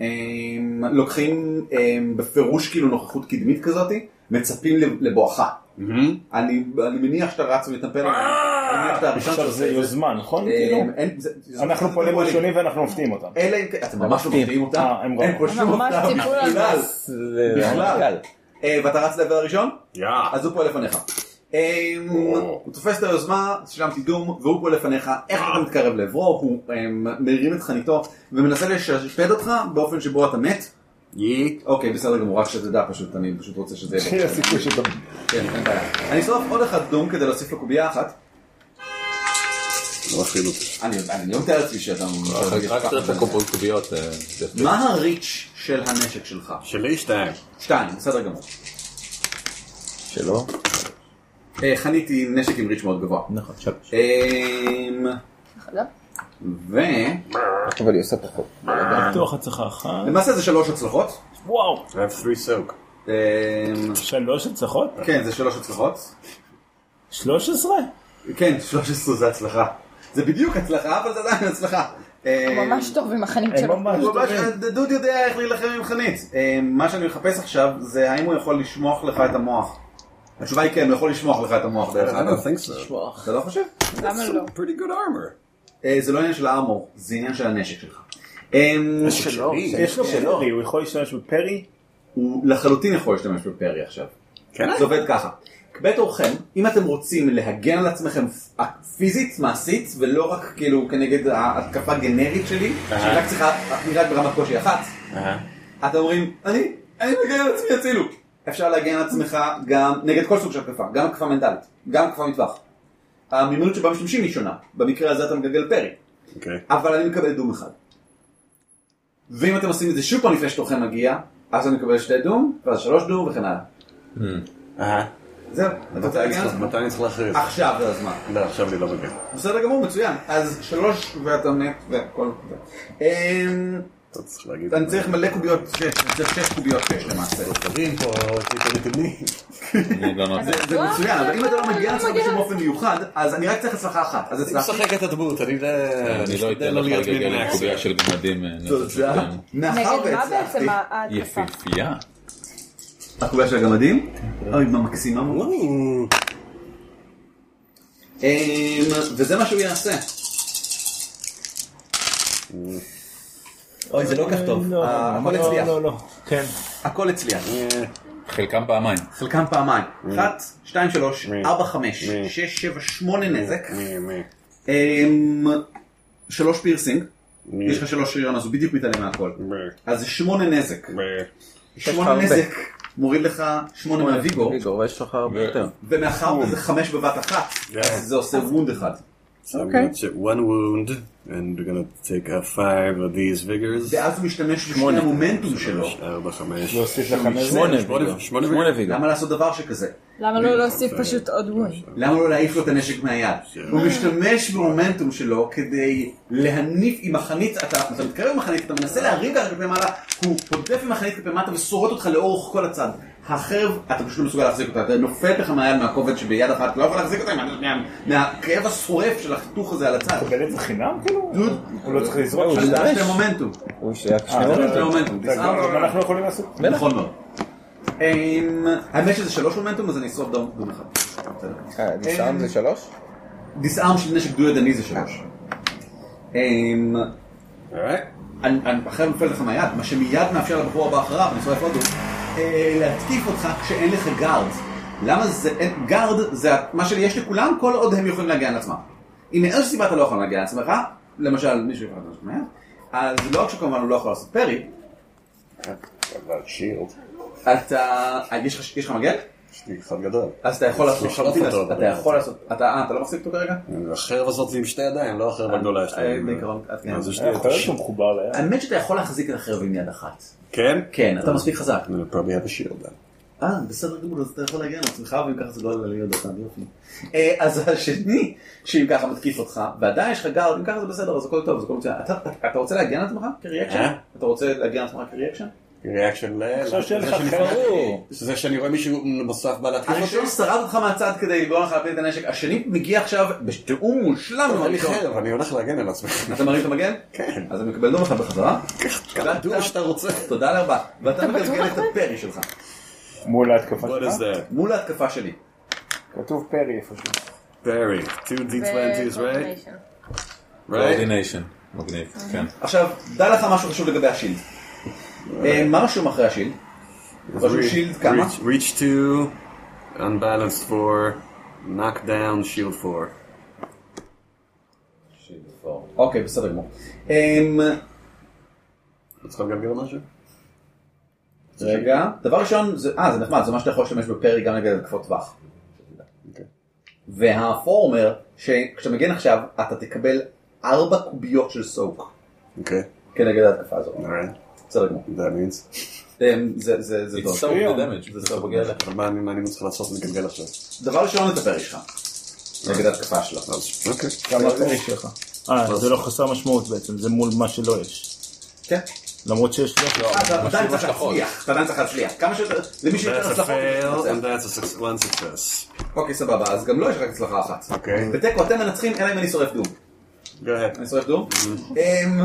[SPEAKER 4] הם לוקחים הם בפירוש כאילו נוכחות קדמית כזאת מצפים לב- לבואכה.
[SPEAKER 6] Mm-hmm.
[SPEAKER 4] אני אני מניח שאתה רץ ומטפל עליהם. אני מניח שאתה הראשון
[SPEAKER 6] עכשיו
[SPEAKER 4] שעושה
[SPEAKER 6] זה
[SPEAKER 4] את
[SPEAKER 6] יוזמן, נכון?
[SPEAKER 4] אה,
[SPEAKER 6] כאילו?
[SPEAKER 4] אין- זה- זה-
[SPEAKER 6] אנחנו
[SPEAKER 4] זה-
[SPEAKER 6] פועלים
[SPEAKER 4] זה-
[SPEAKER 6] ראשונים ואנחנו מופתים אותם.
[SPEAKER 4] אלא אם כן, אתם ממש לא מפתיעים אותם.
[SPEAKER 6] אה, הם
[SPEAKER 4] אין פה
[SPEAKER 6] ראו.
[SPEAKER 4] שום
[SPEAKER 9] ממש
[SPEAKER 4] הפתעה
[SPEAKER 9] ציפו לנו.
[SPEAKER 4] בכלל.
[SPEAKER 8] ל-
[SPEAKER 4] בכלל.
[SPEAKER 8] לרמטכ"ל.
[SPEAKER 4] אה, ואתה רץ לעבר הראשון? אז הוא פה לפניך. אה, הוא תופס את היוזמה, שם קידום, והוא פה לפניך, איך אתה מתקרב לעברו, הוא אה, מרים את חניתו ומנסה לשפד אותך באופן שבו אתה מת. אוקיי, בסדר גמור, רק שתדע פשוט, אני פשוט רוצה שזה יהיה.
[SPEAKER 6] הכי הסיכוי שאתה...
[SPEAKER 4] כן, אין בעיה. אני אשרוף עוד אחד דום כדי להוסיף לו קובייה אחת.
[SPEAKER 6] לא
[SPEAKER 4] אני אני לא מתאר לעצמי שאתה...
[SPEAKER 2] רק צריך את הקופות קוביות.
[SPEAKER 4] מה הריץ' של הנשק שלך?
[SPEAKER 5] שלי שתיים.
[SPEAKER 4] שתיים, בסדר גמור.
[SPEAKER 8] שלא.
[SPEAKER 4] אה, חניתי נשק עם ריץ' מאוד גבוה.
[SPEAKER 8] נכון, שלוש.
[SPEAKER 4] אמ, ו...
[SPEAKER 8] אבל היא עושה פחות.
[SPEAKER 6] בטוח הצלחה אחת.
[SPEAKER 4] למעשה זה שלוש הצלחות. אמ,
[SPEAKER 6] וואו.
[SPEAKER 5] I have three soak.
[SPEAKER 6] שלוש הצלחות?
[SPEAKER 4] כן, זה שלוש הצלחות.
[SPEAKER 6] 13?
[SPEAKER 4] כן, 13 זה הצלחה. זה בדיוק הצלחה, אבל זה עדיין הצלחה. אה,
[SPEAKER 9] ממש טוב עם החנית
[SPEAKER 4] לא-
[SPEAKER 9] שלו.
[SPEAKER 4] ממש, דוד יודע איך להילחם עם חנית. אה, מה שאני מחפש עכשיו זה האם הוא יכול לשמוח לך את המוח. התשובה היא כן, הוא יכול לשמוח לך את המוח דרך אגב. אתה לא חושב?
[SPEAKER 9] למה לא?
[SPEAKER 4] pretty good armor. זה לא עניין של הארמור, זה עניין של הנשק שלך. אמ,
[SPEAKER 6] יש לו פרי, הוא יכול להשתמש בפרי?
[SPEAKER 4] הוא לחלוטין יכול להשתמש בפרי עכשיו. כן? זה עובד ככה. בתורכם, אם אתם רוצים להגן על עצמכם פיזית, מעשית, ולא רק כאילו כנגד ההתקפה הגנרית שלי, שהיא רק צריכה, היא רק ברמת קושי אחת, אתם אומרים, אני, אני מגן על עצמי הצילו. אפשר להגן על עצמך גם נגד כל סוג של התקפה, גם התקפה מנטלית, גם התקפה מטווח. המימונות שבה משתמשים היא שונה, במקרה הזה אתה מגלגל פרי, אבל אני מקבל דום אחד. ואם אתם עושים את זה שוב פעם לפני שתורכם מגיע, אז אני מקבל שתי דום, ואז שלוש דום וכן הלאה. זהו, אתה רוצה להגן על עצמך?
[SPEAKER 5] מתי אני צריך להכריז?
[SPEAKER 4] עכשיו זה הזמן.
[SPEAKER 5] לא, עכשיו אני לא מבין.
[SPEAKER 4] בסדר גמור, מצוין. אז שלוש ואתה מת והכל. זה. אמ, אני צריך מלא קוביות שש, אני צריך שש קוביות שש למעשה.
[SPEAKER 5] דברים פה, תתן נתונים.
[SPEAKER 4] זה זה מצוין, אבל אם אתה לא מגיע לעצמך בשום אופן מיוחד, אז אני רק צריך הצלחה אחת. אז
[SPEAKER 5] אני
[SPEAKER 4] הצלחתי.
[SPEAKER 5] משחק את הדמות, אני לא...
[SPEAKER 2] אני לא אתן לך לגלגל עם קובייה של גמדים. אה,
[SPEAKER 4] תודה. מאחר
[SPEAKER 9] נגד מה
[SPEAKER 4] והצלחתי.
[SPEAKER 9] בעצם ההתקפה?
[SPEAKER 2] יפיפייה.
[SPEAKER 4] הקוביה של הגמדים? אוי, מה מקסימה מאוד. אמ, וזה מה שהוא יעשה. אוי, זה לא כל כך טוב. אה, הכל הצליח.
[SPEAKER 6] כן.
[SPEAKER 4] הכל הצליח.
[SPEAKER 2] חלקם פעמיים.
[SPEAKER 4] חלקם פעמיים. 1, 2, 3, 4, 5, 6, 7, 8 נזק. אמ, שלוש פירסינג. יש לך שלוש שריון, אז הוא בדיוק מתעלם מהכל. אז זה שמונה נזק. שמונה
[SPEAKER 11] הרבה.
[SPEAKER 4] נזק מוריד לך שמונה מהוויגו,
[SPEAKER 11] ויגור, ויש לך הרבה יותר.
[SPEAKER 4] ומאחר וזה חמש בבת אחת, אז זה עושה וונד אחד.
[SPEAKER 11] אוקיי.
[SPEAKER 5] That's it, one wound, and we're gonna take a five of these vigors.
[SPEAKER 4] ואז הוא משתמש בשני המומנטום שלו.
[SPEAKER 5] שלוש, ארבע, חמש.
[SPEAKER 6] להוסיף לך נזק.
[SPEAKER 11] שמונה
[SPEAKER 5] שמונה, שמונה
[SPEAKER 11] שמונה
[SPEAKER 5] vigors.
[SPEAKER 11] ויגור.
[SPEAKER 4] למה לעשות דבר שכזה?
[SPEAKER 9] למה לא להוסיף פשוט עוד ווי?
[SPEAKER 4] למה לא להעיף לו את הנשק מהיד? הוא משתמש במומנטום שלו כדי להניף עם החנית, אתה אתה מתקרב עם החנית, אתה מנסה להרים ככה כלפי מעלה, הוא הודף עם החנית כלפי מטה ושורט אותך לאורך כל הצד. החרב, אתה פשוט לא מסוגל להחזיק אותה, אתה נופלת לך מהיד מהכובד שביד אחת, אתה לא יכול להחזיק אותה עם היד השנייה, מהכאב השורף של החיתוך הזה על הצד.
[SPEAKER 6] מקבל את זה חינם כאילו?
[SPEAKER 4] דוד,
[SPEAKER 6] הוא לא צריך לזרוק.
[SPEAKER 11] הוא
[SPEAKER 4] אז
[SPEAKER 11] זה
[SPEAKER 4] זה היה
[SPEAKER 11] דורש.
[SPEAKER 4] שני מומנטום.
[SPEAKER 11] הוא ישלח שני
[SPEAKER 4] זה היה
[SPEAKER 11] אורות.
[SPEAKER 4] שני מומנטום.
[SPEAKER 6] כן. זה
[SPEAKER 4] תסער
[SPEAKER 6] גם
[SPEAKER 4] אותו.
[SPEAKER 6] אנחנו יכולים לעשות.
[SPEAKER 4] נכון מאוד. אמ, האמת שזה שלוש מומנטום אז אני אשרוף דום דום אחד. בסדר.
[SPEAKER 6] כן.
[SPEAKER 11] אה, נשאר זה שלוש?
[SPEAKER 4] דיסארם של נשק דו ידני זה שלוש. אמ, אני- אני- אחרי נופל לך מהיד, מה שמיד מאפשר לבחור הבא אחריו, אני שורף עוד הוא, אה, להתקיף אותך כשאין לך גארד. למה זה, אין- גארד זה מה שיש לכולם כל עוד הם יכולים להגן על עצמם. אם מאיזו סיבה אתה לא יכול להגן על עצמך, למשל מישהו יכול להגן על עצמך, אז לא רק שכמובן הוא לא יכול לעשות פרי,
[SPEAKER 5] אבל שילד.
[SPEAKER 4] אתה, אה, יש לך- יש לך מגן?
[SPEAKER 5] יש לי אחד גדול.
[SPEAKER 4] אז אתה יכול לעשות,
[SPEAKER 5] יש לי אחד גדול.
[SPEAKER 4] אתה יכול לעשות, אתה אה, אתה לא מחזיק אותו כרגע?
[SPEAKER 5] החרב הזאת זה עם שתי ידיים, לא החרב הגדולה
[SPEAKER 4] אה,
[SPEAKER 5] שלהם.
[SPEAKER 4] בעיקרון, אה, כן.
[SPEAKER 5] אז יש לי
[SPEAKER 6] יכול
[SPEAKER 5] את
[SPEAKER 6] להיות
[SPEAKER 5] הש...
[SPEAKER 6] שהוא מחובר ליד.
[SPEAKER 4] האמת שאתה יכול להחזיק את החרב עם יד אחת.
[SPEAKER 5] כן?
[SPEAKER 4] כן, אתה מספיק חזק.
[SPEAKER 5] I'm gonna probably have a shield then.
[SPEAKER 4] אה, בסדר גמור, אז אתה יכול להגן על עצמך, ואם ככה זה לא עולה להיות אותם, יופי. אה, אז השני, שאם ככה מתקיף אותך, ועדיין יש לך גארד, אם ככה זה בסדר, אז הכל טוב, אז הכל מצוין. אתה- אתה רוצה להגן על עצמך כריאקשן?
[SPEAKER 5] אה?
[SPEAKER 4] אתה רוצה להגן על עצמך כריאקשן?
[SPEAKER 5] ריאקשן ל...
[SPEAKER 6] עכשיו שאין לך
[SPEAKER 5] זה שאני-
[SPEAKER 6] חרב.
[SPEAKER 5] זה שאני רואה מישהו נוסף בא להתקיף אותי?
[SPEAKER 4] הראשון שרד אותך מהצד כדי לגרום לך להפיל את הנשק, השני מגיע עכשיו בתיאום מושלם עם
[SPEAKER 5] אבל אני
[SPEAKER 4] הראשון.
[SPEAKER 5] חרב, אני הולך להגן על עצמי.
[SPEAKER 4] אתה מרים את המגן?
[SPEAKER 5] כן.
[SPEAKER 4] אז אני מקבל דום אחד בחזרה.
[SPEAKER 5] כמה דור שאתה רוצה.
[SPEAKER 4] תודה לארבע. ואתה מגלגל את הפרי שלך,
[SPEAKER 6] מול ההתקפה שלך.
[SPEAKER 5] that?
[SPEAKER 4] מול ההתקפה שלי.
[SPEAKER 6] כתוב פרי איפשהו.
[SPEAKER 5] Barry, 2d20s, right? Right?
[SPEAKER 2] קואורדינשן. מגניב. כן.
[SPEAKER 4] עכשיו, דע לך משהו חשוב לגבי השילד. אה, מה רשום אחרי השילד? רשום שילד כמה?
[SPEAKER 5] Reach, reach 2, unbalanced 4, knock down, shield 4.
[SPEAKER 4] אוקיי, בסדר גמור. אמ,
[SPEAKER 5] אתה צריך לגלגל משהו?
[SPEAKER 4] רגע, דבר ראשון, זה- אה, זה נחמד, זה מה שאתה יכול להשתמש בפרי גם נגד התקפות טווח.
[SPEAKER 5] אוקיי.
[SPEAKER 4] והאפור אומר שכשאתה מגן עכשיו, אתה תקבל ארבע קוביות של סוק
[SPEAKER 5] אוקיי,
[SPEAKER 4] כנגד ההתקפה הזאת.
[SPEAKER 5] alright,
[SPEAKER 4] בסדר גמור.
[SPEAKER 5] that means.
[SPEAKER 4] אמ, זה- זה זה טוב.
[SPEAKER 2] Soak the damage.
[SPEAKER 4] זה סוק, מגיע לך.
[SPEAKER 5] אבל מה אני- מה אני צריך לעשות לגלגל עכשיו?
[SPEAKER 4] דבר ראשון, את הפרי שלך. נגד ההתקפה שלו.
[SPEAKER 5] אז- אוקיי.
[SPEAKER 4] כמה הפרי שלך?
[SPEAKER 13] לא
[SPEAKER 6] אה, זה לא חסר משמעות בעצם, זה מול מה שלא יש.
[SPEAKER 4] כן.
[SPEAKER 13] למרות שיש לו...
[SPEAKER 4] אתה עדיין צריך להצליח, אתה עדיין צריך להצליח. כמה שיותר, למי שיותר
[SPEAKER 10] That's a
[SPEAKER 4] הצלחות.
[SPEAKER 10] fail,
[SPEAKER 4] אתה
[SPEAKER 10] and
[SPEAKER 4] מנצח.
[SPEAKER 10] that's a suc- one success.
[SPEAKER 4] אוקיי, סבבה, אז גם לו יש רק הצלחה אחת.
[SPEAKER 10] אוקיי.
[SPEAKER 4] בתיקו אתם מנצחים, אלא אם אני שורף דום. אני שורף דום? אמ,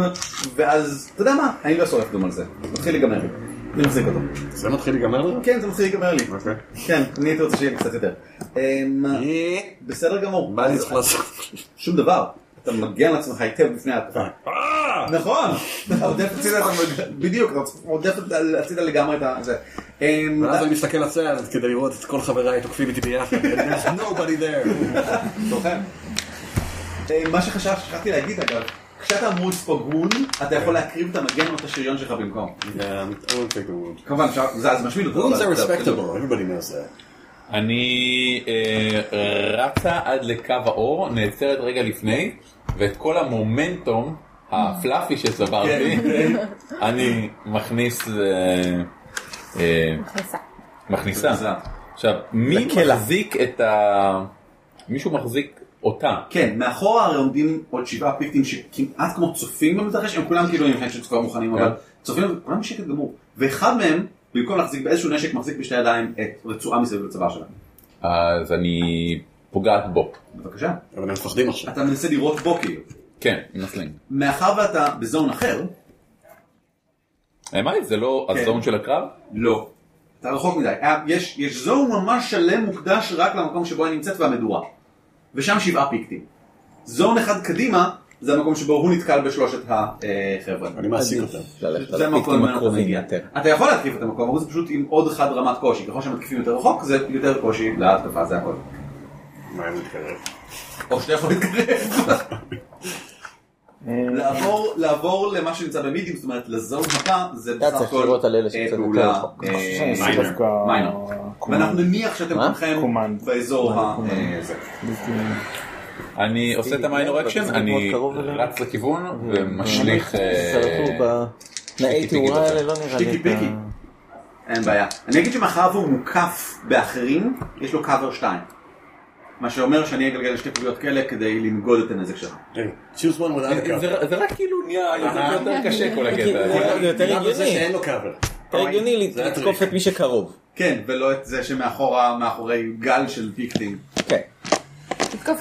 [SPEAKER 4] ואז, אתה יודע מה? אני לא שורף דום על זה. מתחיל להיגמר לי. אני מחזיק אותו.
[SPEAKER 10] זה מתחיל להיגמר לך?
[SPEAKER 4] כן, זה מתחיל להיגמר לי.
[SPEAKER 10] אוקיי.
[SPEAKER 4] כן, אני הייתי רוצה שיהיה לי קצת יותר. אמ, בסדר גמור.
[SPEAKER 10] מה אני צריך לעשות?
[SPEAKER 4] שום דבר. אתה מגן על עצמך היטב בפני ההתקפה.
[SPEAKER 10] אה! <laughs>
[SPEAKER 4] נכון! אתה עודף הצידה, אתה מג- בדיוק, אתה עודף הצידה לגמרי את ה... זה. אמ,
[SPEAKER 10] ואז אני מסתכל לצד כדי לראות את כל חבריי תוקפים איתי
[SPEAKER 5] <laughs>
[SPEAKER 10] ביחד. There's nobody there.
[SPEAKER 4] זוכר? אה, מה שחשב- שכחתי להגיד אגב, כשאתה מרוץ פגון, אתה יכול להקריב את המגן או את השריון שלך במקום. כמובן, אפשר- זה אז משמיד אותו.
[SPEAKER 10] Wounds
[SPEAKER 4] אבל-
[SPEAKER 10] are respectable, everybody knows that.
[SPEAKER 2] אני אה, רצה עד לקו האור, נעצרת רגע לפני, ואת כל המומנטום הפלאפי שצברתי,
[SPEAKER 4] כן.
[SPEAKER 2] אני מכניס... אה, אה,
[SPEAKER 9] מכניסה.
[SPEAKER 2] מכניסה. עכשיו, מי מחזיק את ה... מישהו מחזיק אותה.
[SPEAKER 4] כן, מאחורה הרי עומדים עוד שבעה פיפטים שכמעט כמו צופים במתרחש, הם כולם כאילו עם חשק כבר מוכנים, אבל צופים, כולם בשקט גמור. ואחד מהם, במקום להחזיק באיזשהו נשק, מחזיק בשתי ידיים את רצועה מסביב לצבא שלהם.
[SPEAKER 2] אז אני פוגעת בו.
[SPEAKER 4] בבקשה.
[SPEAKER 10] אבל הם מפחדים עכשיו.
[SPEAKER 4] אתה מנסה לירות בו כאילו.
[SPEAKER 2] כן, נסלינג.
[SPEAKER 4] מאחר ואתה בזון אחר,
[SPEAKER 2] מה זה לא
[SPEAKER 4] כן.
[SPEAKER 2] הזון של הקרב?
[SPEAKER 4] לא. אתה רחוק מדי. אה, יש, יש זון ממש שלם מוקדש רק למקום שבו היא נמצאת והמדורה. ושם שבעה פיקטים. זון אחד קדימה, זה המקום שבו הוא נתקל בשלושת החבר'ה.
[SPEAKER 10] אני מעסיק אותם.
[SPEAKER 4] זה המקום ממנו אתה מגיע. אתה יכול להתקיף את המקום, אבל זה פשוט עם עוד אחד רמת קושי. ככל שמתקיפים יותר רחוק, זה יותר קושי להתקפה, זה הכל.
[SPEAKER 10] מה הם מתקרב?
[SPEAKER 4] או שאתה יכול להתקרב.
[SPEAKER 8] אה,
[SPEAKER 4] לעבור- לעבור למה שנמצא במדיום, זאת אומרת לזון הבא, זה
[SPEAKER 8] אתה
[SPEAKER 4] בסך
[SPEAKER 8] צריך
[SPEAKER 4] הכל
[SPEAKER 8] לראות על אלה
[SPEAKER 4] אה,
[SPEAKER 8] שקצת יותר
[SPEAKER 4] פעולה,
[SPEAKER 8] רחוק.
[SPEAKER 4] אה,
[SPEAKER 8] אני חושב שאני
[SPEAKER 4] מיינר.
[SPEAKER 8] דווקא-
[SPEAKER 4] מיינר.
[SPEAKER 8] קומנד.
[SPEAKER 4] ואנחנו נניח שאתם
[SPEAKER 8] מה?
[SPEAKER 4] כולכם באזור ה... אה, זה.
[SPEAKER 2] אני עושה את המיינור אקשן, אני רץ לכיוון
[SPEAKER 4] כן.
[SPEAKER 2] ומשליך... אה,
[SPEAKER 8] תנאי
[SPEAKER 2] שיקי פיקי
[SPEAKER 8] תאורה
[SPEAKER 2] בצד.
[SPEAKER 8] האלה לא נראה לי
[SPEAKER 4] שיקי
[SPEAKER 8] את
[SPEAKER 4] פיקי.
[SPEAKER 8] ה-
[SPEAKER 4] אין בעיה. אני אגיד שמאחר והוא מוקף באחרים, יש לו קאבר 2. מה שאומר שאני אגלגל שתי פעולות כאלה כדי למגוד את הנזק שלך.
[SPEAKER 10] Choose one without a cover.
[SPEAKER 2] זה זה רק כאילו נהיה יותר יותר קשה כל הקטע.
[SPEAKER 10] אוקיי.
[SPEAKER 8] זה
[SPEAKER 2] הזה.
[SPEAKER 8] יותר
[SPEAKER 10] גם
[SPEAKER 8] הגיוני.
[SPEAKER 10] בזה שאין לו cover.
[SPEAKER 8] יותר הגיוני לתקוף את מי שקרוב.
[SPEAKER 4] כן, ולא את זה שמאחורה, מאחורי גל של פיקטים.
[SPEAKER 8] כן.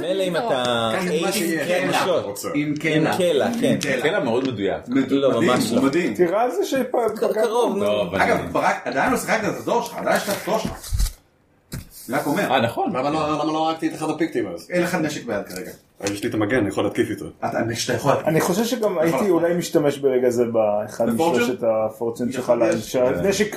[SPEAKER 8] מילא אם אתה...
[SPEAKER 10] קח את מה שיש.
[SPEAKER 8] כן,
[SPEAKER 10] מה
[SPEAKER 8] שוט.
[SPEAKER 10] אתה רוצה.
[SPEAKER 4] עם
[SPEAKER 8] עם
[SPEAKER 4] קלע.
[SPEAKER 8] קלע, כן.
[SPEAKER 2] קלע מאוד מדויק.
[SPEAKER 8] לא,
[SPEAKER 4] מדהים,
[SPEAKER 8] ממש
[SPEAKER 4] הוא
[SPEAKER 8] לא.
[SPEAKER 4] מדהים.
[SPEAKER 6] תראה על זה שפגעת.
[SPEAKER 8] קרוב, נו.
[SPEAKER 2] לא, אבל-
[SPEAKER 4] אגב, ברק, עדיין לא שיחקת את הדור שלך, עדיין יש לך את הדור שלך. אני רק אומר,
[SPEAKER 2] אה נכון.
[SPEAKER 10] למה לא למה לא הרגתי את אחד הפיקטים אז?
[SPEAKER 4] אין לך נשק ביד כרגע.
[SPEAKER 5] אה,
[SPEAKER 10] אבל יש לי את המגן, אני יכול להתקיף איתו.
[SPEAKER 4] אתה שאתה יכול...
[SPEAKER 6] אני חושב שגם הייתי אולי משתמש ברגע זה באחד
[SPEAKER 4] בפורצ'ן?
[SPEAKER 6] משלושת הפורצ'ן שלך,
[SPEAKER 4] יכול להיות.
[SPEAKER 6] לה- שהנשק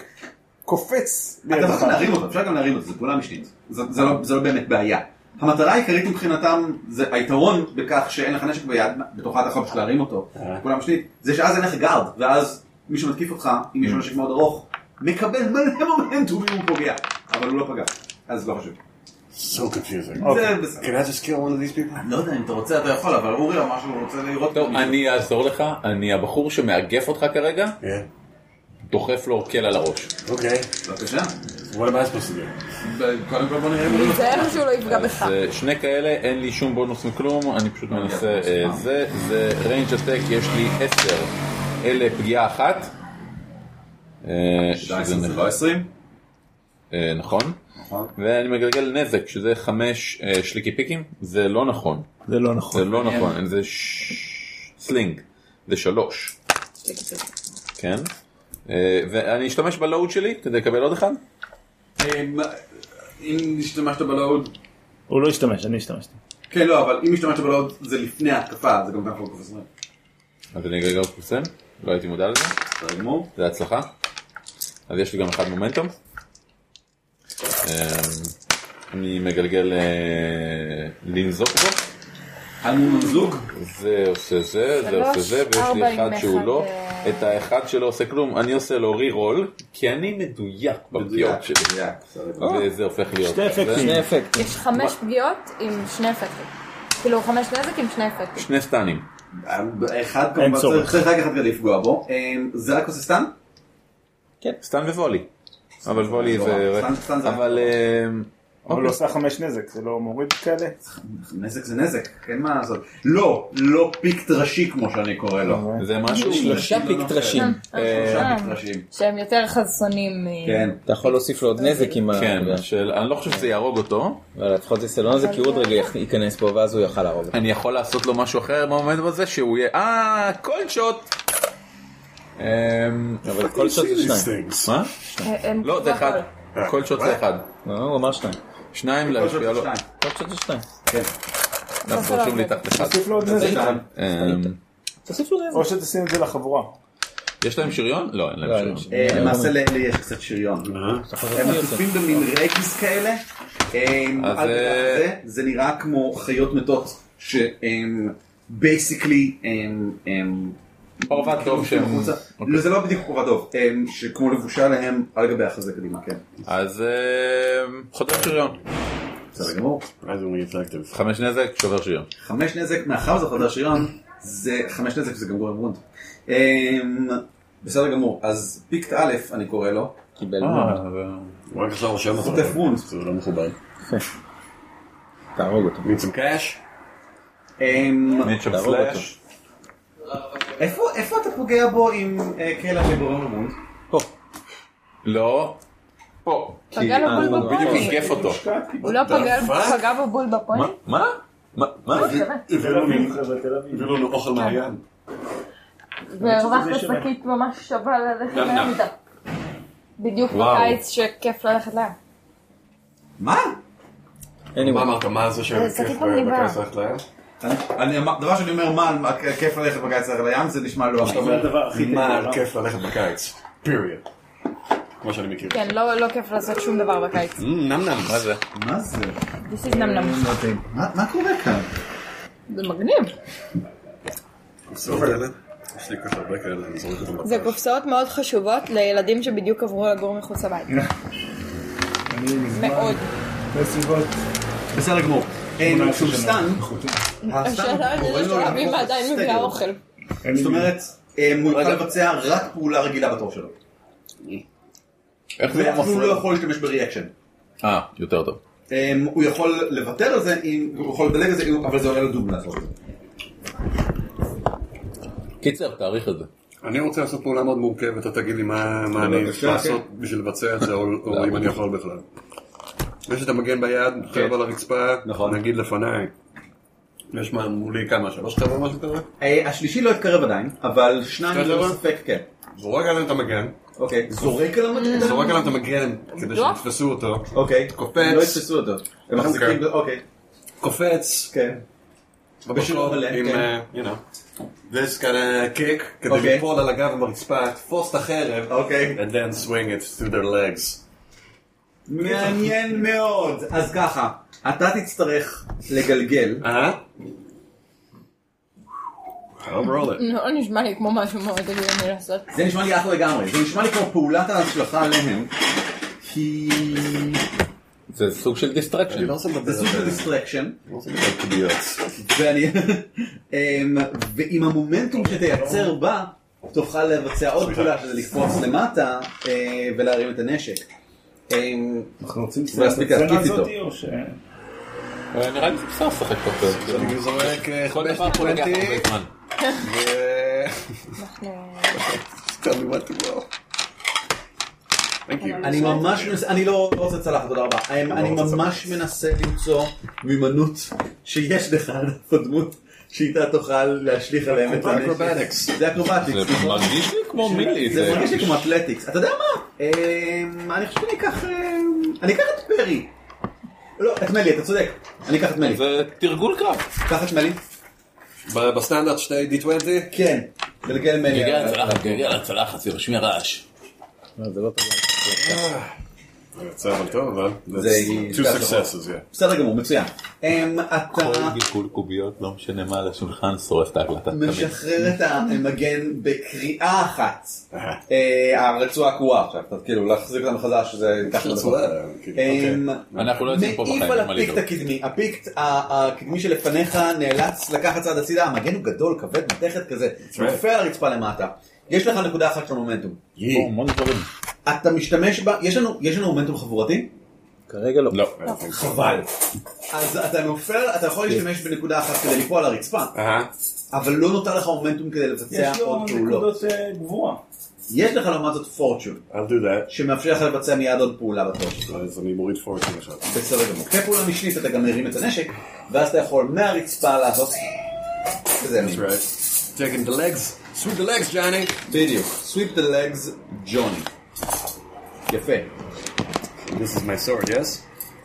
[SPEAKER 6] קופץ
[SPEAKER 4] אתה לא
[SPEAKER 6] לידך.
[SPEAKER 4] יכול להרים אותו, אפשר גם להרים אותו, זו פעולה משנית. זה זה לא- זה לא באמת בעיה. המטרה העיקרית מבחינתם, זה היתרון בכך שאין לך נשק ביד, בתוכה אתה יכול פשוט להרים אותו,
[SPEAKER 8] אה.
[SPEAKER 4] פעולה משנית, זה שאז אין לך גארד, ואז מי שמתקיף אותך, אם
[SPEAKER 8] אה.
[SPEAKER 4] יש לו נשק מאוד ארוך, מקבל מלא מומנטום אם הוא פוגע, אבל הוא לא פגע, אז לא חשוב.
[SPEAKER 10] So confusing.
[SPEAKER 5] אוקיי.
[SPEAKER 4] זה בסדר.
[SPEAKER 10] Can I just kill one of these people?
[SPEAKER 4] לא יודע אם אתה רוצה אתה יכול, אבל אורי אמר שהוא רוצה לראות
[SPEAKER 2] טוב, לא, אני אעזור לך, אני הבחור שמאגף אותך כרגע,
[SPEAKER 10] כן.
[SPEAKER 2] דוחף לו קל על הראש.
[SPEAKER 10] אוקיי.
[SPEAKER 4] בבקשה.
[SPEAKER 10] What am I supposed to do?
[SPEAKER 4] קודם כל בוא נראה אם הוא לא...
[SPEAKER 9] תיזהר שהוא לא יפגע בך.
[SPEAKER 2] אז אה, שני כאלה, אין לי שום בונוס מכלום, אני
[SPEAKER 8] לא,
[SPEAKER 2] פשוט מנסה אה, זה, זה ריינג' אטק, יש לי 10, אלה פגיעה אחת. אה, שזה
[SPEAKER 4] זה לא 20?
[SPEAKER 2] אה, נכון.
[SPEAKER 4] נכון.
[SPEAKER 2] ואני מגלגל נזק, שזה 5 שליקי פיקים, זה לא נכון.
[SPEAKER 8] זה לא נכון.
[SPEAKER 2] זה לא נכון, זה ש- סלינג, זה 3. כן. אה, ואני אשתמש בלואוד שלי כדי לקבל עוד אחד.
[SPEAKER 4] אמ, אם השתמשת בלואוד...
[SPEAKER 13] הוא לא השתמש, אני השתמשתי.
[SPEAKER 4] כן, לא, אבל אם השתמשת בלואוד זה לפני ההתקפה, זה גם ככה כל כך עשרים.
[SPEAKER 2] אז אני אגלגל פלוסים, לא הייתי מודע לזה.
[SPEAKER 4] בסדר גמור.
[SPEAKER 2] זה הצלחה. אז יש לי גם אחד מומנטום. אה, אני מגלגל אה, לנזוק בו,
[SPEAKER 4] אנו זוג.
[SPEAKER 2] זה עושה זה, זה עושה זה,
[SPEAKER 9] שלוש,
[SPEAKER 2] ויש לי
[SPEAKER 9] ארבע
[SPEAKER 2] אחד
[SPEAKER 9] עם
[SPEAKER 2] שהוא
[SPEAKER 9] אחד,
[SPEAKER 2] לא.
[SPEAKER 9] אה,
[SPEAKER 2] את האחד שלא עושה כלום, אני עושה לו רי-רול, כי אני מדויק בפגיעות שלי. וזה הופך להיות.
[SPEAKER 13] שתי אפקטים.
[SPEAKER 8] שני אפקט.
[SPEAKER 9] יש חמש פגיעות עם שני אפקטים. כאילו חמש נזק עם שני אפקטים.
[SPEAKER 2] שני סטנים.
[SPEAKER 4] אחד כמובן
[SPEAKER 13] צורך.
[SPEAKER 4] צריך צריך רק אחד כדי לפגוע בו. אמ, זה רק עושה סטן?
[SPEAKER 2] סטן וולי. אבל וולי
[SPEAKER 4] זה
[SPEAKER 2] זה...
[SPEAKER 4] נורא. סטן- סטן זה-
[SPEAKER 2] אבל אה,
[SPEAKER 6] אבל הוא עושה חמש נזק, זה לא מוריד כאלה?
[SPEAKER 4] נזק זה נזק, אין מה לעשות. לא, לא פיק טרשי כמו שאני קורא לו.
[SPEAKER 2] זה משהו-
[SPEAKER 8] שלושה
[SPEAKER 4] לא
[SPEAKER 8] פיק
[SPEAKER 4] נופל.
[SPEAKER 8] טרשים.
[SPEAKER 4] שלושה
[SPEAKER 7] אה.
[SPEAKER 4] פיק טרשים.
[SPEAKER 7] שהם יותר חסונים. מ-
[SPEAKER 8] אתה יכול להוסיף לו עוד נזק עם ה...
[SPEAKER 2] כן, של- אני לא חושב שזה יהרוג אותו.
[SPEAKER 8] אבל לפחות זה לא נזק, כי הוא עוד רגע ייכנס בו ואז הוא יוכל להרוג.
[SPEAKER 2] אני יכול לעשות לו משהו אחר במומנט הזה שהוא יהיה אה כל שוט. אמ,
[SPEAKER 8] אבל כל שוט זה שניים.
[SPEAKER 2] מה?
[SPEAKER 7] אה, הם
[SPEAKER 2] לא זה אחד. כל שוט זה אחד.
[SPEAKER 8] לא, הוא אמר שניים.
[SPEAKER 2] שניים להשפיע לו.
[SPEAKER 8] כל שוט זה שניים.
[SPEAKER 2] אנחנו רשום לי תחת אחד.
[SPEAKER 6] תוסיף לו עוד נזק.
[SPEAKER 2] אמ,
[SPEAKER 8] תוסיף לו נזק.
[SPEAKER 6] או שתשים את זה לחבורה.
[SPEAKER 2] יש להם שריון? לא, אין
[SPEAKER 8] לא,
[SPEAKER 2] להם
[SPEAKER 8] אין
[SPEAKER 2] שריון.
[SPEAKER 4] אה, למעשה לאלה יש קצת שריון.
[SPEAKER 2] אה,
[SPEAKER 4] הם עטופים במין רגיס כאלה. אמ,
[SPEAKER 2] אז,
[SPEAKER 4] אל תדע
[SPEAKER 2] אה,
[SPEAKER 4] את זה, זה נראה כמו חיות מתות שהם אמ, בייסיקלי הם הם פרוות
[SPEAKER 2] דוב שהם-
[SPEAKER 4] לא זה לא בדיוק פרוות דוב, הם שכמו לבושה להם על גבי החזה קדימה, כן.
[SPEAKER 2] אז אמ, חודר שריון.
[SPEAKER 4] בסדר גמור.
[SPEAKER 5] אז הוא רפלקטיב.
[SPEAKER 2] חמש נזק, שובר שריון.
[SPEAKER 4] חמש נזק, מאחר וזה חודר שריון, זה חמש נזק זה גם גורם וונד. אמ, בסדר גמור, אז פיקט א' אני קורא לו,
[SPEAKER 8] קיבל
[SPEAKER 2] אה,
[SPEAKER 5] הוא רק עכשיו רושם אותו.
[SPEAKER 4] חוטף וונד.
[SPEAKER 5] זה לא מכובד.
[SPEAKER 8] תהרוג אותו.
[SPEAKER 5] need some cash?
[SPEAKER 4] אמ,
[SPEAKER 2] need some
[SPEAKER 8] תהרוג
[SPEAKER 2] slash.
[SPEAKER 8] אותו.
[SPEAKER 4] איפה איפה אתה פוגע בו עם אה, קלע שגורם לוונד?
[SPEAKER 8] פה.
[SPEAKER 2] לא. פה.
[SPEAKER 7] פגע לו בול
[SPEAKER 8] הוא
[SPEAKER 2] בדיוק כן.
[SPEAKER 7] בפוני.
[SPEAKER 2] עקף אותו.
[SPEAKER 7] הוא לא פגע-
[SPEAKER 5] fuck?
[SPEAKER 7] פגע בו בול בפוני?
[SPEAKER 2] מה? מה? מה?
[SPEAKER 6] לא
[SPEAKER 5] הביאו לנו אוכל מהים.
[SPEAKER 7] והרווחת שקית ממש שווה ללכת לים איתה. בדיוק
[SPEAKER 2] וואו.
[SPEAKER 7] בקיץ שכיף לא ללכת לים.
[SPEAKER 4] מה?
[SPEAKER 5] מה
[SPEAKER 8] anyway,
[SPEAKER 5] אמרת? מה זה
[SPEAKER 2] כן.
[SPEAKER 7] זה
[SPEAKER 5] שכיף
[SPEAKER 7] שקית מגניבה.
[SPEAKER 5] בקיץ הולכת לים?
[SPEAKER 4] אני- אני אמר- דבר שאני אומר, מה, מה, כיף ללכת בקיץ על הים, זה נשמע לא הכי.
[SPEAKER 6] זה הדבר הכי
[SPEAKER 5] מה כיף ללכת בקיץ? period. כמו שאני מכיר.
[SPEAKER 7] כן, לא לא כיף לעשות שום דבר בקיץ.
[SPEAKER 5] נם נם.
[SPEAKER 2] מה זה?
[SPEAKER 4] מה זה?
[SPEAKER 7] This is נמנם.
[SPEAKER 4] מה מה קורה כאן?
[SPEAKER 7] זה מגניב.
[SPEAKER 5] יש לי כל כך הרבה כאלה, אני זורק אותם
[SPEAKER 7] זה
[SPEAKER 5] בפח.
[SPEAKER 7] קופסאות מאוד חשובות לילדים שבדיוק עברו לגור מחוץ לבית. מאוד.
[SPEAKER 4] בסדר גמור. אה, שוב סטן,
[SPEAKER 7] השאלה
[SPEAKER 9] לא
[SPEAKER 7] אם יש אוהבים ועדיין מביאה אוכל.
[SPEAKER 4] זאת אומרת, אה, הוא יוכל לבצע רק פעולה רגילה בתור שלו.
[SPEAKER 2] איך זה לא
[SPEAKER 4] ואפילו הוא לא
[SPEAKER 2] מפריע?
[SPEAKER 4] יכול להשתמש בריאקשן.
[SPEAKER 2] אה, יותר טוב.
[SPEAKER 4] אה, הוא יכול לוותר על זה, אם- הוא יכול לדלג על זה, אם- אבל זה עולה לדום לעשות את זה.
[SPEAKER 2] קיצר, תעריך את זה.
[SPEAKER 5] אני רוצה לעשות פעולה מאוד מורכבת, אתה תגיד לי מה מה אני
[SPEAKER 10] בבקשה,
[SPEAKER 5] צריך לעשות בשביל לבצע את זה, או או אם אני יכול בכלל. יש את המגן ביד, חרב על הרצפה, נגיד לפניי. יש מה מולי כמה, שלוש חבר'ה משהו כזה?
[SPEAKER 4] אה, השלישי לא התקרב עדיין, אבל שניים
[SPEAKER 5] שתי
[SPEAKER 4] ללא
[SPEAKER 5] חבר'ה?
[SPEAKER 4] ספק כן.
[SPEAKER 5] זורק עליהם את המגן,
[SPEAKER 4] אוקיי, זורק על המטרידה?
[SPEAKER 5] זורק עליהם את המגן כדי
[SPEAKER 7] לא.
[SPEAKER 5] שיתפסו אותו,
[SPEAKER 4] אוקיי,
[SPEAKER 5] קופץ.
[SPEAKER 4] לא יתפסו אותו. הם מחזיקים, ב- אוקיי,
[SPEAKER 5] קופץ,
[SPEAKER 4] כן.
[SPEAKER 5] בבקשות
[SPEAKER 4] מלא,
[SPEAKER 5] עם,
[SPEAKER 4] כן.
[SPEAKER 5] אה, you know, this kind of kick, כדי
[SPEAKER 4] אוקיי.
[SPEAKER 5] ליפול על הגב עם הרצפה, תפוס את החרב,
[SPEAKER 4] אוקיי.
[SPEAKER 5] and then swing it through their legs.
[SPEAKER 4] מעניין מאוד. אז ככה, אתה תצטרך לגלגל.
[SPEAKER 5] אה? I'll roll it.
[SPEAKER 7] לא נשמע לי כמו משהו מאוד הגיוני לעשות.
[SPEAKER 4] זה נשמע לי אחלה לגמרי. זה נשמע לי כמו פעולת ההשלכה עליהם. כי
[SPEAKER 2] זה סוג של דיסטרקשן.
[SPEAKER 5] לא
[SPEAKER 4] זה סוג של דיסטרקשן,
[SPEAKER 5] קוביות.
[SPEAKER 4] ואני... אמ, ועם המומנטום שתייצר בה, תוכל לבצע עוד פעולה שזה לקפוץ למטה אה, ולהרים את הנשק. אמ,
[SPEAKER 13] אנחנו רוצים
[SPEAKER 4] זה מספיק להספיק איתו.
[SPEAKER 13] או ש...
[SPEAKER 2] אה, נראה לי זה בסדר לשחק קצת.
[SPEAKER 5] אני זורק אה,
[SPEAKER 2] כל דבר פה לוקח
[SPEAKER 5] 520,
[SPEAKER 2] הרבה זמן.
[SPEAKER 5] ו-
[SPEAKER 7] אנחנו...
[SPEAKER 5] tell me what to roll. Thank you.
[SPEAKER 4] אני ממש מנסה, אני לא לא רוצה צלחת, תודה רבה. אני- לא אני
[SPEAKER 5] רוצה
[SPEAKER 4] ממש מנסה למצוא מימנות שיש לך על אף הדמות שאיתה תוכל להשליך עליהם את הנשק.
[SPEAKER 5] Acrobatics.
[SPEAKER 4] זה אקרובטיקס,
[SPEAKER 2] זה
[SPEAKER 4] נכון?
[SPEAKER 2] מרגיש לי כמו מילי.
[SPEAKER 4] זה
[SPEAKER 2] זה-
[SPEAKER 4] מרגיש לי כמו אתלטיקס. אתה יודע מה? אמ, אני חושב שאני אקח... אמ, אני אקח את פרי. לא, את מלי, אתה צודק. אני אקח את מלי.
[SPEAKER 2] זה תרגול קרב.
[SPEAKER 5] כן.
[SPEAKER 4] קח את מלי.
[SPEAKER 5] ב- בסטנדרט שתי D20?
[SPEAKER 4] כן. גלגל מלי.
[SPEAKER 2] גלגל הצלחת, גלגל הצלחת, זה משמיע רעש.
[SPEAKER 5] זה יוצא אבל טוב, אבל.
[SPEAKER 4] זה
[SPEAKER 5] That's two
[SPEAKER 4] ייקח
[SPEAKER 5] successes, yeah.
[SPEAKER 4] בסדר גמור, מצוין. אמ, אתה
[SPEAKER 2] כל גלגול קוביות, לא משנה מה על השולחן, שורף את ההקלטה. תמיד.
[SPEAKER 4] משחרר את המגן בקריאה אחת. אה, הרצועה הקרועה עכשיו, אתה כאילו להחזיק אותה מחדש, זה ייקח לך
[SPEAKER 5] רצועה,
[SPEAKER 4] דקות.
[SPEAKER 5] אוקיי.
[SPEAKER 4] אמ,
[SPEAKER 2] אנחנו לא יוצאים פה
[SPEAKER 4] מעיף
[SPEAKER 2] בחיים,
[SPEAKER 4] על
[SPEAKER 2] אין מה
[SPEAKER 4] הפיקט
[SPEAKER 2] לדאוג.
[SPEAKER 4] הקדמי, הפיקט ה- הקדמי שלפניך נאלץ לקחת צעד הצידה, המגן הוא גדול, כבד, מתכת כזה, נופל על הרצפה למטה. יש לך נקודה אחת של מומנטום.
[SPEAKER 5] יי.
[SPEAKER 4] אתה משתמש בה, יש לנו- יש לנו מומנטום חבורתי?
[SPEAKER 8] כרגע לא.
[SPEAKER 2] לא.
[SPEAKER 4] חבל. אז אתה נופל, אתה יכול
[SPEAKER 5] כן.
[SPEAKER 4] להשתמש בנקודה אחת כדי ליפול על הרצפה, אבל לא נותר לך מומנטום כדי לבצע
[SPEAKER 14] יש לו
[SPEAKER 4] עוד פעולות.
[SPEAKER 14] נקודות אה, גבוהה.
[SPEAKER 4] יש לך לעומת זאת פורצ'ון, שמאפשר לך לבצע מיד עוד פעולה בתור שלך.
[SPEAKER 5] לא, אז אני מוריד פורצ'ון עכשיו.
[SPEAKER 4] בסדר גמור. כפעולה משנית אתה גם מרים את הנשק, ואז אתה יכול מהרצפה לעשות... וזה
[SPEAKER 5] That's right. Taking the legs. Sweep the legs, Johnny.
[SPEAKER 4] בדיוק. Sweep the legs, ג'וני. יפה.
[SPEAKER 5] This is my sword, yes?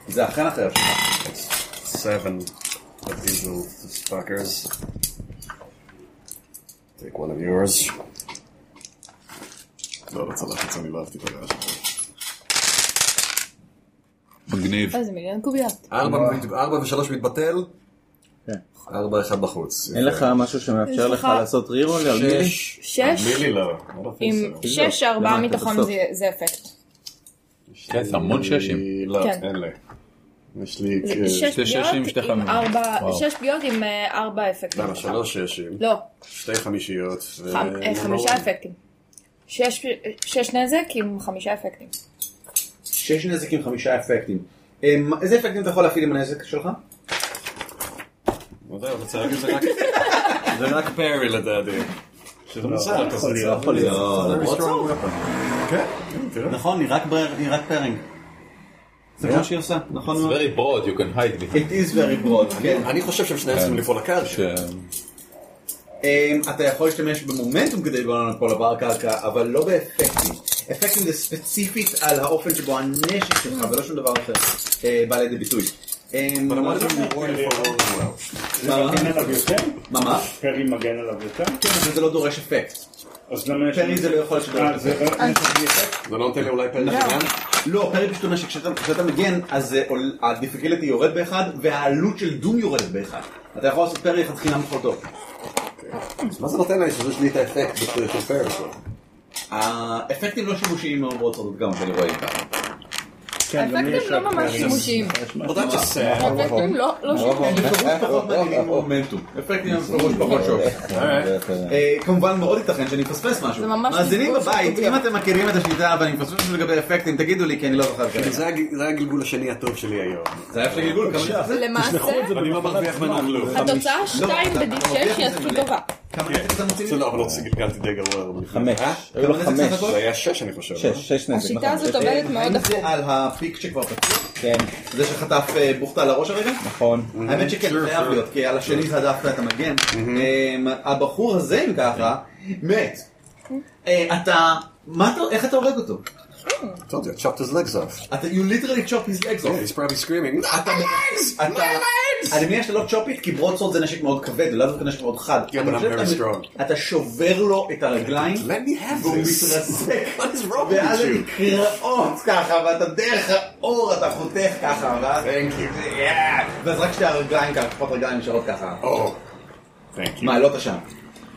[SPEAKER 4] זה אכן אחר שלך.
[SPEAKER 5] Seven of these little fuckers. Take one of yours. לא, לא צלח את זה, אני לא אהבתי את הרעש.
[SPEAKER 2] מגניב.
[SPEAKER 9] איזה מיליון קוביות.
[SPEAKER 5] ארבע ארבע ושלוש מתבטל. ארבע אחד בחוץ.
[SPEAKER 8] כן. אין לך משהו שמאפשר
[SPEAKER 9] יש
[SPEAKER 8] לך
[SPEAKER 9] לך-
[SPEAKER 8] לעשות רירול על מילי?
[SPEAKER 5] שש.
[SPEAKER 9] שש?
[SPEAKER 5] מילי לא.
[SPEAKER 9] עם שש, ארבעה מתוכם זה- זה אפקט.
[SPEAKER 2] כן, זה המון ששים.
[SPEAKER 5] לא,
[SPEAKER 9] כן.
[SPEAKER 5] אין לי. יש לי...
[SPEAKER 9] זה
[SPEAKER 5] כ-
[SPEAKER 9] שש פגיעות עם ארבע,
[SPEAKER 5] וואו.
[SPEAKER 9] שש פגיעות עם אה, ארבע אפקטים.
[SPEAKER 5] למה? שלוש לא ששים.
[SPEAKER 9] לא,
[SPEAKER 5] שתי חמישיות. ו-
[SPEAKER 9] חמ- אה, חמישה
[SPEAKER 5] נורא.
[SPEAKER 9] אפקטים. שש שש נזק עם חמישה אפקטים.
[SPEAKER 4] שש נזק עם חמישה אפקטים. אה, מה- איזה אפקטים אתה יכול להפעיל עם הנזק שלך?
[SPEAKER 5] לא יודע, אבל צריך להגיד, זה רק- זה רק פרי לדעתי. שזה מוזר כזה.
[SPEAKER 4] לא יכול להיות.
[SPEAKER 5] זה
[SPEAKER 4] לא,
[SPEAKER 5] very
[SPEAKER 4] למרות
[SPEAKER 5] strong
[SPEAKER 4] זאת.
[SPEAKER 5] weapon. כן, תראה.
[SPEAKER 4] נכון, היא רק בר- היא רק פארינג. זה מה שהיא עושה, נכון מאוד.
[SPEAKER 2] Very broad, you can hide me.
[SPEAKER 4] It is very broad, כן.
[SPEAKER 5] אני חושב שהם שניהם
[SPEAKER 2] כן.
[SPEAKER 5] צריכים לפעול לקרקע.
[SPEAKER 4] אמ, אתה יכול להשתמש במומנטום כדי לגרום לנו פה לבר קרקע, אבל לא באפקטים. אפקטים זה ספציפית על האופן שבו הנשק שלך ולא שום דבר אחר אה, בא לידי ביטוי. אמ,
[SPEAKER 5] אבל אמרתי שהוא warrior for all the world.
[SPEAKER 4] מה, מה?
[SPEAKER 6] מגן עליו יותר?
[SPEAKER 4] מה, מה?
[SPEAKER 6] פרי מגן עליו יותר?
[SPEAKER 4] כן, אבל זה לא דורש אפקט.
[SPEAKER 6] אז למה יש...
[SPEAKER 4] פרי זה לא יכול לשדר.
[SPEAKER 6] אה, זה לא...
[SPEAKER 5] זה לא נותן לי אולי פרי
[SPEAKER 4] לא.
[SPEAKER 5] לדעתי.
[SPEAKER 4] לא, פרי פשוט אומר שכשאתה כשאתה מגן, אז אה, עול- הדיפיקליטי יורד באחד, והעלות של דום יורדת באחד. אתה יכול לעשות פרי אחד חינם פחות טוב.
[SPEAKER 5] אז מה זה נותן לי שזה שלי את האפקט של של פרי שלו?
[SPEAKER 4] האפקטים לא שימושיים מאוד מאוד חודות גם, שאני רואה איתם.
[SPEAKER 6] כן, גם לי יש...
[SPEAKER 9] האפקטים לא ממש שימושיים.
[SPEAKER 5] Well, that's a sad.
[SPEAKER 9] האפקטים לא לא שימושיים.
[SPEAKER 4] פחות
[SPEAKER 5] אה,
[SPEAKER 4] מעניינים מומנטום. אפקטים הם פחות פחות שוב. אה, כמובן מאוד ייתכן שאני מפספס משהו.
[SPEAKER 9] זה ממש
[SPEAKER 4] מאזינים
[SPEAKER 9] גלגול
[SPEAKER 4] בבית,
[SPEAKER 9] של קובייה.
[SPEAKER 4] אם אתם מכירים את השיטה ואני מפספס משהו לגבי אפקטים, תגידו לי כי אני לא זוכר כרגע.
[SPEAKER 5] זה הג- זה הגלגול השני הטוב שלי היום.
[SPEAKER 4] זה היה של גלגול, כמה נפספס?
[SPEAKER 9] למעשה,
[SPEAKER 5] אני לא מרוויח ממנו כלום.
[SPEAKER 9] התוצאה שתיים
[SPEAKER 4] אתה-
[SPEAKER 9] בדיד
[SPEAKER 4] אתה לוקח
[SPEAKER 9] שש היא
[SPEAKER 4] את זה
[SPEAKER 9] הכי
[SPEAKER 4] מלא.
[SPEAKER 9] טובה.
[SPEAKER 4] כמה נפספס אתם מוצאים?
[SPEAKER 5] זה לא, אבל לא גלגלתי די גרוע.
[SPEAKER 8] חמש.
[SPEAKER 5] אה?
[SPEAKER 8] היו לו
[SPEAKER 4] כמה נזק סך
[SPEAKER 8] חמש.
[SPEAKER 4] הכל?
[SPEAKER 5] זה היה שש אני חושב. אה?
[SPEAKER 8] שש, שש נזק.
[SPEAKER 9] השיטה
[SPEAKER 8] נכון,
[SPEAKER 4] לא,
[SPEAKER 9] הזאת
[SPEAKER 8] שש.
[SPEAKER 9] עובדת מאוד
[SPEAKER 4] האם זה
[SPEAKER 9] הפוך.
[SPEAKER 4] על הפיק שכבר פתוח?
[SPEAKER 8] כן,
[SPEAKER 4] זה שחטף אה, בוכתה על הראש הרגע?
[SPEAKER 8] נכון.
[SPEAKER 4] האמת שכן, זה חייב להיות, כי על השני זה דווקא את המגן.
[SPEAKER 5] Mm-hmm.
[SPEAKER 4] אמ, הבחור הזה, אם ככה, מת. אה, אתה, מה אתה, איך אתה הורג אותו?
[SPEAKER 5] I told you, I chopped his legs off.
[SPEAKER 4] אתה, you literally chop his legs
[SPEAKER 5] Yeah,
[SPEAKER 4] off.
[SPEAKER 5] he's probably screaming, "Not the legs!
[SPEAKER 4] אתה- אני מניח שלא צ'ופית, כי ברודסורד זה נשק מאוד כבד, ולאו דווקא נשק מאוד חד.
[SPEAKER 5] Yeah, but
[SPEAKER 4] אני
[SPEAKER 5] I'm
[SPEAKER 4] חושב
[SPEAKER 5] very
[SPEAKER 4] שאתה-
[SPEAKER 5] strong.
[SPEAKER 4] אתה שובר לו את הרגליים,
[SPEAKER 5] Let me have
[SPEAKER 4] והוא
[SPEAKER 5] this!
[SPEAKER 4] מתרסק.
[SPEAKER 5] What is wrong
[SPEAKER 4] ואז
[SPEAKER 5] with
[SPEAKER 4] הן
[SPEAKER 5] you?
[SPEAKER 4] נקרעות ככה, ואתה דרך האור אתה חותך ככה, ואז...
[SPEAKER 5] Thank you.
[SPEAKER 4] ואז רק שתי הרגליים ככה, כפות רגליים נשארות ככה.
[SPEAKER 5] Oh, thank you.
[SPEAKER 4] מה, לא אתה שם.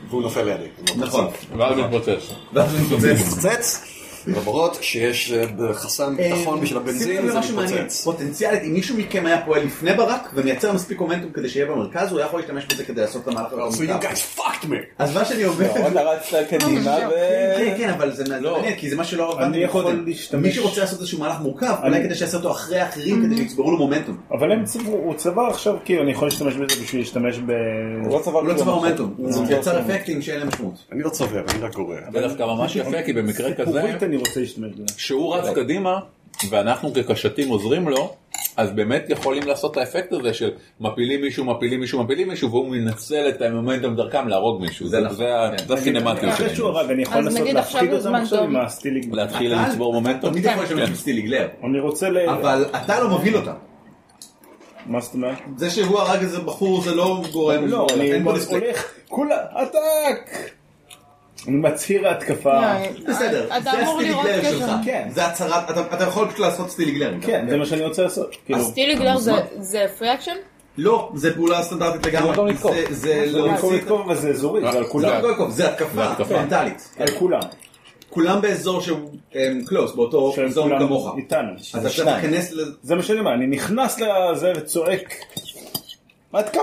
[SPEAKER 5] והוא נופל לידי.
[SPEAKER 4] נכון.
[SPEAKER 2] ואז הוא מתפוצץ.
[SPEAKER 4] ואז הוא מתפוצץ.
[SPEAKER 5] מתפוצץ, למרות שיש אה, חסם ביטחון בשביל
[SPEAKER 4] שימו
[SPEAKER 5] הבנזין,
[SPEAKER 4] לב
[SPEAKER 5] זה
[SPEAKER 9] לא
[SPEAKER 4] משהו מעניין.
[SPEAKER 5] מתפוצץ.
[SPEAKER 4] פוטנציאלית, אם מישהו מכם היה פועל לפני ברק ומייצר מספיק מומנטום כדי שיהיה במרכז, הוא היה יכול להשתמש בזה כדי לעשות את המהלך
[SPEAKER 5] So
[SPEAKER 4] הרב
[SPEAKER 5] you guys fucked me!
[SPEAKER 4] אז מה שאני אומר...
[SPEAKER 8] מאוד רצת קדימה ו...
[SPEAKER 4] כן, כן, אבל זה מעניין, כי זה מה שלא
[SPEAKER 6] אני
[SPEAKER 4] הבנתי
[SPEAKER 6] יכול
[SPEAKER 4] קודם.
[SPEAKER 6] להשתמש.
[SPEAKER 4] מי שרוצה לעשות איזשהו מהלך מורכב, אולי
[SPEAKER 6] אני-
[SPEAKER 4] כדי שיעשה אותו אחרי האחרים,
[SPEAKER 9] Mhm.
[SPEAKER 4] כדי שיצברו לו מומנטום.
[SPEAKER 6] אבל הם צברו, הוא צבר עכשיו, כאילו, אני יכול להשתמש בזה בשביל להשתמש ב...
[SPEAKER 8] הוא לא צבר
[SPEAKER 4] הוא לא צבר
[SPEAKER 8] כלום.
[SPEAKER 4] מומנטום, הוא יצר אפקטים שאין להם משמעות.
[SPEAKER 5] אני לא צובר, אני רק גורע.
[SPEAKER 2] זה דווקא ממש יפה, כי במקרה כזה,
[SPEAKER 6] סיפורית אני רוצה להשתמש בזה.
[SPEAKER 2] כשהוא רץ
[SPEAKER 4] אוקיי.
[SPEAKER 2] קדימה, ואנחנו כקשתים עוזרים לו, אז באמת יכולים לעשות את האפקט הזה של מפילים מישהו, מפילים מישהו, מפילים מישהו, והוא מנצל את המומנטום דרכם להרוג מישהו. זה
[SPEAKER 4] נכון,
[SPEAKER 2] ה-
[SPEAKER 4] כן.
[SPEAKER 2] זה הסינמטיות
[SPEAKER 6] אחרי שהוא
[SPEAKER 2] שלנו.
[SPEAKER 6] הרג, אני יכול
[SPEAKER 9] אז
[SPEAKER 6] לנסות
[SPEAKER 9] נגיד עכשיו
[SPEAKER 6] להפחיד
[SPEAKER 9] הוא
[SPEAKER 6] אותם
[SPEAKER 9] זמן
[SPEAKER 6] עכשיו
[SPEAKER 9] טוב.
[SPEAKER 6] עם הסטילינג.
[SPEAKER 2] להתחיל
[SPEAKER 4] אתה-
[SPEAKER 2] לצבור מומנטום.
[SPEAKER 4] תמיד יכול לשמש
[SPEAKER 2] כן.
[SPEAKER 4] בסטילגלר,
[SPEAKER 6] אני רוצה ל...
[SPEAKER 4] אבל אתה לא מוביל אותם.
[SPEAKER 6] מה זאת אומרת?
[SPEAKER 4] זה שהוא הרג איזה בחור זה לא גורם...
[SPEAKER 6] לא, אני
[SPEAKER 4] אין פה דיספלק.
[SPEAKER 6] הולך, כולה, עתק! אני מצהיר ההתקפה.
[SPEAKER 9] לא,
[SPEAKER 4] לא, בסדר,
[SPEAKER 9] אתה
[SPEAKER 4] זה
[SPEAKER 9] אמור לראות
[SPEAKER 4] הסטילגלר
[SPEAKER 9] כזה.
[SPEAKER 4] שלך,
[SPEAKER 6] כן.
[SPEAKER 4] זה הצהרת, אתה אתה יכול פשוט לעשות סטילגלר.
[SPEAKER 6] כן, זה מה שאני רוצה לעשות. כאילו,
[SPEAKER 9] הסטיליגלר זה פרי אקשן?
[SPEAKER 4] לא, זה פעולה סטנדרטית
[SPEAKER 6] לא במקום
[SPEAKER 4] לגמרי,
[SPEAKER 6] לתקוף.
[SPEAKER 4] זה- זה
[SPEAKER 6] זה במקום
[SPEAKER 4] להוציא את-
[SPEAKER 6] לתקוף, אבל זה אזורי, זה על
[SPEAKER 4] לא
[SPEAKER 6] כולם.
[SPEAKER 4] במקום לתקוף, זה התקפה מנטלית.
[SPEAKER 6] על כולם.
[SPEAKER 4] כולם באזור שהוא קלוס, באותו
[SPEAKER 6] שהם
[SPEAKER 4] אזור
[SPEAKER 6] כולם
[SPEAKER 4] כמוך.
[SPEAKER 6] איתנו.
[SPEAKER 4] אז אתה
[SPEAKER 8] שניים.
[SPEAKER 4] תיכנס ל...
[SPEAKER 6] זה מה שאני אומר, אני נכנס לזה וצועק.
[SPEAKER 4] התקפה!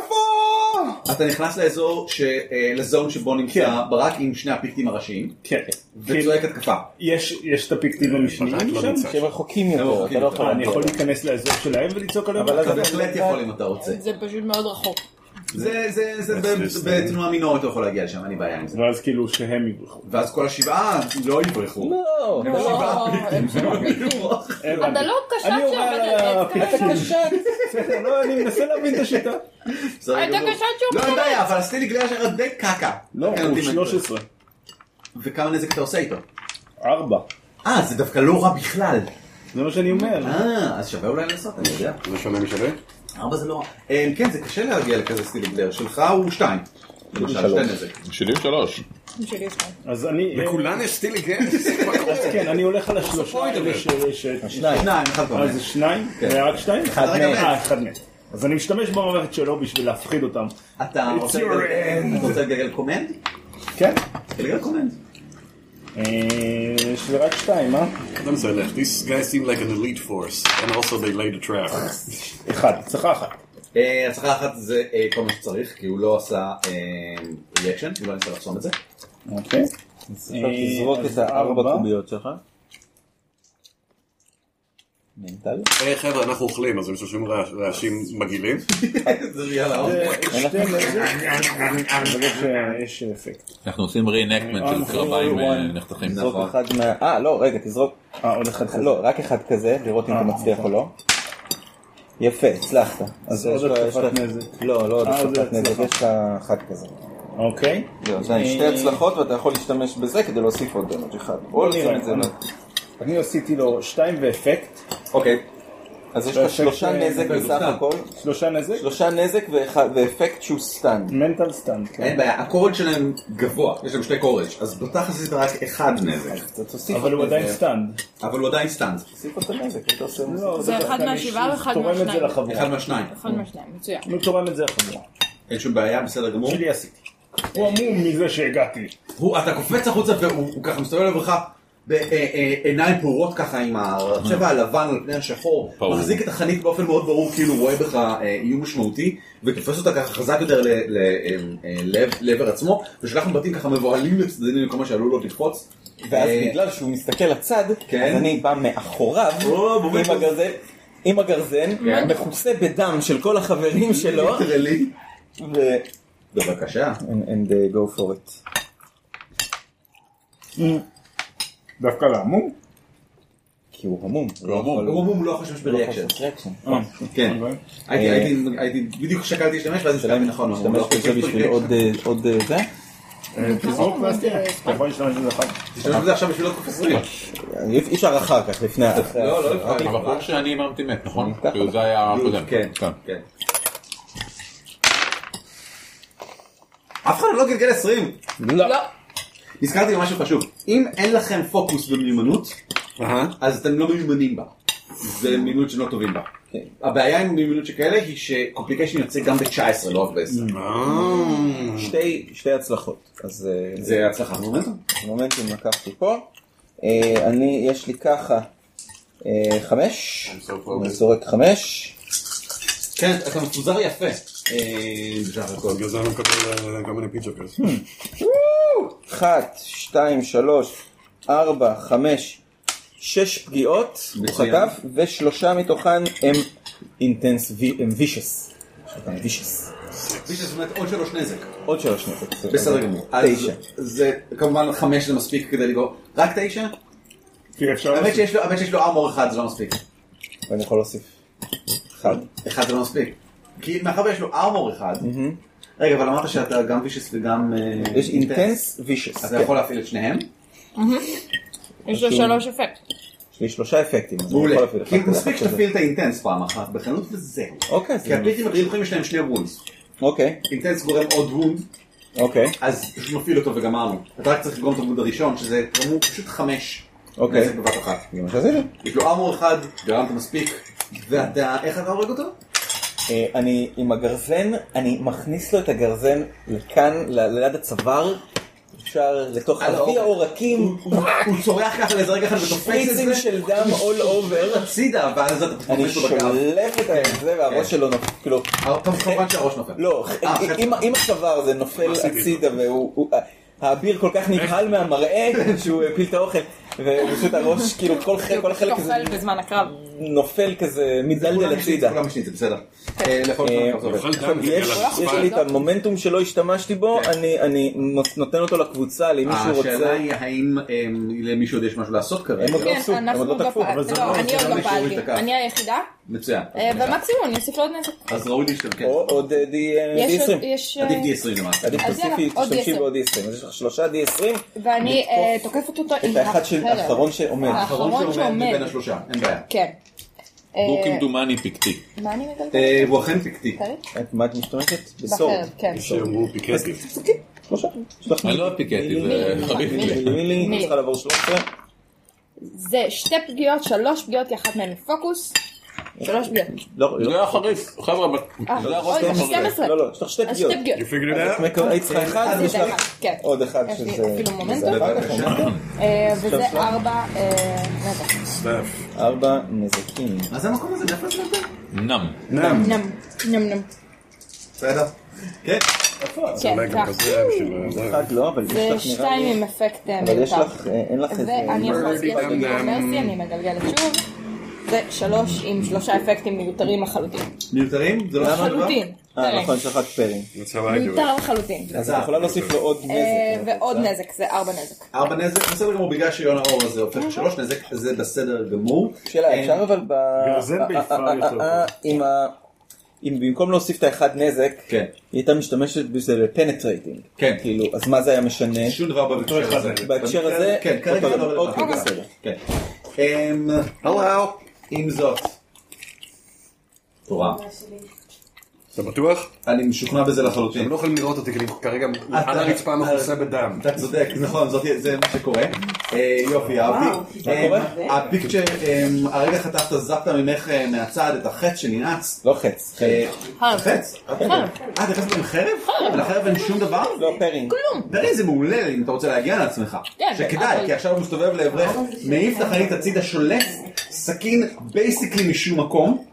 [SPEAKER 4] אתה נכנס לאזור, ש- אה, לזון שבו נמצא ברק עם שני הפיקטים הראשיים,
[SPEAKER 6] כן.
[SPEAKER 4] וצועק התקפה.
[SPEAKER 6] יש יש את הפיקטים המשניים
[SPEAKER 4] לא
[SPEAKER 6] שם?
[SPEAKER 4] נמצא.
[SPEAKER 6] שהם רחוקים
[SPEAKER 4] הם רחוקים יותר.
[SPEAKER 6] אני יכול להיכנס לאזור שלהם ולצעוק עליהם?
[SPEAKER 4] אבל אתה בהחלט יכול אם אתה רוצה.
[SPEAKER 9] זה פשוט מאוד רחוק.
[SPEAKER 4] זה זה- זה ב- בתנועה מינורית אתה יכול להגיע לשם, אין לי בעיה עם זה.
[SPEAKER 6] ואז כאילו שהם יברחו.
[SPEAKER 4] ואז כל השבעה לא יברחו.
[SPEAKER 8] לא.
[SPEAKER 4] הם שבעה.
[SPEAKER 9] אתה לא קשת
[SPEAKER 6] אני עובר
[SPEAKER 9] שעובד על עץ
[SPEAKER 6] אתה
[SPEAKER 9] ככה.
[SPEAKER 6] קשת. בסדר, לא, אני מנסה להבין את השיטה.
[SPEAKER 4] בסדר
[SPEAKER 9] אתה
[SPEAKER 4] גמור.
[SPEAKER 9] קשת שהוא
[SPEAKER 4] לא, אין
[SPEAKER 9] חולה.
[SPEAKER 4] בעיה, אבל עשיתי לי גלילה שלך די קקה.
[SPEAKER 6] לא,
[SPEAKER 4] כן,
[SPEAKER 6] הוא
[SPEAKER 4] אותי
[SPEAKER 6] 13.
[SPEAKER 4] וכמה נזק אתה עושה איתו?
[SPEAKER 6] ארבע.
[SPEAKER 4] אה, זה דווקא לא רע בכלל.
[SPEAKER 6] זה מה שאני אומר.
[SPEAKER 4] אה, אז שווה אולי לנסות, אני יודע.
[SPEAKER 5] זה שונה משווה?
[SPEAKER 4] ארבע זה לא רע. אה, כן, זה קשה להגיע לכזה סטילי גלר. שלך הוא שתיים. למשל, שתי נזק.
[SPEAKER 2] שלי הוא שלוש.
[SPEAKER 6] אז אני...
[SPEAKER 5] לכולן יש סטילי
[SPEAKER 6] <laughs>
[SPEAKER 5] גס.
[SPEAKER 6] אז כן, אני הולך על השלושה האלה ש... ש-
[SPEAKER 4] שניים. שניים, אחד כבר
[SPEAKER 6] אה, זה שניים? זה רק שניים?
[SPEAKER 4] אחד
[SPEAKER 6] אה,
[SPEAKER 4] מהם.
[SPEAKER 6] אחד מהם. אז אני משתמש במערכת שלו בשביל להפחיד אותם.
[SPEAKER 4] אתה
[SPEAKER 6] It's
[SPEAKER 4] רוצה
[SPEAKER 6] your
[SPEAKER 4] לגלגל-
[SPEAKER 6] end.
[SPEAKER 4] אתה רוצה לגלגל קומנד?
[SPEAKER 6] כן.
[SPEAKER 4] לגלגל קומנד.
[SPEAKER 6] אה, יש לי רק שתיים, אה?
[SPEAKER 5] Them so left. These guys seem like an elite force, and also they laid a trap.
[SPEAKER 6] אחד, הצלחה אחת.
[SPEAKER 4] אה, הצלחה אחת זה אה, כל מה שצריך, כי הוא לא עשה ריאקשן, הוא לא ניסה לחסום את זה.
[SPEAKER 6] אוקיי. אה,
[SPEAKER 8] עכשיו תזרוק
[SPEAKER 6] אז
[SPEAKER 8] את הארבע
[SPEAKER 6] ארבע.
[SPEAKER 8] אה, קוביות שלך. מנטל?
[SPEAKER 5] היי אה, חבר'ה, אנחנו אוכלים, אז הם שומעים רעש- רעשים מגעילים.
[SPEAKER 4] <laughs> זה נכון. יאללה,
[SPEAKER 6] אה,
[SPEAKER 4] <laughs> עוד.
[SPEAKER 6] שתי נזק. בגלל שיש אפקט.
[SPEAKER 2] אנחנו עושים reenactment של קרביים אה, נחתכים.
[SPEAKER 8] תזרוק אחד מה... אה, לא, רגע, תזרוק.
[SPEAKER 6] אה, עוד אחד כזה.
[SPEAKER 8] לא, רק אחד כזה, לראות אם
[SPEAKER 6] אה,
[SPEAKER 8] אתה מצליח או לא. יפה, הצלחת.
[SPEAKER 6] אז
[SPEAKER 8] יש
[SPEAKER 6] נכון. עוד
[SPEAKER 8] לך- יש
[SPEAKER 6] התקפת
[SPEAKER 8] לך-
[SPEAKER 6] נזק.
[SPEAKER 8] לא, לא עוד
[SPEAKER 6] אה, זה
[SPEAKER 8] התקפת נזק,
[SPEAKER 6] הצלחה.
[SPEAKER 8] יש לך אחת כזה.
[SPEAKER 6] אוקיי.
[SPEAKER 8] זהו, לא, זה שתי
[SPEAKER 6] אה,
[SPEAKER 8] הצלחות ואתה יכול להשתמש בזה כדי להוסיף עוד דמג' אחד. או
[SPEAKER 6] בוא
[SPEAKER 8] לשים
[SPEAKER 6] נראה.
[SPEAKER 8] את זה. ל-
[SPEAKER 6] אני עשיתי לו שתיים ואפקט.
[SPEAKER 8] אוקיי. אז יש לך
[SPEAKER 6] ואפקט,
[SPEAKER 8] שלושה
[SPEAKER 6] אה,
[SPEAKER 8] נזק
[SPEAKER 6] ואפקט
[SPEAKER 8] בסך הכל.
[SPEAKER 6] שלושה נזק?
[SPEAKER 8] שלושה נזק ואחד- ואפקט שהוא סטן.
[SPEAKER 6] מנטל סטאנט. כן.
[SPEAKER 4] אין בעיה, הקורג' שלהם גבוה, יש להם שתי קורג', אז בתכלס עשית רק אחד נזק.
[SPEAKER 8] אתה תוסיף
[SPEAKER 6] אבל הוא
[SPEAKER 8] עוד נזק.
[SPEAKER 6] עדיין סטאנד.
[SPEAKER 4] אבל הוא עדיין סטאנד.
[SPEAKER 8] תוסיף עוד נזק, אתה עושה...
[SPEAKER 6] לא,
[SPEAKER 9] זה אחד
[SPEAKER 6] אני
[SPEAKER 9] מהשבעה ואחד
[SPEAKER 6] תורם את זה
[SPEAKER 9] מהשניים.
[SPEAKER 6] לחבורה.
[SPEAKER 4] אחד מהשניים.
[SPEAKER 9] אחד מהשניים, נכון, מצוין.
[SPEAKER 6] אני תורם את זה לחבורה.
[SPEAKER 4] אין שום בעיה, בסדר גמור.
[SPEAKER 6] שלי עשיתי. הוא המום מזה שהגעתי.
[SPEAKER 4] הוא, אתה קופץ החוצה והוא הוא ככה מסתובב לברכה בעיניים פעורות ככה עם הצבע הלבן על פני השחור,
[SPEAKER 2] פעור.
[SPEAKER 4] מחזיק את החנית באופן מאוד ברור כאילו הוא רואה בך אה, איום משמעותי ותופס אותה ככה חזק יותר ל- ל- אה, אה, לב- לעבר עצמו ושולח מבטים ככה מבוהלים לצדדים במקום שעלול לו לקפוץ.
[SPEAKER 8] ואז
[SPEAKER 4] אה,
[SPEAKER 8] בגלל שהוא מסתכל לצד,
[SPEAKER 4] כן.
[SPEAKER 8] אז אני בא מאחוריו
[SPEAKER 4] או, בומי
[SPEAKER 8] עם
[SPEAKER 4] טוב.
[SPEAKER 8] הגרזן, עם הגרזן,
[SPEAKER 4] כן.
[SPEAKER 8] מכוסה בדם של כל <laughs> החברים שלו,
[SPEAKER 4] ליטרלי.
[SPEAKER 8] ו...
[SPEAKER 4] בבקשה.
[SPEAKER 8] And, and uh, go for it.
[SPEAKER 6] דווקא להמום?
[SPEAKER 8] כי הוא המום.
[SPEAKER 2] הוא המום.
[SPEAKER 8] יכול-
[SPEAKER 4] הוא המום לא חשש
[SPEAKER 8] הוא לא יכול
[SPEAKER 4] בריאקשן.
[SPEAKER 8] לעשות reaction.
[SPEAKER 4] כן.
[SPEAKER 6] אוקיי.
[SPEAKER 4] הייתי-
[SPEAKER 8] אה,
[SPEAKER 4] הייתי- הייתי, בדיוק שקלתי להשתמש ואז
[SPEAKER 8] השאלה
[SPEAKER 4] הסתכלתי
[SPEAKER 8] אם
[SPEAKER 4] נכון.
[SPEAKER 8] נכון,
[SPEAKER 4] הוא לא
[SPEAKER 8] משתמש בזה
[SPEAKER 4] חושש
[SPEAKER 8] בשביל
[SPEAKER 4] ב-reaction.
[SPEAKER 8] עוד אה, עוד אה, זה?
[SPEAKER 6] תזרוק ואז תראה. נכון, אתה יכול להשתמש בזה אחר כך.
[SPEAKER 4] תשתמש בזה עכשיו בשביל עוד קופסרים.
[SPEAKER 8] אי אי אפשר אחר כך, לפני ה... אחרי
[SPEAKER 4] לא, לא
[SPEAKER 8] ה-
[SPEAKER 4] לפעמים.
[SPEAKER 2] הבחור שאני הרמתי מת, נכון?
[SPEAKER 8] ככה.
[SPEAKER 2] כאילו, זה היה הקודם.
[SPEAKER 4] כן, כן. אף אחד לא גלגל 20.
[SPEAKER 9] לא.
[SPEAKER 4] נזכרתי במשהו חשוב. אם אין לכם פוקוס ומיומנות, אז אתם לא מיומנים בה. זה מיומנות שלא טובים בה. הבעיה עם מיומנות שכאלה היא שקומפליקיישן יוצא גם ב-19, לא רק ב-10.
[SPEAKER 8] שתי- שתי הצלחות. אז אה,
[SPEAKER 4] זה הצלחה מומנטום.
[SPEAKER 8] מומנטום לקחתי פה. אה, אני, יש לי ככה אה, חמש. אני זורק חמש.
[SPEAKER 4] כן, אתה מפוזר יפה. אה, בסך הכל.
[SPEAKER 5] בגלל זה אני מקבל אה, כל מיני פיצ'ר כזה.
[SPEAKER 9] Hmm.
[SPEAKER 8] אחת, שתיים, שלוש, ארבע, חמש, שש פגיעות, הוא
[SPEAKER 4] מצוין.
[SPEAKER 8] חטף, ושלושה מתוכן הם אינטנס, הם וישס. הם וישס.
[SPEAKER 4] כפי שזה אומרת, עוד שלוש נזק.
[SPEAKER 8] עוד שלוש נקודות.
[SPEAKER 4] בסדר גמור. אז
[SPEAKER 8] תשע.
[SPEAKER 4] זה כמובן חמש זה מספיק כדי לגרום. רק תשע?
[SPEAKER 6] כי אפשר...
[SPEAKER 4] האמת
[SPEAKER 6] לעשות-
[SPEAKER 4] שיש לו- האמת שיש לו ארמור אחד זה לא מספיק.
[SPEAKER 8] ואני יכול להוסיף. אחד.
[SPEAKER 4] אחד זה לא מספיק. כי מאחר ויש לו ארמור אחד, רגע, אבל אמרת שאתה גם וישס וגם אה,
[SPEAKER 8] יש אינטנס וישס.
[SPEAKER 4] אז נכון. אתה יכול להפעיל את שניהם?
[SPEAKER 9] יש לו שלוש אפקט.
[SPEAKER 8] יש לי שלושה אפקטים. אז אני
[SPEAKER 4] מעולה.
[SPEAKER 8] יכול להפעיל אחד
[SPEAKER 4] כי
[SPEAKER 8] כזה,
[SPEAKER 4] מספיק
[SPEAKER 8] אחד כזה.
[SPEAKER 4] שתפעיל את האינטנס פעם אחת בחנות וזהו.
[SPEAKER 8] אוקיי, אז
[SPEAKER 4] כי
[SPEAKER 8] אני-
[SPEAKER 4] הפליטים הקריבים יש להם שני וונדס.
[SPEAKER 8] אוקיי,
[SPEAKER 4] אינטנס גורם עוד וונד,
[SPEAKER 8] אוקיי,
[SPEAKER 4] אז פשוט מפעיל אותו וגמרנו. אתה רק צריך לגרום את הוונד הראשון, שזה גרמו פשוט חמש.
[SPEAKER 8] אוקיי.
[SPEAKER 4] נזק בבת אחת.
[SPEAKER 8] זה מה שעשיתי.
[SPEAKER 4] יש לו ארמור אחד, גרמת מספיק, ואתה, איך אתה הורג אותו?
[SPEAKER 8] אה, אני עם הגרזן, אני מכניס לו את הגרזן לכאן, ל- ליד הצוואר, אפשר לתוך
[SPEAKER 4] על
[SPEAKER 8] אבי
[SPEAKER 4] האור.
[SPEAKER 8] העורקים.
[SPEAKER 4] הוא צורח ככה לאיזה רגע אחד ותופס את
[SPEAKER 8] שפריצים
[SPEAKER 4] זה.
[SPEAKER 8] של דם all
[SPEAKER 4] <laughs>
[SPEAKER 8] over.
[SPEAKER 4] הצידה, ואז אתה תופס
[SPEAKER 8] אני
[SPEAKER 4] אותו בגב.
[SPEAKER 8] שולף את זה והראש שלו נופל, כאילו...
[SPEAKER 4] כמובן שהראש נופל.
[SPEAKER 8] לא,
[SPEAKER 4] אה,
[SPEAKER 8] אם- אם הצוואר זה נופל הצידה והוא... הוא- האביר כל כך נבהל מהמראה שהוא הפיל את האוכל ופשוט הראש כאילו כל חלק כל החלק הזה
[SPEAKER 9] נופל בזמן הקרב.
[SPEAKER 8] נופל כזה מדלדל הצידה.
[SPEAKER 4] אה, לכל
[SPEAKER 8] אה,
[SPEAKER 4] אחד עובד.
[SPEAKER 8] עכשיו, יש יש לי את המומנטום שלא השתמשתי בו אני אני נותן אותו לקבוצה למישהו
[SPEAKER 4] כן. השאלה
[SPEAKER 8] רוצה.
[SPEAKER 4] היא האם אמ, למישהו עוד יש משהו לעשות כרגע.
[SPEAKER 8] הם עוד לא
[SPEAKER 9] כן, אנחנו גם פעלתי. לא, אני עוד לא פעלתי. אני היחידה,
[SPEAKER 4] מצוין.
[SPEAKER 9] אה, ומקסימום אני אוסיף לו עוד נזק.
[SPEAKER 4] אז ראוי להשתמש.
[SPEAKER 8] או עוד אה, די- אה,
[SPEAKER 9] יש עוד-
[SPEAKER 8] D20.
[SPEAKER 9] יש, אה, עדיף
[SPEAKER 4] D20 למעשה.
[SPEAKER 8] עדיף
[SPEAKER 9] אז
[SPEAKER 8] תוסיפי,
[SPEAKER 9] יאללה, עוד
[SPEAKER 8] תשתמשי
[SPEAKER 9] D10.
[SPEAKER 8] בעוד D20. אז יש לך שלושה D20.
[SPEAKER 9] ואני אה, תוקפת אותו עם
[SPEAKER 8] את האחד של
[SPEAKER 9] החרב.
[SPEAKER 8] האחרון שעומד.
[SPEAKER 9] האחרון שעומד.
[SPEAKER 4] השלושה, אין בעיה.
[SPEAKER 9] כן.
[SPEAKER 2] הוא
[SPEAKER 9] אה,
[SPEAKER 2] כמדומני פיקטי.
[SPEAKER 9] מה אני מגלגלת?
[SPEAKER 8] אה,
[SPEAKER 4] אה, הוא אכן פיקטי.
[SPEAKER 8] את- מה את משתמשת?
[SPEAKER 9] בחרב, כן.
[SPEAKER 15] שאמרו פיקטי.
[SPEAKER 8] שלושה.
[SPEAKER 2] אני לא פיקטי, זה
[SPEAKER 9] מילי,
[SPEAKER 2] חביבי.
[SPEAKER 9] מילי.
[SPEAKER 8] מילי,
[SPEAKER 9] מילי.
[SPEAKER 8] צריכה לעבור 13.
[SPEAKER 9] זה שתי פגיעות, שלוש פגיעות, כי אחת מהן היא פוקוס. שלוש פגיעות.
[SPEAKER 8] לא,
[SPEAKER 2] זה היה חריף, חבר'ה, בת-
[SPEAKER 9] אה,
[SPEAKER 2] זה היה
[SPEAKER 9] אוי,
[SPEAKER 2] ראש
[SPEAKER 9] שתים עשרה.
[SPEAKER 8] לא, לא, יש לך שתי
[SPEAKER 9] אז
[SPEAKER 8] פגיעות.
[SPEAKER 9] שתי פגיעות.
[SPEAKER 8] אז את מקו- היית צריכה אחד, יש
[SPEAKER 9] עשית
[SPEAKER 8] לך
[SPEAKER 9] אחד, כן.
[SPEAKER 8] עוד אחד
[SPEAKER 9] יש לי
[SPEAKER 8] שזה...
[SPEAKER 9] אפילו מומנטום.
[SPEAKER 8] זה אחד.
[SPEAKER 9] אה, וזה
[SPEAKER 8] שלושה.
[SPEAKER 9] ארבע... אה, רגע.
[SPEAKER 8] ארבע נזקים.
[SPEAKER 4] מה זה המקום הזה? מאיפה זה נותן?
[SPEAKER 2] נם.
[SPEAKER 5] נם.
[SPEAKER 9] נם, נם, נם.
[SPEAKER 5] בסדר. כן.
[SPEAKER 9] כן,
[SPEAKER 5] אולי גם
[SPEAKER 9] כך.
[SPEAKER 5] כזה בשביל אה, זה.
[SPEAKER 8] אחד לא, אבל יש
[SPEAKER 9] זה
[SPEAKER 8] לך נראה
[SPEAKER 9] שתיים
[SPEAKER 8] לי...
[SPEAKER 9] עם אפקט אה,
[SPEAKER 8] אבל יש
[SPEAKER 9] מיותר.
[SPEAKER 8] לך, אה, אין לך איזה...
[SPEAKER 9] ואני יכולה
[SPEAKER 5] Birdie
[SPEAKER 9] לעשות
[SPEAKER 5] Bam Bam.
[SPEAKER 9] מרסי, אני מגלגלת שוב. זה שלוש עם שלושה אפקטים מיותרים לחלוטין.
[SPEAKER 4] מיותרים? זה לא שום דבר?
[SPEAKER 9] לחלוטין.
[SPEAKER 8] אה, נכון, לא יש לך רק פרים.
[SPEAKER 9] מיותר לחלוטין.
[SPEAKER 8] אז את יכולה להוסיף לו עוד
[SPEAKER 9] אה,
[SPEAKER 8] נזק.
[SPEAKER 9] ועוד נזק, זה ארבע נזק.
[SPEAKER 4] ארבע נזק, בסדר גמור, בגלל שיונה אור הזה הופך שלוש נזק, זה בסדר גמור.
[SPEAKER 8] שאלה,
[SPEAKER 4] אה,
[SPEAKER 8] אפשר אבל ב...
[SPEAKER 6] גרזן באיפה
[SPEAKER 8] אה, אה,
[SPEAKER 6] יש לו.
[SPEAKER 8] אה, אה, עם ה... אם במקום להוסיף את האחד נזק,
[SPEAKER 4] כן.
[SPEAKER 8] היא הייתה משתמשת בזה לפנטרייטינג.
[SPEAKER 4] כן.
[SPEAKER 8] כאילו, אז מה זה היה משנה?
[SPEAKER 4] שום דבר בהקשר
[SPEAKER 6] אחד
[SPEAKER 4] הזה.
[SPEAKER 8] בהקשר
[SPEAKER 4] במקרה
[SPEAKER 8] הזה,
[SPEAKER 4] כן, כרגע
[SPEAKER 8] אותו
[SPEAKER 4] זה לא
[SPEAKER 8] דבר. אוקיי,
[SPEAKER 4] רלוונטי.
[SPEAKER 8] בסדר.
[SPEAKER 4] כן. אמ,
[SPEAKER 5] הלו.
[SPEAKER 4] עם זאת, תורה.
[SPEAKER 5] אתה בטוח?
[SPEAKER 4] אני משוכנע בזה
[SPEAKER 5] הם
[SPEAKER 4] לחלוטין.
[SPEAKER 5] לא יכולים לראות אותי, כי אני כרגע על הרצפה מכוסה בדם.
[SPEAKER 4] אתה צודק, נכון, זאת- זה מה שקורה. אה, יופי, אהבתי. אה, הפיקצ'ר, אה, הרגע חתכת, זפת ממך אה, מהצד את החץ שננעץ.
[SPEAKER 8] לא חץ. חץ.
[SPEAKER 4] אה, חץ? אה, אתה נכנסת עם חרב? לחרב אין שום דבר?
[SPEAKER 8] לא, פרינג.
[SPEAKER 4] תראי, זה מעולה אם אתה רוצה להגיע לעצמך.
[SPEAKER 9] כן,
[SPEAKER 4] שכדאי,
[SPEAKER 9] אבל-
[SPEAKER 4] כי עכשיו הוא מסתובב לעברך, מעיף את החנית הצידה, שולף סכין בייסיקלי משום מקום,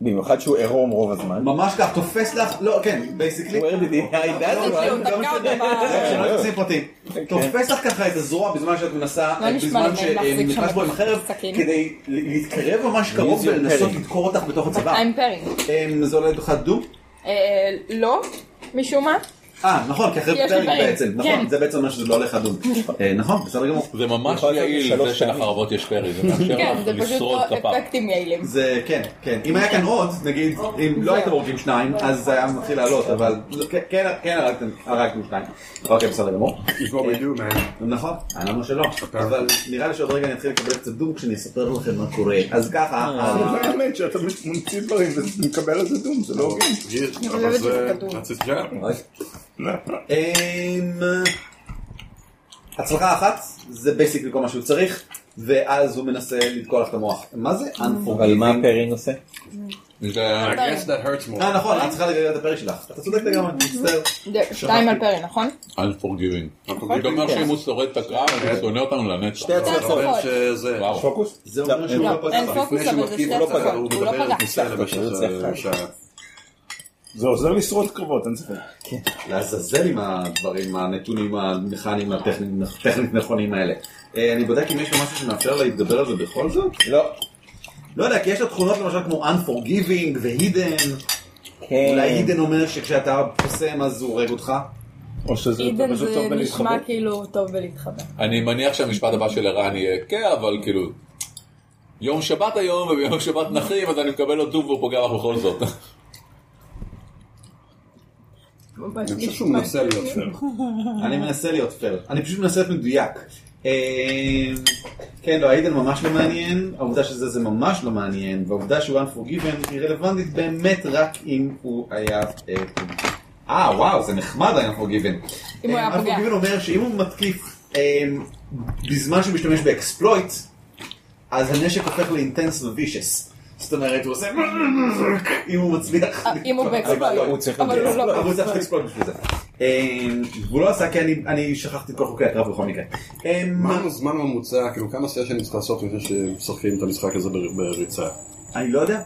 [SPEAKER 8] במיוחד שהוא עירום רוב הזמן.
[SPEAKER 4] ממש כך, תופס לך, לא, כן, בייסיקלי. <laughs>
[SPEAKER 8] Where did he hide that
[SPEAKER 9] זה כאילו, תקע אותו ב-
[SPEAKER 4] שלא יוצאים פרטים. תופס לך ככה את הזרוע בזמן שאת מנסה,
[SPEAKER 9] לא נשמע
[SPEAKER 4] בזמן
[SPEAKER 9] לי להחזיק
[SPEAKER 4] שנכנס
[SPEAKER 9] שם
[SPEAKER 4] בו עם חרב,
[SPEAKER 9] סכין.
[SPEAKER 4] כדי להתקרב ממש קרוב
[SPEAKER 8] your
[SPEAKER 4] ולנסות
[SPEAKER 8] parry?
[SPEAKER 4] לדקור אותך בתוך הצבא.
[SPEAKER 9] I'm pairing.
[SPEAKER 4] אמ, זה עולה לך דו?
[SPEAKER 9] אה, לא, משום מה.
[SPEAKER 4] אה, נכון, כי
[SPEAKER 9] יש לי
[SPEAKER 4] אחרת פרק
[SPEAKER 9] parry.
[SPEAKER 4] בעצם, נכון,
[SPEAKER 9] כן.
[SPEAKER 4] זה בעצם אומר שזה לא עולה לך
[SPEAKER 9] <laughs>
[SPEAKER 4] דו. אה, נכון, בסדר גמור.
[SPEAKER 2] זה ממש
[SPEAKER 8] יכול להיות
[SPEAKER 2] יעיל,
[SPEAKER 8] שלוש
[SPEAKER 2] זה
[SPEAKER 8] פעמים.
[SPEAKER 2] שלחרבות יש
[SPEAKER 5] <laughs>
[SPEAKER 2] פרי, זה מאפשר
[SPEAKER 9] כן,
[SPEAKER 2] לך
[SPEAKER 9] זה פשוט
[SPEAKER 2] לשרוד
[SPEAKER 9] לא
[SPEAKER 2] כפר.
[SPEAKER 9] אפקטים יעילים.
[SPEAKER 4] זה כן, כן. אם היה כאן עוד, נגיד, אם לא הייתם הורגים שניים, אז זה היה מתחיל לעלות, אבל כן- כן כן הרגתם- הרגתם שניים. אוקיי, בסדר גמור.
[SPEAKER 5] It's what we do, man.
[SPEAKER 4] נכון, אמרנו שלא. אבל נראה לי שעוד רגע אני אתחיל לקבל קצת דום כשאני אספר לכם מה קורה. אז ככה,
[SPEAKER 5] אבל האמת שאתה ממציא דברים ומקבל על זה דום, זה לא הוגן. אבל זה... רציתי שאלה.
[SPEAKER 4] אמ, הצלחה אחת, זה בייסיקלי כל מה שהוא צריך, ואז הוא מנסה לתקוע לך את המוח. מה זה?
[SPEAKER 8] אבל מה
[SPEAKER 4] Unforgiving.
[SPEAKER 8] פרינג עושה?
[SPEAKER 5] I guess that hurts more.
[SPEAKER 4] אה, נכון, את צריכה לגלגל את הפרק שלך. אתה צודק לגמרי, מצטער.
[SPEAKER 9] זה שתיים על פרי, נכון?
[SPEAKER 2] Unforgiving. זה אומר שאם הוא שורד את הקרב, הוא שונא אותנו לנצח.
[SPEAKER 8] שתי
[SPEAKER 5] זה אומר
[SPEAKER 9] הצלחות.
[SPEAKER 5] שזה...
[SPEAKER 2] וואו.
[SPEAKER 6] פוקוס?
[SPEAKER 4] זה אומר שהוא
[SPEAKER 9] לא,
[SPEAKER 4] לא פגע.
[SPEAKER 9] אין פוקוס.
[SPEAKER 5] לפני
[SPEAKER 9] אבל זה
[SPEAKER 5] שמכים
[SPEAKER 9] שתי
[SPEAKER 5] אותך,
[SPEAKER 9] הצלחות.
[SPEAKER 5] הוא
[SPEAKER 9] הוא לא
[SPEAKER 5] מדבר על
[SPEAKER 9] פגע.
[SPEAKER 5] כיסא
[SPEAKER 8] הוא
[SPEAKER 5] למשך
[SPEAKER 8] יוצא
[SPEAKER 5] אה,
[SPEAKER 8] אחד.
[SPEAKER 5] שעה.
[SPEAKER 6] זה עוזר לשרוד קרבות, אין ספק.
[SPEAKER 4] לעזאזל עם הדברים, הנתונים המכניים, הטכניים הטכנית נכונים האלה. אה, אני בודק אם יש לו משהו שמאפשר לה להתגבר על זה בכל זאת?
[SPEAKER 8] לא.
[SPEAKER 4] לא יודע, כי יש לה תכונות למשל כמו Unforgiving ו-Hidden. אולי
[SPEAKER 8] כן.
[SPEAKER 4] Hidden אומר שכשאתה פוסם אז הוא הורג אותך?
[SPEAKER 6] או שזה
[SPEAKER 9] עידן
[SPEAKER 6] פשוט
[SPEAKER 9] זה
[SPEAKER 6] טוב
[SPEAKER 9] נשמע
[SPEAKER 6] בלהתחבא.
[SPEAKER 9] כאילו טוב בלהתחבא.
[SPEAKER 2] אני מניח שהמשפט הבא של ערן יהיה כן, אבל כאילו... יום שבת היום, וביום שבת נחים, אז אני מקבל עוד דוב והוא פוגע לך בכל זאת.
[SPEAKER 5] אני חושב שהוא מנסה להיות פייר.
[SPEAKER 4] אני מנסה להיות פייר. אני פשוט מנסה להיות מדויק. אה, כן, לא, היידן ממש לא מעניין, העובדה שזה זה ממש לא מעניין, והעובדה שהוא Unforgiven היא רלוונטית באמת רק אם הוא היה... אה, אה, וואו, זה נחמד היה Unforgiven.
[SPEAKER 9] אם הוא היה
[SPEAKER 4] אה,
[SPEAKER 9] פוגע.
[SPEAKER 4] Unforgiven אומר שאם הוא מתקיף אה, בזמן שהוא משתמש באקספלויט, אז הנשק הופך לאינטנס ווישס. זאת אומרת, הוא עושה... אם הוא מצליח...
[SPEAKER 9] אם הוא
[SPEAKER 4] אבל
[SPEAKER 9] באקספלוט.
[SPEAKER 4] הוא
[SPEAKER 8] צריך
[SPEAKER 9] אבל הוא
[SPEAKER 8] לגייס.
[SPEAKER 9] לא
[SPEAKER 4] אבל הוא צריך לאקספלויט בשביל זה. אמ, והוא לא עשה כי אני- אני שכחתי את כל חוקי הקרב בכל מקרה. אמ,
[SPEAKER 10] מה הזמן הממוצע, כאילו כמה סיעה שאני צריך לעשות לפני שמשחקים את המשחק הזה בר- בריצה?
[SPEAKER 4] אני לא יודע.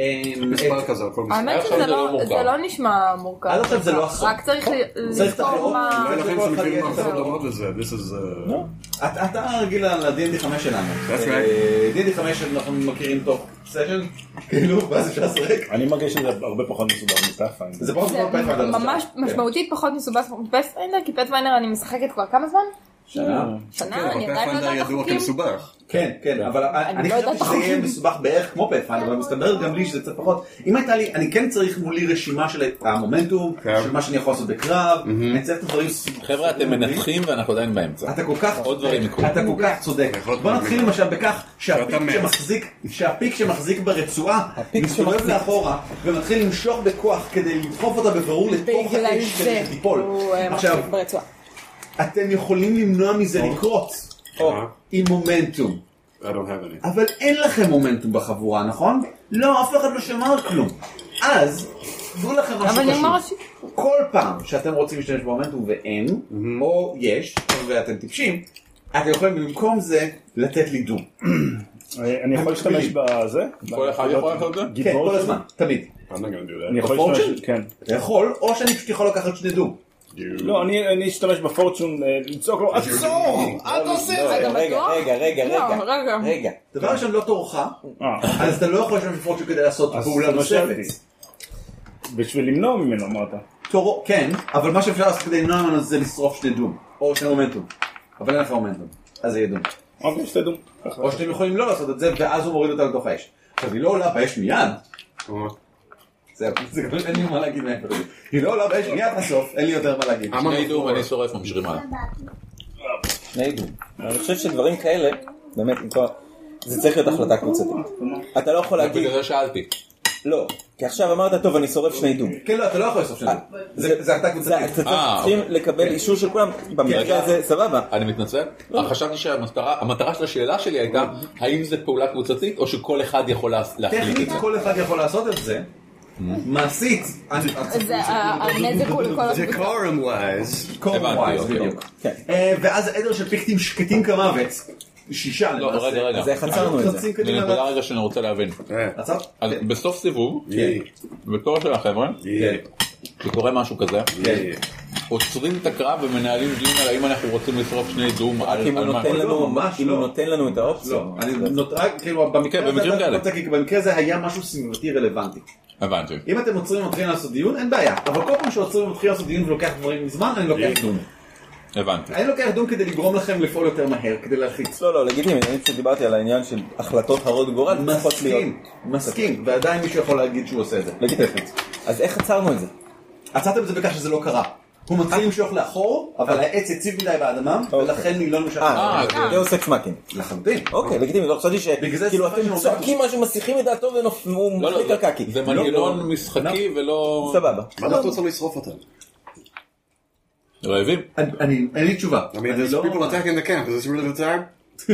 [SPEAKER 4] אה,
[SPEAKER 10] מספר כזה, על כל משחק.
[SPEAKER 9] האמת שזה לא- זה לא נשמע מורכב.
[SPEAKER 10] עד עכשיו זה לא
[SPEAKER 4] אסון.
[SPEAKER 9] רק צריך ל-
[SPEAKER 4] צריך את
[SPEAKER 9] לזכור
[SPEAKER 4] החוק,
[SPEAKER 9] מה...
[SPEAKER 10] אולי לכם שמכירים
[SPEAKER 4] כל אחד
[SPEAKER 10] לעשות
[SPEAKER 4] יהיה
[SPEAKER 10] דומות לזה, this is...
[SPEAKER 5] אה,
[SPEAKER 10] uh,
[SPEAKER 9] לא.
[SPEAKER 8] לא?
[SPEAKER 4] אתה אתה רגיל ל-D&D 5 שלנו. אה, D&D 5 אנחנו מכירים תוך סשן, כאילו, ואז אפשר לשחק.
[SPEAKER 13] אני מרגיש שזה הרבה פחות מסובך מפאת'פיינדר.
[SPEAKER 4] זה פחות
[SPEAKER 9] זה ממש משמעותית פחות מסובך מפספיינדר, כי פספיינדר אני משחקת כבר כמה זמן?
[SPEAKER 4] שנה.
[SPEAKER 5] כן,
[SPEAKER 9] שנה, אני עדיין לא יודעת את
[SPEAKER 10] ידוע
[SPEAKER 9] החוקים.
[SPEAKER 10] כמסובך.
[SPEAKER 4] כן, כן, אבל אני
[SPEAKER 9] לא יודעת
[SPEAKER 4] חשבתי שזה יהיה
[SPEAKER 9] החוקים.
[SPEAKER 4] מסובך בערך כמו פאת'פיינדר, אבל מסתבר גם לי שזה קצת פחות. אם הייתה לי, אני כן צריך מולי רשימה של המומנטום, של מה שאני יכול לעשות בקרב, אני צריך את הדברים
[SPEAKER 2] <laughs> חבר'ה, אתם מנתחים ואנחנו עדיין באמצע.
[SPEAKER 4] אתה כל כך
[SPEAKER 2] עוד דברים יקרו.
[SPEAKER 4] אתה כל כך צודק. בוא נתחיל למשל בכך שהפיק
[SPEAKER 2] שאתה מת.
[SPEAKER 4] שמחזיק, שהפיק שמחזיק ברצועה מסתובב לאחורה ומתחיל למשוך בכוח כדי לדחוף אותה בבירור לתוך
[SPEAKER 9] בגלל
[SPEAKER 4] האש כדי
[SPEAKER 9] זה
[SPEAKER 4] שתיפול.
[SPEAKER 9] הוא אה,
[SPEAKER 4] עכשיו,
[SPEAKER 9] מחזיק ברצועה.
[SPEAKER 4] אתם יכולים למנוע מזה לקרות עם מומנטום. אבל אין לכם מומנטום בחבורה, נכון? לא, אף אחד לא שמע על כלום. אז, תנו לכם משהו
[SPEAKER 9] אבל נגמר
[SPEAKER 4] פשוט. כל פעם שאתם רוצים להשתמש במומנטום ואין, או יש, ואתם טיפשים, אתם יכולים במקום זה לתת לי דו.
[SPEAKER 13] אה, אני יכול להשתמש בזה? לא,
[SPEAKER 4] כל אחד יכול לעשות את זה? כן, כל הזמן, תמיד.
[SPEAKER 13] אני יכול להשתמש,
[SPEAKER 4] בפורצ'ן?
[SPEAKER 13] כן.
[SPEAKER 4] אתה יכול, או שאני פשוט יכול לקחת שני דו.
[SPEAKER 13] לא, אני אני אשתמש בפורצ'ון, אה, לצעוק לו, עצור! אל תעשה את זה!
[SPEAKER 8] רגע, רגע, רגע, רגע,
[SPEAKER 9] לא,
[SPEAKER 8] רגע.
[SPEAKER 9] רגע.
[SPEAKER 8] רגע.
[SPEAKER 4] דבר ראשון, לא תורך,
[SPEAKER 13] אה,
[SPEAKER 4] אז אתה לא יכול להשתמש בפורצ'ן כדי לעשות
[SPEAKER 13] אז
[SPEAKER 4] פעולה נוספת.
[SPEAKER 13] חשבתי. בשביל למנוע ממנו, אמרת.
[SPEAKER 4] תורו, כן, אבל מה שאפשר לעשות כדי למנוע ממנו זה לשרוף שני דום, או שני מומנטום. אבל אין לך מומנטום, אז זה יהיה דום.
[SPEAKER 13] אוקיי, שתי דום.
[SPEAKER 4] או שאתם יכולים לא לעשות את זה, ואז הוא מוריד אותה לתוך האש. עכשיו, היא לא עולה באש מיד. זהו, זה כל שאין לי מה להגיד מעבר לזה. היא לא עולה באש מיד בסוף, אין לי יותר מה להגיד.
[SPEAKER 2] שני דום, אני שורף, ממשיכים הלאה.
[SPEAKER 8] שני דו. אני חושב שדברים כאלה, באמת, עם כל- זה צריך להיות החלטה קבוצתית. אתה לא יכול להגיד...
[SPEAKER 2] בגלל זה שאלתי.
[SPEAKER 8] לא, כי עכשיו אמרת, טוב, אני שורף שני דום.
[SPEAKER 4] כן, לא, אתה לא יכול לעשות שני דום. זה- זה אתה
[SPEAKER 8] זה-
[SPEAKER 4] קבוצתית.
[SPEAKER 8] אתם
[SPEAKER 2] אה,
[SPEAKER 8] צריכים לקבל אישור של כולם. במקרה הזה, סבבה.
[SPEAKER 2] אני מתנצל. אה, חשבתי שהמטרה המטרה של השאלה שלי הייתה, האם זה פעולה קבוצתית או שכל אחד יכול לה- להחליט את
[SPEAKER 4] טכנית
[SPEAKER 2] זה.
[SPEAKER 4] כל אחד יכול לעשות את זה. מעשית, אני-
[SPEAKER 9] זה ה- הנזק הוא לכל הקבוצה.
[SPEAKER 10] decorum wise.
[SPEAKER 4] קורן
[SPEAKER 2] הבנתי,
[SPEAKER 4] ווייז,
[SPEAKER 2] אוקיי.
[SPEAKER 4] בדיוק. אה, ואז עדר של פיקטים שקטים כמוות, שישה
[SPEAKER 2] לא,
[SPEAKER 4] למעשה.
[SPEAKER 2] רגע, רגע.
[SPEAKER 4] חצי
[SPEAKER 2] זה
[SPEAKER 4] קדימה.
[SPEAKER 2] נקודה רגע שאני רוצה להבין.
[SPEAKER 5] אה,
[SPEAKER 4] עצר?
[SPEAKER 2] אז בסוף סיבוב, בתור של החבר'ה, שקורה משהו כזה, עוצרים את הקרב ומנהלים דיון על האם אנחנו רוצים לשרוף שני דום על
[SPEAKER 8] אם הוא
[SPEAKER 2] על מה.
[SPEAKER 8] נותן לנו-
[SPEAKER 4] לא, ממש
[SPEAKER 8] אם הוא
[SPEAKER 4] לא.
[SPEAKER 8] נותן לנו את האופציה.
[SPEAKER 4] לא, אני נותרה, כאילו, במקרה
[SPEAKER 2] כן,
[SPEAKER 8] לא,
[SPEAKER 2] במקרים
[SPEAKER 4] הזה-
[SPEAKER 2] כאלה.
[SPEAKER 4] כי במקרה זה היה משהו סביבתי רלוונטי.
[SPEAKER 8] לא.
[SPEAKER 2] הבנתי.
[SPEAKER 4] אם אתם עוצרים ומתחילים לעשות דיון, אין בעיה. אבל כל פעם שעוצרים ומתחילים לעשות דיון ולוקח דברים מזמן, אני לוקח דום.
[SPEAKER 2] הבנתי.
[SPEAKER 4] אני לוקח דום כדי לגרום לכם לפעול יותר מהר, כדי להלחיץ.
[SPEAKER 8] לא, לא, לגיטימי, אני קצת דיברתי על העניין של החלטות הרות גורל, צריכות להיות.
[SPEAKER 4] מסכים, מסכים, ועדיין מישהו יכול להגיד שהוא עושה את זה.
[SPEAKER 8] לגיטימי. אז איך עצרנו את זה?
[SPEAKER 4] עצרתם את זה בכך שזה לא קרה. הוא מתחיל למשוך לאחור, אבל העץ יציב מדי באדמה, ולכן מילון משך.
[SPEAKER 8] אה,
[SPEAKER 2] זה-
[SPEAKER 8] דאוס אקס מקין.
[SPEAKER 4] לחלוטין.
[SPEAKER 8] אוקיי, לגיטימי, לא חשבתי
[SPEAKER 4] בגלל זה
[SPEAKER 8] שכאילו
[SPEAKER 4] הסיבה שאני
[SPEAKER 8] אתם
[SPEAKER 4] אומר-
[SPEAKER 8] צועקים משהו, מסיחים את דעתו והוא
[SPEAKER 2] לא, לא,
[SPEAKER 8] מחליט
[SPEAKER 2] זה-
[SPEAKER 8] על קקי.
[SPEAKER 2] זה
[SPEAKER 8] לא,
[SPEAKER 2] מנגנון
[SPEAKER 8] לא.
[SPEAKER 2] משחקי ולא...
[SPEAKER 8] סבבה.
[SPEAKER 10] מה אתה רוצה לשרוף אותם?
[SPEAKER 2] רעבים?
[SPEAKER 4] אני, אני- אין לי תשובה.
[SPEAKER 10] I mean,
[SPEAKER 4] אני
[SPEAKER 10] there's
[SPEAKER 4] לא-
[SPEAKER 10] people attacking the camp, is this really the time?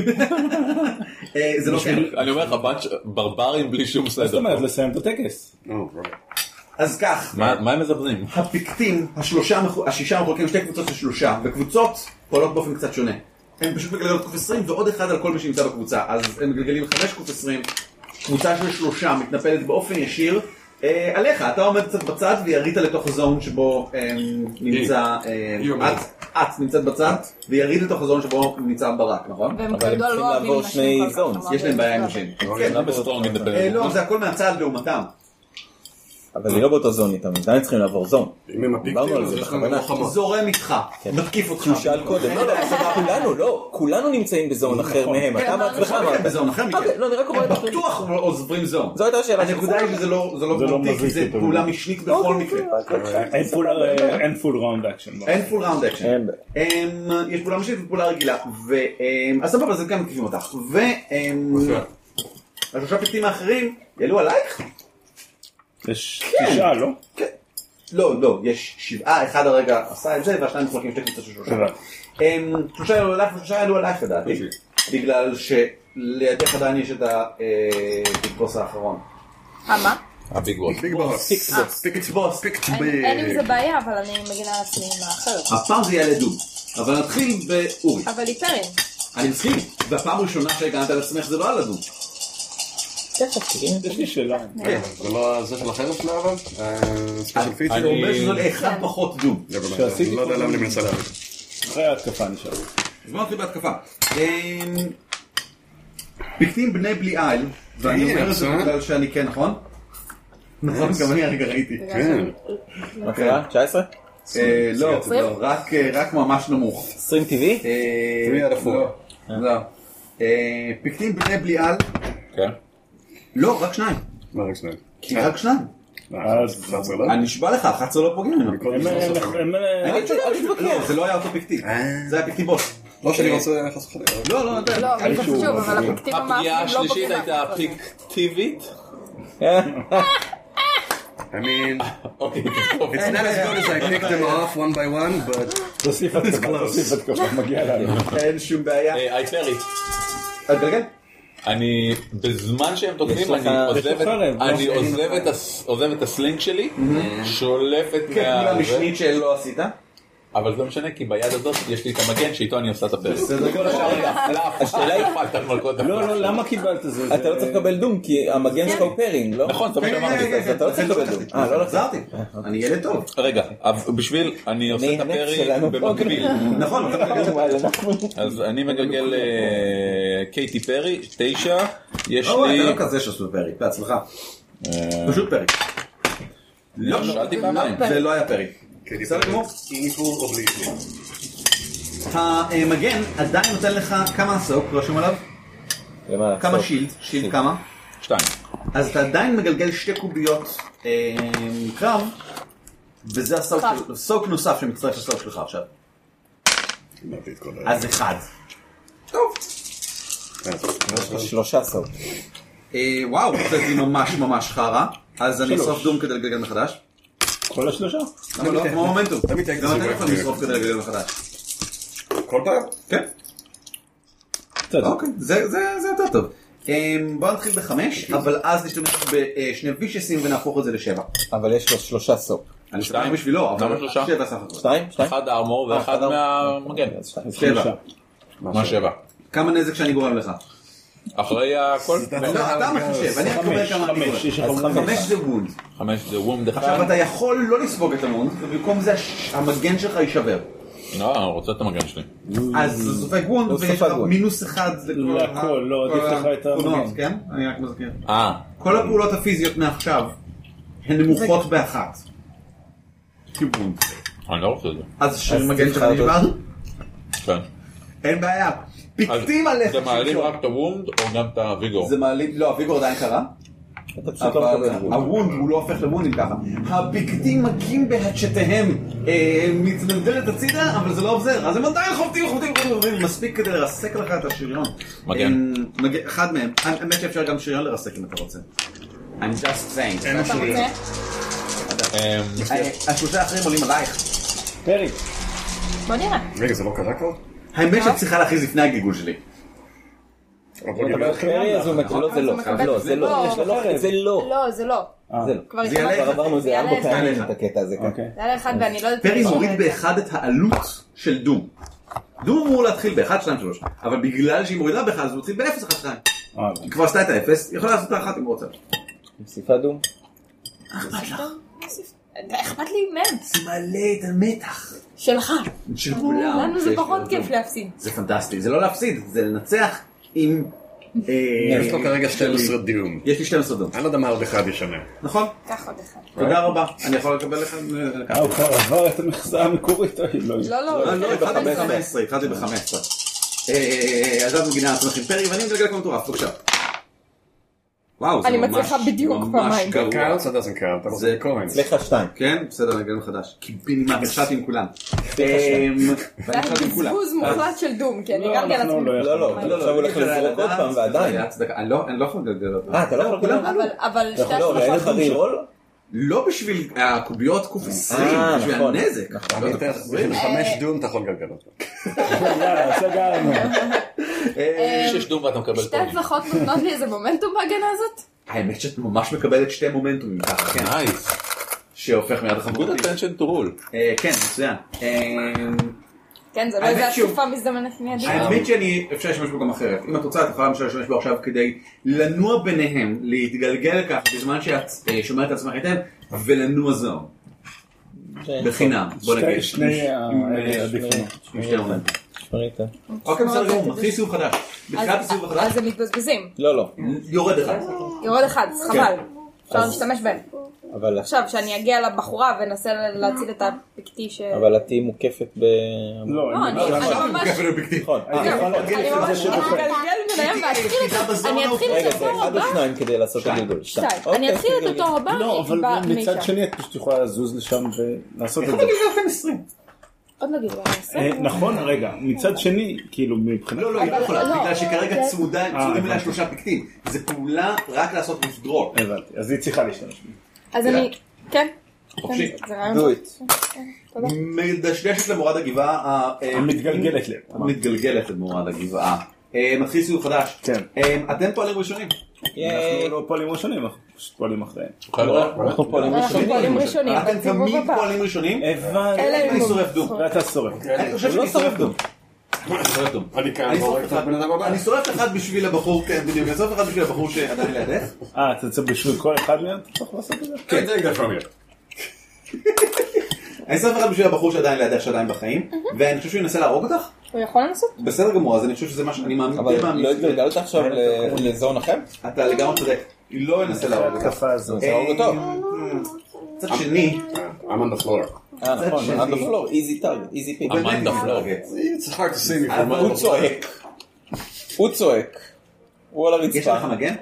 [SPEAKER 4] אה, זה לא כן.
[SPEAKER 2] אני אומר לך, bunch- ברברים בלי שום
[SPEAKER 13] מה זאת
[SPEAKER 2] סדר.
[SPEAKER 13] אומרת, לסיים את הטקס.
[SPEAKER 5] לא,
[SPEAKER 10] No, Oh, right.
[SPEAKER 4] אז כך,
[SPEAKER 2] מה מה הם מזבזים?
[SPEAKER 4] הפיקטים, השלושה, מחו- השישה מחולקים לשתי קבוצות של שלושה, וקבוצות פועלות באופן קצת שונה. הם פשוט מגלגלות קוף 20 ועוד אחד על כל מי שנמצא בקבוצה, אז הם מגלגלים חמש קוף 20, קבוצה של שלושה מתנפלת באופן ישיר אה, עליך, אתה עומד קצת בצד וירית לתוך הזון שבו אה, נמצא, אה,
[SPEAKER 10] היא עומדת.
[SPEAKER 4] את, את נמצאת בצד, וירית לתוך הזון שבו נמצא ברק, נכון?
[SPEAKER 9] והם
[SPEAKER 8] אבל הם
[SPEAKER 9] כגדול
[SPEAKER 8] צריכים
[SPEAKER 9] לא אוהבים
[SPEAKER 8] לעבור שני
[SPEAKER 9] נשים. כל כך,
[SPEAKER 8] zones.
[SPEAKER 9] כלומר,
[SPEAKER 4] יש להם בעיה עם
[SPEAKER 9] זה-
[SPEAKER 4] נשים.
[SPEAKER 2] הם לא בסטרונג
[SPEAKER 4] אה,
[SPEAKER 2] אינדפנדנט.
[SPEAKER 4] לא, זה הכל מהצד לעומתם.
[SPEAKER 8] אבל זה לא באותו זון איתם, הם עדיין צריכים לעבור זון.
[SPEAKER 10] אם הם
[SPEAKER 8] דיברנו
[SPEAKER 10] הפיקטים,
[SPEAKER 8] על
[SPEAKER 10] אז
[SPEAKER 8] זה
[SPEAKER 10] יש להם
[SPEAKER 8] בכוונה.
[SPEAKER 10] מלחמות.
[SPEAKER 4] זורם איתך, מתקיף אותך.
[SPEAKER 8] הוא שאל קודם, לא, לא, כולנו, לא, כולנו נמצאים בזון אחר
[SPEAKER 13] נכון.
[SPEAKER 8] מהם, אתה בעצמך
[SPEAKER 4] בכלל
[SPEAKER 8] אמרת.
[SPEAKER 4] בזון אחר כן, מכם.
[SPEAKER 8] אוקיי, לא, אני רק אומר
[SPEAKER 4] הם
[SPEAKER 8] את זה.
[SPEAKER 4] בטוח עוזבים זון.
[SPEAKER 8] זו הייתה השאלה אוקיי, שלך.
[SPEAKER 4] הנקודה היא שזה לא זה לא
[SPEAKER 13] זה לא
[SPEAKER 4] מהותי, כי
[SPEAKER 13] מזיק
[SPEAKER 4] זה
[SPEAKER 13] יותר
[SPEAKER 4] פעולה
[SPEAKER 13] מדי.
[SPEAKER 4] משנית בכל מקרה.
[SPEAKER 8] כן,
[SPEAKER 13] אין פול- אה, אין פול ראונד אקשן.
[SPEAKER 4] אין פול ראונד אקשן.
[SPEAKER 8] אין.
[SPEAKER 4] אמ, יש פעולה משנית ופעולה רגילה. ו- אמ, אז סבבה, זה גם מקיפים אותך.
[SPEAKER 13] אוקיי.
[SPEAKER 4] והשלושה פקטים האחרים יעלו עלייך?
[SPEAKER 13] יש תשעה, לא?
[SPEAKER 4] לא, לא, יש שבעה, אחד הרגע עשה את זה, והשניים מחלקים שתי קבוצות של שלושה.
[SPEAKER 13] הבנתי.
[SPEAKER 4] אמ, שלושה יעלו עלייך ושלושה יעלו עלייך לדעתי.
[SPEAKER 13] אוקיי.
[SPEAKER 4] בגלל שלידך עדיין יש את התקפוס אה, האחרון.
[SPEAKER 9] אה, מה?
[SPEAKER 2] הביג בוס.
[SPEAKER 10] ביג בוס.
[SPEAKER 4] פיקט בוס.
[SPEAKER 10] פיקט
[SPEAKER 9] אין אין עם זה בעיה, אבל אני מגינה על עצמי עם האחרת.
[SPEAKER 4] הפעם זה יהיה לדוג, אבל נתחיל באורי.
[SPEAKER 9] אבל היא פרן.
[SPEAKER 4] אני מסכים, והפעם הראשונה שהגנת על עצמך זה לא על הדוג.
[SPEAKER 13] יש לי שאלה.
[SPEAKER 10] כן, זה לא זה של החרב שלה אבל?
[SPEAKER 5] אה,
[SPEAKER 10] ספיישל פיצ'ר?
[SPEAKER 4] אני אומר שזה
[SPEAKER 10] כן.
[SPEAKER 4] לאחד פחות דום.
[SPEAKER 10] לא יודע למה אני מנסה להבין.
[SPEAKER 13] אחרי ההתקפה נשאר.
[SPEAKER 4] אז מה נתחיל בהתקפה? אמ, פיקטים בני בליעל, ואני אומר את זה
[SPEAKER 10] אה?
[SPEAKER 4] בגלל שאני כן, נכון? נכון, גם אני הרגע ראיתי. אוקיי.
[SPEAKER 10] כן.
[SPEAKER 8] מה קרה? 19?
[SPEAKER 4] אה, לא,
[SPEAKER 9] עשרים.
[SPEAKER 4] לא, רק, אה, רק ממש נמוך.
[SPEAKER 8] 20 טבעי?
[SPEAKER 4] אה,
[SPEAKER 10] תראי על הפוך. כן.
[SPEAKER 4] לא, לא. אה, פיקטים בני בליעל,
[SPEAKER 2] כן.
[SPEAKER 4] לא, רק שניים.
[SPEAKER 10] מה רק שניים?
[SPEAKER 4] כי רק שניים.
[SPEAKER 13] אה,
[SPEAKER 10] אז... 11 לא?
[SPEAKER 4] אני נשבע לך, 11 לא פוגעים ממנו.
[SPEAKER 10] הם- הם- הם-
[SPEAKER 13] אה,
[SPEAKER 4] אני- אני- לא, זה לא היה אותו פיקטי. זה היה פיקטי בוס.
[SPEAKER 10] אה. לא שאני רוצה חס וחלילה.
[SPEAKER 4] לא, לא, אתה-
[SPEAKER 9] לא, אבל זה חשוב, אבל הפיקטיב
[SPEAKER 2] הפגיעה
[SPEAKER 9] המאפים לא
[SPEAKER 2] השלישית
[SPEAKER 9] פוגעים
[SPEAKER 2] הייתה
[SPEAKER 9] באף אחד.
[SPEAKER 2] פיקטיבית.
[SPEAKER 10] I mean,
[SPEAKER 2] אוקיי,
[SPEAKER 10] it's not as good as I picked them off one by one, but
[SPEAKER 13] תוסיף התקפה, תוסיף התקפה, מגיע לנו.
[SPEAKER 4] אין שום
[SPEAKER 2] אה,
[SPEAKER 4] בעיה.
[SPEAKER 8] אה,
[SPEAKER 2] אייפרי,
[SPEAKER 4] אתה מתגלגל?
[SPEAKER 2] אני, בזמן שהם
[SPEAKER 8] יש
[SPEAKER 2] תוקפים,
[SPEAKER 8] לך-
[SPEAKER 2] אני
[SPEAKER 8] יש
[SPEAKER 2] עוזב
[SPEAKER 8] לך
[SPEAKER 2] את-
[SPEAKER 8] חרב, לא?
[SPEAKER 2] אני עוזב את הס- עוזב את הסלינג שלי, שולף את
[SPEAKER 4] כן, פעולה
[SPEAKER 2] מה... זה,
[SPEAKER 4] משנית שלא עשית.
[SPEAKER 2] אבל זה לא משנה, כי ביד הזאת יש לי את המגן שאיתו אני עושה את הפרק. לא, השאלה היא...
[SPEAKER 13] לא, לא, למה קיבלת זה?
[SPEAKER 8] אתה לא צריך לקבל דום כי המגן שלך הוא פרינג, לא?
[SPEAKER 2] נכון, זה מה שאמרתי.
[SPEAKER 8] אז אתה לא צריך לקבל דום. אה, לא לקחת.
[SPEAKER 4] עזרתי. אני ילד טוב.
[SPEAKER 2] רגע, אבל בשביל, אני עושה את
[SPEAKER 8] הנפש
[SPEAKER 2] הפרי
[SPEAKER 8] שלנו פה.
[SPEAKER 2] במקביל.
[SPEAKER 4] נכון, אתה מקבל.
[SPEAKER 8] וואלה, אנחנו-
[SPEAKER 2] אז אני מגלגל אה, קייטי פרי, תשע, יש
[SPEAKER 4] לא,
[SPEAKER 2] לי...
[SPEAKER 4] אתה לא כזה שעשו פרק, בעצמך. פשוט פרק.
[SPEAKER 2] לא, שאלתי פעמיים.
[SPEAKER 4] זה לא היה פרק.
[SPEAKER 10] כן,
[SPEAKER 4] בסדר גמור. המגן עדיין נותן לך כמה עסוק רשום עליו?
[SPEAKER 8] למה?
[SPEAKER 4] כמה
[SPEAKER 8] טוב.
[SPEAKER 4] שילד?
[SPEAKER 10] כן.
[SPEAKER 4] שילד כמה?
[SPEAKER 2] שתיים.
[SPEAKER 4] אז אתה עדיין מגלגל שתי קוביות אה, קרב, וזה הסוק
[SPEAKER 9] קרב.
[SPEAKER 4] של- סוק נוסף שמצטרף לסוק שלך עכשיו.
[SPEAKER 10] אמרתי את כל ה...
[SPEAKER 4] אז אחד.
[SPEAKER 8] שלושה סוף.
[SPEAKER 4] אה, וואו, זה לי ממש ממש חרא. אז אני אשרוף דום כדי לגלגל מחדש.
[SPEAKER 13] כל השלושה?
[SPEAKER 4] למה לא? כמו מומנטום.
[SPEAKER 10] תמיד תהיה
[SPEAKER 4] גם
[SPEAKER 10] כזה
[SPEAKER 4] אתה יכול
[SPEAKER 10] דבר.
[SPEAKER 4] לשרוף כדי לגלגל מחדש.
[SPEAKER 10] כל פעם?
[SPEAKER 4] כן. אוקיי, זה זה- זה יותר טוב. אמ, בוא נתחיל בחמש, אבל אז נשתמש בשני וישסים ונהפוך את זה לשבע.
[SPEAKER 8] אבל יש לו שלושה סוף.
[SPEAKER 4] אני שתיים בשבילו,
[SPEAKER 2] למה
[SPEAKER 4] אבל
[SPEAKER 2] שלושה?
[SPEAKER 4] שבע סך הכל.
[SPEAKER 8] שתיים? שתיים?
[SPEAKER 2] אחד הארמור ואחד
[SPEAKER 8] אה,
[SPEAKER 2] מהמגן.
[SPEAKER 8] אז שתיים.
[SPEAKER 4] שבע.
[SPEAKER 2] מה שבע?
[SPEAKER 4] כמה נזק שאני גורם לך?
[SPEAKER 2] אחרי הכל?
[SPEAKER 4] לא, אתה מחשב, אני רק אומר כמה אני גורם.
[SPEAKER 13] חמש, יש לך
[SPEAKER 8] אז
[SPEAKER 13] חמש.
[SPEAKER 4] חמש זה וונד.
[SPEAKER 2] חמש זה וומד אחד.
[SPEAKER 4] עכשיו אתה יכול לא לספוג את המונד, ובמקום זה הש- המגן שלך יישבר.
[SPEAKER 2] לא, אני רוצה את המגן שלי.
[SPEAKER 4] אז זה סופג וונד,
[SPEAKER 8] לא
[SPEAKER 4] ויש
[SPEAKER 8] ספג
[SPEAKER 4] לך
[SPEAKER 8] וונד.
[SPEAKER 4] מינוס אחד לכל ה-
[SPEAKER 13] לכל, לא,
[SPEAKER 4] כל
[SPEAKER 13] עדיף לך את
[SPEAKER 4] התכונות,
[SPEAKER 13] המגן.
[SPEAKER 4] כן? אני רק מזכיר.
[SPEAKER 2] אה,
[SPEAKER 4] כל הפעולות הפיזיות מעכשיו הן נמוכות באחת. כיוון.
[SPEAKER 2] אני לא רוצה את זה.
[SPEAKER 4] אז שמגן שלך
[SPEAKER 8] תבחר
[SPEAKER 4] נשבר?
[SPEAKER 2] כן.
[SPEAKER 4] אין בעיה.
[SPEAKER 2] אז
[SPEAKER 4] פיקטים עליך.
[SPEAKER 2] זה מעלים
[SPEAKER 4] שלשום.
[SPEAKER 2] רק את הוומד או גם את הוויגור?
[SPEAKER 4] זה מעלים, לא, הוויגור עדיין קרה,
[SPEAKER 8] אתה פשוט לא
[SPEAKER 4] אבל
[SPEAKER 8] מקבל דום.
[SPEAKER 4] הוונד הוא לא הופך לוונדים ככה. הפיקטים מכים בהדשתיהם, אה, מתנדרת הצידה, אבל זה לא עוזר, אז הם עדיין חובטים, חובטים, חובטים, חובטים, מספיק כדי לרסק לך את השריון.
[SPEAKER 2] מגן.
[SPEAKER 4] אה, מג- אחד מהם, האמת שאפשר גם שריון לרסק אם אתה רוצה. I'm just saying.
[SPEAKER 10] אין
[SPEAKER 9] אתה
[SPEAKER 10] אפשרויות.
[SPEAKER 9] רוצה?
[SPEAKER 2] אה,
[SPEAKER 4] אה, השלושה האחרים עולים עלייך.
[SPEAKER 13] פרק.
[SPEAKER 9] בוא נראה.
[SPEAKER 10] רגע, זה לא קרה כבר?
[SPEAKER 4] האמת שאת צריכה להכריז לפני הגלגול שלי.
[SPEAKER 10] אבל
[SPEAKER 8] אתה
[SPEAKER 10] בוא
[SPEAKER 8] מקבל חמש, אז הוא מקבל- לא, זה לא. לא, זה לא. יש לו חרב. זה לא.
[SPEAKER 9] לא, זה לא.
[SPEAKER 8] זה לא.
[SPEAKER 9] כבר
[SPEAKER 4] זה יעלה
[SPEAKER 8] כבר
[SPEAKER 9] הסתכלתי.
[SPEAKER 8] עברנו את
[SPEAKER 9] זה
[SPEAKER 8] זה ארבע
[SPEAKER 9] יעלה אחד.
[SPEAKER 8] פעמים את הקטע הזה כאן.
[SPEAKER 13] אוקיי.
[SPEAKER 9] זה היה לאחד ואני לא יודעת...
[SPEAKER 4] פרי
[SPEAKER 9] לשאול
[SPEAKER 4] מוריד
[SPEAKER 9] את זה.
[SPEAKER 4] באחד את העלות של דום. דום אמור להתחיל ב-1, 2, 3, אבל בגלל שהיא מורידה באחד אז הוא מתחיל ב-0, 1, 2.
[SPEAKER 13] אה,
[SPEAKER 4] היא כבר עשתה את ה-0, היא יכולה לעשות את ה-1 אם רוצה.
[SPEAKER 8] מוסיפה דום?
[SPEAKER 9] אכפת לי מהם.
[SPEAKER 4] זה מעלה את המתח
[SPEAKER 9] שלך.
[SPEAKER 4] של כולם.
[SPEAKER 9] לנו זה
[SPEAKER 4] שיש
[SPEAKER 9] פחות
[SPEAKER 4] לדום.
[SPEAKER 9] כיף להפסיד.
[SPEAKER 4] זה פנטסטי, זה לא להפסיד, זה לנצח עם... אה,
[SPEAKER 10] יש לו כרגע 12 דיום.
[SPEAKER 4] יש לי 12 דום,
[SPEAKER 10] אני לא יודע מה עוד אחד ישנה.
[SPEAKER 4] נכון?
[SPEAKER 9] קח עוד אחד.
[SPEAKER 4] תודה רבה, אני יכול לקבל לך... אה,
[SPEAKER 13] הוא כבר עבר את המכסה המקורית, אוי, לא יודע.
[SPEAKER 9] לא, לא.
[SPEAKER 4] לא,
[SPEAKER 9] זה
[SPEAKER 4] התחלתי
[SPEAKER 9] חמש.
[SPEAKER 4] ב-15, התחלתי ב-15. אה, אז את מגינה על עצמך עם פרי ואני מגלגל כמו מטורף, בבקשה. וואו, זה
[SPEAKER 9] אני
[SPEAKER 4] ממש
[SPEAKER 9] מצליחה בדיוק
[SPEAKER 4] ממש
[SPEAKER 9] פעמיים.
[SPEAKER 4] גרוע.
[SPEAKER 10] קאונט? זה doesn't count, אבל
[SPEAKER 4] זה-
[SPEAKER 10] זה קורן.
[SPEAKER 8] אצלך שתיים.
[SPEAKER 4] כן, בסדר, נגן מחדש. קיבינימט, נכשלתי עם כולם. אה,
[SPEAKER 9] זה היה בזבוז מוחלט של דום, כי אני
[SPEAKER 13] לא,
[SPEAKER 9] גם על
[SPEAKER 13] אנחנו
[SPEAKER 9] עצמי.
[SPEAKER 13] לא
[SPEAKER 8] לא, לא.
[SPEAKER 13] יכולים.
[SPEAKER 8] עכשיו הוא הולך
[SPEAKER 4] לא,
[SPEAKER 8] לזרוק עוד פעם ועדיין.
[SPEAKER 4] אני לא אני לא יכול לגלגל אותה.
[SPEAKER 8] אה, אתה לא יכול כולם?
[SPEAKER 9] אבל- אבל שתי
[SPEAKER 8] לא, אין לך
[SPEAKER 9] השלושות דום.
[SPEAKER 8] רירול?
[SPEAKER 4] לא בשביל הקוביות קוף 20,
[SPEAKER 8] אה,
[SPEAKER 4] בשביל
[SPEAKER 8] נכון.
[SPEAKER 4] הנזק. אה,
[SPEAKER 2] אה. כן.
[SPEAKER 13] לא.
[SPEAKER 10] חמש דום אתה יכול לגלגל אותו.
[SPEAKER 13] יאללה, סגרנו.
[SPEAKER 4] אה,
[SPEAKER 2] שש דום ואתה מקבל
[SPEAKER 9] שתי הצלחות נותנות לי איזה מומנטום בהגנה הזאת?
[SPEAKER 4] האמת שאת ממש מקבלת שתי מומנטומים ככה. כן.
[SPEAKER 2] נייס.
[SPEAKER 4] שהופך מיד לחמור.
[SPEAKER 2] Good attention to rule.
[SPEAKER 4] כן, מצוין. אה,
[SPEAKER 9] כן, זה לא
[SPEAKER 4] האמת
[SPEAKER 9] איזה
[SPEAKER 4] שהוא-
[SPEAKER 9] אסופה מזדמנת מידית.
[SPEAKER 4] האמת שאני אפשר להשתמש בו גם אחרת. אם את רוצה, את יכולה למשל להשתמש בו עכשיו כדי לנוע ביניהם, להתגלגל כך בזמן שאת אה, שומרת את עצמך היטב, ולנוע זו. בחינם, בוא נגיד.
[SPEAKER 6] שני
[SPEAKER 4] עם, אה,
[SPEAKER 6] העדיפים.
[SPEAKER 4] עם שתי עומדים. אוקיי,
[SPEAKER 9] אוקיי,
[SPEAKER 4] בסדר גמור,
[SPEAKER 9] אוקיי.
[SPEAKER 4] מתחיל סיבוב חדש. בתחילת
[SPEAKER 9] אז-
[SPEAKER 4] הסיבוב
[SPEAKER 9] אז
[SPEAKER 4] החדש,
[SPEAKER 9] הם מתבזבזים.
[SPEAKER 8] לא, לא.
[SPEAKER 4] יורד אחד.
[SPEAKER 9] יורד אחד, אז חבל. אפשר
[SPEAKER 8] אז-
[SPEAKER 9] להשתמש בהם.
[SPEAKER 8] אבל
[SPEAKER 9] עכשיו, שאני אגיע לבחורה ואנסה להציל את הפקטי ש...
[SPEAKER 8] אבל את תהיי מוקפת ב...
[SPEAKER 6] לא,
[SPEAKER 9] לא, אני אני ממש...
[SPEAKER 4] נכון.
[SPEAKER 8] אני
[SPEAKER 9] זהו,
[SPEAKER 8] יכול
[SPEAKER 9] אני
[SPEAKER 8] להגן
[SPEAKER 9] ממש אתגלגל ביניהם ואתחיל את זה. אני אתחיל
[SPEAKER 8] רגע,
[SPEAKER 9] את
[SPEAKER 8] זה
[SPEAKER 9] התור
[SPEAKER 8] אחד או
[SPEAKER 9] הבא.
[SPEAKER 8] שניים כדי לעשות את הגלגול.
[SPEAKER 9] שתיים.
[SPEAKER 8] אוקיי,
[SPEAKER 9] אני אתחיל את התור הבא.
[SPEAKER 6] לא, אבל
[SPEAKER 9] ב-
[SPEAKER 6] מצד
[SPEAKER 9] משם.
[SPEAKER 6] שני את פשוט יכולה לזוז לשם ולעשות את זה.
[SPEAKER 9] עוד לא גלגול.
[SPEAKER 6] אה, נכון, רגע, מצד שני, כאילו מבחינת...
[SPEAKER 4] לא, לא, היא לא יכולה,
[SPEAKER 9] לא,
[SPEAKER 4] בגלל שכרגע
[SPEAKER 9] זה-
[SPEAKER 4] צמודה,
[SPEAKER 6] אה,
[SPEAKER 4] צמודים אליה
[SPEAKER 6] הבנתי. אה,
[SPEAKER 4] שלושה פיקטים. זה פעולה רק לעשות withdraw.
[SPEAKER 6] הבנתי, אז היא צריכה להשתמש. בי.
[SPEAKER 9] אז אני... כן.
[SPEAKER 4] חופשי.
[SPEAKER 9] כן, זה
[SPEAKER 6] לא,
[SPEAKER 9] רעיון
[SPEAKER 4] Do
[SPEAKER 9] טוב.
[SPEAKER 4] it.
[SPEAKER 9] כן, תודה.
[SPEAKER 4] מדשדשת למורד הגבעה. ה- אה,
[SPEAKER 6] המתגלגלת לב.
[SPEAKER 4] מתגלגלת למורד הגבעה. אה, מתחיל סיבוב חדש. אה, אתם פועלים ראשונים. אה,
[SPEAKER 6] אנחנו לא פועלים ראשונים, אנחנו פשוט פועלים אחריהם.
[SPEAKER 8] אנחנו פועלים
[SPEAKER 6] לא,
[SPEAKER 9] אנחנו
[SPEAKER 8] ראשונים.
[SPEAKER 9] פועלים אה, אוקיי, ראשונים.
[SPEAKER 4] אתם
[SPEAKER 9] בסיבוב
[SPEAKER 4] תמיד
[SPEAKER 9] הבא.
[SPEAKER 4] פועלים ראשונים.
[SPEAKER 9] אלא
[SPEAKER 6] הבנתי.
[SPEAKER 9] אם
[SPEAKER 4] אני
[SPEAKER 9] הוא-
[SPEAKER 4] שורף דום.
[SPEAKER 6] ואתה אה, שורף.
[SPEAKER 4] אני חושב שאני שורף דום. אני שורף דום.
[SPEAKER 5] אני כאן,
[SPEAKER 4] אני
[SPEAKER 5] לא
[SPEAKER 4] שורף
[SPEAKER 5] רואה את
[SPEAKER 4] אחד.
[SPEAKER 5] הבן אדם הבא.
[SPEAKER 4] אני שורף אחד בשביל הבחור, כן בדיוק, אני שורף אחד בשביל הבחור שעדיין לידך.
[SPEAKER 6] אה, אתה צריך בשביל כל אחד מהם? אתה צריך לעשות את זה?
[SPEAKER 5] כן, זה אקדח שאומר.
[SPEAKER 4] <laughs> אני שורף אחד בשביל הבחור שעדיין לידך שעדיין בחיים, ואני חושב שהוא ינסה להרוג אותך.
[SPEAKER 9] הוא יכול לנסות?
[SPEAKER 4] בסדר גמור, אז אני חושב שזה מה שאני מאמין.
[SPEAKER 8] אבל
[SPEAKER 4] די מאמין.
[SPEAKER 8] לא התגלגלת עכשיו ל- לזון אחר?
[SPEAKER 4] אתה לגמרי צודק. היא לא ינסה להרוג אותך.
[SPEAKER 6] ההתקפה הזו.
[SPEAKER 8] זה הרוג אותו.
[SPEAKER 4] מצד שני,
[SPEAKER 5] אמנדה פלורה.
[SPEAKER 8] אה, נכון,
[SPEAKER 4] שני.
[SPEAKER 8] on the floor, easy target, easy
[SPEAKER 4] הוא
[SPEAKER 8] people.
[SPEAKER 4] באמת
[SPEAKER 2] אמנדה
[SPEAKER 4] ניסה
[SPEAKER 2] פלורה.
[SPEAKER 4] להרוג.
[SPEAKER 5] It's hard to see me from
[SPEAKER 4] אבל
[SPEAKER 8] הוא
[SPEAKER 5] Amanda Flora.
[SPEAKER 8] צועק. הוא צועק. הוא על
[SPEAKER 4] יש
[SPEAKER 8] הרצפה.
[SPEAKER 4] לך מגן?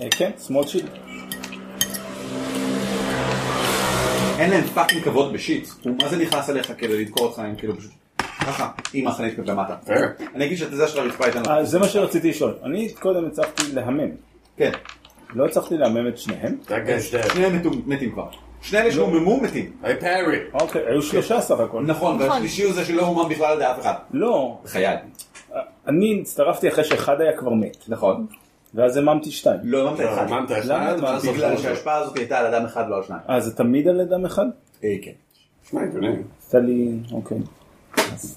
[SPEAKER 6] אה, כן, שמאל שיט.
[SPEAKER 4] אין להם פאקינג כבוד בשיט. הוא מה זה נכנס אליך כדי לדקור אותך, הם כאילו פשוט ככה, עם החנית כלפי מטה. אני אגיד שאת זה של הרצפה הייתה לך.
[SPEAKER 6] אה, זה מה שרציתי לשאול. אני קודם הצלחתי להמם.
[SPEAKER 4] כן.
[SPEAKER 6] לא הצלחתי להמם את שניהם?
[SPEAKER 5] That guy's dead.
[SPEAKER 4] שני אלה מתו- מתים כבר. שני אלה שהוממו מתים.
[SPEAKER 5] I parry.
[SPEAKER 6] אוקיי, היו שלושה סך הכל.
[SPEAKER 4] נכון, והשלישי הוא זה שלא הומם בכלל על ידי אף אחד.
[SPEAKER 6] לא,
[SPEAKER 4] חייל.
[SPEAKER 6] אני הצטרפתי אחרי שאחד היה כבר מת.
[SPEAKER 4] נכון.
[SPEAKER 6] ואז הממתי שתיים.
[SPEAKER 4] לא האמנת
[SPEAKER 5] לא,
[SPEAKER 4] אחד.
[SPEAKER 5] האמנת אחד.
[SPEAKER 6] למה
[SPEAKER 4] אז
[SPEAKER 6] הממתי?
[SPEAKER 4] בגלל שההשפעה הזאת הייתה על אדם אחד, לא על שניים.
[SPEAKER 6] אה, זה תמיד על אדם אחד?
[SPEAKER 4] אה, כן.
[SPEAKER 5] שמע, הגיוני.
[SPEAKER 6] עשתה לי, אוקיי.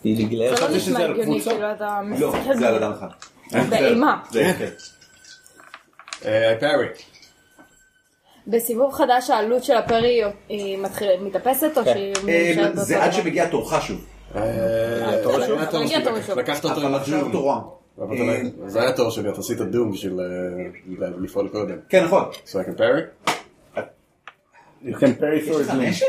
[SPEAKER 8] היא נגלה
[SPEAKER 9] זה
[SPEAKER 8] לך.
[SPEAKER 9] לא
[SPEAKER 6] חשבתי שזה
[SPEAKER 9] נשמע
[SPEAKER 6] על
[SPEAKER 9] הגיוני,
[SPEAKER 6] קבוצה.
[SPEAKER 9] כאילו אתה...
[SPEAKER 4] לא, זה על אדם אחד.
[SPEAKER 9] באימה.
[SPEAKER 4] זה, כן.
[SPEAKER 5] אה, I parry.
[SPEAKER 9] בסיבוב חדש העלות של הפרי היא מתחילה- מתאפסת
[SPEAKER 6] כן.
[SPEAKER 9] או שהיא
[SPEAKER 4] אה,
[SPEAKER 9] נשארת
[SPEAKER 4] זה עד שמגיע תורך שוב.
[SPEAKER 5] אה,
[SPEAKER 9] התור
[SPEAKER 5] אתה
[SPEAKER 9] שלו?
[SPEAKER 5] לקחת
[SPEAKER 9] מגיע
[SPEAKER 5] אותו-
[SPEAKER 9] התור שלו.
[SPEAKER 5] לקחת אותו
[SPEAKER 4] אבל עכשיו
[SPEAKER 5] לדום.
[SPEAKER 4] תורם.
[SPEAKER 5] אבל אתה לא- זה היה התור שלי, אתה עשית דום בשביל אה, לפעול קודם.
[SPEAKER 4] כן, נכון.
[SPEAKER 5] So I can parry?
[SPEAKER 6] You can
[SPEAKER 4] יש
[SPEAKER 6] pay for his
[SPEAKER 4] לך
[SPEAKER 6] name.
[SPEAKER 4] נשק?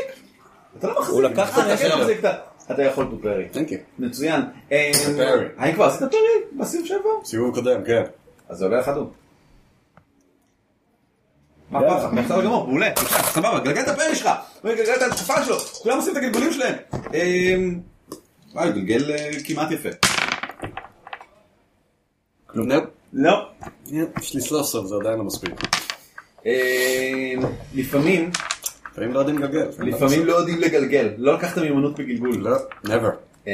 [SPEAKER 4] אתה לא מחזיק.
[SPEAKER 8] הוא לקח את
[SPEAKER 4] אה, אתה
[SPEAKER 8] הנשק
[SPEAKER 4] כן
[SPEAKER 8] שלו.
[SPEAKER 4] מחזיק את ה- אתה יכול to parry.
[SPEAKER 5] Thank you.
[SPEAKER 4] מצוין. אה,
[SPEAKER 5] פרי.
[SPEAKER 4] האם כבר עשית פרי בסיום שעבר?
[SPEAKER 5] סיבוב קודם, כן.
[SPEAKER 4] אז זה עולה לך דום. מה אכפת לך? בסדר גמור, מעולה, בבקשה, סבבה, גלגל את הפרי שלך, גלגל את התקופה שלו, כולם עושים את הגלגולים שלהם. אמ, וואי, הוא גלגל אה, כמעט יפה.
[SPEAKER 5] כלום. לא.
[SPEAKER 4] לא.
[SPEAKER 5] יש לי סוף סוף, זה עדיין לא מספיק.
[SPEAKER 4] אמ, לפעמים,
[SPEAKER 5] לפעמים לא יודעים לגלגל.
[SPEAKER 4] לפעמים לא יודעים לגלגל, לא לקחת מיומנות בגלגול.
[SPEAKER 5] לא, never.
[SPEAKER 4] אה,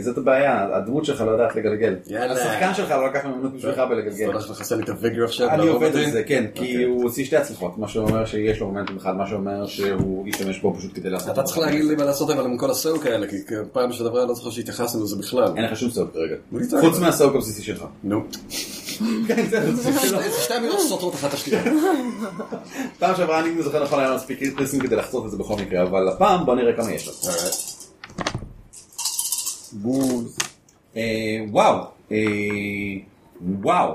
[SPEAKER 4] זאת הבעיה, הדמות שלך לא יודעת לגלגל.
[SPEAKER 5] יאללה.
[SPEAKER 4] השחקן שלך לא לקח מיומנות בשבילך
[SPEAKER 5] אז אתה
[SPEAKER 4] בלגלגל.
[SPEAKER 5] הולך לחסל לי את הוויגר עכשיו?
[SPEAKER 4] אני
[SPEAKER 5] להרוג
[SPEAKER 4] עובד
[SPEAKER 5] אותי?
[SPEAKER 4] על זה, כן, כי
[SPEAKER 5] אוקיי.
[SPEAKER 4] הוא הוציא שתי הצלחות, מה שאומר שיש לו מומנטום אחד, מה שאומר שהוא ישתמש בו פשוט כדי לעשות...
[SPEAKER 5] אתה צריך להגיד לי מה לעשות אבל עם כל הסאוק האלה, כי פעם שעברה אני לא זוכר שהתייחסנו לזה בכלל.
[SPEAKER 4] אין לך שום סאוק כרגע.
[SPEAKER 5] מה אתה
[SPEAKER 4] חוץ
[SPEAKER 5] אומר?
[SPEAKER 4] מהסאוק הבסיסי שלך.
[SPEAKER 5] נו.
[SPEAKER 4] כן, זה הבסיסי שלו.
[SPEAKER 5] שתי- שתי אמירות סותרות אחת את <laughs> השנייה.
[SPEAKER 4] פעם שעברה אני זוכר נכון היה מספיק פריסים כדי לחצות את זה בכל מקרה, אבל הפעם בוא נראה כמה יש לך.
[SPEAKER 5] אוקיי.
[SPEAKER 8] בוז.
[SPEAKER 4] אה, וואו. אה, וואו.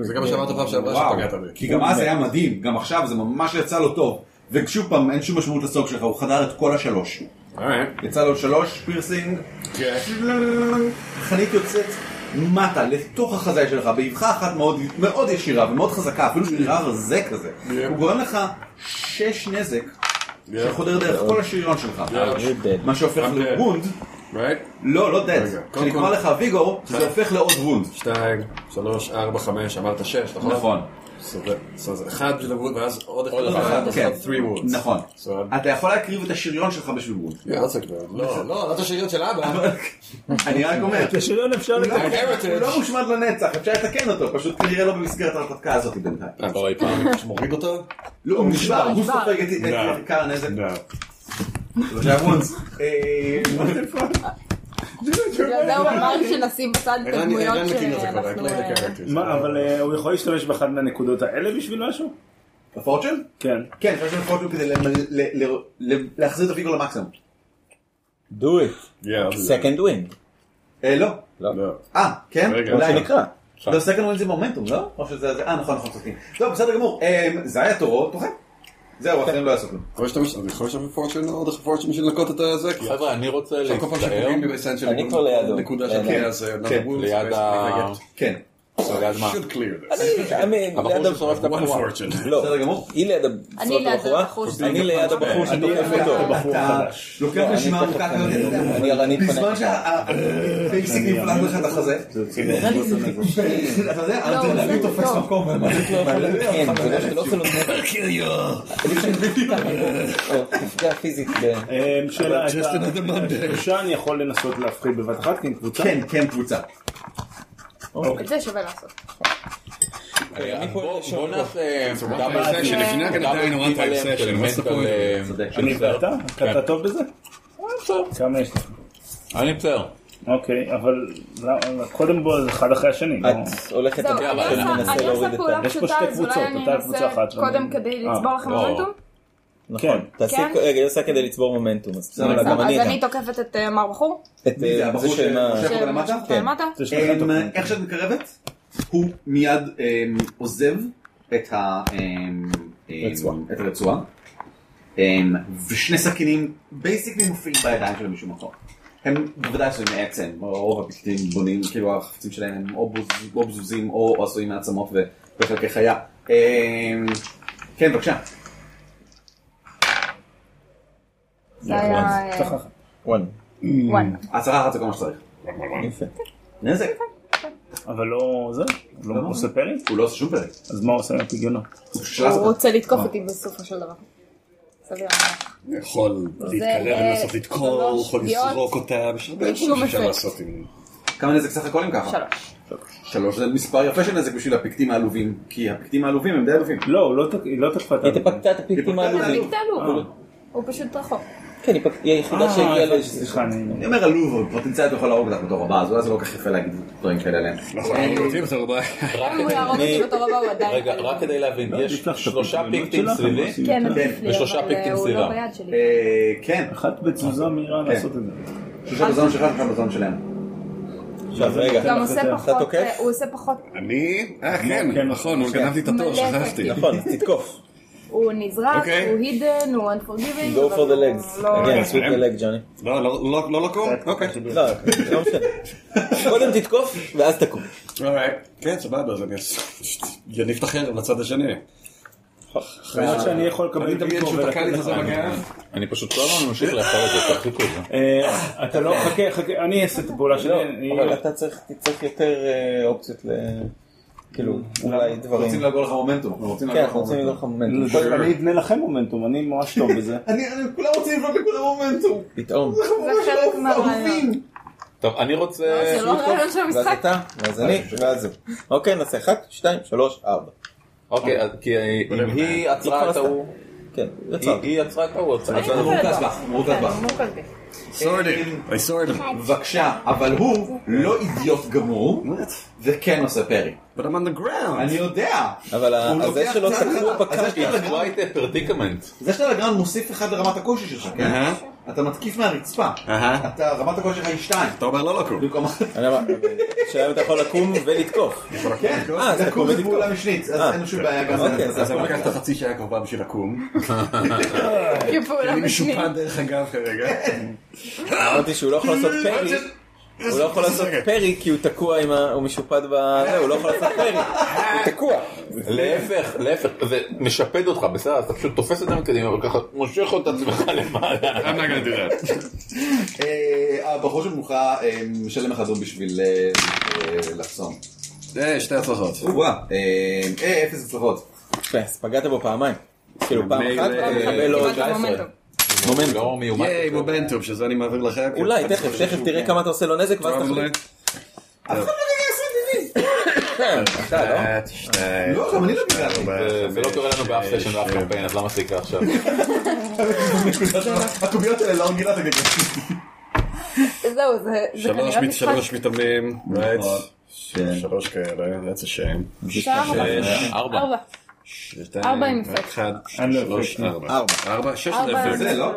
[SPEAKER 5] זה גם מה שאמרת פעם שעברה
[SPEAKER 4] וואו.
[SPEAKER 5] שפגעת בי.
[SPEAKER 4] כי גם אז היה מדהים, גם עכשיו זה ממש יצא לו טוב. ושוב פעם, אין שום משמעות לסאוק שלך, הוא חדר את כל השלוש.
[SPEAKER 5] אוקיי.
[SPEAKER 4] יצא לו שלוש פירסינג,
[SPEAKER 5] כן.
[SPEAKER 4] חנית יוצאת מטה לתוך החזה שלך באבחה אחת מאוד, מאוד ישירה ומאוד חזקה, אפילו שהוא נראה רזה כזה. הוא גורם לך שש נזק שחודר דרך כל השריון שלך,
[SPEAKER 8] You're dead.
[SPEAKER 4] מה שהופך
[SPEAKER 5] I'm dead.
[SPEAKER 4] לוונד לא, לא dead. כשנגמר לך הוויגור,
[SPEAKER 2] אחד.
[SPEAKER 5] אה.
[SPEAKER 4] זה הופך לעוד וונד.
[SPEAKER 2] שתיים, שלוש, ארבע, חמש, אמרת שש, נכון?
[SPEAKER 4] נכון.
[SPEAKER 2] סובב, סובב, אחד בשביל הווד ואז עוד אחד,
[SPEAKER 4] עוד אחד,
[SPEAKER 2] אז
[SPEAKER 4] כן.
[SPEAKER 2] עוד three woods.
[SPEAKER 4] נכון.
[SPEAKER 2] סבבה.
[SPEAKER 4] אתה יכול להקריב את השריון שלך בשביל וונד.
[SPEAKER 2] יאללה, זה כבר- לא, לא, לא את השאריות של <laughs> אבא.
[SPEAKER 4] אני רק אומר.
[SPEAKER 2] את השריון אפשר
[SPEAKER 4] הוא לא-
[SPEAKER 2] לתקן.
[SPEAKER 4] הוא לא מושמד לנצח, אפשר לתקן אותו, פשוט כנראה לא במסגרת ההרפתקה הזאת בינתיים.
[SPEAKER 2] אוי פעם, <laughs> שמוריד אותו?
[SPEAKER 4] לא, הוא נשבר, הוא
[SPEAKER 2] נשבר.
[SPEAKER 4] סופג את
[SPEAKER 2] לא.
[SPEAKER 4] את עיקר הנזק.
[SPEAKER 2] שלושה וונדס.
[SPEAKER 4] אה,
[SPEAKER 16] בגלל
[SPEAKER 9] לא,
[SPEAKER 16] זה הוא אמר שנשים בצד את
[SPEAKER 6] לא
[SPEAKER 16] הדמויות שאנחנו...
[SPEAKER 6] מה, אבל אה, הוא יכול להשתמש באחת מהנקודות האלה בשביל משהו?
[SPEAKER 4] הפורצ'ן?
[SPEAKER 6] כן.
[SPEAKER 4] כן, אפשר לשלם פורצ'ן כדי למל- ל- ל- ל- להחזיר את הוויגור למקסימום.
[SPEAKER 8] Do it. Second win.
[SPEAKER 4] אה, לא.
[SPEAKER 8] לא.
[SPEAKER 4] אה, כן?
[SPEAKER 8] רגע,
[SPEAKER 4] אולי.
[SPEAKER 8] מה שנקרא.
[SPEAKER 4] לא, second win זה מומנטום, לא? או שזה... זה- אה, נכון, נכון, צודקים. טוב, בסדר גמור. אה, זה היה תורו, תוכל. זהו, אחרים לא יעשו כלום.
[SPEAKER 2] יכול להשתמש- אני יכול להשתמש בפורצ'ן עוד איך פורצ'ן בשביל לנקות את הזה? כי-
[SPEAKER 5] חבר'ה, אני רוצה
[SPEAKER 2] עכשיו כל פעם
[SPEAKER 5] להצטער.
[SPEAKER 2] שפוגעים בי בסנצ'ל,
[SPEAKER 5] אני כבר לידו.
[SPEAKER 2] נקודה של
[SPEAKER 5] לידו.
[SPEAKER 2] אז, אה,
[SPEAKER 5] כן,
[SPEAKER 2] another wound,
[SPEAKER 5] ליד ה...
[SPEAKER 2] basically,
[SPEAKER 4] כן.
[SPEAKER 5] ליד מה?
[SPEAKER 2] should clear this.
[SPEAKER 8] אני,
[SPEAKER 5] הבחור ששורף את הבחורה.
[SPEAKER 8] לא, היא ליד
[SPEAKER 16] אני ליד הבחור
[SPEAKER 8] הבחור, אני ליד הבחור שדוחף אותו.
[SPEAKER 4] אתה
[SPEAKER 8] לא,
[SPEAKER 4] לוקח רשימה ארוכה כזאת,
[SPEAKER 8] אני ארנית
[SPEAKER 4] בזמן שהבייסיק נפלט לך את החזה. <laughs> אתה יודע, האדרנלין תופס מקום.
[SPEAKER 8] כן, זה לא שלא עושה לו
[SPEAKER 5] <laughs>
[SPEAKER 8] לא,
[SPEAKER 6] נפגע פיזית. אה, שאלה, את הקבוצה אני יכול לנסות להפחית בבת אחת כי עם קבוצה?
[SPEAKER 4] כן, כן, קבוצה.
[SPEAKER 9] אה, את זה שווה לעשות.
[SPEAKER 5] בוא נעשה
[SPEAKER 2] כן,
[SPEAKER 5] דאבל אה,
[SPEAKER 2] one-time session, if you're not gonna die in a one-time
[SPEAKER 5] דאבל כן,
[SPEAKER 2] session,
[SPEAKER 5] טימ
[SPEAKER 2] what's the
[SPEAKER 5] אלם
[SPEAKER 2] point?
[SPEAKER 5] של-
[SPEAKER 2] אה, צודק.
[SPEAKER 5] של
[SPEAKER 6] אני
[SPEAKER 5] בסדר.
[SPEAKER 6] ואתה?
[SPEAKER 5] כן.
[SPEAKER 6] אתה טוב בזה? כמה יש לך?
[SPEAKER 5] אני בסדר.
[SPEAKER 6] אוקיי, אבל למה- קודם בוא, אחד אחרי השני. לא-
[SPEAKER 8] את הולכת
[SPEAKER 9] זהו, אני עושה- אני עושה פעולה
[SPEAKER 6] יש פה
[SPEAKER 9] פשוטה,
[SPEAKER 6] שתי
[SPEAKER 9] אז אולי
[SPEAKER 6] קבוצות,
[SPEAKER 9] אני
[SPEAKER 6] אותה קבוצה
[SPEAKER 9] אנסה
[SPEAKER 6] אחת. לא אה,
[SPEAKER 9] קודם כדי לצבור לך מומנטום?
[SPEAKER 8] נכון, תעשי,
[SPEAKER 9] כן?
[SPEAKER 8] רגע, היא עושה כדי לצבור מומנטום, אז בסדר, גם אני
[SPEAKER 9] אז
[SPEAKER 8] גם.
[SPEAKER 9] אני תוקפת את אה, מר בחור?
[SPEAKER 8] את,
[SPEAKER 4] מי זה,
[SPEAKER 8] אה,
[SPEAKER 4] הבחור
[SPEAKER 8] של מה-
[SPEAKER 4] שמושך אותה למטה?
[SPEAKER 8] כן.
[SPEAKER 9] שמושך אותה למטה?
[SPEAKER 8] זה
[SPEAKER 4] אמ, איך שאת מקרבת, הוא מיד אמ, עוזב את ה- אמ, אמ, את הרצועה, אמ, ושני סכינים בייסיקלי מופיעים בידיים שלו משום מקום. הם בוודאי שזה מעצם, או רוב הפתקים בונים, כאילו החפצים שלהם הם או בוז- או בזוזים או או עשויים מעצמות ו- וחלקי חיה. אמ, כן, בבקשה.
[SPEAKER 9] זה היה... אה,
[SPEAKER 8] וואן.
[SPEAKER 9] וואן.
[SPEAKER 4] הצהרה אחת זה כל מה שצריך.
[SPEAKER 8] יפה.
[SPEAKER 4] נזק.
[SPEAKER 6] אבל לא זה? הוא לא עושה פרי?
[SPEAKER 4] הוא לא עושה שום פרי.
[SPEAKER 6] אז מה הוא עושה עם הפיגיונות?
[SPEAKER 9] הוא רוצה לתקוף אותי בסופו של דבר. סביר.
[SPEAKER 2] יכול
[SPEAKER 9] זה,
[SPEAKER 2] להתקרב,
[SPEAKER 9] אה,
[SPEAKER 2] לנסות לדקור,
[SPEAKER 9] שלוש
[SPEAKER 2] יכול
[SPEAKER 9] פגיעות.
[SPEAKER 2] לסרוק אותה, יש הרבה
[SPEAKER 9] בלי שום
[SPEAKER 2] דברים שאפשר
[SPEAKER 9] אפקט.
[SPEAKER 2] לעשות עם...
[SPEAKER 4] כמה נזק סך הכל אם ככה?
[SPEAKER 9] שלוש.
[SPEAKER 4] שלוש זה מספר יפה של נזק בשביל הפיקטים העלובים, כי הפיקטים העלובים הם די עלובים.
[SPEAKER 6] לא, היא לא תקפה את
[SPEAKER 8] היא תפקתה את הפיקטים
[SPEAKER 4] היא פקדה את
[SPEAKER 8] העלובים.
[SPEAKER 9] תפיק את
[SPEAKER 8] אה.
[SPEAKER 9] העלוב. הוא פשוט רחוק.
[SPEAKER 8] כן, היא פק- היא היחידה
[SPEAKER 6] אה,
[SPEAKER 8] שהגיעה לו...
[SPEAKER 6] סליחה, אני...
[SPEAKER 8] כן.
[SPEAKER 4] אני אומר עלוב, פוטנציאל אתה יכול להרוג אותך בתור הבא, אז אולי זה לא כל כך יפה להגיד דברים כאלה עליהם.
[SPEAKER 2] נכון.
[SPEAKER 9] אה,
[SPEAKER 5] רק
[SPEAKER 9] אם הוא יהרוג
[SPEAKER 5] כדי-
[SPEAKER 9] אותי בתור הבא הוא עדיין...
[SPEAKER 5] רגע, רק כדי להבין, יש שלושה פיקטים סביבי
[SPEAKER 9] כן, עדיף לי,
[SPEAKER 5] ושלושה
[SPEAKER 9] אבל
[SPEAKER 5] פיקטים
[SPEAKER 9] אה, הוא לא
[SPEAKER 5] סביבה.
[SPEAKER 9] ביד שלי.
[SPEAKER 4] אה, כן.
[SPEAKER 6] אחת
[SPEAKER 8] אה,
[SPEAKER 6] בתזוזה
[SPEAKER 8] כן.
[SPEAKER 6] מהירה לעשות את זה.
[SPEAKER 4] שלושה בזון שלך ושלושה בזון שלהם.
[SPEAKER 8] עכשיו רגע,
[SPEAKER 9] גם עושה
[SPEAKER 8] אתה
[SPEAKER 9] פחות,
[SPEAKER 8] תוקף?
[SPEAKER 9] אה, הוא עושה פחות,
[SPEAKER 2] אני? אה, כן, נכון, הוא
[SPEAKER 8] כן.
[SPEAKER 2] גנב לי את התור,
[SPEAKER 9] מלא
[SPEAKER 2] שכחתי.
[SPEAKER 8] נכון, אז תתקוף.
[SPEAKER 9] הוא נזרק,
[SPEAKER 2] אוקיי.
[SPEAKER 9] הוא הידן, הוא unforgiving. אבל
[SPEAKER 8] Go for the
[SPEAKER 9] הוא
[SPEAKER 8] legs.
[SPEAKER 9] לא-
[SPEAKER 8] Again, sweep the leg, ג'וני.
[SPEAKER 2] לא, לא- לא לא לקום? אוקיי.
[SPEAKER 8] לא, לא משנה. קודם תתקוף, ואז תקום.
[SPEAKER 2] אולי. כן, סבבה, אז אני <laughs> אניף את החרב לצד השני.
[SPEAKER 6] למרות שאני יכול לקבל
[SPEAKER 2] אני מדמיין
[SPEAKER 6] ביקור
[SPEAKER 2] שהוא תקע לי את זה
[SPEAKER 6] ולקחת.
[SPEAKER 2] בגב.
[SPEAKER 5] אני פשוט כל הזמן ממשיך לאחר את זה, תרחיקו את זה.
[SPEAKER 6] אה, אתה לא, חכה, חכה, אני אעשה את הפעולה שלי. כן, אני-
[SPEAKER 8] לא, אבל אתה צריך, תצטרך יותר אה, אופציות ל... כאילו, אולי דברים.
[SPEAKER 2] אה,
[SPEAKER 4] רוצים לעגור לך מומנטום. אנחנו רוצים
[SPEAKER 8] כן,
[SPEAKER 4] לעגור לך
[SPEAKER 8] אנחנו רוצים
[SPEAKER 4] מומנטום.
[SPEAKER 8] לדבר לך מומנטום.
[SPEAKER 6] לא, אני אבנה לכם מומנטום, אני ממש טוב
[SPEAKER 8] <laughs>
[SPEAKER 6] בזה.
[SPEAKER 4] אני, אני- כולם רוצים לבנות לכולם מומנטום.
[SPEAKER 8] פתאום.
[SPEAKER 4] אנחנו ממש
[SPEAKER 9] חלק
[SPEAKER 4] לא
[SPEAKER 9] מהרעיון.
[SPEAKER 4] אהובים.
[SPEAKER 5] טוב, אני רוצה...
[SPEAKER 9] זה לא הרעיון של
[SPEAKER 8] ואז
[SPEAKER 9] המשחק.
[SPEAKER 8] אתה, ואז אני, ואז הוא. אוקיי, נעשה אחת, שתיים, שלוש, ארבע.
[SPEAKER 5] אוקיי, אז כי אה, אם היא עצרה את ההוא,
[SPEAKER 8] כן,
[SPEAKER 5] היא
[SPEAKER 8] יצא.
[SPEAKER 5] היא עצרה את ההוא, עצרה את
[SPEAKER 9] אני
[SPEAKER 5] ההוא.
[SPEAKER 4] מורכז בך, מורכז
[SPEAKER 9] כן,
[SPEAKER 4] בך.
[SPEAKER 9] הוא מורכז בי.
[SPEAKER 2] I sword him.
[SPEAKER 4] בבקשה, אבל הוא לא אידיוט גמור, וכן עושה פרי.
[SPEAKER 2] But I'm on the ground.
[SPEAKER 4] אני יודע.
[SPEAKER 8] אבל ה-
[SPEAKER 4] הוא
[SPEAKER 8] הזה
[SPEAKER 4] לוקח
[SPEAKER 8] שלו
[SPEAKER 4] צעד
[SPEAKER 8] תקוע
[SPEAKER 4] אחד.
[SPEAKER 8] בקרקע.
[SPEAKER 4] הזה שלו
[SPEAKER 5] היא
[SPEAKER 4] לגרון-
[SPEAKER 5] עצרה את הפרדיקמנט.
[SPEAKER 4] זה שאתה לגרנד מוסיף אחד לרמת הקושי שלך, כן? אתה מתקיף מהרצפה.
[SPEAKER 2] אהה.
[SPEAKER 4] אתה, רמת הקושי שלך היא שתיים.
[SPEAKER 2] אתה אומר לא לקום.
[SPEAKER 4] במקום אחת.
[SPEAKER 8] אני אמר, שאלה אם אתה יכול לקום ולתקוף.
[SPEAKER 4] כן,
[SPEAKER 8] אה, אז אתה
[SPEAKER 4] לקום
[SPEAKER 8] קורא
[SPEAKER 4] זה פעולה משנית, אז אין לו שום בעיה גם.
[SPEAKER 8] אוקיי,
[SPEAKER 4] לזה.
[SPEAKER 2] אז אני לוקח את החצי שעה הקרובה בשביל לקום.
[SPEAKER 9] כפעולה
[SPEAKER 2] אני
[SPEAKER 9] משנית.
[SPEAKER 2] משופן דרך הגב כרגע.
[SPEAKER 8] אמרתי שהוא לא יכול לעשות פרי, הוא לא יכול לעשות פרי כי הוא תקוע עם ה... הוא משופד ב... זה, הוא לא יכול לעשות פרי. הוא תקוע.
[SPEAKER 17] להפך, להפך, זה משפד אותך, בסדר, אתה פשוט תופס את זה מקדימה, אבל ככה מושך את עצמך למעלה.
[SPEAKER 4] אה, הבחור שמולך אה, משלם לך דום בשביל אה, אה, לחסום.
[SPEAKER 2] שתי הצלחות.
[SPEAKER 4] וואה, אה, אה, אפס הצלחות.
[SPEAKER 8] אז פגעת בו פעמיים. כאילו פעם אחת ואתה מקבל עוד 19. מומנטום.
[SPEAKER 2] ייי, מומנטום, שזה אני מעביר לכם.
[SPEAKER 8] אולי, תכף, תכף תראה כמה אתה עושה לו נזק ואז תחליט.
[SPEAKER 4] לא, גם אני לא בגללתי.
[SPEAKER 17] זה לא קורה לנו באף סשן
[SPEAKER 2] כן.
[SPEAKER 17] ואף קמפיין, אז למה זה יקרה עכשיו?
[SPEAKER 4] הקוביות האלה לא רגילות לגבי.
[SPEAKER 9] זהו, זה זה
[SPEAKER 2] שלוש
[SPEAKER 9] כנראה
[SPEAKER 2] מת- שלוש
[SPEAKER 9] משחק.
[SPEAKER 2] מתאמנים, right? שלוש כאלה, that's a shame.
[SPEAKER 9] ארבע. ארבע.
[SPEAKER 2] שתיים,
[SPEAKER 9] ארבע עם אפקט.
[SPEAKER 2] אחד,
[SPEAKER 6] אני לא
[SPEAKER 2] שלוש,
[SPEAKER 6] אפקט.
[SPEAKER 2] ארבע. ארבע, שש
[SPEAKER 9] ארבע
[SPEAKER 2] זה אפקט.
[SPEAKER 9] זה לא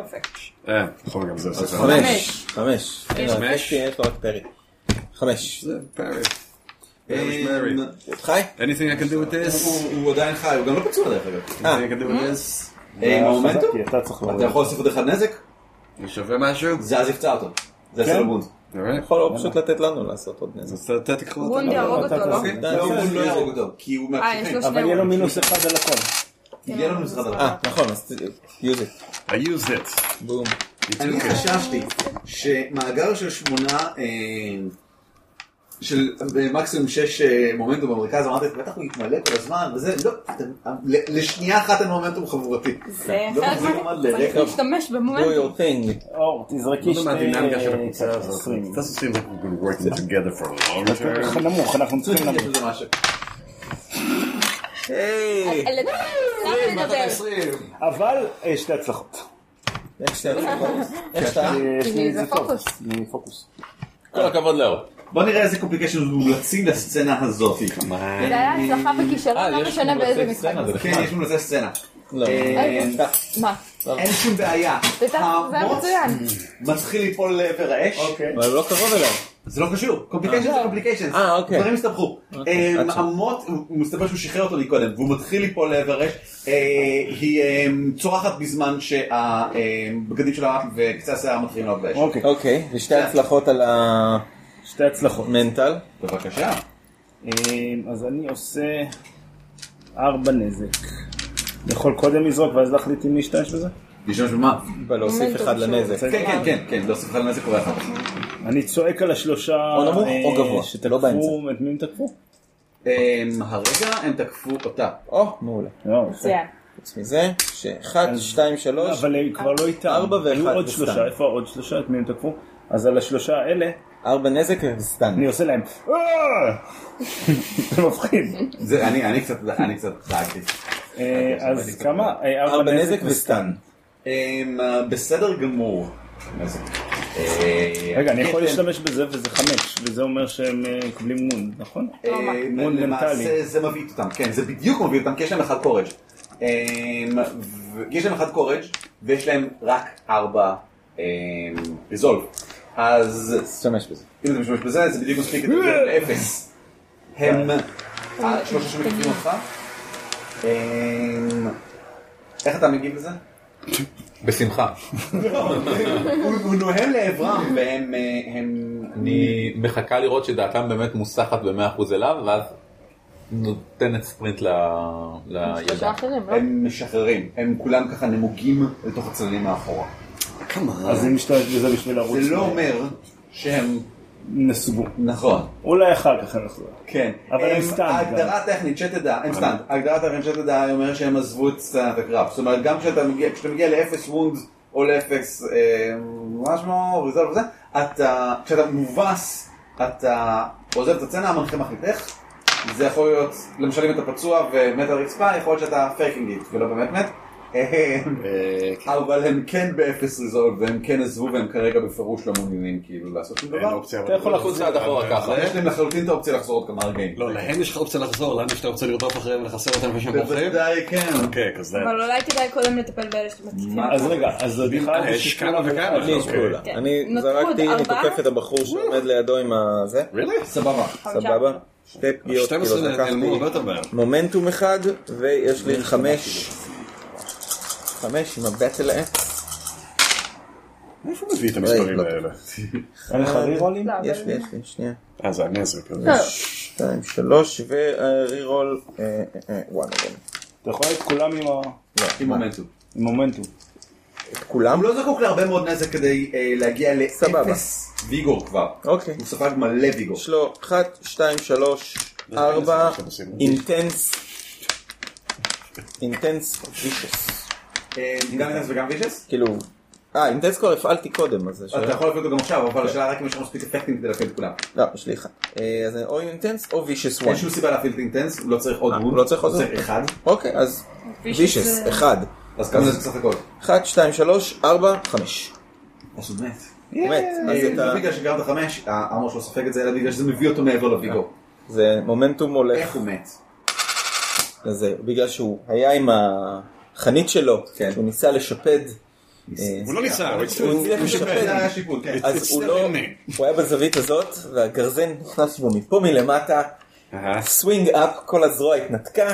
[SPEAKER 2] אה, נכון, גם זה סליחה.
[SPEAKER 8] חמש. חמש.
[SPEAKER 2] חמש.
[SPEAKER 8] הנה, יש לי- יש לו רק פרי. חמש.
[SPEAKER 2] זה פרי.
[SPEAKER 4] אה,
[SPEAKER 2] מרי.
[SPEAKER 8] לא, חי?
[SPEAKER 2] Anything I can do with this?
[SPEAKER 4] הוא- הוא עדיין חי, הוא גם לא פצוע דרך אגב.
[SPEAKER 2] Anything I can do with this?
[SPEAKER 8] לא,
[SPEAKER 4] אה, מומנטום?
[SPEAKER 6] חזקתי, אתה צריך
[SPEAKER 4] אתה
[SPEAKER 6] להוריד.
[SPEAKER 4] יכול להוסיף עוד אחד נזק?
[SPEAKER 2] זה שווה משהו?
[SPEAKER 4] זה אז יפצע אותו. זה
[SPEAKER 6] כן.
[SPEAKER 4] הסלבון.
[SPEAKER 2] אולי.
[SPEAKER 8] יכול לו פשוט לתת לנו לעשות עוד נזק.
[SPEAKER 2] אז אתה תקחו אותנו.
[SPEAKER 9] גונדי יהרוג אותו, לא?
[SPEAKER 8] אוקיי.
[SPEAKER 4] לא, הוא לא יהרוג אותו, כי הוא
[SPEAKER 9] אה, יש
[SPEAKER 4] מהפסיכים.
[SPEAKER 9] לו
[SPEAKER 6] אבל יהיה לו
[SPEAKER 9] שני...
[SPEAKER 6] מינוס אחד על הכל.
[SPEAKER 4] יהיה לנו משרד עליו.
[SPEAKER 8] אה, נכון, אז use it.
[SPEAKER 2] I used it.
[SPEAKER 8] בום.
[SPEAKER 4] אני חששתי שמאגר של שמונה, אה, של אה, מקסימום שש אה, מומנטום במרכז, אמרתי, בטח הוא יתמלא כל הזמן, וזה, לא, אתם- ל- לשנייה אחת אין מומנטום חברתי.
[SPEAKER 9] זה
[SPEAKER 4] לא,
[SPEAKER 9] חלק
[SPEAKER 4] זה
[SPEAKER 9] מה...
[SPEAKER 4] עמד
[SPEAKER 9] צריך
[SPEAKER 4] לרגע.
[SPEAKER 9] להשתמש
[SPEAKER 8] do
[SPEAKER 9] במומנטום.
[SPEAKER 8] your thing.
[SPEAKER 6] אור, תזרקי
[SPEAKER 2] לא מהדינמיקה של
[SPEAKER 6] שתי...
[SPEAKER 2] הקבוצה הזאת.
[SPEAKER 6] עשרים.
[SPEAKER 2] It doesn't seem like we've been working together for a long
[SPEAKER 6] אתה כל כך
[SPEAKER 2] time.
[SPEAKER 6] נמוך, אנחנו צריכים
[SPEAKER 4] יש
[SPEAKER 6] נמוך.
[SPEAKER 4] לזה משהו.
[SPEAKER 8] היי.
[SPEAKER 9] אה, לדבר, למה לדבר?
[SPEAKER 6] אבל אה, שתי הצלחות.
[SPEAKER 8] איך שתי הצלחות? איך אתה?
[SPEAKER 6] אה,
[SPEAKER 9] כי
[SPEAKER 6] שני
[SPEAKER 9] זה
[SPEAKER 6] זה טוב.
[SPEAKER 9] פוקוס.
[SPEAKER 6] אני פוקוס.
[SPEAKER 17] כל הכבוד לאור.
[SPEAKER 4] בוא נראה איזה קומפליקשן מומלצים לסצנה הזאת.
[SPEAKER 9] זה היה הצלחה וכישלון, לא משנה באיזה משחק.
[SPEAKER 4] כן, יש מומלצי סצנה.
[SPEAKER 8] לא.
[SPEAKER 4] אה,
[SPEAKER 9] מה?
[SPEAKER 4] אין שום בעיה.
[SPEAKER 9] זה תח- זה היה
[SPEAKER 4] המוץ
[SPEAKER 9] מצוין.
[SPEAKER 4] מתחיל ליפול לעבר האש.
[SPEAKER 8] אבל הוא לא קרוב אליו.
[SPEAKER 4] זה לא קשור, קומפליקיישן זה קומפליקיישן,
[SPEAKER 8] אה, אוקיי.
[SPEAKER 4] דברים הסתבכו. אה,
[SPEAKER 8] אוקיי, עד שם.
[SPEAKER 4] המוט, הוא מסתבר שהוא שחרר אותו מקודם, והוא מתחיל ליפול לעבר אש, אה, היא אה, צורחת בזמן שהבגדים שלה וקצה השיער מתחילים לעבוד באש.
[SPEAKER 6] אוקיי.
[SPEAKER 8] אוקיי, ושתי הצלחות על
[SPEAKER 6] שתי הצלחות.
[SPEAKER 8] המנטל.
[SPEAKER 4] בבקשה.
[SPEAKER 6] אה, אז אני עושה ארבע נזק. אני יכול קודם לזרוק ואז להחליט אם להשתמש בזה?
[SPEAKER 4] להשתמש במה?
[SPEAKER 8] ולהוסיף אחד לנזק.
[SPEAKER 4] כן, כן, כן, כן, להוסיף לך לנזק קורה אחר כך.
[SPEAKER 6] אני צועק על השלושה...
[SPEAKER 8] או נמוך
[SPEAKER 6] אה,
[SPEAKER 8] או גבוה, לא
[SPEAKER 6] שתקפו,
[SPEAKER 8] באמצע.
[SPEAKER 6] את מי הם תקפו?
[SPEAKER 4] אה, הרגע הם תקפו אותה.
[SPEAKER 8] או, מעולה.
[SPEAKER 6] לא, יפה.
[SPEAKER 9] מצוין.
[SPEAKER 8] חוץ מזה, שאחד, שתיים, שלוש.
[SPEAKER 6] אבל הם כבר לא איתם.
[SPEAKER 8] ארבע ואחד
[SPEAKER 6] היו עוד
[SPEAKER 8] וסתם.
[SPEAKER 6] שלושה, איפה עוד שלושה? את מי הם תקפו? אז על השלושה האלה,
[SPEAKER 8] ארבע נזק וסטן.
[SPEAKER 6] אני עושה להם... "אה!" <laughs> זה מפחיד.
[SPEAKER 4] זה, אני אני קצת, אני קצת דאגתי.
[SPEAKER 6] אה,
[SPEAKER 4] אוקיי,
[SPEAKER 6] אז כמה? אה,
[SPEAKER 8] ארבע נזק וסטן.
[SPEAKER 4] אה, בסדר גמור. נזק. אה,
[SPEAKER 6] רגע, אני יכול
[SPEAKER 4] כן,
[SPEAKER 6] להשתמש בזה וזה חמש, וזה אומר שהם אה, מקבלים מון, נכון?
[SPEAKER 4] אה,
[SPEAKER 6] מול מנטלי.
[SPEAKER 4] למעשה זה מביא אותם, כן, זה בדיוק מביא אותם, כי יש להם אחד קורג'. אה, ו- יש להם אחד קורג' ויש להם רק ארבע אמ, ריזולב. אז
[SPEAKER 8] תשתמש בזה.
[SPEAKER 4] אם אתה משתמש בזה, זה בדיוק מספיק את זה לאפס. הם אה, שלושה שמקיפים אותך. אה, איך אתה מגיב לזה?
[SPEAKER 17] בשמחה.
[SPEAKER 4] הוא הוא נוהם לעברם והם... אה, הם-
[SPEAKER 17] אני מחכה לראות שדעתם באמת מוסחת ב-100% אליו, ואז נותנת ספרינט ל-
[SPEAKER 9] שלושה
[SPEAKER 17] לילדה.
[SPEAKER 9] אחרים, לא?
[SPEAKER 4] הם משחררים, הם כולם ככה נמוגים לתוך הצללים מאחורה.
[SPEAKER 6] אז אני משתמש בזה בשביל אה, לרוץ.
[SPEAKER 4] זה לא אומר שהם...
[SPEAKER 6] נסוגו.
[SPEAKER 4] נכון.
[SPEAKER 6] אולי אחר כך הם נחזור.
[SPEAKER 4] כן.
[SPEAKER 6] אבל הם סטאנד
[SPEAKER 4] ההגדרה הטכנית שתדע, הם סטאנד. ההגדרה הטכנית שתדע היא אומרת שהם עזבו את סצנת הקרב. זאת אומרת, גם כשאתה מגיע, כשאתה מגיע לאפס וונדס או לאפס אה, מה שמו, ריזולב וזה, אתה, כשאתה מובס, אתה עוזב את הצצנה, המנחה מחליט איך. זה יכול להיות, למשל אם אתה פצוע ומת על רצפה, יכול להיות שאתה פייקינג איט ולא באמת מת. אה, אבל הם כן באפס ריזולב, והם כן עזבו, והם כרגע בפירוש לא מעוניינים כאילו לעשות שום
[SPEAKER 2] אין
[SPEAKER 4] דבר.
[SPEAKER 2] אופציה.
[SPEAKER 17] אתה יכול לחוץ צעד אחורה ככה.
[SPEAKER 4] יש להם לחלוטין את האופציה לחזור עוד כמה רגעים.
[SPEAKER 2] לא, להם יש לך אופציה לחזור, לנו שאתה רוצה לרדוף אחריהם ולחסר אותם לפני שהם בורחים?
[SPEAKER 4] בוודאי כן.
[SPEAKER 2] אוקיי, אז זה...
[SPEAKER 9] אבל אולי כדאי קודם לטפל באלה שמצליחים.
[SPEAKER 6] אה, אז רגע, אז עוד אחד...
[SPEAKER 2] אה, יש כמה וכמה.
[SPEAKER 5] אוקיי.
[SPEAKER 8] אני איש פעולה.
[SPEAKER 9] כן.
[SPEAKER 8] אני
[SPEAKER 9] נותרו
[SPEAKER 8] זרקתי,
[SPEAKER 9] עוד
[SPEAKER 8] אני
[SPEAKER 9] ארבעה?
[SPEAKER 8] תוקף את הבחור שעומד לידו עם הזה.
[SPEAKER 4] סבבה.
[SPEAKER 9] חמישה.
[SPEAKER 8] סבבה? שתי פגיעות.
[SPEAKER 2] 12
[SPEAKER 8] כאילו,
[SPEAKER 2] נעלמו הרבה
[SPEAKER 8] לקחתי
[SPEAKER 2] יותר מהר.
[SPEAKER 8] מומנטום אחד, ויש לי חמש. חמש עם הבטל אפ.
[SPEAKER 10] מאיפה הוא מביא את המספרים
[SPEAKER 8] רגע,
[SPEAKER 10] האלה?
[SPEAKER 8] אין לך
[SPEAKER 6] רירולים?
[SPEAKER 8] לא. יש לי, יש לי, שנייה.
[SPEAKER 10] אה, זה הנזק. אבל-
[SPEAKER 8] שתיים, שלוש, אה, ורירול וואן אגן.
[SPEAKER 6] אתה יכול את כולם עם ה...
[SPEAKER 4] עם מומנטום.
[SPEAKER 6] עם מומנטום.
[SPEAKER 8] את כולם?
[SPEAKER 4] הוא לא זקוק להרבה מאוד נזק כדי אה, להגיע לאפס ויגור כבר.
[SPEAKER 8] אוקיי.
[SPEAKER 4] הוא ספג מלא ויגור.
[SPEAKER 8] יש לו 1, 2, 3, 4, אינטנס, אינטנס וישס.
[SPEAKER 4] גם אינטנס וגם וישס?
[SPEAKER 8] כאילו, אה, אינטנס כבר הפעלתי קודם, אז...
[SPEAKER 4] אתה יכול להפעיל אותו גם עכשיו, אבל השאלה רק אם יש לך מספיק אפקטים כדי להפעיל את כולם.
[SPEAKER 8] לא, יש לי אחד. אה, אז או אינטנס או וישס וואן.
[SPEAKER 4] אין שום סיבה להפעיל את אינטנס, הוא לא צריך עוד
[SPEAKER 8] כן. אה,
[SPEAKER 4] רון.
[SPEAKER 8] הוא לא צריך עוד
[SPEAKER 4] הוא
[SPEAKER 8] רון.
[SPEAKER 4] צריך אחד.
[SPEAKER 8] אוקיי, אז
[SPEAKER 4] Vicious
[SPEAKER 8] וישס, אה,
[SPEAKER 4] זה-
[SPEAKER 8] 1.
[SPEAKER 4] אז
[SPEAKER 8] אה.
[SPEAKER 4] כמה זה בסך הכל?
[SPEAKER 8] 1, 2, 3, 4, 5.
[SPEAKER 4] אז הוא מת.
[SPEAKER 8] הוא מת, אז
[SPEAKER 4] אה,
[SPEAKER 8] אתה...
[SPEAKER 4] לא בגלל שגרמת חמש, האמור שלו סופג את זה, אלא בגלל שזה מביא אותו מעבר
[SPEAKER 8] אה.
[SPEAKER 4] לוויגור.
[SPEAKER 8] זה מומנטום הולך.
[SPEAKER 4] איך הוא מת?
[SPEAKER 8] אז זה, בגלל שהוא היה עם החנית שלו, הוא ניסה לשפד. אה,
[SPEAKER 10] הוא לא ניסה, הוא הצליח.
[SPEAKER 8] הוא הצליח
[SPEAKER 10] הוא
[SPEAKER 8] לשפד,
[SPEAKER 10] שיפד, היה שיפוד, כן.
[SPEAKER 8] אז הוא לא, הוא היה בזווית הזאת, והגרזן נכנס בו מפה מלמטה, סווינג אפ, כל הזרוע התנתקה,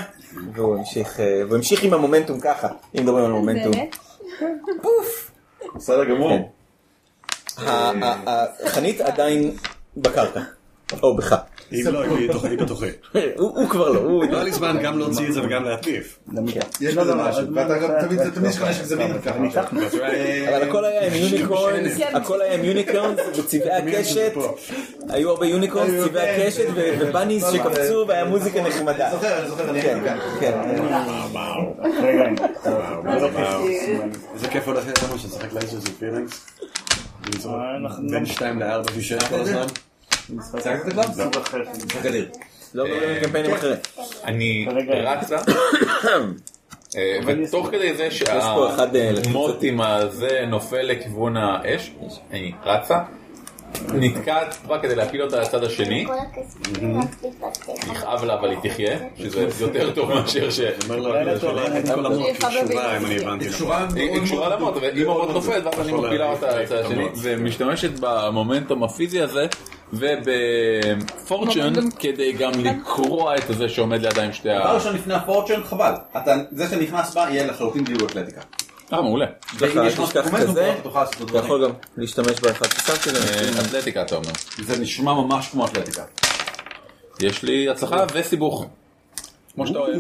[SPEAKER 8] והוא המשיך, אה, והוא המשיך עם המומנטום ככה, אם מדברים על מומנטום.
[SPEAKER 9] פוף.
[SPEAKER 4] בסדר גמור.
[SPEAKER 8] ה- ה- החנית עדיין בקרקע, או בך.
[SPEAKER 10] אם לא, אם היא תוכה, היא בתוכה.
[SPEAKER 8] הוא הוא כבר לא, הוא...
[SPEAKER 10] לא היה לי זמן גם להוציא את זה וגם להטיף.
[SPEAKER 4] יש
[SPEAKER 6] לא,
[SPEAKER 4] בזה
[SPEAKER 5] לא,
[SPEAKER 4] משהו, ואתה גם תמיד- תמיד יש לך נשק זמין ככה.
[SPEAKER 8] אבל הכל
[SPEAKER 4] <laughs>
[SPEAKER 8] היה עם יוניקורנס,
[SPEAKER 9] כן.
[SPEAKER 8] הכל היה עם יוניקורנס וצבעי הקשת, היו הרבה יוניקורנס, צבעי הקשת ו- ובאניז שקפצו והיה מוזיקה נחמדה.
[SPEAKER 4] כן. נכון. אני זוכר, אני זוכר, אני הייתי כאן.
[SPEAKER 8] כן.
[SPEAKER 10] איזה כיף הולך להיות למה ששחק לייזר זה
[SPEAKER 2] כן,
[SPEAKER 10] פילינגס.
[SPEAKER 2] אה, נכון.
[SPEAKER 6] אנחנו
[SPEAKER 10] בין 2 ל-4 ו-6 כל הזמן.
[SPEAKER 8] לא מדברים על קמפיינים אחרים.
[SPEAKER 2] אני
[SPEAKER 6] כרגע-
[SPEAKER 2] רצה, <coughs> אה, ותוך כדי זה
[SPEAKER 8] פה אחד, אה, לקבוצתי.
[SPEAKER 2] שהמוט עם הזה נופל לכיוון האש, אני רצה, נתקעת בה כדי להפיל אותה לצד השני, יכאב לה אבל היא תחיה, שזה יותר טוב מאשר ש... לא
[SPEAKER 5] "אוקיי,
[SPEAKER 2] היא
[SPEAKER 5] נכון."
[SPEAKER 2] קשורה- היא קשורה למוט, ואם המוט נופל ואז אני מפילה אותה לצד השני, כן, ומשתמשת במומנטום הפיזי הזה. ובפורצ'ן
[SPEAKER 4] מומנטום.
[SPEAKER 2] כדי גם לקרוע את הזה שעומד לידה עם שתי ה...
[SPEAKER 4] דבר ראשון לפני הפורצ'ן, חבל. אתה- זה שאתה נכנס בה יהיה לחלוטין בלי אתלטיקה.
[SPEAKER 2] אה, מעולה.
[SPEAKER 4] ואם
[SPEAKER 8] ככה,
[SPEAKER 4] יש לך
[SPEAKER 8] תשכח
[SPEAKER 4] מומנטום,
[SPEAKER 8] כזה,
[SPEAKER 4] אתה תוכל לעשות עוד
[SPEAKER 8] אתה
[SPEAKER 4] דברים.
[SPEAKER 8] יכול גם להשתמש באחד ששמתי
[SPEAKER 2] אה,
[SPEAKER 8] להם.
[SPEAKER 2] אתלטיקה אתה אומר.
[SPEAKER 4] זה נשמע ממש כמו אתלטיקה.
[SPEAKER 2] יש לי הצלחה וסיבוך. כמו שאתה אוהב.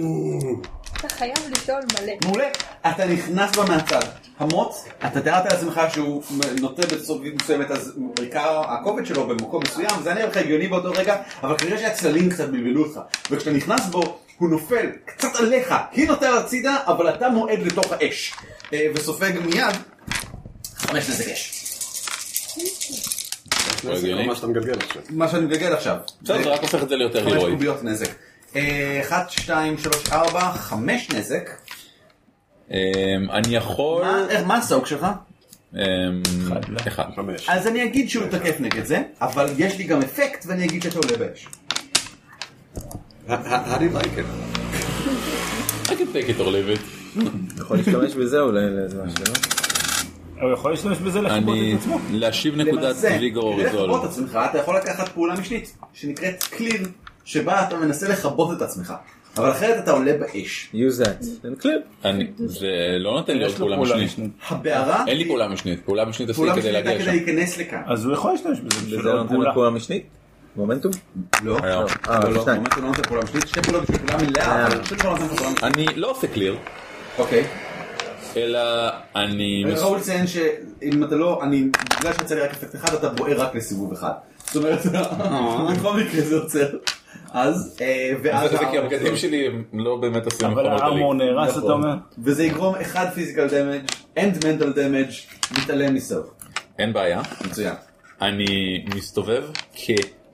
[SPEAKER 7] אתה חייב לשאול מלא.
[SPEAKER 4] מעולה. אתה נכנס בה מהצד. המוץ, אתה תיארת לעצמך שהוא נוטה בצורית מסוימת, אז עיקר הכובד שלו במקום מסוים, זה נראה לך הגיוני באותו רגע, אבל כנראה שהצללים קצת בלבלו אותך. וכשאתה נכנס בו, הוא נופל קצת עליך, היא נוטה הצידה, אבל אתה מועד לתוך האש. אה, וסופג מיד חמש נזק אש.
[SPEAKER 2] לא
[SPEAKER 10] מה שאתה מגלגל עכשיו.
[SPEAKER 4] מה שאני מגגל עכשיו.
[SPEAKER 2] בסדר, זה רק הופך את זה ליותר
[SPEAKER 4] חמש
[SPEAKER 2] הירואי.
[SPEAKER 4] קוביות נזק. אה, אחת, שתיים, שלוש, ארבע, חמש נזק.
[SPEAKER 2] אמ, אני יכול...
[SPEAKER 4] מה- לא. איך- מה הסוג שלך?
[SPEAKER 2] אמ, אחד.
[SPEAKER 4] אז אני אגיד שהוא תקף נגד זה, אבל יש לי גם אפקט ואני אגיד שאתה עולה באש.
[SPEAKER 10] How do you like it?
[SPEAKER 2] I can take it or leave it.
[SPEAKER 8] יכול להשתמש בזה אולי לאיזה משהו, לא?
[SPEAKER 6] הוא יכול להשתמש בזה לכבות
[SPEAKER 2] אני...
[SPEAKER 6] את עצמו.
[SPEAKER 2] להשיב נקודת
[SPEAKER 4] למעשה,
[SPEAKER 2] ויגור
[SPEAKER 4] <laughs> כדי
[SPEAKER 2] אוריזול.
[SPEAKER 4] לכבות את עצמך, אתה יכול לקחת פעולה משנית, שנקראת קליר, שבה אתה מנסה לכבות את עצמך. אבל אחרת אתה עולה באש.
[SPEAKER 8] use that. And clear.
[SPEAKER 2] אני- זה לא נותן לי עוד פעולה משנית.
[SPEAKER 4] הבערה,
[SPEAKER 2] אין לי פעולה משנית. פעולה משנית עשיתי
[SPEAKER 4] פעולה
[SPEAKER 2] כדי
[SPEAKER 4] משנית
[SPEAKER 2] להגיע
[SPEAKER 4] הייתה כדי
[SPEAKER 2] לשם.
[SPEAKER 4] להיכנס לכאן.
[SPEAKER 6] אז הוא יכול להשתמש בזה בשביל
[SPEAKER 8] וזה לא
[SPEAKER 6] עוד
[SPEAKER 8] נותן
[SPEAKER 6] פעולה.
[SPEAKER 8] לפעולה משנית? מומנטום?
[SPEAKER 4] לא,
[SPEAKER 2] היה.
[SPEAKER 4] לא,
[SPEAKER 8] אה,
[SPEAKER 4] לא, לא,
[SPEAKER 8] שתיים. אה.
[SPEAKER 4] באמת הוא לא נותן פעולה משנית, שתי פעולות בשביל פעולה מלאה, אבל אני חושב שהוא לא נותן פעולה משנית.
[SPEAKER 2] אני לא עושה קליר,
[SPEAKER 4] אוקיי.
[SPEAKER 2] אלא אני... מס-
[SPEAKER 4] אה, ראוי לציין שאם אתה לא, אני, בגלל שיצא לי רק אפקט אחד, אתה בוער רק לסיבוב אחד. זאת אומרת,
[SPEAKER 8] אה.
[SPEAKER 4] בכל מקרה זה עוצר. אז, אה, נכון.
[SPEAKER 2] אני
[SPEAKER 4] ואז...
[SPEAKER 2] עושה את זה כי
[SPEAKER 4] הארמור
[SPEAKER 2] הבגדים
[SPEAKER 4] שלו.
[SPEAKER 2] שלי הם לא באמת עשויים
[SPEAKER 6] אבל
[SPEAKER 2] מחומות
[SPEAKER 6] הארמור
[SPEAKER 2] עלי.
[SPEAKER 6] נהרס, אתה אומר?
[SPEAKER 4] וזה יגרום אחד פיזיקל דמג' and mental damage, מתעלם מסוף.
[SPEAKER 2] אין בעיה.
[SPEAKER 4] מצוין.
[SPEAKER 2] אני מסתובב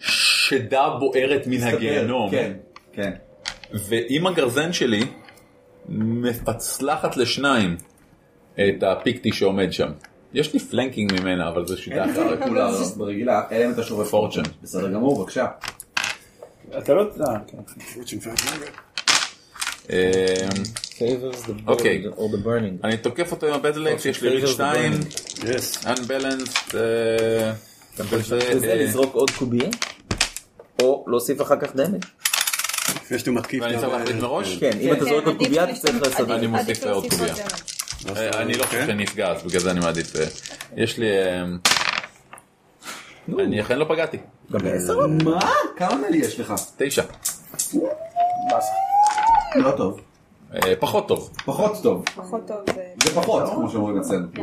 [SPEAKER 2] כשדה בוערת מן הגיהנום.
[SPEAKER 4] כן, כן.
[SPEAKER 2] ועם הגרזן שלי מפצלחת לשניים את הפיקטי שעומד שם. יש לי פלנקינג ממנה, אבל זו שיטה
[SPEAKER 4] אין לך
[SPEAKER 2] אחרת.
[SPEAKER 4] רגילה, לא, ברגילה, אלא אם אתה שובר פורצ'ן. בסדר גמור, בבקשה.
[SPEAKER 6] אתה לא... אה, כן.
[SPEAKER 2] אמ,
[SPEAKER 8] favors the board אוקיי,
[SPEAKER 2] אוקיי.
[SPEAKER 8] or the burning.
[SPEAKER 2] אני תוקף אותו עם הבדלקס, יש לי ריד 2, Unbalanced, אה, וזה,
[SPEAKER 8] וזה
[SPEAKER 2] אה,
[SPEAKER 8] לזרוק עוד קובייה? או להוסיף אחר כך דמג?
[SPEAKER 10] לפני שאתה מתקיף.
[SPEAKER 5] אה,
[SPEAKER 2] ואני צריך להחליט מראש?
[SPEAKER 18] כן,
[SPEAKER 9] כן,
[SPEAKER 8] כן, אם אתה זורק עוד קובייה, אתה צריך לעשות
[SPEAKER 2] אני
[SPEAKER 8] דמג.
[SPEAKER 2] מוסיף עוד קובייה.
[SPEAKER 5] כן.
[SPEAKER 2] אה, אני לא חושב שאני אפגע, אז בגלל זה אני מעדיף. אה, יש לי... אה, אני אכן לא פגעתי.
[SPEAKER 8] גם
[SPEAKER 4] מה? כמה נלי יש לך?
[SPEAKER 2] תשע.
[SPEAKER 4] לא טוב.
[SPEAKER 2] אה, פחות טוב.
[SPEAKER 4] פחות טוב.
[SPEAKER 18] פחות טוב. זה-
[SPEAKER 4] זה פחות, כמו שאומרים אצלנו.
[SPEAKER 5] Well,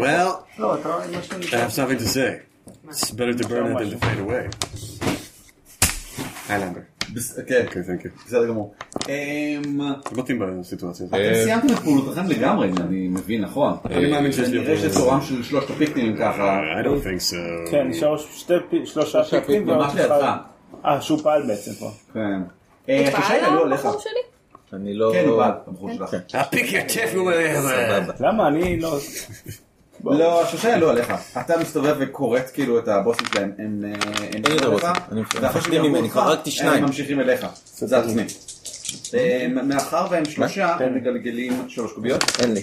[SPEAKER 18] לא, אתה רואה מה שאתה
[SPEAKER 5] I have something to say. It's better to burn it than to fade away. איילנדר.
[SPEAKER 4] כן.
[SPEAKER 5] אוקיי, תנקי.
[SPEAKER 4] בסדר גמור. אמ,
[SPEAKER 8] אה,
[SPEAKER 5] זה מתאים בסיטואציה הזאת.
[SPEAKER 4] אתם סיימתם את פעולותיכם לגמרי, אם אני מבין נכון.
[SPEAKER 8] אה,
[SPEAKER 5] אני מאמין שיש לי
[SPEAKER 4] נראה
[SPEAKER 5] אותו.
[SPEAKER 4] שצורם של שלושת הפיקניקים ככה.
[SPEAKER 5] I
[SPEAKER 8] אוקיי.
[SPEAKER 5] don't think so.
[SPEAKER 6] כן, נשאר שתי פי- שלושה
[SPEAKER 4] שלושה
[SPEAKER 6] פיקטים.
[SPEAKER 4] ממש
[SPEAKER 6] והוא
[SPEAKER 4] לידך.
[SPEAKER 6] פעל. אה, שהוא פעל בעצם כבר.
[SPEAKER 4] כן.
[SPEAKER 18] הוא
[SPEAKER 4] אה,
[SPEAKER 18] פעל
[SPEAKER 4] חשאי, לא עליך.
[SPEAKER 18] הבחור שלי?
[SPEAKER 8] אני לא...
[SPEAKER 4] כן, הוא בעד, הבחור שלך.
[SPEAKER 6] כן.
[SPEAKER 8] אה,
[SPEAKER 5] Pick your tip away.
[SPEAKER 6] למה אני לא...
[SPEAKER 4] לא, השושלת לא עליך. אתה מסתובב וכורת כאילו את הבוסים שלהם, הם אה, הם
[SPEAKER 8] לי את
[SPEAKER 4] לא
[SPEAKER 8] הבוסים.
[SPEAKER 4] עליך,
[SPEAKER 8] אני-
[SPEAKER 4] ואחרי
[SPEAKER 8] מפחדים
[SPEAKER 4] שהם
[SPEAKER 8] ממני,
[SPEAKER 4] ירדו
[SPEAKER 8] כבר
[SPEAKER 4] אותך,
[SPEAKER 8] הרגתי שניים.
[SPEAKER 4] הם ממשיכים אליך, זה עצמי. אה, מאחר והם שלושה,
[SPEAKER 8] כן.
[SPEAKER 4] הם מגלגלים שלוש קוביות.
[SPEAKER 8] אין לי.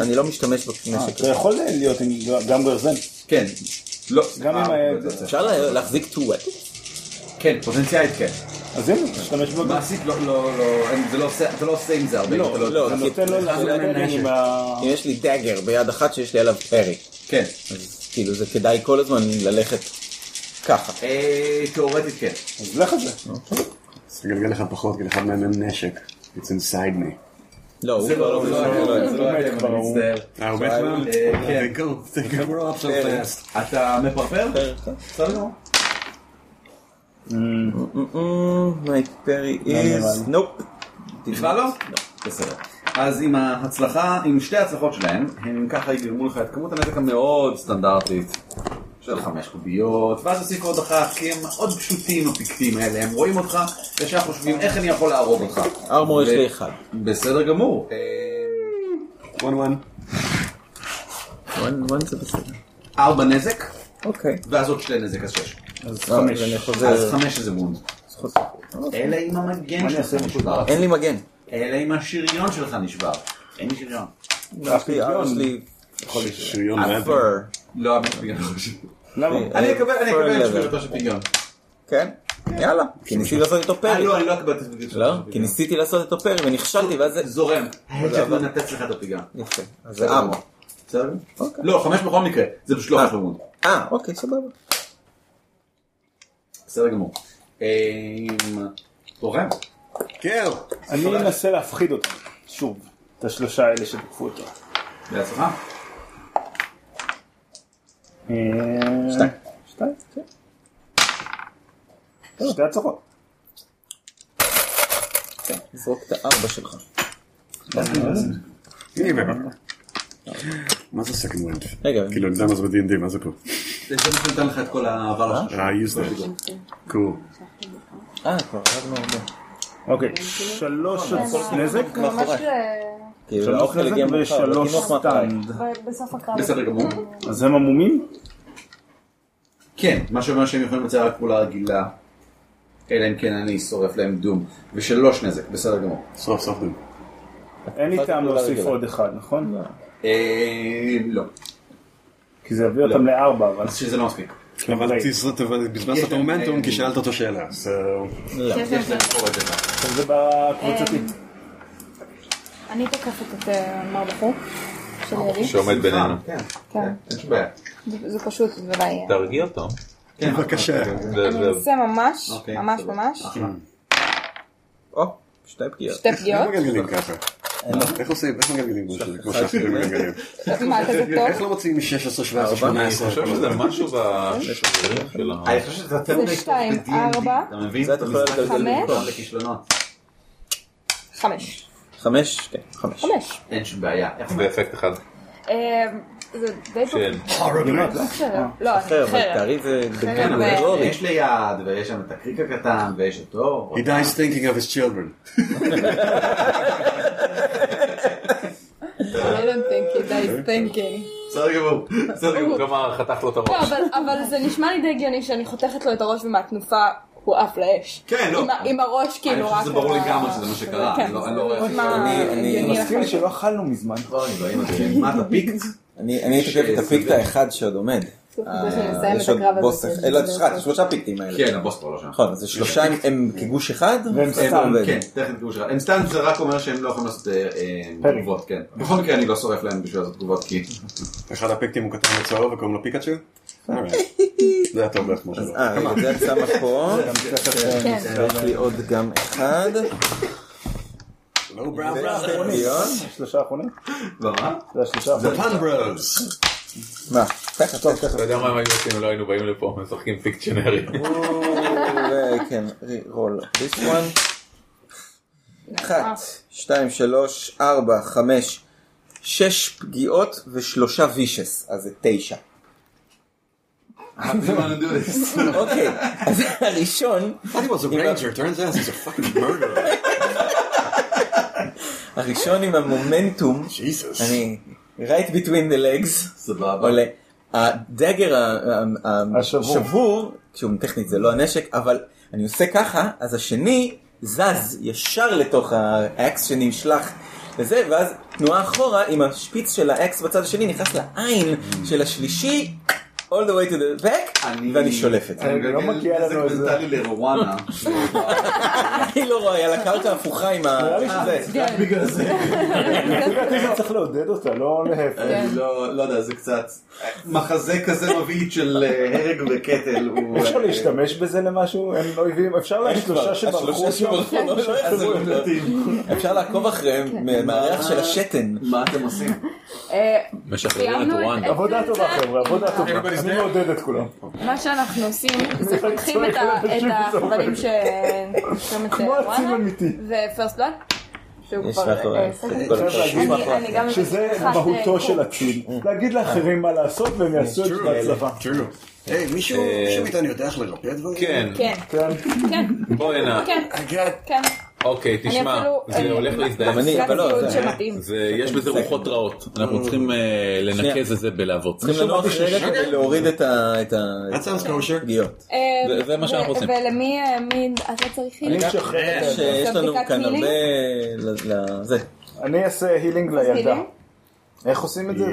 [SPEAKER 8] אני לא משתמש
[SPEAKER 4] אה,
[SPEAKER 8] בנשק.
[SPEAKER 6] אה, אתה יכול להיות עם גם גרזן.
[SPEAKER 4] כן. לא,
[SPEAKER 6] גם עם ה...
[SPEAKER 8] אפשר לה- להחזיק two weapons?
[SPEAKER 4] כן, פוטנציאלית כן.
[SPEAKER 6] אז הנה, תשתמש בו.
[SPEAKER 4] מעשית לא, לא, לא, אין- זה לא עושה- אתה לא עושה עם זה הרבה. אתה
[SPEAKER 8] לא,
[SPEAKER 6] אתה
[SPEAKER 8] כי-
[SPEAKER 6] נותן לו לדבר עם ה...
[SPEAKER 8] אם יש לי דאגר ביד אחת שיש לי עליו פרי.
[SPEAKER 4] כן.
[SPEAKER 8] אז כאילו זה כדאי כל הזמן ללכת ככה.
[SPEAKER 4] אה, תיאורטית כן.
[SPEAKER 6] אז לך על זה.
[SPEAKER 5] אז תגלגל לך פחות, כי לאחד מהם אין נשק. It's inside me.
[SPEAKER 8] לא, הוא
[SPEAKER 4] זה
[SPEAKER 8] כבר
[SPEAKER 4] לא,
[SPEAKER 8] לא...
[SPEAKER 4] זה לא אתם, זה לא אתם, אני מצטער.
[SPEAKER 5] אה, הוא מת כבר?
[SPEAKER 4] אה, כן.
[SPEAKER 5] They go, they go up so
[SPEAKER 19] כן.
[SPEAKER 5] fast.
[SPEAKER 4] אתה מפרפר? בסדר גמור.
[SPEAKER 8] מי פרי איז... נופ.
[SPEAKER 4] בכלל לא? בסדר. אז עם ההצלחה, עם שתי ההצלחות שלהם, הם ככה יגרמו לך את כמות הנזק המאוד סטנדרטית של חמש קוביות, ואז תוסיף עוד אחת, כי הם מאוד פשוטים הפיקטים האלה, הם רואים אותך, ישר חושבים איך אני יכול להרוג אותך.
[SPEAKER 8] ארמור יש
[SPEAKER 4] ו-
[SPEAKER 8] לי אחד.
[SPEAKER 4] בסדר גמור. אה,
[SPEAKER 5] One one.
[SPEAKER 8] וואן- וואן זה בסדר.
[SPEAKER 4] ארבע נזק,
[SPEAKER 8] אוקיי.
[SPEAKER 4] ואז עוד שתי נזק, אז שש.
[SPEAKER 8] אה, אז אני חוזר-
[SPEAKER 4] אז חמש איזה וונד. אלא אם המגן שלך נשבר.
[SPEAKER 8] אין לי מגן.
[SPEAKER 4] אלא אם השריון שלך נשבר. אין לי שריון.
[SPEAKER 6] אה,
[SPEAKER 8] יש לי- יש לי...
[SPEAKER 5] שריון רבי.
[SPEAKER 8] אפר.
[SPEAKER 4] לא, אה, אבל שריון לא נשבר.
[SPEAKER 6] למה?
[SPEAKER 4] אני אקבל, אני
[SPEAKER 8] Fur
[SPEAKER 4] אקבל את
[SPEAKER 8] leather.
[SPEAKER 4] שריונתו של פיגיון.
[SPEAKER 8] כן? יאלה. כי ניסיתי לעשות איתו
[SPEAKER 4] אה,
[SPEAKER 8] פרי.
[SPEAKER 4] לא, אני לא אקבל את הפיגיון שלו.
[SPEAKER 8] לא? כי ניסיתי לעשות איתו פרי ונכשלתי ואז זה...
[SPEAKER 4] זורם. ההדג'ק לא נתץ לך את הפיגיון.
[SPEAKER 8] יפה. אז זה ארמור.
[SPEAKER 4] בסדר?
[SPEAKER 8] אוקיי.
[SPEAKER 4] לא, חמש בכל מקרה. זה פשוט לא
[SPEAKER 8] אה.
[SPEAKER 4] חשוב מאוד.
[SPEAKER 8] אה, אוקיי, סבבה.
[SPEAKER 4] בסדר גמור. אמ, זורם.
[SPEAKER 5] כן.
[SPEAKER 6] אני מנסה להפחיד אותם. שוב. את השלושה האלה שתקפו אותו.
[SPEAKER 4] בהצלחה.
[SPEAKER 6] אה,
[SPEAKER 8] שתיים.
[SPEAKER 6] שתיים, כן. שתי הצלחות.
[SPEAKER 8] זרוק את הארבע שלך. אה,
[SPEAKER 5] הנה, באמת. מה זה second wind?
[SPEAKER 8] רגע,
[SPEAKER 5] כאילו, אני יודע מה זה ב-D&D, מה זה פה?
[SPEAKER 4] זה זה מה שנותן לך את כל העבר שלך.
[SPEAKER 5] אה, use that. cool.
[SPEAKER 8] אה, כבר הרגנו הרבה.
[SPEAKER 6] אוקיי, שלוש הצלחות נזק.
[SPEAKER 9] ממש אה,
[SPEAKER 8] כאילו,
[SPEAKER 6] שלוש
[SPEAKER 8] האוכל הגיע
[SPEAKER 6] נזק
[SPEAKER 8] מאוחר, אבל כאילו,
[SPEAKER 6] ושלוש
[SPEAKER 8] קינוח מאחוריי.
[SPEAKER 6] סטנד.
[SPEAKER 9] ב- בסוף הקרב.
[SPEAKER 4] בסדר גמור.
[SPEAKER 6] אז הם עמומים?
[SPEAKER 4] כן, מה שאומר שהם יכולים לצייר רק פעולה רגילה. אלא אם כן אני שורף להם דום. ושלוש נזק, בסדר גמור.
[SPEAKER 5] סוף סוף. נו.
[SPEAKER 6] אין לי טעם להוסיף
[SPEAKER 8] רגילה.
[SPEAKER 6] עוד אחד,
[SPEAKER 8] לא.
[SPEAKER 6] נכון?
[SPEAKER 4] אמ, לא.
[SPEAKER 6] כי זה יביא אותם לארבע, אבל... כן,
[SPEAKER 4] אז שזה לא מספיק.
[SPEAKER 5] אבל תזרוק, אבל
[SPEAKER 19] כן.
[SPEAKER 5] בזבזת את המומנטום כי שאלת אותו שאלה. So,
[SPEAKER 9] כן, כן,
[SPEAKER 4] יש
[SPEAKER 9] כן.
[SPEAKER 4] להם פה עוד אחד.
[SPEAKER 6] אבל זה בקבוצתי.
[SPEAKER 9] אני תוקפת את אה, מר בחור. של ירי.
[SPEAKER 2] שעומד בינינו.
[SPEAKER 4] כן,
[SPEAKER 9] כן.
[SPEAKER 4] אין שום בעיה.
[SPEAKER 9] זה- זה פשוט אולי... אה,
[SPEAKER 2] תרגיע אותו.
[SPEAKER 8] כן.
[SPEAKER 5] בבקשה. אה,
[SPEAKER 2] זה-
[SPEAKER 9] אני
[SPEAKER 2] זה-
[SPEAKER 9] אנסה ממש,
[SPEAKER 4] אוקיי,
[SPEAKER 9] ממש
[SPEAKER 4] בסדר.
[SPEAKER 9] ממש,
[SPEAKER 4] אחלה.
[SPEAKER 8] או, שתי פגיעות.
[SPEAKER 9] שתי
[SPEAKER 5] איך <laughs>
[SPEAKER 9] פגיעות.
[SPEAKER 5] מגלגלים ככה?
[SPEAKER 19] אה.
[SPEAKER 5] איך עושים? איך מגלגלים משהו? כמו שאחרים מגלגלים.
[SPEAKER 9] מה, אתה זה
[SPEAKER 5] איך
[SPEAKER 9] טוב?
[SPEAKER 5] לא מוציאים מ-16, 17,
[SPEAKER 2] אני
[SPEAKER 5] 18?
[SPEAKER 2] חושב שזה משהו
[SPEAKER 8] כן,
[SPEAKER 2] בשריון שלה.
[SPEAKER 4] אני חושב שזה
[SPEAKER 9] זה שתיים, ארבע.
[SPEAKER 4] אתה מבין?
[SPEAKER 8] זה אתה יכול
[SPEAKER 4] משחק
[SPEAKER 8] לגלגל
[SPEAKER 9] חמש?
[SPEAKER 8] במקום.
[SPEAKER 4] גדול לכישלונות.
[SPEAKER 9] חמש.
[SPEAKER 8] חמש? כן, חמש.
[SPEAKER 9] חמש.
[SPEAKER 4] אין שום בעיה. איך
[SPEAKER 2] באפקט אחד.
[SPEAKER 9] אה, זה די טוב.
[SPEAKER 2] כן.
[SPEAKER 9] בסדר. לא,
[SPEAKER 8] אחר,
[SPEAKER 9] אני
[SPEAKER 8] אבל
[SPEAKER 9] אחרת.
[SPEAKER 8] תארי זה
[SPEAKER 9] כן,
[SPEAKER 8] דגן
[SPEAKER 9] אבל-
[SPEAKER 8] ולורי.
[SPEAKER 4] יש ליד, ויש שם את הקריק הקטן, ויש את אור.
[SPEAKER 5] He dies thinking of his children.
[SPEAKER 9] I don't think it, I think it.
[SPEAKER 4] בסדר גמור. בסדר גמור.
[SPEAKER 2] כלומר, חתך לו את
[SPEAKER 9] לא,
[SPEAKER 2] הראש.
[SPEAKER 9] אבל- אבל זה נשמע לי די הגיוני שאני חותכת לו את הראש ומהתנופה הוא עף לאש.
[SPEAKER 4] כן, לא.
[SPEAKER 9] עם ה- עם הראש
[SPEAKER 4] אני
[SPEAKER 9] כאילו רק...
[SPEAKER 4] חושב שזה ברור
[SPEAKER 9] על ה-
[SPEAKER 4] לגמרי שזה מה שקרה.
[SPEAKER 9] כן,
[SPEAKER 4] אני לא-
[SPEAKER 9] זה
[SPEAKER 4] אני לא רואה איך-
[SPEAKER 9] נשמע
[SPEAKER 8] אני- אני
[SPEAKER 9] הגיוני
[SPEAKER 6] מסכים
[SPEAKER 9] לחלוטין.
[SPEAKER 6] לי שלא אכלנו מזמן.
[SPEAKER 4] כבר אני לא עם מה אתה פיקט?
[SPEAKER 8] אני אני תוקף את הפיקט האחד שעוד עומד. יש עוד בוס, אה, לא, יש רק שלושה פיקטים האלה.
[SPEAKER 19] כן, הבוס כבר לא שם.
[SPEAKER 8] נכון, אז זה שלושה הם- הם כגוש אחד,
[SPEAKER 19] הם סתם,
[SPEAKER 8] ו-
[SPEAKER 19] כן, טכנית גוש אחד. הם סתם זה רק אומר שהם לא יכולים לעשות אה, אה, תגובות, כן. בכל מקרה אני לא שורף להם בשביל לעשות תגובות כי...
[SPEAKER 5] אחד הפיקטים הוא קטן וצהוב וקוראים לו פיקאצ'ו? זה היה טוב
[SPEAKER 19] <laughs>
[SPEAKER 5] בעצמו שלו.
[SPEAKER 8] אה, רגע, זה את שמה פה.
[SPEAKER 5] כן.
[SPEAKER 8] צריך לי עוד גם אחד.
[SPEAKER 5] Oh,
[SPEAKER 20] שלושה אחרונים?
[SPEAKER 19] מה?
[SPEAKER 20] זה השלושה האחרונים.
[SPEAKER 19] פאנברס.
[SPEAKER 8] מה? ככה, טוב, ככה.
[SPEAKER 2] אתה יודע מה הם היו עושים אם לא היינו באים לפה, משחקים
[SPEAKER 8] <laughs>
[SPEAKER 2] פיקצ'נרי.
[SPEAKER 8] וכן, אוקיי, כן, רול. This one. אחת, שתיים, שלוש, ארבע, חמש, שש פגיעות ושלושה וישס, אז זה תשע. אוקיי, אז הראשון... עם ה- הראשון עם המומנטום, אני right between the legs,
[SPEAKER 19] סבבה.
[SPEAKER 8] עולה. הדגר ה- ה- ה- השבור, שהוא טכנית זה לא הנשק, אבל אני עושה ככה, אז השני זז ישר לתוך האקס שנשלח לזה, ואז תנועה אחורה עם השפיץ של האקס בצד השני נכנס לעין של השלישי. all the way to the back, ואני שולף את זה.
[SPEAKER 4] אני לא מגיע לנו איזה... נתן לי לרואנה.
[SPEAKER 8] היא לא רואה, היא על הקרקע ההפוכה עם ה...
[SPEAKER 4] נראה לי
[SPEAKER 9] אה,
[SPEAKER 4] שזה- רק בגלל זה.
[SPEAKER 6] צריך לעודד אותה, לא להפך.
[SPEAKER 9] כן.
[SPEAKER 4] אני לא לא יודע, זה קצת... מחזה כזה מביא של אה, הרג וקטל. הוא-
[SPEAKER 6] אפשר להשתמש בזה למשהו? הם לא אויבים? אפשר להם שלושה שברחו?
[SPEAKER 8] השלושה <laughs> שברחו לא
[SPEAKER 6] אז הם
[SPEAKER 8] יחזרו.
[SPEAKER 6] נמלטים.
[SPEAKER 8] אפשר לעקוב
[SPEAKER 9] כן.
[SPEAKER 8] אחריהם מהריח של השתן.
[SPEAKER 4] מה אתם עושים?
[SPEAKER 9] אה,
[SPEAKER 6] משחררים
[SPEAKER 9] סיימנו את- רואנדה.
[SPEAKER 6] עבודה טובה חבר'ה, עבודה טובה.
[SPEAKER 9] אה, Everybody's
[SPEAKER 6] אני מעודד את כולם.
[SPEAKER 9] מה שאנחנו
[SPEAKER 6] <laughs>
[SPEAKER 9] עושים זה פותחים את ה- את החברים ש... שם את אה, וואנה, ופרסט בלאד, שהוא
[SPEAKER 6] יש
[SPEAKER 9] כבר...
[SPEAKER 6] מאחורי.
[SPEAKER 9] אה, סגור.
[SPEAKER 6] אני חייב להגיד
[SPEAKER 9] אני- אני גם מבקשת
[SPEAKER 6] שזה
[SPEAKER 9] אחת,
[SPEAKER 6] מהותו
[SPEAKER 9] אה,
[SPEAKER 6] של הציל, להגיד לאחרים מה לעשות
[SPEAKER 4] אה,
[SPEAKER 6] והם יעשו את זה בהצלחה.
[SPEAKER 5] היי, מישהו
[SPEAKER 2] אה,
[SPEAKER 5] מישהו מאיתנו יודע איך לרפא דברים?
[SPEAKER 2] כן.
[SPEAKER 9] כן, כן,
[SPEAKER 2] בוא הנה.
[SPEAKER 9] כן, כן.
[SPEAKER 2] אוקיי,
[SPEAKER 9] אני
[SPEAKER 2] תשמע,
[SPEAKER 9] אפילו,
[SPEAKER 2] זה
[SPEAKER 9] אה,
[SPEAKER 2] הולך
[SPEAKER 9] גם
[SPEAKER 2] להזדהן.
[SPEAKER 9] אני, אבל לא, זה- שמתאים.
[SPEAKER 2] זה- יש בזה
[SPEAKER 9] אה,
[SPEAKER 2] רוחות רעות. אנחנו צריכים אה, לנקז את זה בלהבות.
[SPEAKER 9] לא
[SPEAKER 8] צריכים לנוח רגע כדי להוריד את ה... את ה... את הפגיעות.
[SPEAKER 9] אה,
[SPEAKER 8] זה- זה מה שאנחנו
[SPEAKER 9] ו-
[SPEAKER 8] עושים.
[SPEAKER 9] ולמי, אה, מי, אתה צריך
[SPEAKER 8] אני
[SPEAKER 9] הילה?
[SPEAKER 6] כן,
[SPEAKER 4] אה,
[SPEAKER 8] משחרר
[SPEAKER 9] אתה עושה
[SPEAKER 8] שיש לנו
[SPEAKER 9] בדיקת
[SPEAKER 8] כאן
[SPEAKER 9] מילינג?
[SPEAKER 8] הרבה... ל- ל- זה.
[SPEAKER 6] אני אעשה הילינג לילדה.
[SPEAKER 9] הילינג?
[SPEAKER 6] איך עושים את זה?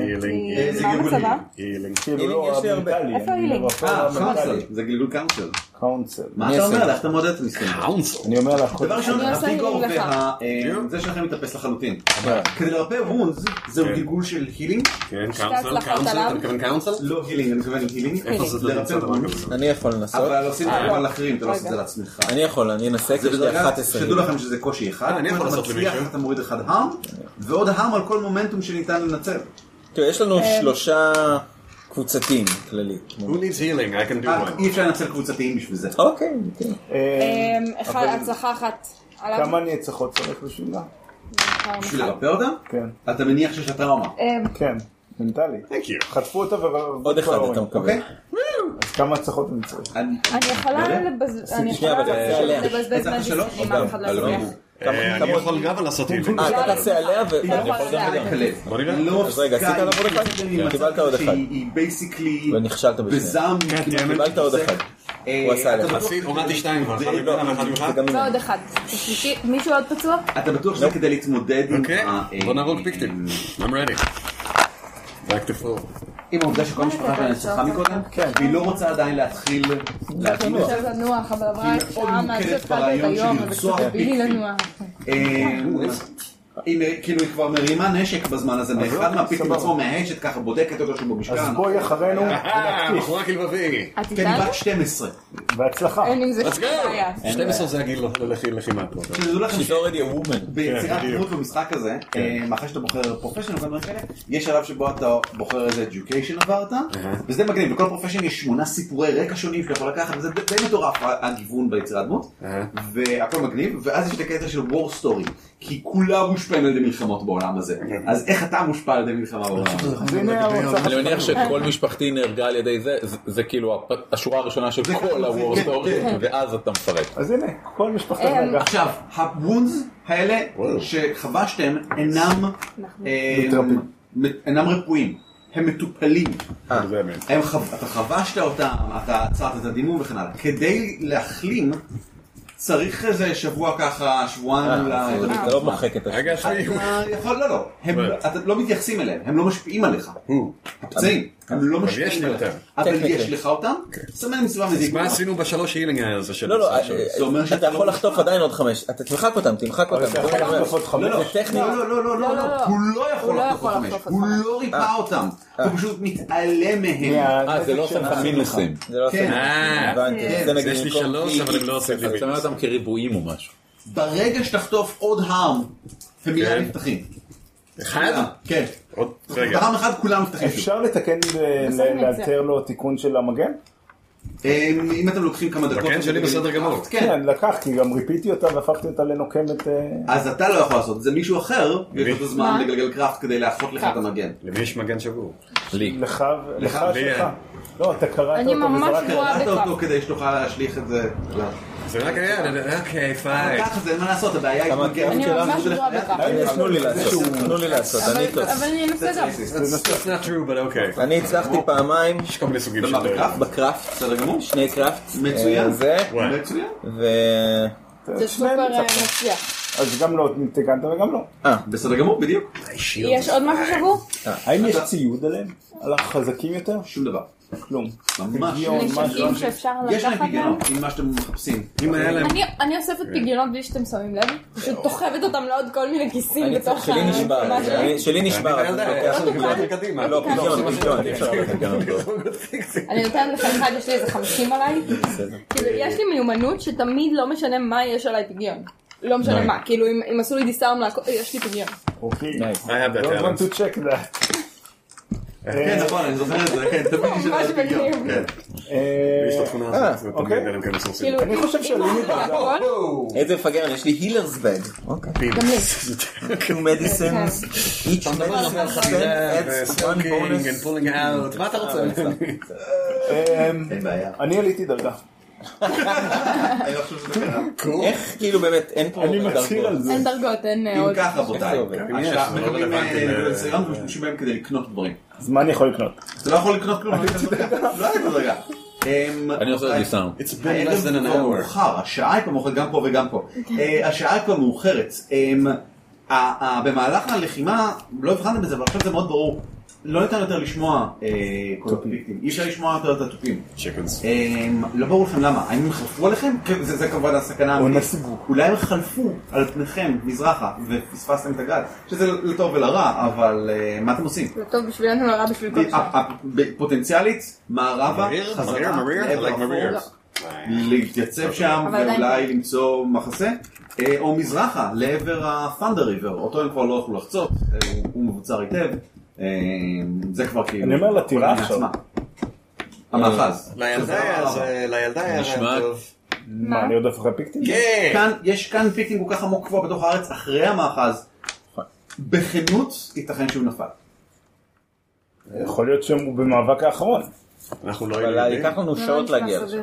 [SPEAKER 9] הילינג, מה הילינג. מצבה?
[SPEAKER 6] כאילו לא
[SPEAKER 4] יש לי הרבה.
[SPEAKER 6] המנטלי.
[SPEAKER 9] איפה
[SPEAKER 6] אני
[SPEAKER 9] הילינג?
[SPEAKER 6] מרפא
[SPEAKER 4] אה,
[SPEAKER 6] המנטלי.
[SPEAKER 4] קאונסל, זה גלגול קאונסל.
[SPEAKER 6] קאונסל.
[SPEAKER 4] מה אתה אומר לך? אתה מעודד את המסכנים.
[SPEAKER 6] אני אומר לך,
[SPEAKER 9] אה,
[SPEAKER 4] דבר ראשון,
[SPEAKER 6] אני עושה
[SPEAKER 4] הוויגור
[SPEAKER 6] הילינג
[SPEAKER 4] וה... אה, זה שלכם מתאפס לחלוטין. כדי לרפא וונדס,
[SPEAKER 8] כן.
[SPEAKER 4] זהו גלגול של הילינג.
[SPEAKER 5] כן,
[SPEAKER 4] שתי קאונסל, הצלחות קאונסל, עליו. אתה מתכוון
[SPEAKER 5] קאונסל?
[SPEAKER 4] לא הילינג, אני מתכוון הילינג.
[SPEAKER 8] איפה זה
[SPEAKER 4] לרפא
[SPEAKER 8] נמצא
[SPEAKER 4] וונדס.
[SPEAKER 8] אני יכול לנסות.
[SPEAKER 4] אבל עושים את
[SPEAKER 5] אה,
[SPEAKER 4] זה גם לאחרים, אתה לא עושה את זה לעצמך.
[SPEAKER 8] אני יכול, אני אנסה, כי
[SPEAKER 4] זה
[SPEAKER 8] יש לי
[SPEAKER 4] בדרגה,
[SPEAKER 8] 11.
[SPEAKER 4] שתדעו לכם שזה קושי
[SPEAKER 5] Ah,
[SPEAKER 4] אחד,
[SPEAKER 8] אה, אני
[SPEAKER 4] אם
[SPEAKER 8] יכול
[SPEAKER 4] אתה
[SPEAKER 8] לעשות
[SPEAKER 4] מצליח
[SPEAKER 8] למישהו.
[SPEAKER 4] אתה מוריד אחד הרם, ועוד הרם על כל מומנטום שניתן לנצל.
[SPEAKER 8] תראה, יש לנו
[SPEAKER 4] אה.
[SPEAKER 8] שלושה קבוצתים כללית.
[SPEAKER 5] Who needs healing? I can
[SPEAKER 4] אה, אי אפשר לנצל קבוצתיים בשביל זה.
[SPEAKER 8] אוקיי.
[SPEAKER 9] אה, אחד- הצלחה אחת. עליו.
[SPEAKER 6] אמ, כמה נצחות צריך בשבילה?
[SPEAKER 4] בשביל לרפא אותם?
[SPEAKER 6] כן.
[SPEAKER 4] אתה מניח שיש לה טראומה.
[SPEAKER 9] אה,
[SPEAKER 6] כן, מנטלי. חטפו אותה ו...
[SPEAKER 8] עוד אחד אתה מקבל.
[SPEAKER 4] אוקיי.
[SPEAKER 6] אז כמה הצלחות אני צריך?
[SPEAKER 9] אני יכולה לבז- אני
[SPEAKER 6] שנייה,
[SPEAKER 9] יכולה
[SPEAKER 6] אבל זה עליה.
[SPEAKER 9] לבזבז
[SPEAKER 6] הצלחה
[SPEAKER 9] מדיסים
[SPEAKER 6] שלוש?
[SPEAKER 9] אם אף אחד לא
[SPEAKER 6] אלון.
[SPEAKER 9] שמח.
[SPEAKER 5] אני יכול גם לעשות הילינג.
[SPEAKER 8] אה, אתה
[SPEAKER 9] יאללה,
[SPEAKER 8] תעשה עליה ו...
[SPEAKER 9] אתה יכול
[SPEAKER 5] אה,
[SPEAKER 9] גם
[SPEAKER 5] בוא נראה.
[SPEAKER 4] לא
[SPEAKER 8] אז רגע, עשית עליו עוד אחד?
[SPEAKER 4] היא
[SPEAKER 8] קיבלת עוד אחד.
[SPEAKER 4] שהיא בייסיקלי
[SPEAKER 8] ונכשלת
[SPEAKER 4] בזעם.
[SPEAKER 5] כן,
[SPEAKER 4] אה,
[SPEAKER 8] קיבלת עוד אחד. הוא עשה עליך.
[SPEAKER 5] הורדתי שתיים כבר. אחד ממנה, אחד ממך.
[SPEAKER 9] ועוד אחד. השלישי- מישהו עוד פצוע?
[SPEAKER 4] אתה בטוח
[SPEAKER 8] לא.
[SPEAKER 4] שזה כדי להתמודד עם ה...
[SPEAKER 5] אוקיי.
[SPEAKER 4] אה,
[SPEAKER 5] בוא נהרוג פיקטים. I'm ready. Back to four.
[SPEAKER 4] עם העובדה שכל משפחה שלנו נצחה מקודם,
[SPEAKER 5] כן.
[SPEAKER 4] והיא לא רוצה עדיין להתחיל להגיד
[SPEAKER 9] אני
[SPEAKER 4] את זה.
[SPEAKER 9] רוצה לנוח, אבל עברה
[SPEAKER 4] היא מאוד
[SPEAKER 9] שעה מאז
[SPEAKER 4] מוכרת
[SPEAKER 9] שהתחלת את
[SPEAKER 4] ברעיון
[SPEAKER 9] היום,
[SPEAKER 4] של
[SPEAKER 9] אבל
[SPEAKER 4] לרצוח
[SPEAKER 9] תביא לי
[SPEAKER 4] ביפים.
[SPEAKER 9] לנוח.
[SPEAKER 4] אה, היא כאילו היא כבר מרימה נשק בזמן הזה, מאחד מהפיטים עצמו מהאשת ככה בודקת אותו שהוא במשכן.
[SPEAKER 6] אז בואי אחרינו.
[SPEAKER 5] בחורה כלבבי.
[SPEAKER 9] את
[SPEAKER 4] כן, היא
[SPEAKER 9] איתנו?
[SPEAKER 4] בת 12.
[SPEAKER 6] בהצלחה.
[SPEAKER 9] אין עם זה
[SPEAKER 5] Let's
[SPEAKER 9] שום בעיה.
[SPEAKER 5] go! 12 זה הגיל ללחימה פה.
[SPEAKER 4] שתדעו לכם
[SPEAKER 8] She's already a woman.
[SPEAKER 4] לא ביצירת
[SPEAKER 5] כן,
[SPEAKER 4] דמות במשחק הזה,
[SPEAKER 5] כן.
[SPEAKER 4] אה, מאחר שאתה בוחר פרופשן וכל מיני כאלה, יש שלב שבו אתה בוחר איזה education עברת, וזה מגניב, לכל פרופשן יש שמונה סיפורי רקע שונים שאתה יכול לקחת, וזה די מטורף הגיוון ביצירת דמות, והכל מגניב, ואז יש את הקטע של war story, כי כולם מושפעים על ידי מלחמות בעולם הזה, אז איך אתה מושפע על ידי מלחמה בעולם הזה?
[SPEAKER 2] אני מניח שכל משפחתי נהרגה על ידי זה, זה- זה כאילו הפ- השורה הראשונה של כל ה-war story,
[SPEAKER 9] כן.
[SPEAKER 2] ואז אתה מפרט.
[SPEAKER 6] אז הנה, כל משפחת
[SPEAKER 4] אה,
[SPEAKER 6] הנהגה.
[SPEAKER 4] עכשיו, הוונדס האלה שחבשתם אינם אה, מ- אינם רפואים, הם מטופלים.
[SPEAKER 10] אה,
[SPEAKER 4] הם חב- אתה חבשת אותם, אתה עצרת את הדימום וכן הלאה. כדי להחלים צריך איזה שבוע ככה,
[SPEAKER 8] אה,
[SPEAKER 4] שבועיים. ל-
[SPEAKER 8] זה-
[SPEAKER 4] אה.
[SPEAKER 8] זה לא מוחק את השני.
[SPEAKER 4] אתה יכול, לא, לא. הם- אתם לא מתייחסים אליהם, הם לא משפיעים עליך. הפצעים. הם לא
[SPEAKER 10] אבל יש לי
[SPEAKER 4] משפיעים עליך.
[SPEAKER 10] אותם.
[SPEAKER 4] אבל
[SPEAKER 10] Technically.
[SPEAKER 4] יש לך אותם? סמן מסביבה
[SPEAKER 10] אז
[SPEAKER 4] מזיק.
[SPEAKER 10] מה עשינו בשלוש הילינג הזה של
[SPEAKER 8] לא, לא,
[SPEAKER 10] עכשיו?
[SPEAKER 8] אה, אתה יכול לחטוף עדיין עוד חמש, אתה תמחק אותם, אוקיי, תמחק אותם.
[SPEAKER 10] אתה יכול לחטוף עוד חמש.
[SPEAKER 8] לא, לא,
[SPEAKER 10] זה
[SPEAKER 8] טכני.
[SPEAKER 10] לא,
[SPEAKER 4] לא, לא,
[SPEAKER 8] לא,
[SPEAKER 4] לא,
[SPEAKER 8] לא.
[SPEAKER 4] לא, הוא לא יכול
[SPEAKER 8] הוא לא
[SPEAKER 4] לחטוף
[SPEAKER 8] יכול
[SPEAKER 4] חמש,
[SPEAKER 8] לחטוף
[SPEAKER 4] הוא לא ריפא אותם, הוא פשוט מתעלם מהם.
[SPEAKER 2] אה,
[SPEAKER 6] אה,
[SPEAKER 2] לא
[SPEAKER 8] זה לא עושה
[SPEAKER 4] כן.
[SPEAKER 8] מינוסים. הבנתי.
[SPEAKER 4] כן.
[SPEAKER 8] זה נגיד
[SPEAKER 4] יש לי
[SPEAKER 8] במקום-
[SPEAKER 4] שלוש, אבל הם לא עושים לי
[SPEAKER 3] אתה אומר אותם כריבועים או משהו.
[SPEAKER 4] ברגע שתחטוף עוד הארם, הם מיד
[SPEAKER 3] כן.
[SPEAKER 4] נפתחים.
[SPEAKER 10] אחד?
[SPEAKER 4] כן.
[SPEAKER 10] עוד
[SPEAKER 4] רגע. פעם אחת כולם נפתחים.
[SPEAKER 6] אפשר לתקן, ב-
[SPEAKER 4] בסדר,
[SPEAKER 6] ל- לאתר לו תיקון של המגן?
[SPEAKER 4] אמ, אם אתם לוקחים כמה דקות...
[SPEAKER 6] בקן שלי בסדר
[SPEAKER 4] גמור.
[SPEAKER 6] כן, לקח, כי גם ריפיתי אותה והפכתי אותה לנוקמת... אה,
[SPEAKER 4] אז אתה לא יכול לעשות, זה מישהו אחר, יש לו את הזמן לגלגל קראפט כדי להפות לך את המגן.
[SPEAKER 10] למי יש מגן שבור?
[SPEAKER 3] לי.
[SPEAKER 6] לך, ו- לך
[SPEAKER 4] לי
[SPEAKER 6] שלך.
[SPEAKER 4] אין.
[SPEAKER 6] לא, אתה קראת
[SPEAKER 4] אני
[SPEAKER 6] אותו
[SPEAKER 4] ממש
[SPEAKER 6] וזרקת.
[SPEAKER 4] גרועה קראת אותו כן, כדי שתוכל להשליך את זה. לא.
[SPEAKER 10] זה רק היה, אוקיי,
[SPEAKER 9] אה,
[SPEAKER 4] אבל ככה זה, אין מה לעשות, הבעיה היא מגן.
[SPEAKER 8] אני ממש
[SPEAKER 4] גרועה
[SPEAKER 8] אה, תנו לי לעשות, תנו לי לעשות, אני אה, טוב.
[SPEAKER 9] אני אנסה גם.
[SPEAKER 10] That's not true,
[SPEAKER 9] אה,
[SPEAKER 10] but okay.
[SPEAKER 8] אני הצלחתי פעמיים. יש
[SPEAKER 10] אוקיי, כל מיני סוגים
[SPEAKER 8] של... בקראפט? בקראפט. בסדר גמור. שני קראפט.
[SPEAKER 4] מצוין.
[SPEAKER 8] אה, זה.
[SPEAKER 4] וואי. מצוין.
[SPEAKER 8] ו...
[SPEAKER 9] זה סופר אה, מצליח.
[SPEAKER 6] אז גם לא תיקנת וגם לא.
[SPEAKER 8] אה,
[SPEAKER 4] בסדר גמור, בדיוק.
[SPEAKER 9] יש עוד משהו שבור?
[SPEAKER 6] האם יש ציוד עליהם? על החזקים יותר?
[SPEAKER 4] שום דבר.
[SPEAKER 6] כלום.
[SPEAKER 4] ממש.
[SPEAKER 6] גיון, משהו.
[SPEAKER 9] נשקים שאפשר
[SPEAKER 4] יש להם
[SPEAKER 9] לקחת מהם?
[SPEAKER 4] פגיונות, עם מה שאתם מחפשים.
[SPEAKER 10] אם היה
[SPEAKER 9] אני- אני אוספת פגיונות בלי שאתם שמים לב, פשוט דוחפת אותם לעוד כל מיני כיסים
[SPEAKER 8] אני
[SPEAKER 9] בתוך
[SPEAKER 8] שלי
[SPEAKER 9] מה
[SPEAKER 8] נשבר,
[SPEAKER 9] ש-
[SPEAKER 8] אני- שלי נשבר. אז אני לוקח- לא, פיגיון, פיגיון, אי אפשר לקחת גם אותו.
[SPEAKER 9] אני נותנת לכם אחד, יש לי איזה 50 עליי.
[SPEAKER 8] בסדר.
[SPEAKER 9] כאילו, יש לי מיומנות שתמיד לא משנה מה יש עליי פגיון. לא משנה
[SPEAKER 8] די.
[SPEAKER 9] מה, כאילו אם אם עשו לי דיסארם, להכ- יש לי פגיון.
[SPEAKER 6] אוקיי.
[SPEAKER 10] I have that
[SPEAKER 6] Don't want
[SPEAKER 10] talent.
[SPEAKER 6] to check that.
[SPEAKER 4] כן, נכון, אני זוכר את זה, כן, תמיד יש
[SPEAKER 9] ממש
[SPEAKER 4] להם פגיונות.
[SPEAKER 9] מגניב.
[SPEAKER 4] כן.
[SPEAKER 6] אה,
[SPEAKER 10] יש את התכונה הזאת, זה תמיד
[SPEAKER 6] אוקיי.
[SPEAKER 10] אלה כאלה סורסים.
[SPEAKER 9] כאילו,
[SPEAKER 6] אני חושב
[SPEAKER 9] אם-
[SPEAKER 6] שאני
[SPEAKER 9] אם-
[SPEAKER 6] נדע.
[SPEAKER 9] נכון?
[SPEAKER 8] איזה מפגר, יש לי הילרס בד. אוקיי.
[SPEAKER 9] גם לי.
[SPEAKER 8] <laughs> Two medicines,
[SPEAKER 9] כן.
[SPEAKER 8] each medicine adds
[SPEAKER 4] אה,
[SPEAKER 8] one bonus.
[SPEAKER 10] מה אתה רוצה?
[SPEAKER 6] אמ,
[SPEAKER 4] אין בעיה.
[SPEAKER 6] אני עליתי דרגה.
[SPEAKER 4] אני לא חושב שזה קרה.
[SPEAKER 8] איך כאילו באמת אין פה
[SPEAKER 6] אני מצהיר על זה.
[SPEAKER 9] אין דרגות, אין אה,
[SPEAKER 4] אם
[SPEAKER 9] עוד.
[SPEAKER 4] ככה, רבותיי,
[SPEAKER 10] יש,
[SPEAKER 4] עכשיו
[SPEAKER 10] זה לא
[SPEAKER 4] מקבלים
[SPEAKER 10] רלוונטי
[SPEAKER 4] אה,
[SPEAKER 10] ל-
[SPEAKER 4] סירם ומשתמשים בהם כדי לקנות דברים.
[SPEAKER 6] אז מה אני יכול לקנות?
[SPEAKER 4] אתה לא יכול לקנות כלום, לא היית בדרגה. אני
[SPEAKER 3] עושה את זה סתם.
[SPEAKER 10] It's been
[SPEAKER 4] הערב
[SPEAKER 10] less than an
[SPEAKER 4] כבר
[SPEAKER 10] hour.
[SPEAKER 4] מאוחר, השעה היא כבר מאוחרת גם פה וגם
[SPEAKER 9] <laughs>
[SPEAKER 4] פה. אה, השעה היא כבר מאוחרת. אמ, ה- ה- במהלך הלחימה, לא הבחנתם בזה, אבל עכשיו זה מאוד ברור. לא ניתן יותר לשמוע אה, קונפליקטים, אי אפשר לשמוע יותר את התופים.
[SPEAKER 10] צ'יקנס.
[SPEAKER 4] אמ, לא ברור לכם למה, האם הם חלפו עליכם? כן, זה זה כמובן הסכנה האמיתית. אולי הם חלפו על פניכם מזרחה ופספסתם את הגל, שזה לטוב ולרע, אבל אה, מה אתם עושים?
[SPEAKER 9] זה טוב בשבילנו, לא רע בשביל כל
[SPEAKER 4] ה-
[SPEAKER 9] השאר.
[SPEAKER 4] ה- ב- פוטנציאלית, מערבה,
[SPEAKER 10] מריר, מריר,
[SPEAKER 4] חזרה,
[SPEAKER 10] מריר, I
[SPEAKER 4] לעבר
[SPEAKER 10] like מריר.
[SPEAKER 4] החור, להתייצב שם
[SPEAKER 9] אבל עדיין-
[SPEAKER 4] ואולי למצוא מחסה, אה, או מזרחה, לעבר ה-Thunder River, אותו הם כבר לא יוכלו לחצות, אה, הוא- הוא מבוצר היטב, אה, זה כבר כאילו...
[SPEAKER 6] אני אומר לה, תירה
[SPEAKER 4] עולם
[SPEAKER 6] עכשיו. אה.
[SPEAKER 4] מעצמה. המאחז.
[SPEAKER 10] לילדה היה זה, לילדה היה
[SPEAKER 3] נשמע-
[SPEAKER 10] רעיון טוב.
[SPEAKER 6] מה, אני עוד הפכה פיקטים?
[SPEAKER 10] כן!
[SPEAKER 4] כאן, יש כאן פיקינג כל כך עמוק כבר בתוך הארץ, אחרי המאחז, בכנות ייתכן שהוא נפל.
[SPEAKER 6] יכול להיות שהוא במאבק האחרון.
[SPEAKER 10] אנחנו לא
[SPEAKER 8] אבל
[SPEAKER 10] יודעים.
[SPEAKER 8] ייקח לנו שעות להגיע לשם.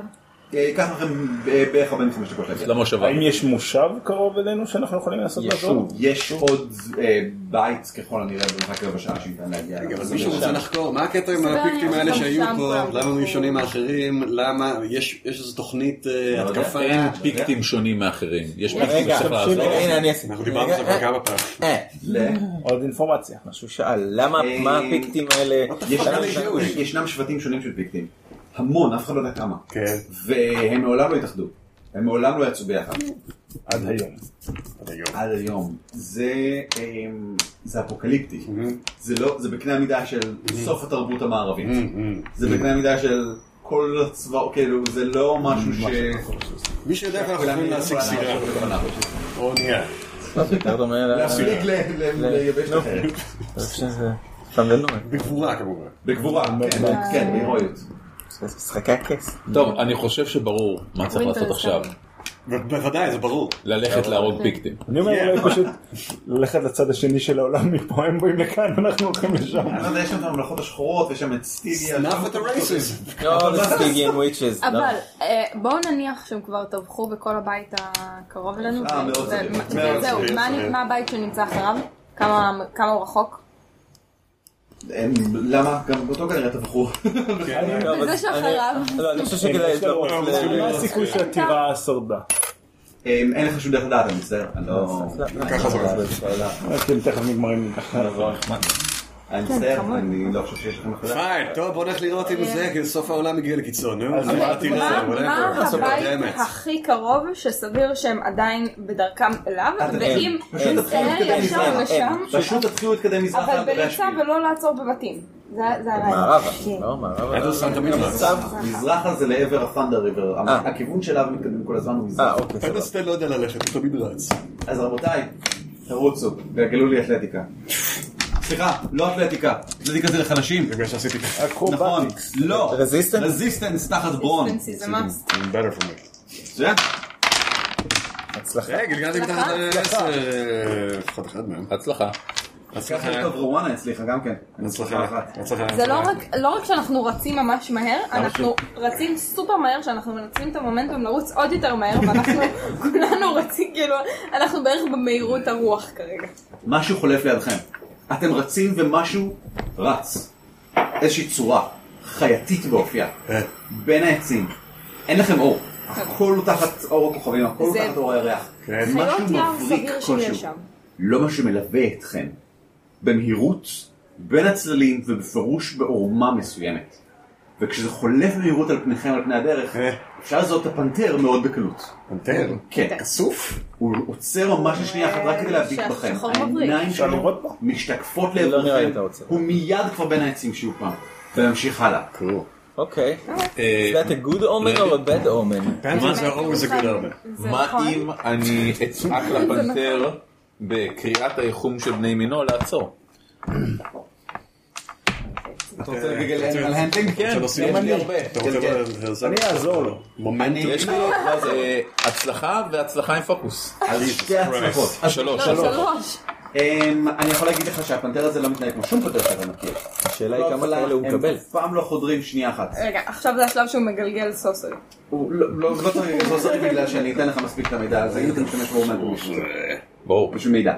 [SPEAKER 4] אה, ייקח לכם אה, בערך 45 דקות להגיע.
[SPEAKER 6] לא,
[SPEAKER 3] למושבה.
[SPEAKER 6] האם יש מושב קרוב אלינו שאנחנו יכולים לעשות לעזור?
[SPEAKER 4] שוב, יש עוד אה, בית ככל הנראה במרחק רבע שעה שניתן להגיע אליו.
[SPEAKER 10] רגע, אבל מישהו רוצה לחקור, מה הקטע עם
[SPEAKER 9] בסדר,
[SPEAKER 10] הפיקטים
[SPEAKER 9] אני
[SPEAKER 10] האלה
[SPEAKER 9] חושבת
[SPEAKER 10] שהיו
[SPEAKER 9] שם
[SPEAKER 10] פה?
[SPEAKER 9] כולם.
[SPEAKER 10] למה הם שונים מאחרים? למה, יש יש איזו תוכנית אה,
[SPEAKER 4] לא יודע.
[SPEAKER 10] התקפה?
[SPEAKER 3] אין פיקטים שונים מאחרים. יש פיקטים
[SPEAKER 8] רגע,
[SPEAKER 3] בשפה
[SPEAKER 8] רגע,
[SPEAKER 3] הזאת.
[SPEAKER 8] הנה אני אעשה.
[SPEAKER 10] אנחנו דיברנו על זה כבר כמה פעמים.
[SPEAKER 8] אה,
[SPEAKER 6] עוד אינפורמציה.
[SPEAKER 8] משהו שאל, למה, מה הפיקטים האלה?
[SPEAKER 4] יש-
[SPEAKER 8] למה-
[SPEAKER 4] יש- ישנם שבטים שונים של פיקטים. המון, אף אחד לא יודע כמה.
[SPEAKER 10] כן,
[SPEAKER 4] והם מעולם לא התאחדו. הם מעולם לא יצאו ביחד.
[SPEAKER 6] עד היום.
[SPEAKER 10] עד היום.
[SPEAKER 4] עד היום. זה אמ, זה אפוקליפטי. זה לא, זה בקנה המידה של סוף התרבות המערבית. זה בקנה המידה של כל הצבאות, כאילו, זה לא משהו ש...
[SPEAKER 10] מישהו יודע איך אנחנו יכולים להשיג סירה? או אונייה.
[SPEAKER 8] יותר דומה ל...
[SPEAKER 4] להפליג ל- ל- ליבשת
[SPEAKER 10] לא.
[SPEAKER 4] אחרת.
[SPEAKER 8] אני חושב שזה- שם זה נורא.
[SPEAKER 10] בגבורה כמובן.
[SPEAKER 4] בגבורה, כן,
[SPEAKER 10] אה.
[SPEAKER 4] כן, בהירואיות.
[SPEAKER 8] זה משחקי הכס.
[SPEAKER 3] טוב, אני חושב שברור מה צריך
[SPEAKER 9] Winter
[SPEAKER 3] לעשות
[SPEAKER 9] is
[SPEAKER 3] עכשיו.
[SPEAKER 10] ב- בוודאי, זה ברור.
[SPEAKER 3] ללכת להרוג פיקטים.
[SPEAKER 6] אני אומר אולי פשוט ללכת לצד השני של העולם מפה, הם באים לכאן, אנחנו הולכים לשם.
[SPEAKER 4] אני לא יודע, יש שם את הממלכות השחורות, ויש שם את סטיביה.
[SPEAKER 10] Enough with the racism.
[SPEAKER 8] לא, זה סטיגיאן וויצ'ס.
[SPEAKER 9] אבל אה, בואו נניח שהם כבר טבחו בכל הבית הקרוב אלינו.
[SPEAKER 4] אה, מאוד
[SPEAKER 9] ו-
[SPEAKER 4] סביר.
[SPEAKER 9] ו-
[SPEAKER 4] מאוד
[SPEAKER 9] וזהו,
[SPEAKER 10] סביר,
[SPEAKER 9] מה אני-
[SPEAKER 10] סביר.
[SPEAKER 9] מה הבית שנמצא אחריו? כמה כמה הוא רחוק?
[SPEAKER 4] הם- אמ, למה? גם אותו כנראה טבחו.
[SPEAKER 9] וזה שאחריו.
[SPEAKER 8] לא, אני חושב שכדאי לרוץ
[SPEAKER 6] מה הסיכוי שהטירה שרדה?
[SPEAKER 4] אמ, אין לך שום דרך לא, לדעת, אני מצטער. אני לא...
[SPEAKER 6] אה, כן,
[SPEAKER 10] ככה זה.
[SPEAKER 6] אתם תכף נגמרים לי ככה.
[SPEAKER 21] אני
[SPEAKER 9] חמוד.
[SPEAKER 21] מצטער, אני לא חושב שיש לכם החלטה.
[SPEAKER 5] פיין, טוב, בוא נלך לראות אם זה, כי סוף העולם הגיע לקיצון, נו?
[SPEAKER 21] אז
[SPEAKER 5] אז לא, מה
[SPEAKER 21] מה-
[SPEAKER 5] עתירה?
[SPEAKER 21] מה-
[SPEAKER 5] whatever.
[SPEAKER 21] מה
[SPEAKER 5] לעשות
[SPEAKER 9] הבית אה.
[SPEAKER 5] באמת.
[SPEAKER 9] הכי קרוב שסביר שהם עדיין בדרכם אליו,
[SPEAKER 21] אל תתחיל.
[SPEAKER 9] ואם
[SPEAKER 21] פשוט תתחיל
[SPEAKER 4] אה,
[SPEAKER 9] נצטער
[SPEAKER 21] להתקדם
[SPEAKER 9] ישר
[SPEAKER 21] מזרחה,
[SPEAKER 9] לשם,
[SPEAKER 4] כן,
[SPEAKER 21] אין. פשוט תתחילו להתקדם מזרחה.
[SPEAKER 9] אבל בריצה
[SPEAKER 4] אה,
[SPEAKER 9] ולא לעצור בבתים. זה- זה הרעיון. כן. אה.
[SPEAKER 4] מזרחה זה לעבר הפנדה ריבר, הכיוון שלה מתקדם כל הזמן הוא מזרח.
[SPEAKER 5] אדלסטיין לא יודע ללכת, הוא תמיד רץ.
[SPEAKER 4] אז רבותיי, תרוצו, גלגלו לי אתלטיקה. סליחה, לא אתלטיקה, אתלטיקה זה לחלשים. זה מה שעשיתי. נכון, לא. רזיסטנס? רזיסטנס תחת ברון.
[SPEAKER 9] Resistance is a כן, must.
[SPEAKER 5] better for me.
[SPEAKER 4] מצוין.
[SPEAKER 8] הצלחה.
[SPEAKER 5] היי, גלגלתי מתחת ל-10,
[SPEAKER 9] הצלחה.
[SPEAKER 5] לפחות אחד מהם.
[SPEAKER 2] הצלחה.
[SPEAKER 4] ככה לכתוב רואנה הצליחה גם כן.
[SPEAKER 5] הצלחה אחת. הצלחה
[SPEAKER 9] זה לא רק, לא רק שאנחנו רצים ממש מהר, אנחנו רצים סופר מהר, שאנחנו מנצלים את המומנטום לרוץ עוד יותר מהר, ואנחנו כולנו רצים, כאילו, אנחנו בערך במהירות הרוח כרגע.
[SPEAKER 4] משהו חולף לידכם. אתם רצים ומשהו רץ. איזושהי צורה חייתית באופייה. בין העצים. אין לכם אור. הכל הוא תחת אור הכוכבים, הכל הוא
[SPEAKER 9] כן. זה-
[SPEAKER 4] תחת אור הירח.
[SPEAKER 9] חיות
[SPEAKER 4] משהו
[SPEAKER 9] יער
[SPEAKER 4] מבריק
[SPEAKER 9] סביר שיהיה
[SPEAKER 4] כלשהו.
[SPEAKER 9] שם.
[SPEAKER 4] לא מה שמלווה אתכם. במהירות, בין הצללים ובפירוש בעורמה מסוימת. וכשזה חולף במהירות על פניכם על פני הדרך, אפשר לזהות את הפנתר מאוד בקלות.
[SPEAKER 5] פנתר?
[SPEAKER 4] כן. כסוף? הוא עוצר ממש לשנייה אחת רק כדי להביט
[SPEAKER 9] שהשחור
[SPEAKER 4] בכם.
[SPEAKER 9] מבריק.
[SPEAKER 4] העיניים
[SPEAKER 9] אפשר
[SPEAKER 4] שלו משתקפות לעברכם, הוא מיד כבר בין העצים שוב פעם. ונמשיך הלאה.
[SPEAKER 8] אוקיי.
[SPEAKER 2] אה,
[SPEAKER 8] Is that a good omen or a bad omen?
[SPEAKER 2] Panthers are always a good omen. מה
[SPEAKER 9] נכון.
[SPEAKER 2] אם אני אצעק לפנתר בקריאת האיחום של בני מינו לעצור?
[SPEAKER 4] אתה רוצה לגלגל על הנדלינג?
[SPEAKER 2] כן,
[SPEAKER 5] רוצה להוסיף?
[SPEAKER 2] יש לי הרבה.
[SPEAKER 5] אתה
[SPEAKER 4] כן,
[SPEAKER 5] רוצה לעזור?
[SPEAKER 2] אני
[SPEAKER 5] אעזור לו. מומנטום?
[SPEAKER 4] לא,
[SPEAKER 2] יש לי אה, הצלחה והצלחה עם פוקוס.
[SPEAKER 4] אז שתי הצלחות. אז-
[SPEAKER 9] לא,
[SPEAKER 2] שלוש.
[SPEAKER 4] אמ, אני יכול להגיד לך שהפנתר הזה לא מתנהג כמו שום פנתר שאתה מכיר. השאלה
[SPEAKER 8] היא כמה כאלה הוא מקבל.
[SPEAKER 4] הם אף פעם לא חודרים שנייה אחת.
[SPEAKER 9] רגע, עכשיו זה השלב שהוא מגלגל סוסרי.
[SPEAKER 4] הוא לא לא- לא צריך לגזור זאת בגלל שאני אתן לך מספיק את המידע הזה, אם אתה משתמש ברומנטום בשביל זה.
[SPEAKER 2] ברור.
[SPEAKER 4] בשביל מידע.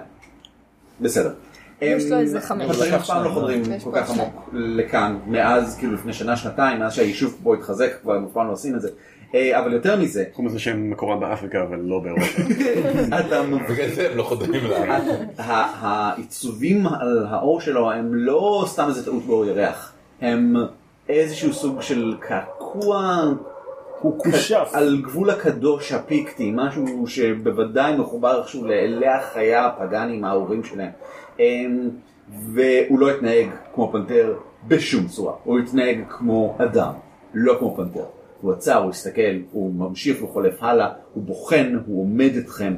[SPEAKER 4] בסדר. אמ,
[SPEAKER 9] יש לו איזה חמש.
[SPEAKER 4] חברים אף פעם לא חודרים
[SPEAKER 9] יש
[SPEAKER 4] כל
[SPEAKER 9] פה
[SPEAKER 4] כך
[SPEAKER 9] עוד
[SPEAKER 4] עמוק לכאן, מאז, כאילו לפני שנה, שנתיים, מאז שהיישוב פה התחזק, כבר אף פעם לא עושים את זה. אה, אבל יותר מזה,
[SPEAKER 5] קוראים לזה שהם מקורם באפריקה, אבל לא באירופה.
[SPEAKER 4] <laughs> אתה מבין.
[SPEAKER 2] בגלל זה הם לא חודרים לארץ.
[SPEAKER 4] ה- העיצובים על האור שלו הם לא סתם איזה טעות באור ירח, הם איזשהו סוג של קעקוע, הוא
[SPEAKER 6] כושף.
[SPEAKER 4] על גבול הקדוש הפיקטי, משהו שבוודאי מחובר איכשהו לאלי החיה הפגאנים ההורים שלהם, הם- והוא לא התנהג כמו פנתר בשום צורה, הוא התנהג כמו אדם, לא כמו פנתר. הוא עצר, הוא הסתכל, הוא ממשיך, הוא חולף הלאה, הוא בוחן, הוא עומד אתכם,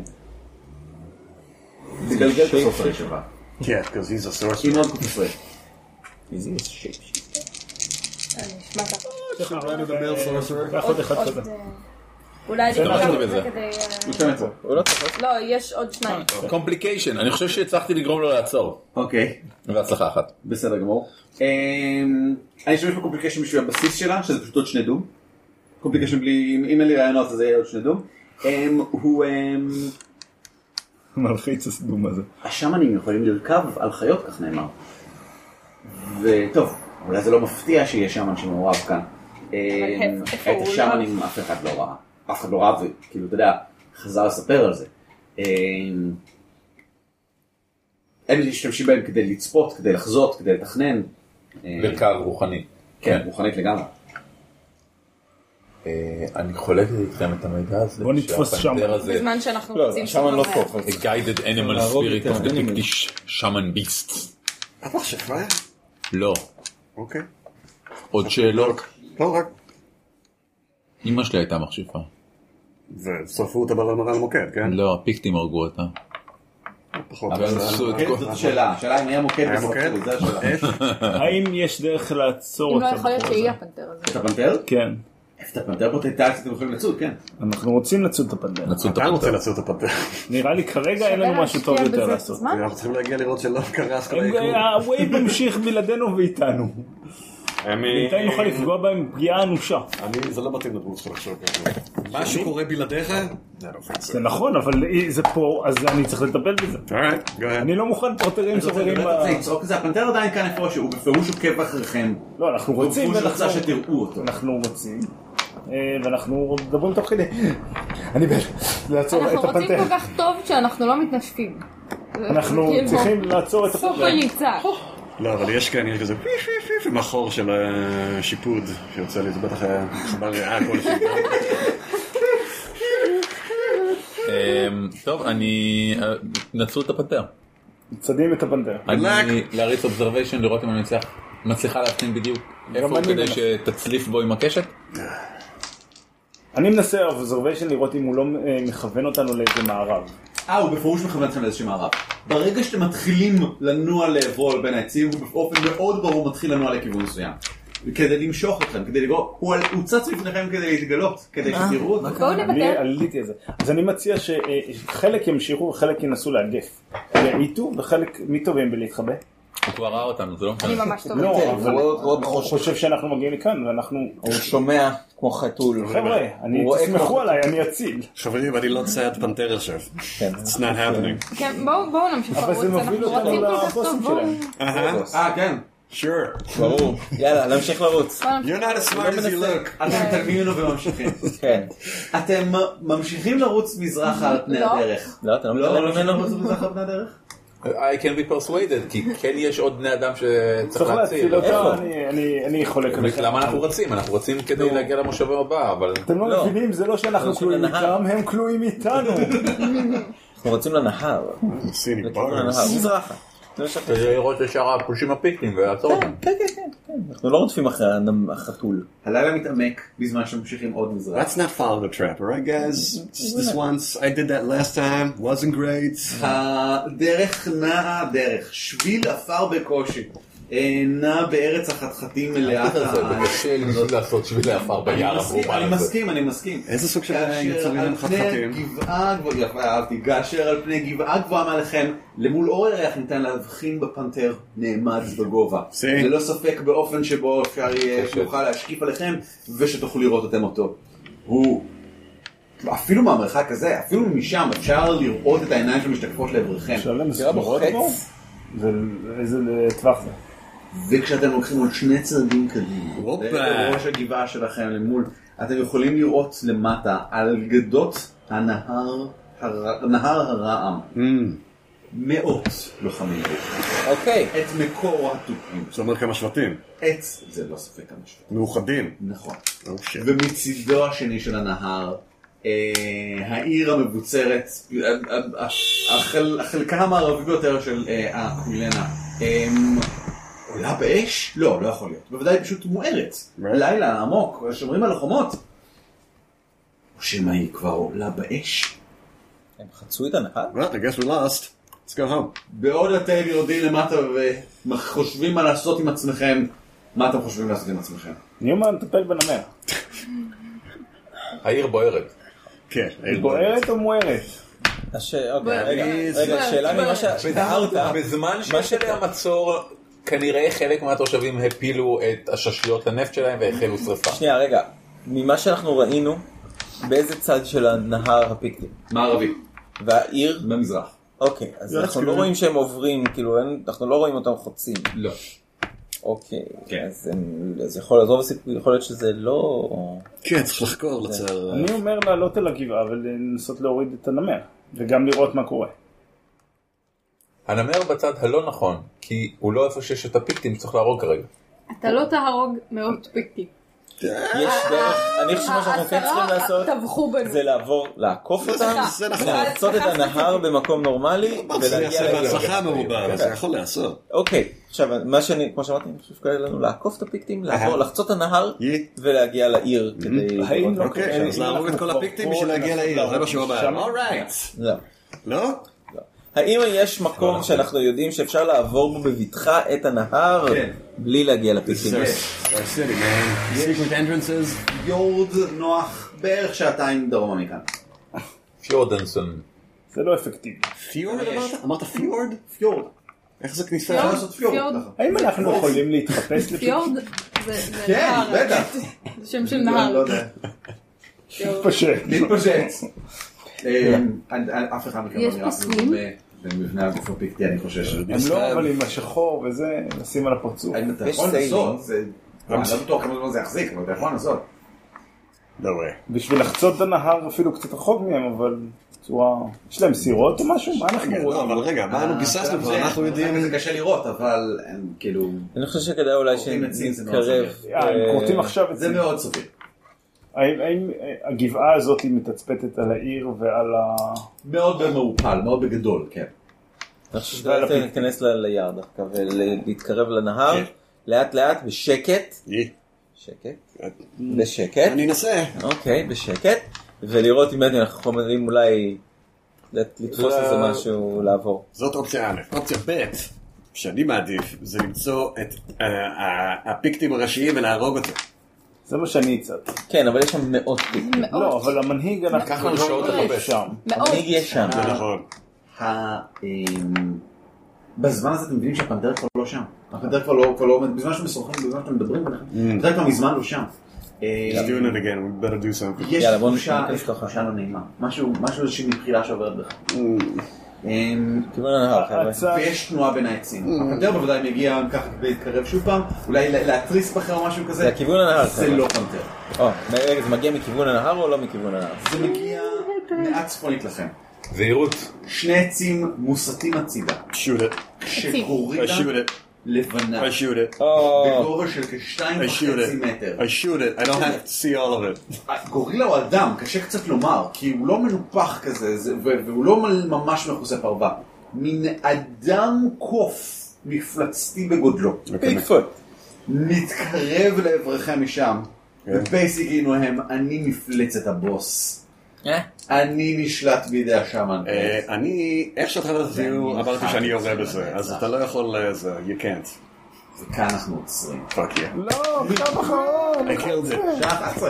[SPEAKER 4] תגלגל את הסופרי שלך.
[SPEAKER 5] כן, because he's a source.
[SPEAKER 4] עם עוד קופסופרי.
[SPEAKER 22] עוד אחד
[SPEAKER 9] עוד,
[SPEAKER 22] כזה.
[SPEAKER 9] אה, אולי
[SPEAKER 2] זה
[SPEAKER 9] אני
[SPEAKER 2] משהו
[SPEAKER 9] אקח את זה
[SPEAKER 2] בזה.
[SPEAKER 9] כדי... אה,
[SPEAKER 8] הוא לא צריך.
[SPEAKER 9] לא, יש עוד שניים.
[SPEAKER 2] קומפליקיישן, אני חושב שהצלחתי לגרום לו לעצור.
[SPEAKER 4] אוקיי.
[SPEAKER 2] והצלחה אחת.
[SPEAKER 4] בסדר גמור. אמ, אני אשתמש בקומפליקשן בשביל הבסיס שלה, שזה פשוט עוד שני דום. קומפליקשן בלי, אם אם אין לי רעיונות אז זה יהיה עוד שני דום. אמ, הוא... אמ,
[SPEAKER 6] מלחיץ הסדום הזה.
[SPEAKER 4] השמנים יכולים לרכב על חיות, כך נאמר. וטוב, אולי זה לא מפתיע שיהיה שמן שמעורב כאן. אמ,
[SPEAKER 9] איפה
[SPEAKER 4] את
[SPEAKER 9] הוא
[SPEAKER 4] השמנים אף אחד לא ראה. אף אחד לא ראה, וכאילו, אתה יודע, חזר לספר על זה. אמ, הם משתמשים בהם כדי לצפות, כדי לחזות, כדי לתכנן. אה,
[SPEAKER 2] בעיקר רוחני.
[SPEAKER 4] כן, רוחנית לגמרי.
[SPEAKER 2] אה, אני חולק איתכם את המידע הזה.
[SPEAKER 6] בוא נתפוס שם.
[SPEAKER 2] שהפנתר הזה-
[SPEAKER 9] בזמן שאנחנו
[SPEAKER 8] לא,
[SPEAKER 9] רוצים...
[SPEAKER 8] שם אני לא
[SPEAKER 9] שם
[SPEAKER 8] פה.
[SPEAKER 4] אוקיי,
[SPEAKER 2] The guided animal
[SPEAKER 8] להרוג
[SPEAKER 2] spirit
[SPEAKER 8] את
[SPEAKER 2] of the
[SPEAKER 8] האנימל.
[SPEAKER 2] Pictish shaman beasts.
[SPEAKER 5] אתה שפרה?
[SPEAKER 2] לא.
[SPEAKER 5] אוקיי.
[SPEAKER 2] עוד שאלות?
[SPEAKER 5] לא רק.
[SPEAKER 2] אמא שלי הייתה מכשפה.
[SPEAKER 5] ושרפו אותה במראה למוקד, כן?
[SPEAKER 2] לא, הפיקטים הרגו אותה.
[SPEAKER 5] פחות. נכון.
[SPEAKER 2] אבל הם עשו את
[SPEAKER 4] כן,
[SPEAKER 2] כל-
[SPEAKER 4] זאת השאלה, השאלה אם היה מוקד
[SPEAKER 5] היה
[SPEAKER 4] בסוף,
[SPEAKER 5] מוקד?
[SPEAKER 4] זו השאלה.
[SPEAKER 6] האם יש דרך לעצור
[SPEAKER 9] אם
[SPEAKER 6] את
[SPEAKER 9] לא יכול להיות
[SPEAKER 6] הבחור
[SPEAKER 9] שהיא
[SPEAKER 6] הזה?
[SPEAKER 9] הפנתר הזה.
[SPEAKER 4] את הפנתר?
[SPEAKER 6] כן.
[SPEAKER 4] את הפנתר פוטנטציה אתם יכולים לצוד, כן.
[SPEAKER 6] אנחנו רוצים לצוד את הפנדל.
[SPEAKER 2] נצאו את
[SPEAKER 5] אתה רוצה
[SPEAKER 2] הפנתר.
[SPEAKER 5] לעשות את הפנתר.
[SPEAKER 6] נראה לי כרגע כן, אין לנו משהו טוב יותר לעשות. כן.
[SPEAKER 5] אנחנו צריכים להגיע לראות שלא קרס כל
[SPEAKER 6] הם-
[SPEAKER 5] היקום.
[SPEAKER 6] הווייב ממשיך בלעדינו ואיתנו. בינתיים נוכל לפגוע בהם פגיעה אנושה.
[SPEAKER 5] אני, זה לא מתאים לדמות שלך לחשוב ככה. מה שקורה בלעדיך? זה לא פיקס.
[SPEAKER 6] זה נכון, אבל זה פה, אז אני צריך לטפל בזה.
[SPEAKER 5] אורייט, go ahead.
[SPEAKER 6] אני לא מוכן פרטרים סוחרים
[SPEAKER 4] אתה
[SPEAKER 6] ב...
[SPEAKER 4] רוצה לצעוק את לא, זה, הפנתר עדיין כאן איפשהו, הוא בפירוש עוקב אחריכם.
[SPEAKER 6] לא, אנחנו רוצים,
[SPEAKER 4] הוא בפירוש רצה
[SPEAKER 6] ואנחנו-
[SPEAKER 4] שתראו אותו.
[SPEAKER 6] אנחנו רוצים, אה, ואנחנו מדברים תוך כדי. אני בעד לעצור את
[SPEAKER 9] אנחנו רוצים
[SPEAKER 6] הפנתר.
[SPEAKER 9] כל כך טוב שאנחנו לא מתנשפים.
[SPEAKER 6] אנחנו
[SPEAKER 9] כאילו,
[SPEAKER 6] צריכים לעצור את
[SPEAKER 9] סופר
[SPEAKER 6] הפנתר.
[SPEAKER 9] ניצה.
[SPEAKER 5] לא, אבל יש כאן, יש כזה פיף פיף פיף עם החור של אה, שיפוד שיוצא לי, זה בטח היה חבל אה, ריאה כלשהי.
[SPEAKER 23] אמ, טוב, אני... אה, נצלו את הפנתר.
[SPEAKER 6] צדים את הפנתר.
[SPEAKER 23] אני להריץ אובזרוויישן לראות אם אני מצליח. מצליחה להבחין בדיוק איפה הוא
[SPEAKER 6] אני
[SPEAKER 23] כדי
[SPEAKER 2] לא.
[SPEAKER 6] מנסה.
[SPEAKER 23] שתצליף בו עם הקשת?
[SPEAKER 6] אני מנסה אובזרוויישן לראות אם הוא לא אה, מכוון אותנו לאיזה מערב.
[SPEAKER 4] אה, הוא בפירוש מכוון אתכם לאיזשהו מערב. ברגע שאתם מתחילים לנוע לעברו לבין העצים, הוא באופן מאוד ברור מתחיל לנוע לכיוון מסוים. כדי למשוך אתכם, כדי לגרום, הוא, על- הוא צץ לפניכם כדי להתגלות, כדי שתראו אותו.
[SPEAKER 6] אני עליתי על זה. אז אני מציע שחלק ימשיכו וחלק ינסו לאגף. יעיטו וחלק, מי טובים בלהתחבא?
[SPEAKER 23] הוא כבר ראה אותנו, זה לא משנה.
[SPEAKER 6] לא, אבל הוא חושב שאנחנו מגיעים לכאן ואנחנו... הוא
[SPEAKER 8] שומע כמו חתול.
[SPEAKER 6] חבר'ה, אני-
[SPEAKER 8] הוא רואה
[SPEAKER 6] תסמכו
[SPEAKER 8] כמו-
[SPEAKER 6] עליי, אני אציל.
[SPEAKER 5] חברים, אני לא צייד פנתר עכשיו.
[SPEAKER 4] כן.
[SPEAKER 5] It's not happening.
[SPEAKER 9] כן, בואו בואו נמשיך
[SPEAKER 6] אבל
[SPEAKER 9] לרוץ,
[SPEAKER 6] זה
[SPEAKER 9] אנחנו
[SPEAKER 6] מוביל אותנו
[SPEAKER 9] רצים כל כך
[SPEAKER 6] לבוסים
[SPEAKER 9] טוב, בואו.
[SPEAKER 6] שלהם.
[SPEAKER 4] אה, כן.
[SPEAKER 5] Sure.
[SPEAKER 8] ברור. יאללה, להמשיך לרוץ.
[SPEAKER 5] You're not as
[SPEAKER 4] לא
[SPEAKER 5] smart as you look.
[SPEAKER 4] אתם מתעלמים ממנו וממשיכים.
[SPEAKER 8] כן.
[SPEAKER 4] אתם ממשיכים לרוץ מזרחה על פני
[SPEAKER 24] לא.
[SPEAKER 4] הדרך.
[SPEAKER 8] לא, אתה לא
[SPEAKER 4] לא,
[SPEAKER 8] מתעלם
[SPEAKER 4] ממשיכים
[SPEAKER 8] ממנו?
[SPEAKER 4] לרוץ מזרחה על פני הדרך?
[SPEAKER 2] I can be persuaded, כי כן יש עוד בני אדם שצריך
[SPEAKER 6] צריך
[SPEAKER 2] להציל.
[SPEAKER 6] להציל אותו,
[SPEAKER 2] איפה?
[SPEAKER 6] אני- אני- אני חולק עליכם.
[SPEAKER 2] למה אנחנו רצים? אנחנו רצים כדי להגיע למושבה הבא, אבל...
[SPEAKER 6] אתם לא
[SPEAKER 8] לא.
[SPEAKER 6] מבינים, זה לא שאנחנו
[SPEAKER 8] אנחנו
[SPEAKER 6] כלואים
[SPEAKER 8] לנהר.
[SPEAKER 6] איתם, הם כלואים איתנו.
[SPEAKER 8] אנחנו רוצים לנהר.
[SPEAKER 4] לא
[SPEAKER 5] סיני
[SPEAKER 8] לכיוון הנהר. מזרחה. זה מה שאנחנו-
[SPEAKER 2] כדי לראות את שאר הפולשים הפיקטים ולעצור אותם.
[SPEAKER 8] אנחנו לא רודפים אחרי הנ- החתול.
[SPEAKER 4] הלילה מתעמק בזמן שממשיכים עוד מזרח.
[SPEAKER 5] Let's not follow the trap, alright guys?
[SPEAKER 4] Mm,
[SPEAKER 5] Just this once. I did that last time. Wasn't great.
[SPEAKER 4] הדרך נעה דרך, שביל עפר בקושי. אה, נע בארץ החתחתים מלאה.
[SPEAKER 2] אה, קשה לנסות לעשות שבילי עפר ביער המרומה
[SPEAKER 4] אני
[SPEAKER 2] הזה.
[SPEAKER 4] מסכים, אני מסכים.
[SPEAKER 5] איזה סוג של
[SPEAKER 4] כאשר
[SPEAKER 5] יצורים
[SPEAKER 4] על
[SPEAKER 5] הם
[SPEAKER 4] פני
[SPEAKER 5] חתחתים?
[SPEAKER 4] גבעה גבוהה, יפה, אהבתי, כאשר על פני גבעה גבוהה מעליכם, למול אור הירח ניתן להבחין בפנתר נעמד בגובה.
[SPEAKER 5] See?
[SPEAKER 4] ללא ספק באופן שבו אפשר יהיה,
[SPEAKER 2] קשת.
[SPEAKER 4] שיוכל להשקיף עליכם, ושתוכלו לראות אתם אותו. הוא, אפילו מהמרחק הזה, אפילו משם, אפשר לראות את העיניים שמשתקפות לעברכם.
[SPEAKER 6] אפשר למסגרות בו? זה- איזה טווח זה?
[SPEAKER 4] וכשאתם הולכים עוד שני צעדים קדימה,
[SPEAKER 5] הופה.
[SPEAKER 4] בראש הגבעה שלכם למול, אתם יכולים לראות למטה על גדות הנהר, הר... נהר הרעם, מאות לוחמים,
[SPEAKER 8] אוקיי.
[SPEAKER 4] את מקור התופים,
[SPEAKER 5] זה אומר כמה שבטים.
[SPEAKER 4] את זה לא ספק המשפט,
[SPEAKER 5] מאוחדים.
[SPEAKER 4] נכון,
[SPEAKER 5] Oh, shit.
[SPEAKER 4] ומצידו השני של הנהר, אה, העיר המבוצרת, אה, אה, אה, החל- החלקה המערבי ביותר של אה, הקולנה, אה, עולה באש? לא, לא יכול להיות. בוודאי פשוט מוארת. לילה עמוק, שומרים על החומות. או שמא היא כבר עולה באש?
[SPEAKER 8] הם חצו את הנהר?
[SPEAKER 5] Well, I guess we lost. Let's go home.
[SPEAKER 4] בעוד אתם יורדים למטה וחושבים מה לעשות עם עצמכם, מה אתם חושבים לעשות עם עצמכם?
[SPEAKER 6] ניומן מטפל בנמר.
[SPEAKER 2] העיר בוערת.
[SPEAKER 5] כן,
[SPEAKER 6] היא בוערת או מוארת?
[SPEAKER 8] הש- אוקיי,
[SPEAKER 9] אני-
[SPEAKER 8] רגע, רגע, שאלה ממה שתיארת.
[SPEAKER 2] בזמן
[SPEAKER 8] מה
[SPEAKER 2] שיש עליה מצור, כנראה חלק מהתושבים הפילו את הששיות לנפט שלהם והחלו שרפה.
[SPEAKER 8] שנייה, רגע. ממה שאנחנו ראינו, באיזה צד של הנהר הפיקטים?
[SPEAKER 4] מערבי,
[SPEAKER 8] והעיר?
[SPEAKER 4] במזרח.
[SPEAKER 8] אוקיי, אז אנחנו לא רואים שהם עוברים, כאילו, אין- אנחנו לא רואים אותם חוצים.
[SPEAKER 4] לא.
[SPEAKER 8] אוקיי,
[SPEAKER 4] כן.
[SPEAKER 8] אז הם- אז יכול לעזוב, הסיפור, יכול להיות שזה לא...
[SPEAKER 5] כן, צריך לחקור לצער.
[SPEAKER 6] אני אומר לעלות על הגבעה ולנסות להוריד את הנמר, וגם לראות מה קורה.
[SPEAKER 2] הנמר בצד הלא נכון, כי הוא לא איפה שיש את הפיקטים שצריך להרוג כרגע.
[SPEAKER 9] אתה לא תהרוג מאות פיקטים.
[SPEAKER 8] יש
[SPEAKER 9] אה,
[SPEAKER 8] דרך, אני חושב שמה שאנחנו כן צריכים לעשות,
[SPEAKER 9] העשרה טבחו בנו.
[SPEAKER 8] זה לעבור, לעקוף אותם,
[SPEAKER 5] זה נכון.
[SPEAKER 8] לעשות את הנהר במקום
[SPEAKER 4] לא,
[SPEAKER 8] נורמלי,
[SPEAKER 5] זה
[SPEAKER 8] ולהגיע
[SPEAKER 5] יעשה
[SPEAKER 8] לגבול.
[SPEAKER 5] בהצלחה מרובה, אבל זה יכול להיעשות.
[SPEAKER 8] אוקיי, עכשיו, מה שאני, כמו שאמרתי, אני חושב שקרה לנו לעקוף את הפיקטים,
[SPEAKER 4] אה.
[SPEAKER 8] לעבור,
[SPEAKER 5] אהה.
[SPEAKER 8] לחצות הנהר,
[SPEAKER 5] יהיה.
[SPEAKER 8] ולהגיע לעיר
[SPEAKER 4] Mm-hmm.
[SPEAKER 8] כדי...
[SPEAKER 6] האם
[SPEAKER 8] לראות מה
[SPEAKER 6] לא
[SPEAKER 8] קורה
[SPEAKER 5] אוקיי,
[SPEAKER 8] שם.
[SPEAKER 5] אז להרוג את כל הפיקטים בשביל להגיע לעיר, זה מה שהוא אמר. אורייט.
[SPEAKER 4] כן.
[SPEAKER 8] לא.
[SPEAKER 5] לא?
[SPEAKER 8] האם יש מקום שאנחנו יודעים שאפשר לעבור בו בבטחה את הנהר,
[SPEAKER 4] כן.
[SPEAKER 8] בלי להגיע לפיקטים?
[SPEAKER 5] Our city, man. Secret entrances.
[SPEAKER 4] יורד נוח בערך שעתיים דרומה מכאן.
[SPEAKER 2] פיורדנסון.
[SPEAKER 6] זה לא אפקטיבי.
[SPEAKER 5] פיורד אמרת? אמרת פיורד?
[SPEAKER 4] פיורד.
[SPEAKER 5] איך זה כניסה?
[SPEAKER 4] אפשר לעשות פיורד.
[SPEAKER 9] פיורד.
[SPEAKER 4] ככה.
[SPEAKER 6] האם אנחנו יכולים להתחפש
[SPEAKER 9] פיורד זה זה
[SPEAKER 4] כן,
[SPEAKER 9] נהר.
[SPEAKER 4] בטח.
[SPEAKER 9] זה שם של
[SPEAKER 4] אני לא
[SPEAKER 9] נהר.
[SPEAKER 4] יודע.
[SPEAKER 9] פיורד.
[SPEAKER 6] לפשט?
[SPEAKER 4] להתפשט.
[SPEAKER 5] כן.
[SPEAKER 4] אה, אה, אף אחד מכם לא
[SPEAKER 9] יש
[SPEAKER 4] נראה
[SPEAKER 9] פסלים?
[SPEAKER 4] במבנה הגוף הפיקטי, אני חושש.
[SPEAKER 6] הם לא, אבל עם השחור וזה, נשים על הפרצוף.
[SPEAKER 4] האם אתה
[SPEAKER 8] יש
[SPEAKER 4] יכול
[SPEAKER 8] סיילינג.
[SPEAKER 4] לנסות? זה- אני לא בטוח כמה זמן זה יחזיק, אבל אתה יכול לנסות.
[SPEAKER 6] בשביל לחצות את הנהר אפילו קצת רחוק מהם, אבל בצורה... יש להם סירות או משהו? מה אנחנו
[SPEAKER 5] רגע,
[SPEAKER 6] רואים?
[SPEAKER 5] לא, אבל רגע, מה אנחנו ביססנו כבר, אנחנו יודעים...
[SPEAKER 4] אה, זה קשה לראות, אבל הם כאילו...
[SPEAKER 8] אני חושב שכדאי אולי
[SPEAKER 4] כורתים עצים, זה מאוד
[SPEAKER 8] שנתקרב.
[SPEAKER 4] סביר.
[SPEAKER 6] אה, הם כורתים עכשיו את
[SPEAKER 4] זה מאוד סביר.
[SPEAKER 6] האם, האם אה, הגבעה הזאת היא מתצפתת על העיר ועל ה...
[SPEAKER 4] מאוד במעופל, מאוד בגדול, כן.
[SPEAKER 8] אני חושב שכדאי להתכנס ל- ליער דווקא ולהתקרב לנהר,
[SPEAKER 5] כן.
[SPEAKER 8] לאט לאט, בשקט. שקט. בשקט.
[SPEAKER 5] אני אנסה.
[SPEAKER 8] אוקיי, בשקט. ולראות אם באמת אנחנו יכולים אולי לדעת, לתפוס
[SPEAKER 5] זה-
[SPEAKER 8] איזה משהו לעבור.
[SPEAKER 5] זאת אופציה א'. אופציה ב', שאני מעדיף, זה למצוא את אה, ה- הפיקטים הראשיים ולהרוג אותם.
[SPEAKER 6] זה מה שאני הצעתי.
[SPEAKER 8] כן, אבל יש שם מאות פיקים.
[SPEAKER 9] מאות. לא,
[SPEAKER 6] לא, אבל
[SPEAKER 9] <laughs>
[SPEAKER 6] המנהיג אנחנו...
[SPEAKER 5] לקח לנו שעות לכבש.
[SPEAKER 6] שם.
[SPEAKER 9] מאוד.
[SPEAKER 8] המנהיג יש שם.
[SPEAKER 5] זה נכון.
[SPEAKER 4] ה- אמ, בזמן הזה אתם מבינים שהפנתר כבר לא שם.
[SPEAKER 5] אה.
[SPEAKER 4] הפנתר כבר לא כבר לא עומד, בזמן שאתם משוחחים, בזמן שאתם מדברים, הפנתר כבר מזמן לא שם. אה,
[SPEAKER 5] He's doing it again, we better do something.
[SPEAKER 4] יש
[SPEAKER 8] יאללה, בוא
[SPEAKER 4] תחושה
[SPEAKER 8] ניכנס
[SPEAKER 4] יש תחושה לא נעימה. משהו, משהו איזושהי מבחילה שעוברת בך.
[SPEAKER 5] אה.
[SPEAKER 4] אמ,
[SPEAKER 8] כיוון הנהר, חבר'ה.
[SPEAKER 6] הצ-
[SPEAKER 4] ויש תנועה בין העצים.
[SPEAKER 5] אה.
[SPEAKER 4] הפנתר בוודאי מגיע ככה כדי להתקרב שוב פעם, אולי לה- להתריס בכם או משהו
[SPEAKER 8] זה
[SPEAKER 4] כזה.
[SPEAKER 8] הכיוון הנהר,
[SPEAKER 4] זה
[SPEAKER 8] חבר'ה.
[SPEAKER 4] לא פנתר.
[SPEAKER 5] אה,
[SPEAKER 8] או, רגע, אה, זה מגיע מכיוון הנהר או לא מכיוון הנהר?
[SPEAKER 4] זה מגיע מעט צפונית לכם.
[SPEAKER 2] זהירות.
[SPEAKER 4] שני עצים מוסטים הצידה,
[SPEAKER 5] shoot it, I
[SPEAKER 4] כשגורילה
[SPEAKER 5] shoot it,
[SPEAKER 4] לבנה,
[SPEAKER 5] I shoot it, אה,
[SPEAKER 8] או,
[SPEAKER 4] בגובה של כשתיים
[SPEAKER 5] I shoot
[SPEAKER 4] וחצי
[SPEAKER 5] it,
[SPEAKER 4] מטר.
[SPEAKER 5] I shoot it, I don't have to see all of it.
[SPEAKER 4] גורילה הוא אדם, קשה קצת לומר, כי הוא לא מנופח כזה, זה- ו- והוא לא מ- ממש מכוסה פרווה. מין אדם קוף מפלצתי בגודלו,
[SPEAKER 8] ביגפוט.
[SPEAKER 4] מתקרב לעברכם משם, ובייסיק עינוהם, אני מפלצת הבוס.
[SPEAKER 8] אה?
[SPEAKER 4] אני נשלט בידי השאמן.
[SPEAKER 5] אה, אני, איך שהתחלת את הסיור,
[SPEAKER 4] ואני
[SPEAKER 5] אמרתי
[SPEAKER 4] אחד
[SPEAKER 5] שאני יורה
[SPEAKER 4] מצוין
[SPEAKER 5] בזה, אז
[SPEAKER 4] לנצח.
[SPEAKER 5] אתה לא יכול, אה, זה, you can't.
[SPEAKER 4] וכאן אנחנו עוצרים.
[SPEAKER 5] fuck you.
[SPEAKER 6] לא, עכשיו אחרון!
[SPEAKER 5] I killed it.
[SPEAKER 4] שעה 11.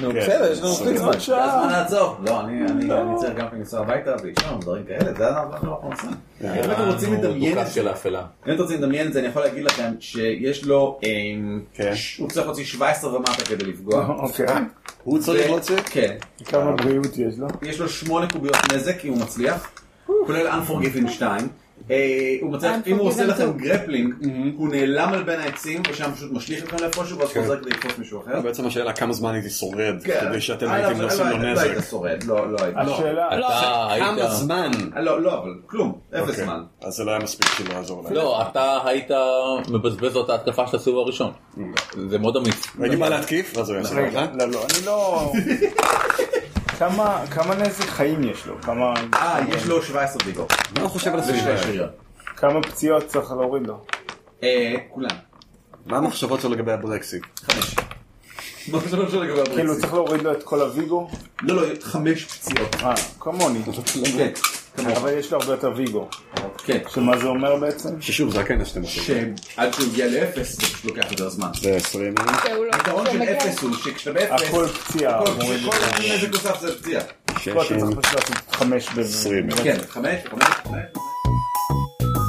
[SPEAKER 8] נו,
[SPEAKER 5] כן.
[SPEAKER 8] בסדר, יש לנו מספיק זמן.
[SPEAKER 6] עוד שעה.
[SPEAKER 4] אז מה נעצור? לא, אני אני- אני צריך גם כן לנסוע הביתה ואישון, דברים כאלה, זה אנחנו לא עושים.
[SPEAKER 8] אה,
[SPEAKER 4] אם אתם רוצים לדמיין את
[SPEAKER 2] דוכס של האפלה.
[SPEAKER 4] אם אתם רוצים לדמיין את זה, אני יכול להגיד לכם שיש לו, אמ,
[SPEAKER 5] כן.
[SPEAKER 4] ש- הוא צריך להוציא 17 ומטה כדי
[SPEAKER 8] נכון.
[SPEAKER 4] לפגוע.
[SPEAKER 6] אוקיי.
[SPEAKER 5] הוא צריך
[SPEAKER 4] ו-
[SPEAKER 5] להוציא?
[SPEAKER 4] כן.
[SPEAKER 6] כמה בריאות יש לא? לו?
[SPEAKER 4] יש לו 8 קוביות נזק אם הוא מצליח, כולל Unforgiven 2. אה, הוא מצליח, אם הוא עושה
[SPEAKER 25] Unforgiven
[SPEAKER 4] לכם גרפלינג, הוא נעלם על בין העצים ושם פשוט משליך אתכם לאיפשהו ואז
[SPEAKER 8] כן.
[SPEAKER 4] חוזר כדי לתפוס מישהו אחר.
[SPEAKER 5] בעצם השאלה כמה זמן הייתי שורד,
[SPEAKER 4] כן.
[SPEAKER 5] כדי שאתם
[SPEAKER 4] אה, לא,
[SPEAKER 5] הייתם
[SPEAKER 4] לא,
[SPEAKER 5] עושים
[SPEAKER 4] לא,
[SPEAKER 5] לו
[SPEAKER 4] לא היית
[SPEAKER 5] נזק.
[SPEAKER 4] שורד, לא, לא היית.
[SPEAKER 6] השאלה...
[SPEAKER 2] אתה
[SPEAKER 5] כמה
[SPEAKER 2] היית...
[SPEAKER 5] זמן?
[SPEAKER 4] אה, לא, לא, אבל כלום, אפס
[SPEAKER 5] אוקיי.
[SPEAKER 4] זמן.
[SPEAKER 5] אז זה לא היה מספיק בשביל לעזור להם.
[SPEAKER 2] לא, אתה היית מבזבז לו את ההתקפה של הסיבוב הראשון. זה מאוד אמיץ.
[SPEAKER 5] הייתי בא להתקיף, ואז הוא יעשה
[SPEAKER 6] רגע,
[SPEAKER 5] ככה.
[SPEAKER 6] לא, לא, אני לא... כמה- כמה נזק חיים יש לו? כמה...
[SPEAKER 4] אה, יש לו 17 בדיקות.
[SPEAKER 5] מה הוא חושב על הסביבה?
[SPEAKER 6] כמה פציעות צריך להוריד לו?
[SPEAKER 4] אה, כולם.
[SPEAKER 5] מה המחשבות שלו לגבי הברקסיט?
[SPEAKER 4] חמש. מה השלום שלו לגבי
[SPEAKER 6] כאילו
[SPEAKER 4] הברקסים?
[SPEAKER 6] צריך להוריד לו את כל הוויגו?
[SPEAKER 4] לא, לא, חמש פציעות.
[SPEAKER 6] אה, כמוני.
[SPEAKER 4] כן, כמובן.
[SPEAKER 6] אבל יש לו הרבה יותר ויגו.
[SPEAKER 4] כן.
[SPEAKER 6] שמה זה אומר בעצם?
[SPEAKER 5] ששוב, זה הכנס שאתם עושים.
[SPEAKER 4] שעד שהוא יגיע לאפס, זה פשוט לוקח יותר זמן.
[SPEAKER 5] זה 20.
[SPEAKER 9] שהוא לא-
[SPEAKER 4] היתרון
[SPEAKER 9] שהוא
[SPEAKER 4] של
[SPEAKER 9] מגיע-
[SPEAKER 4] אפס הוא שכשאתה באפס,
[SPEAKER 6] הכל פציעה.
[SPEAKER 4] כל-
[SPEAKER 6] מוריד לו.
[SPEAKER 4] כל נזק נוסף זה פציעה.
[SPEAKER 6] פה אתה צריך פשוט לעשות חמש ב...
[SPEAKER 5] עשרים.
[SPEAKER 4] כן, חמש, חמש, חמש.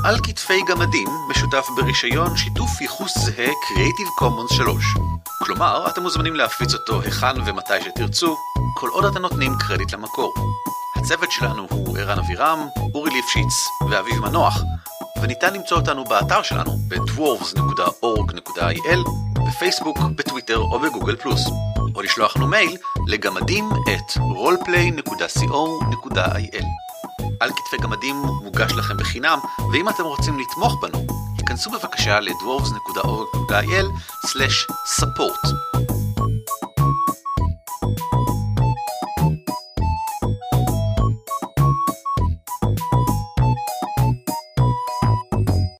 [SPEAKER 11] על כתפי גמדים משותף ברישיון שיתוף ייחוס זהה Creative Commons 3. כלומר, אתם מוזמנים להפיץ אותו היכן ומתי שתרצו, כל עוד אתם נותנים קרדיט למקור. הצוות שלנו הוא ערן אבירם, אורי ליפשיץ ואביב מנוח, וניתן למצוא אותנו באתר שלנו ב-dwarves.org.il, בפייסבוק, בטוויטר או בגוגל פלוס, או לשלוח לנו מייל לגמדים את roleplay.co.il. על כתפי גמדים מוגש לכם בחינם, ואם אתם רוצים לתמוך בנו, היכנסו בבקשה ל-dwarves.org.il/support.